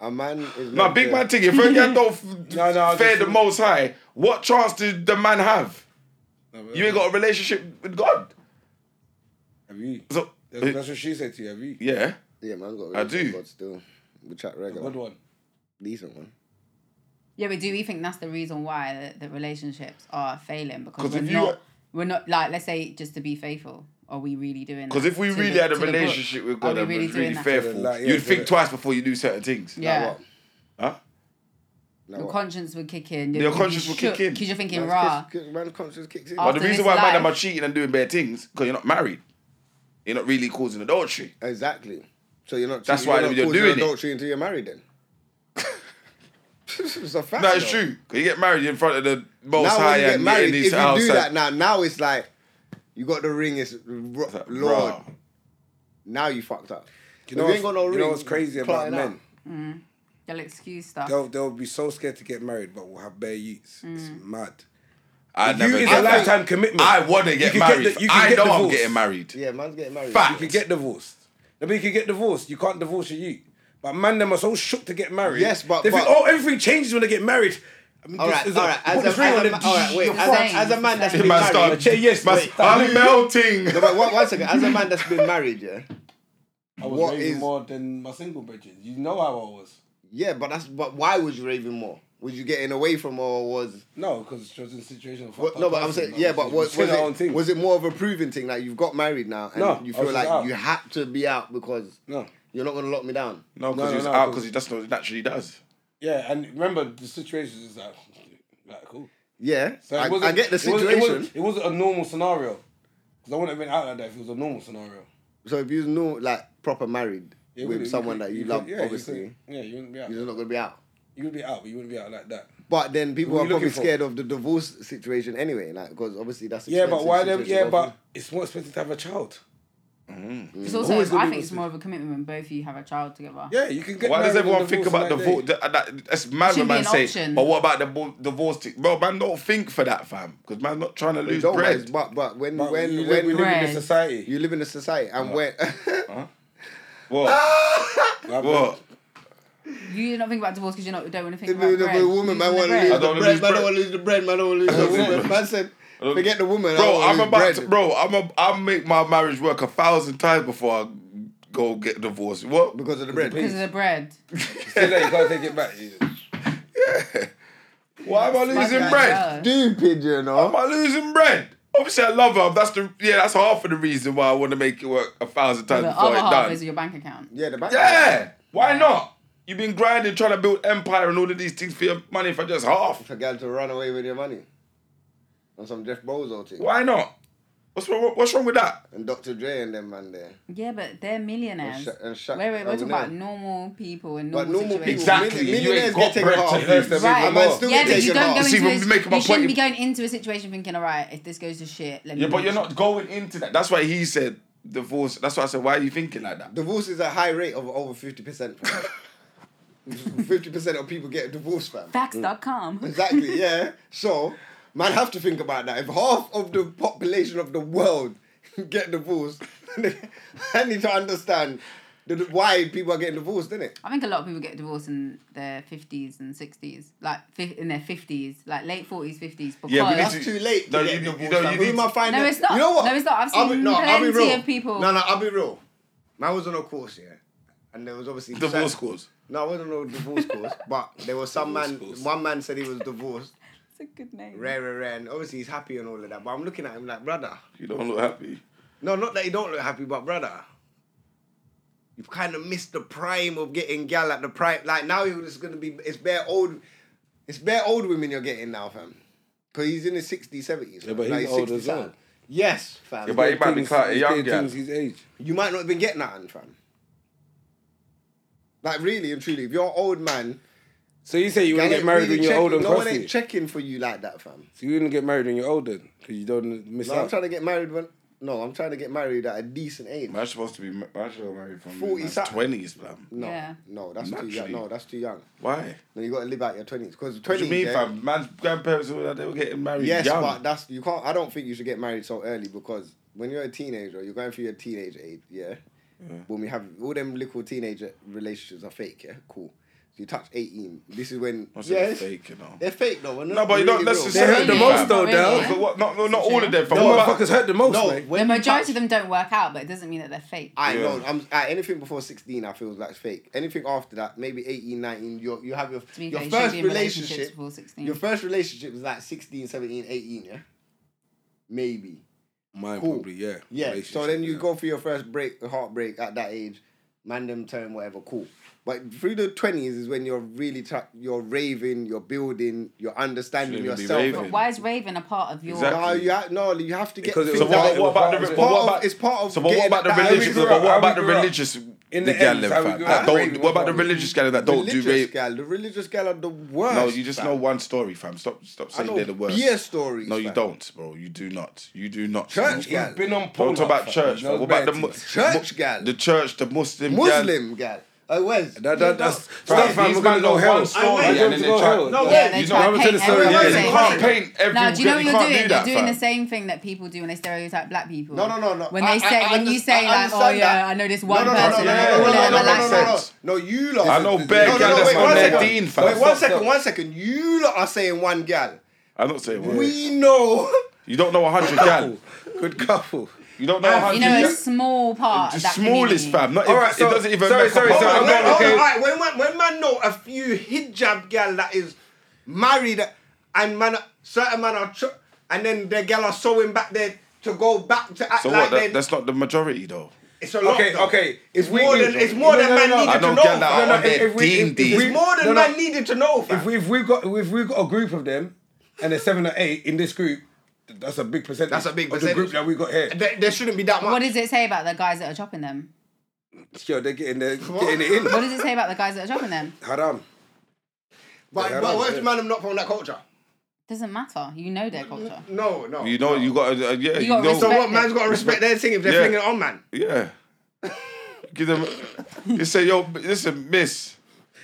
Speaker 3: a man is.
Speaker 2: No,
Speaker 3: meant
Speaker 2: big
Speaker 3: to-
Speaker 2: man thing. If a guy don't f-
Speaker 5: No, no, I
Speaker 2: fear
Speaker 5: just-
Speaker 2: the Most High, what chance did the man have?
Speaker 5: No, but-
Speaker 2: You ain't got a relationship with God.
Speaker 5: Have you?
Speaker 2: So uh,
Speaker 5: That's, that's what she said to you. Have you?
Speaker 2: yeah,
Speaker 3: Yeah, man, got.
Speaker 2: I
Speaker 3: I do.
Speaker 2: do.
Speaker 3: God still. We chat regular.
Speaker 5: Good one.
Speaker 3: Decent one.
Speaker 4: Yeah, but do we think that's the reason why the, the relationships are failing because
Speaker 2: 'Cause
Speaker 4: we're
Speaker 2: if you-
Speaker 4: not We're not like let's say just to be faithful. Are we really doing?
Speaker 2: Because
Speaker 4: that
Speaker 2: if we
Speaker 4: to
Speaker 2: really
Speaker 4: the-
Speaker 2: had a
Speaker 4: to the book?
Speaker 2: relationship with
Speaker 4: Are
Speaker 2: God
Speaker 4: we
Speaker 2: and
Speaker 4: really
Speaker 2: was
Speaker 4: doing
Speaker 2: really
Speaker 4: that?
Speaker 2: faithful,
Speaker 5: Like, yeah,
Speaker 2: you'd
Speaker 5: so
Speaker 2: think
Speaker 5: that-
Speaker 2: twice before you do certain things.
Speaker 4: Yeah.
Speaker 5: Like what?
Speaker 2: Huh?
Speaker 3: Like
Speaker 4: Your
Speaker 3: what?
Speaker 4: conscience would kick in.
Speaker 2: Your conscience would kick in.
Speaker 4: Because you're thinking,
Speaker 3: Man's
Speaker 4: rah.
Speaker 3: conscience- man's conscience kicks in.
Speaker 4: Oh.
Speaker 2: But
Speaker 4: After
Speaker 2: the reason
Speaker 4: this
Speaker 2: why man
Speaker 4: life-
Speaker 2: are cheating and doing bad things because you're not married. You're not really causing adultery.
Speaker 3: Exactly. So you're not.
Speaker 2: That's
Speaker 3: cheating-
Speaker 2: why
Speaker 3: not
Speaker 2: you're
Speaker 3: causing
Speaker 2: doing it.
Speaker 3: adultery until you're married. Then. it's a fact.
Speaker 2: No, it's
Speaker 3: though.
Speaker 2: true. 'Cause you get married in front of the most
Speaker 3: Now
Speaker 2: high
Speaker 3: when you get
Speaker 2: and married,
Speaker 3: married,
Speaker 2: in
Speaker 3: if
Speaker 2: his
Speaker 3: you
Speaker 2: house.
Speaker 3: do that now, now it's like you got the ring. It's r-
Speaker 2: like,
Speaker 3: Lord.
Speaker 2: bruh.
Speaker 3: Now you fucked up.
Speaker 5: You
Speaker 3: If
Speaker 5: know,
Speaker 3: you ain't got no
Speaker 5: you
Speaker 3: ring.
Speaker 5: know what's crazy about
Speaker 3: crying out.
Speaker 5: men?
Speaker 4: They'll excuse stuff.
Speaker 5: They'll, they'll be so scared to get married, but will have bare yeets. It's mad.
Speaker 2: I
Speaker 5: you
Speaker 2: never
Speaker 5: is
Speaker 2: did
Speaker 5: a
Speaker 2: that.
Speaker 5: lifetime commitment.
Speaker 2: I want to
Speaker 5: You
Speaker 2: get
Speaker 5: could
Speaker 2: married.
Speaker 5: the- you could
Speaker 2: I
Speaker 5: get
Speaker 2: know I'm
Speaker 5: divorced.
Speaker 2: getting married.
Speaker 3: Yeah, man's getting married.
Speaker 2: Fact.
Speaker 5: You could get divorced. I mean, you could get divorced. You can't divorce your you. But man, them are so shook to get married.
Speaker 3: Yes, but-
Speaker 5: they think,
Speaker 3: but-
Speaker 5: oh, everything changes when they get married. I mean,
Speaker 3: All
Speaker 5: this
Speaker 3: right,
Speaker 5: is
Speaker 3: all right.
Speaker 5: put
Speaker 3: As
Speaker 5: this
Speaker 3: a,
Speaker 5: ring on
Speaker 3: as,
Speaker 5: them.
Speaker 3: a, all right, wait. As a, as a man that's
Speaker 4: Same.
Speaker 3: been
Speaker 2: Man,
Speaker 3: married,
Speaker 2: start-
Speaker 5: Say yes,
Speaker 2: Man,
Speaker 5: wait.
Speaker 2: I'm melting.
Speaker 3: No, but one, one second. As a man that's been married, yeah,
Speaker 5: I was
Speaker 3: What
Speaker 5: raving
Speaker 3: is-
Speaker 5: more than my single bridges. You know how I was.
Speaker 3: yeah, but that's but why was you raving more? Was you getting away from her or was
Speaker 5: No, because she was in a situation. Of
Speaker 3: what, no? But I'm saying yeah, but was, was, it, was it more of a proven thing like you've got married now and
Speaker 5: No,
Speaker 3: you
Speaker 5: I was
Speaker 3: feel
Speaker 5: just
Speaker 3: like
Speaker 5: out.
Speaker 3: you had to be out because
Speaker 5: No.
Speaker 3: you're not gonna lock me down?
Speaker 2: No, because
Speaker 5: No, no,
Speaker 2: he's
Speaker 5: no,
Speaker 2: out
Speaker 5: 'cause-
Speaker 2: because he just not naturally does.
Speaker 5: Yeah, and remember the situation is like, like cool.
Speaker 3: Yeah,
Speaker 5: So it
Speaker 3: I, I
Speaker 5: wasn't-
Speaker 3: get the
Speaker 5: it wasn't-
Speaker 3: situation.
Speaker 5: It wasn't, it wasn't a normal scenario. Because I wouldn't have been out like that if it was a normal scenario.
Speaker 3: so if you know like proper married
Speaker 5: Yeah,
Speaker 3: with
Speaker 5: wouldn't-
Speaker 3: someone
Speaker 5: could-
Speaker 3: that you,
Speaker 5: could-
Speaker 3: love,
Speaker 5: yeah,
Speaker 3: obviously,
Speaker 5: You could- yeah, you wouldn't be out.
Speaker 3: you're not gonna be out.
Speaker 5: You would be out, but you wouldn't be out like that.
Speaker 3: But then people
Speaker 5: Who
Speaker 3: are
Speaker 5: you
Speaker 3: probably
Speaker 5: looking for?
Speaker 3: scared of the divorce situation anyway, like because obviously that's
Speaker 5: Yeah, but
Speaker 3: expensive
Speaker 5: why them?
Speaker 3: situation
Speaker 5: Yeah,
Speaker 3: to go
Speaker 5: but it's more expensive to have a child.
Speaker 4: It's
Speaker 5: Who
Speaker 4: also,
Speaker 5: is gonna
Speaker 4: I
Speaker 5: be
Speaker 4: think it's
Speaker 5: with
Speaker 4: more of a commitment when both of you have a child together.
Speaker 5: Yeah, you can get.
Speaker 2: Why does
Speaker 5: married and
Speaker 2: everyone think
Speaker 5: divorced
Speaker 2: about
Speaker 5: on that
Speaker 2: divorce?
Speaker 5: day.
Speaker 2: That, that, that's mad when
Speaker 4: Shouldn't be
Speaker 2: man
Speaker 4: an
Speaker 2: say,
Speaker 4: option.
Speaker 2: but what about the bo- divorce thing? Bro, man, don't think for that, fam. Because man, not trying to
Speaker 3: through.
Speaker 2: lose
Speaker 3: Don't worry,
Speaker 2: bread.
Speaker 3: But but when
Speaker 5: But
Speaker 3: when
Speaker 5: we live,
Speaker 3: when
Speaker 5: we live in a
Speaker 4: Bread.
Speaker 5: society.
Speaker 3: you live in a society and when Ah!
Speaker 2: What?
Speaker 5: Like,
Speaker 2: What?
Speaker 4: You did not think about divorce because you not don't want to think
Speaker 3: If you live
Speaker 4: about bread.
Speaker 3: with a woman, man,
Speaker 4: Losing
Speaker 3: want
Speaker 4: the
Speaker 3: to lose
Speaker 4: bread.
Speaker 2: I don't
Speaker 3: the bread, man, don't
Speaker 2: wanna
Speaker 3: want to lose the bread, man, don't want to lose the woman. Man said,
Speaker 2: don't-
Speaker 3: forget the woman. I don't
Speaker 2: Bro,
Speaker 3: wanna
Speaker 2: I'm
Speaker 3: lose
Speaker 2: about
Speaker 3: bread.
Speaker 2: to, bro, I'm a, I'll make my marriage work a thousand times before I go get divorced. What?
Speaker 3: because of the bread.
Speaker 4: Because of the bread.
Speaker 5: you say that you can't take it back.
Speaker 2: Why am I losing
Speaker 4: Fucking
Speaker 2: bread?
Speaker 4: hell.
Speaker 3: Stupid, you
Speaker 2: Am
Speaker 3: know.
Speaker 2: I losing bread? Obviously, I love her. That's the yeah. That's half of the reason why I want to make it work a thousand times
Speaker 4: The
Speaker 2: before
Speaker 4: other
Speaker 2: it
Speaker 4: half
Speaker 2: done.
Speaker 4: is your bank account.
Speaker 3: Yeah, the back.
Speaker 2: Yeah. Why not? You've been grinding, trying to build empire and all of these things for your money for just half.
Speaker 3: For girl to run away with your money. On some Jeff Bozo thing.
Speaker 2: Why not? What's wrong? What's wrong with that?
Speaker 3: And Dr. Dre and them man there.
Speaker 4: Yeah, but they're millionaires.
Speaker 3: And sh- and sh-
Speaker 4: wait, wait,
Speaker 3: oh,
Speaker 4: we're talking
Speaker 3: no.
Speaker 4: about normal people and
Speaker 3: But
Speaker 4: normal,
Speaker 3: normal people,
Speaker 4: situations.
Speaker 2: Exactly,
Speaker 3: million-
Speaker 2: you
Speaker 3: millionaires
Speaker 2: ain't got
Speaker 3: get taken
Speaker 2: bread to
Speaker 3: half.
Speaker 2: lose.
Speaker 4: Right.
Speaker 3: A man still
Speaker 4: yeah,
Speaker 3: get
Speaker 4: but you
Speaker 3: taken
Speaker 4: don't
Speaker 3: half.
Speaker 4: go
Speaker 2: See,
Speaker 4: into
Speaker 2: we're
Speaker 4: a,
Speaker 2: making my
Speaker 4: you shouldn't
Speaker 2: point.
Speaker 4: be going into a situation thinking, all right, if this goes to shit, let me
Speaker 2: Yeah, but you're
Speaker 4: leave."
Speaker 2: not going into that. That's why he said divorce. That's why I said, why are you thinking like that?
Speaker 3: Divorce is a high rate of over 50%. Fifty percent of people get divorced, fam.
Speaker 4: Facts.com.
Speaker 3: Mm. Exactly, yeah. So, man, have to think about that. If half of the population of the world get divorced, I need to understand the, why people are getting divorced, is it?
Speaker 4: I think a lot of people get divorced in their fifties and sixties, like fi- in their fifties, like late forties, fifties. Because
Speaker 2: Yeah, we need
Speaker 3: That's too late.
Speaker 2: No,
Speaker 3: to
Speaker 2: you
Speaker 3: get
Speaker 2: need-
Speaker 3: divorced,
Speaker 2: no, you
Speaker 3: fam.
Speaker 2: need
Speaker 3: Who am I
Speaker 2: to-
Speaker 3: finding-
Speaker 4: No, it's not.
Speaker 3: You know what?
Speaker 4: No, it's not. I've
Speaker 3: I'll be-
Speaker 4: seen
Speaker 3: I'll be
Speaker 4: plenty
Speaker 3: real.
Speaker 4: of people.
Speaker 3: No, no, I'll be real. Man was on a course, yeah, and there was obviously
Speaker 2: Divorce cause.
Speaker 3: No, I wasn't on a divorce course, but there was some man.
Speaker 5: course.
Speaker 3: One man said he was divorced.
Speaker 4: It's a good name.
Speaker 3: Rare, rare, rare, and obviously he's happy and all of that. But I'm looking at him like, brother.
Speaker 2: You don't look happy.
Speaker 3: No, not that he don't look happy, but brother, you've kind of missed the prime of getting gal at the prime. Like now, you're just gonna be. It's bare old. It's bare old women you're getting now, fam. Cause he's in his 60s, 70s.
Speaker 5: Yeah, but
Speaker 3: like
Speaker 5: he's
Speaker 3: he's
Speaker 5: old
Speaker 3: 60
Speaker 5: as well.
Speaker 3: something. Yes, fam.
Speaker 2: Yeah, but he
Speaker 5: Things-
Speaker 2: might be quite a young
Speaker 5: things
Speaker 2: guy.
Speaker 5: His age.
Speaker 3: you might not even get nothing, fam. Like really and truly, if you're an old man,
Speaker 5: So you say you
Speaker 3: gal
Speaker 5: want to get
Speaker 3: ain't
Speaker 5: married
Speaker 3: really
Speaker 5: when you're
Speaker 3: checking-
Speaker 5: old and
Speaker 3: no one
Speaker 5: crusty.
Speaker 3: ain't checking for you like that, fam.
Speaker 5: so you wouldn't get married when you're older because you don't miss
Speaker 3: No, I'm
Speaker 5: out.
Speaker 3: trying to get married when. No, I'm trying to get married at a decent age.
Speaker 2: Man, I'm supposed to be. ma- Man, should have married from
Speaker 3: 40 something.
Speaker 2: twenties, man.
Speaker 3: No,
Speaker 4: Yeah.
Speaker 3: no, that's too young.
Speaker 2: Naturally.
Speaker 3: No, that's too young.
Speaker 2: Why?
Speaker 3: No, you got to live out your twenties because
Speaker 2: What do
Speaker 3: twenties.
Speaker 2: you mean,
Speaker 3: yeah,
Speaker 2: fam? Man's grandparents were they were getting married
Speaker 3: Yes,
Speaker 2: young.
Speaker 3: but that's you can't. I don't think you should get married so early because when you're a teenager, you're going through your teenage age. Yeah. When we have all them little teenager relationships are fake. Yeah, cool. So you touch eighteen. This is when.
Speaker 2: What's
Speaker 3: yeah,
Speaker 2: it
Speaker 3: it's-
Speaker 2: fake, you know?
Speaker 3: They're fake though. We're
Speaker 2: No,
Speaker 3: not
Speaker 2: but you don't
Speaker 3: really real.
Speaker 5: They
Speaker 2: necessarily-
Speaker 5: hurt the
Speaker 4: Yeah,
Speaker 5: most though,
Speaker 4: really,
Speaker 5: Dale.
Speaker 4: yeah.
Speaker 2: But what? Not, not all of them.
Speaker 5: The
Speaker 2: Fam. What about-
Speaker 5: motherfuckers hurt the most,
Speaker 3: No,
Speaker 5: mate.
Speaker 3: when
Speaker 4: The
Speaker 3: you
Speaker 4: majority
Speaker 3: touch-
Speaker 4: of them don't work out, but it doesn't mean that they're fake.
Speaker 3: I
Speaker 2: Yeah.
Speaker 3: know. I'm at anything before 16, I feel like fake. Anything after that, maybe 18, 19, you you have your
Speaker 4: be
Speaker 3: your
Speaker 4: fair, you should
Speaker 3: first
Speaker 4: be in relationships
Speaker 3: relationship.
Speaker 4: before 16.
Speaker 3: Your first relationship is like 16, 17, 18, yeah. maybe.
Speaker 5: Mine
Speaker 3: Cool.
Speaker 5: probably, yeah.
Speaker 3: Yeah. So
Speaker 5: Relationship,
Speaker 3: then you
Speaker 5: yeah.
Speaker 3: go through your first break, heartbreak at that age, man them turn whatever, cool. But through the twenties is when you're really tra- you're raving, you're building, you're understanding
Speaker 2: Shouldn't even be
Speaker 3: yourself.
Speaker 2: raving.
Speaker 4: But why is raving a part of your?
Speaker 2: Exactly.
Speaker 3: No, you ha- no, you have to get.
Speaker 5: Because it was
Speaker 2: So
Speaker 3: things out.
Speaker 2: what, what about the
Speaker 5: It's
Speaker 2: but
Speaker 3: part
Speaker 2: what
Speaker 3: of-
Speaker 2: about,
Speaker 3: it's part of
Speaker 2: so but
Speaker 3: getting
Speaker 2: what about the
Speaker 3: that- how we
Speaker 2: religious
Speaker 5: grew
Speaker 2: but
Speaker 5: up,
Speaker 2: what about
Speaker 5: how
Speaker 2: the
Speaker 5: we grew up.
Speaker 2: religious
Speaker 5: In
Speaker 2: the
Speaker 5: the
Speaker 2: gal
Speaker 5: end,
Speaker 2: them
Speaker 5: how we
Speaker 2: fam
Speaker 5: grew
Speaker 2: that
Speaker 5: up.
Speaker 2: don't what about the
Speaker 5: Religious
Speaker 2: religious gal that don't do
Speaker 3: religious
Speaker 2: rape
Speaker 3: gal, the religious gal are the worst.
Speaker 2: no you just
Speaker 3: fam.
Speaker 2: know one story fam stop stop
Speaker 3: I
Speaker 2: saying
Speaker 3: know
Speaker 2: they're the worst
Speaker 3: beer stories.
Speaker 2: no you
Speaker 3: fam.
Speaker 2: don't bro you do not you do not
Speaker 3: Church
Speaker 2: bro.
Speaker 3: gal.
Speaker 5: Been on
Speaker 2: don't
Speaker 5: porn
Speaker 2: talk about
Speaker 5: fam.
Speaker 2: church
Speaker 5: Those
Speaker 2: fam. what about the
Speaker 5: bad
Speaker 2: mu-
Speaker 5: things.
Speaker 3: Church gal.
Speaker 2: the church the Muslim gal?
Speaker 3: Muslim gal. Uh, I was.
Speaker 5: That, that, that's
Speaker 2: Bro,
Speaker 5: stuff
Speaker 2: these
Speaker 5: I'm
Speaker 2: man
Speaker 5: gonna go
Speaker 2: know
Speaker 5: hell.
Speaker 2: one story
Speaker 3: and
Speaker 5: I'm
Speaker 2: then
Speaker 5: gonna
Speaker 2: they
Speaker 5: go
Speaker 2: try-
Speaker 5: hell.
Speaker 3: No,
Speaker 4: yeah, they
Speaker 2: You
Speaker 4: try
Speaker 2: know,
Speaker 4: to
Speaker 5: I'm telling
Speaker 4: paint
Speaker 5: the story.
Speaker 4: everyone
Speaker 2: yeah,
Speaker 5: Yeah,
Speaker 4: the
Speaker 2: you
Speaker 5: yeah.
Speaker 4: same
Speaker 2: can't
Speaker 4: way.
Speaker 2: paint every
Speaker 4: No, do you know what
Speaker 2: you
Speaker 4: you're
Speaker 2: can't
Speaker 4: doing?
Speaker 2: do that,
Speaker 4: you're doing
Speaker 2: fam.
Speaker 4: the same thing that people do when they stereotype black people.
Speaker 3: No, no, no, no.
Speaker 4: When
Speaker 3: I-
Speaker 4: they say,
Speaker 3: I- I
Speaker 4: when you
Speaker 3: just-
Speaker 4: say
Speaker 3: I
Speaker 4: like, oh
Speaker 3: understand
Speaker 4: yeah,
Speaker 3: that.
Speaker 4: I know this
Speaker 3: No,
Speaker 4: one
Speaker 3: no, no, no,
Speaker 4: person,
Speaker 3: no,
Speaker 4: and
Speaker 2: yeah,
Speaker 4: I
Speaker 3: no,
Speaker 4: know
Speaker 3: no,
Speaker 2: yeah,
Speaker 4: all
Speaker 3: no,
Speaker 4: of
Speaker 3: no,
Speaker 4: them are
Speaker 2: yeah,
Speaker 4: like
Speaker 3: no, no,
Speaker 4: that.
Speaker 2: yeah.
Speaker 3: no. No, you lot.
Speaker 2: I know
Speaker 5: This is-
Speaker 2: bare
Speaker 5: No,
Speaker 2: gal
Speaker 5: no, no,
Speaker 2: that's
Speaker 5: wait,
Speaker 2: on
Speaker 5: one
Speaker 2: their
Speaker 5: second.
Speaker 2: dean, fam.
Speaker 3: Wait, one second, one second. You lot are saying one gal.
Speaker 2: I'm not saying one.
Speaker 3: We know.
Speaker 2: You don't know 100 gal.
Speaker 5: Good couple.
Speaker 2: You don't know 100
Speaker 4: You know, a
Speaker 2: gal.
Speaker 4: small part.
Speaker 2: The
Speaker 4: of that
Speaker 2: smallest,
Speaker 4: community.
Speaker 2: fam. Not
Speaker 5: All
Speaker 2: even-
Speaker 5: right, so-
Speaker 2: it doesn't even Oh,
Speaker 5: sorry,
Speaker 2: make
Speaker 5: sorry,
Speaker 2: up.
Speaker 5: sorry,
Speaker 3: Hold
Speaker 5: I'm
Speaker 3: on,
Speaker 5: going,
Speaker 3: hold on,
Speaker 5: okay.
Speaker 3: alright, When man, when man know a few hijab gal that is married, and man, certain man are, tr- and then the gal are sewing back there to go back to act
Speaker 2: So
Speaker 3: like
Speaker 2: what?
Speaker 3: they.
Speaker 2: That, that's not the majority, though.
Speaker 3: It's a lot.
Speaker 5: Okay,
Speaker 3: though.
Speaker 5: okay.
Speaker 3: It's
Speaker 5: We-
Speaker 3: more
Speaker 5: we-
Speaker 3: than it's more
Speaker 5: no,
Speaker 3: than
Speaker 5: no,
Speaker 3: man
Speaker 5: no, no.
Speaker 3: needed
Speaker 2: I
Speaker 3: to
Speaker 2: don't
Speaker 3: know.
Speaker 2: get that
Speaker 3: fam.
Speaker 2: on
Speaker 5: if-
Speaker 2: their
Speaker 5: if we-
Speaker 2: dean
Speaker 5: if-
Speaker 2: dean.
Speaker 5: if
Speaker 3: It's more than
Speaker 5: No, no.
Speaker 3: man needed to know. fam.
Speaker 5: If we if we've got if we've got a group of them, and there's seven or eight in this group, th- that's a big percentage.
Speaker 3: That's a big
Speaker 5: of the
Speaker 3: percentage.
Speaker 5: group that we got here.
Speaker 3: There, there shouldn't be that much.
Speaker 4: What does it say about the guys that are chopping them?
Speaker 5: Yo, they're getting they're getting it in.
Speaker 4: What does it say about the guys that are chopping them?
Speaker 5: Haram.
Speaker 3: but
Speaker 5: Yeah,
Speaker 3: but
Speaker 5: yeah.
Speaker 3: what if the man am not from that culture?
Speaker 4: Doesn't matter. You know their culture.
Speaker 3: No, no.
Speaker 2: You know, you got to, uh, yeah, you
Speaker 4: gotta
Speaker 2: know.
Speaker 3: So
Speaker 4: respect-
Speaker 3: what? Man's got to respect their thing if they're
Speaker 2: Yeah.
Speaker 3: flinging it on, man.
Speaker 2: Yeah. Give them, you say, yo, listen, miss.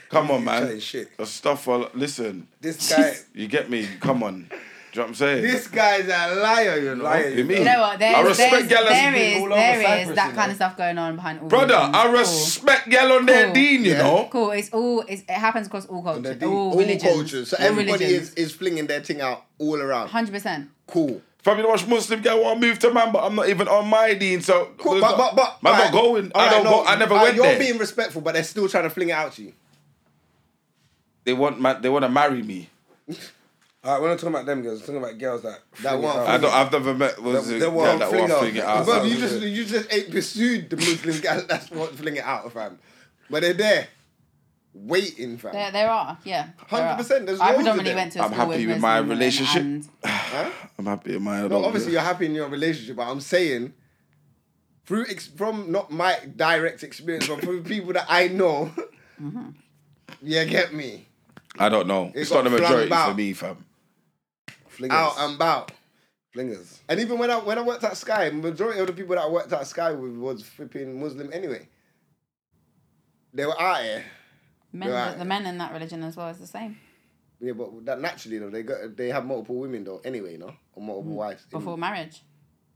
Speaker 2: Come on, man.
Speaker 5: chatting shit.
Speaker 2: The stuff, I- listen,
Speaker 5: This guy
Speaker 2: you get me? Come on. Do you know what I'm saying?
Speaker 3: This guy's a liar, you know.
Speaker 5: liar.
Speaker 2: You mean?
Speaker 4: You know what? There's,
Speaker 2: I respect
Speaker 4: there's,
Speaker 2: gal that's
Speaker 4: there
Speaker 2: been
Speaker 4: is,
Speaker 5: all over
Speaker 4: there
Speaker 5: Cyprus,
Speaker 4: is that
Speaker 5: you know.
Speaker 4: kind of stuff going on behind all.
Speaker 2: Brother,
Speaker 4: religions.
Speaker 2: I
Speaker 4: Cool.
Speaker 2: respect y'all on their
Speaker 4: Cool.
Speaker 2: dean, you
Speaker 3: Yeah.
Speaker 2: know.
Speaker 4: Cool. It's all. It's, it happens across all cultures.
Speaker 5: deep.
Speaker 4: All,
Speaker 3: All
Speaker 4: religions.
Speaker 3: cultures. So everybody is, is flinging their thing out all around.
Speaker 4: Hundred percent.
Speaker 3: Cool.
Speaker 2: Fam, you know watch Muslim guy want to move to man, but I'm not even on my dean, so
Speaker 3: Cool.
Speaker 2: there's
Speaker 3: But,
Speaker 2: not-
Speaker 3: but, but,
Speaker 2: man,
Speaker 3: alright.
Speaker 2: not going. I
Speaker 3: Alright,
Speaker 2: don't
Speaker 3: no,
Speaker 2: go. I never
Speaker 3: alright,
Speaker 2: went
Speaker 3: you're
Speaker 2: there.
Speaker 3: being respectful, but they're still trying to fling it out to you.
Speaker 2: They want man, they want to marry me.
Speaker 5: Alright, we're not uh, talking about them girls, we're talking about girls that
Speaker 3: That
Speaker 5: fling it
Speaker 3: won't
Speaker 5: out.
Speaker 2: I don't. I've never met. Was
Speaker 5: They-
Speaker 2: it
Speaker 5: they
Speaker 2: yeah,
Speaker 5: want
Speaker 2: that
Speaker 5: fling
Speaker 2: one
Speaker 5: out.
Speaker 2: thing? I was
Speaker 5: Bruv,
Speaker 3: Bro,
Speaker 2: like,
Speaker 3: you
Speaker 5: yeah.
Speaker 3: just you just ain't pursued the Muslim gal that's what fling it out, fam. But they're there, waiting, fam.
Speaker 4: There, there are. Yeah. there are.
Speaker 3: 100%, there's
Speaker 4: I
Speaker 3: loads of
Speaker 4: predominantly
Speaker 3: them.
Speaker 4: went to. a
Speaker 2: I'm
Speaker 4: school
Speaker 2: happy with
Speaker 4: Muslim
Speaker 2: my
Speaker 4: women
Speaker 2: relationship.
Speaker 4: and-
Speaker 2: I'm happy in my.
Speaker 4: Mm-hmm.
Speaker 3: No, obviously you're happy in your relationship, but I'm saying through ex- from not my direct experience, but from people that I know,
Speaker 4: Mm-hmm.
Speaker 3: yeah, get me
Speaker 2: I don't know. It's
Speaker 3: got
Speaker 2: not the majority
Speaker 3: flung out.
Speaker 2: for me, fam.
Speaker 5: Flingers.
Speaker 3: out um, and about.
Speaker 5: Flingers.
Speaker 3: And even when I when I worked at Sky, majority of the people that I worked at Sky with was flipping Muslim anyway. They were out here,
Speaker 4: Men,
Speaker 3: Right.
Speaker 4: the, the men in that religion as well is the same.
Speaker 3: yeah, but that naturally though they got they have multiple women though anyway, no, or multiple wives.
Speaker 4: Mm. Before marriage.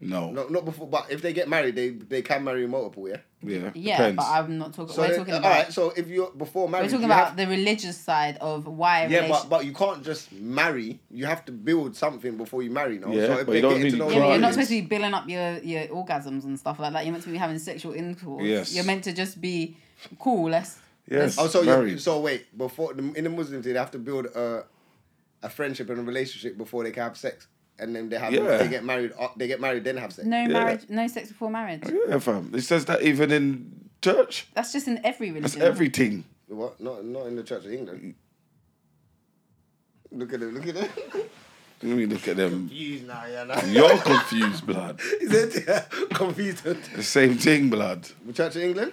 Speaker 2: No.
Speaker 3: no, not before, but if they get married, they they can marry multiple, yeah.
Speaker 2: Yeah.
Speaker 4: Yeah,
Speaker 2: Depends.
Speaker 4: but I'm not talking.
Speaker 3: So
Speaker 4: we're
Speaker 3: they-
Speaker 4: talking about.
Speaker 3: all right. So if you're before marriage,
Speaker 4: We're talking
Speaker 3: you
Speaker 4: about
Speaker 3: have
Speaker 4: the religious side of why.
Speaker 3: Yeah,
Speaker 4: relation-
Speaker 3: but but you can't just marry. You have to build something before you marry, no?
Speaker 2: Yeah,
Speaker 3: so if
Speaker 2: but
Speaker 3: they
Speaker 2: you don't
Speaker 3: get
Speaker 2: need
Speaker 3: to know
Speaker 2: to
Speaker 4: Yeah, but you're
Speaker 2: Right.
Speaker 4: not supposed to be building up your, your orgasms and stuff like that. You're meant to be having sexual intercourse.
Speaker 2: Yes.
Speaker 4: You're meant to just be cool. Let's.
Speaker 2: Yes.
Speaker 3: Oh, so you
Speaker 2: married.
Speaker 3: so wait before the, in the Muslim thing, they have to build a a friendship and a relationship before they can have sex, and then they have
Speaker 2: Yeah.
Speaker 3: they get married. uh, They get married, then have sex.
Speaker 4: No marriage. No sex before marriage.
Speaker 2: yeah, fam. It says that even in church.
Speaker 4: That's just in every religion.
Speaker 2: That's everything.
Speaker 3: What? Not not in the Church of England. Look at them! Look at them!
Speaker 2: Let me look at them.
Speaker 3: Confused now, yeah.
Speaker 2: You're confused, blood.
Speaker 5: Is it confused?
Speaker 2: The same thing, blood.
Speaker 3: The Church of England,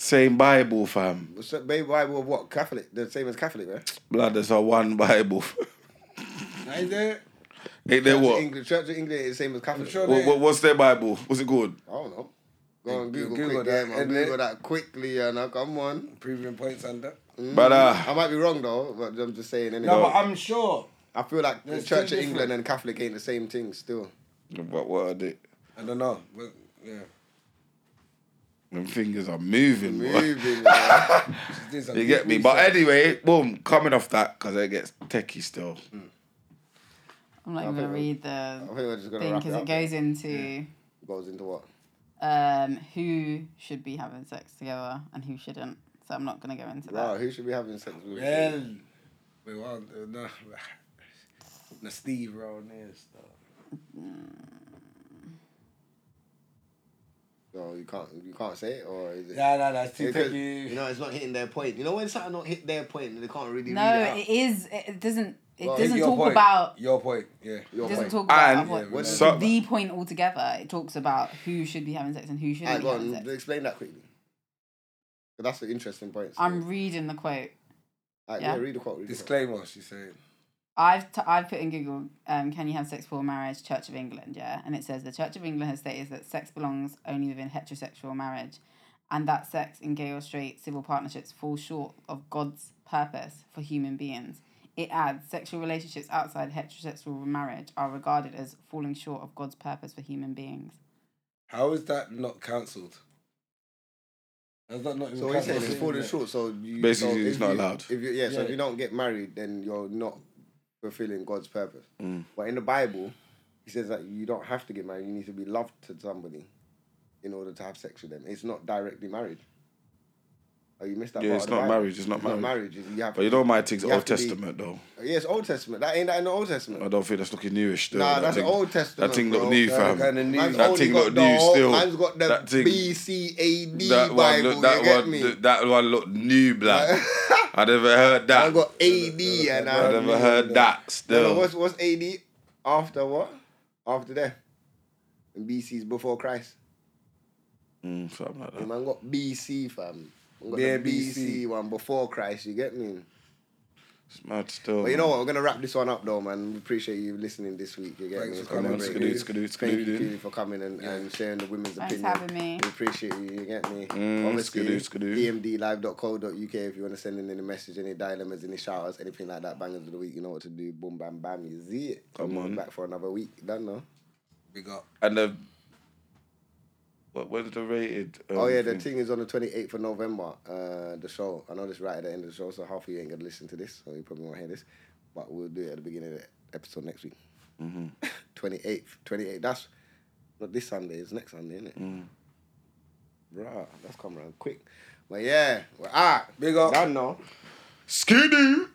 Speaker 2: Same Bible, fam.
Speaker 3: What's that baby Bible of what Catholic? The same as Catholic, right?
Speaker 2: Blood, that's our one Bible.
Speaker 5: Ain't there?
Speaker 2: Ain't
Speaker 3: Church
Speaker 2: there
Speaker 3: of
Speaker 2: what?
Speaker 3: England, Church of England is the same as Catholic.
Speaker 5: sure
Speaker 2: What, what? What's their Bible? What's it called?
Speaker 3: I don't know. Go on Google,
Speaker 5: Google
Speaker 3: quick,
Speaker 5: that,
Speaker 3: yeah, man.
Speaker 5: innit?
Speaker 3: Google that quickly, yeah, now come on.
Speaker 5: Proving points under.
Speaker 2: But
Speaker 3: I
Speaker 2: uh,
Speaker 3: might be wrong though, but I'm just saying. Anyway,
Speaker 5: No, but I'm sure.
Speaker 3: I feel like the
Speaker 5: There's
Speaker 3: Church of
Speaker 5: two different-
Speaker 3: England and Catholic ain't the same thing still.
Speaker 2: what, what are they?
Speaker 5: I don't know. But, yeah.
Speaker 2: Them fingers are moving. boy.
Speaker 3: Moving, yeah.
Speaker 5: She's doing some
Speaker 2: You
Speaker 5: deep
Speaker 2: get me? But
Speaker 5: research.
Speaker 2: anyway, boom, coming off that because it gets techie still.
Speaker 3: Mm.
Speaker 4: I'm not even gonna read the
Speaker 3: I think we're just gonna
Speaker 4: thing
Speaker 3: wrap
Speaker 4: because
Speaker 3: it
Speaker 4: it,
Speaker 3: up,
Speaker 4: goes into
Speaker 3: goes into what?
Speaker 4: um, who should be having sex together and who shouldn't. So I'm not gonna go into
Speaker 3: Wow,
Speaker 4: that.
Speaker 3: who should be having sex with?
Speaker 5: Well, we want the, the, the Steve around there and stuff.
Speaker 3: you can't you can't say it or is it?
Speaker 5: Yeah, no, no, it's too
Speaker 3: Because,
Speaker 5: techy.
Speaker 3: You know, it's not hitting their point. You know when something not hit their point, and they can't really. read
Speaker 4: No,
Speaker 3: it out.
Speaker 4: it is. It doesn't. It
Speaker 3: Well,
Speaker 4: doesn't
Speaker 5: Your
Speaker 4: talk
Speaker 5: point.
Speaker 4: about.
Speaker 5: your point. Yeah.
Speaker 4: It
Speaker 3: Your
Speaker 4: doesn't
Speaker 3: point.
Speaker 4: talk about
Speaker 2: And
Speaker 4: what,
Speaker 3: does it
Speaker 2: so,
Speaker 4: the point altogether. It talks about who should be having sex and who
Speaker 3: Alright,
Speaker 4: shouldn't be
Speaker 3: go
Speaker 4: having
Speaker 3: on.
Speaker 4: sex.
Speaker 3: Explain that quickly. 'Cause That's the interesting point.
Speaker 4: I'm reading the quote.
Speaker 3: Alright,
Speaker 4: yeah.
Speaker 3: yeah. read the quote. Read the quote.
Speaker 5: Disclaimer, she's saying.
Speaker 4: I've t- I've put in Google, um, can you have sex before marriage? Church of England, yeah, and it says the Church of England has stated that sex belongs only within heterosexual marriage, and that sex in gay or straight civil partnerships falls short of God's purpose for human beings. It adds sexual relationships outside heterosexual marriage are regarded as falling short of God's purpose for human beings.
Speaker 5: How is that not cancelled? How's that not even
Speaker 3: So what you're saying is falling short.
Speaker 5: short.
Speaker 3: So you,
Speaker 2: Basically,
Speaker 3: so
Speaker 2: it's
Speaker 3: if
Speaker 2: not
Speaker 3: you-
Speaker 2: allowed.
Speaker 3: If you, yeah, so if
Speaker 5: Yeah.
Speaker 3: you don't get married, then you're not fulfilling God's purpose.
Speaker 2: Mm.
Speaker 3: But in the Bible, He says that you don't have to get married. You need to be loved to somebody in order to have sex with them. It's not directly married. Oh, you missed that.
Speaker 2: Yeah,
Speaker 3: part
Speaker 2: it's
Speaker 3: of the
Speaker 2: not
Speaker 3: Bible.
Speaker 2: marriage, it's not marriage.
Speaker 3: marriage. it's- You have.
Speaker 2: But you know my thing's
Speaker 3: You have
Speaker 2: Old
Speaker 3: to be-
Speaker 2: Testament though.
Speaker 3: yeah, it's Old Testament. That ain't that in the Old Testament.
Speaker 2: I don't think that's looking newish though.
Speaker 3: Nah,
Speaker 2: Oh, that
Speaker 3: that's
Speaker 2: thing,
Speaker 3: Old Testament,
Speaker 2: That thing
Speaker 3: bro.
Speaker 2: look new,
Speaker 5: That
Speaker 2: fam.
Speaker 5: kinda new.
Speaker 3: Man's
Speaker 2: That
Speaker 3: only
Speaker 2: thing
Speaker 3: got
Speaker 2: look
Speaker 3: the
Speaker 2: new
Speaker 3: whole-
Speaker 2: still.
Speaker 3: Man's got the
Speaker 2: That thing-
Speaker 3: B C A D
Speaker 2: That one,
Speaker 3: Bible.
Speaker 2: look, that
Speaker 3: you get
Speaker 2: one,
Speaker 3: me?
Speaker 2: th- that one looked new, blood. I never heard that.
Speaker 3: I got AD and
Speaker 2: I
Speaker 3: I
Speaker 2: never heard that.
Speaker 3: No, no,
Speaker 2: Still,
Speaker 3: what's what's AD after what? After that, and BC's before Christ.
Speaker 2: Mm, something like
Speaker 3: The
Speaker 2: that.
Speaker 3: Man got BC fam. Man got
Speaker 5: Yeah,
Speaker 3: the BC
Speaker 5: BC.
Speaker 3: one before Christ. You get me?
Speaker 2: It's mad still.
Speaker 3: But you know what? We're gonna wrap this one up though, man. We appreciate you listening this week. You get
Speaker 5: Thanks
Speaker 3: me?
Speaker 5: for
Speaker 3: It's
Speaker 5: coming,
Speaker 3: been
Speaker 5: man.
Speaker 3: great.
Speaker 5: Skidoo,
Speaker 2: skidoo, skidoo,
Speaker 3: Thank you
Speaker 2: dude.
Speaker 3: Keely, for coming and, and sharing the women's
Speaker 4: Thanks for
Speaker 3: opinion.
Speaker 4: having me.
Speaker 3: We appreciate you. You get me? E
Speaker 2: Mm, skidoo, skidoo.
Speaker 3: DMDlive.co.uk if you want to send in any message, any dilemmas, any shout outs, anything like that. Bangers of the week. You know what to do. Boom, bam, bam. You see it.
Speaker 2: Come
Speaker 3: We'll be
Speaker 2: on.
Speaker 3: Back for another week. Done now.
Speaker 5: Big up.
Speaker 2: And the what? When's the rated? um,
Speaker 3: Oh yeah, the thing is on the twenty eighth of November. Uh, the show. I know this right at the end of the show, so half of you ain't gonna listen to this, so you probably won't hear this. But we'll do it at the beginning of the episode next week. Twenty eighth, twenty eighth. That's not this Sunday. It's next Sunday, isn't it? Bruh, ah, that's come around quick. But yeah, we're out.
Speaker 5: Big up.
Speaker 3: Done now.
Speaker 2: Skidoo.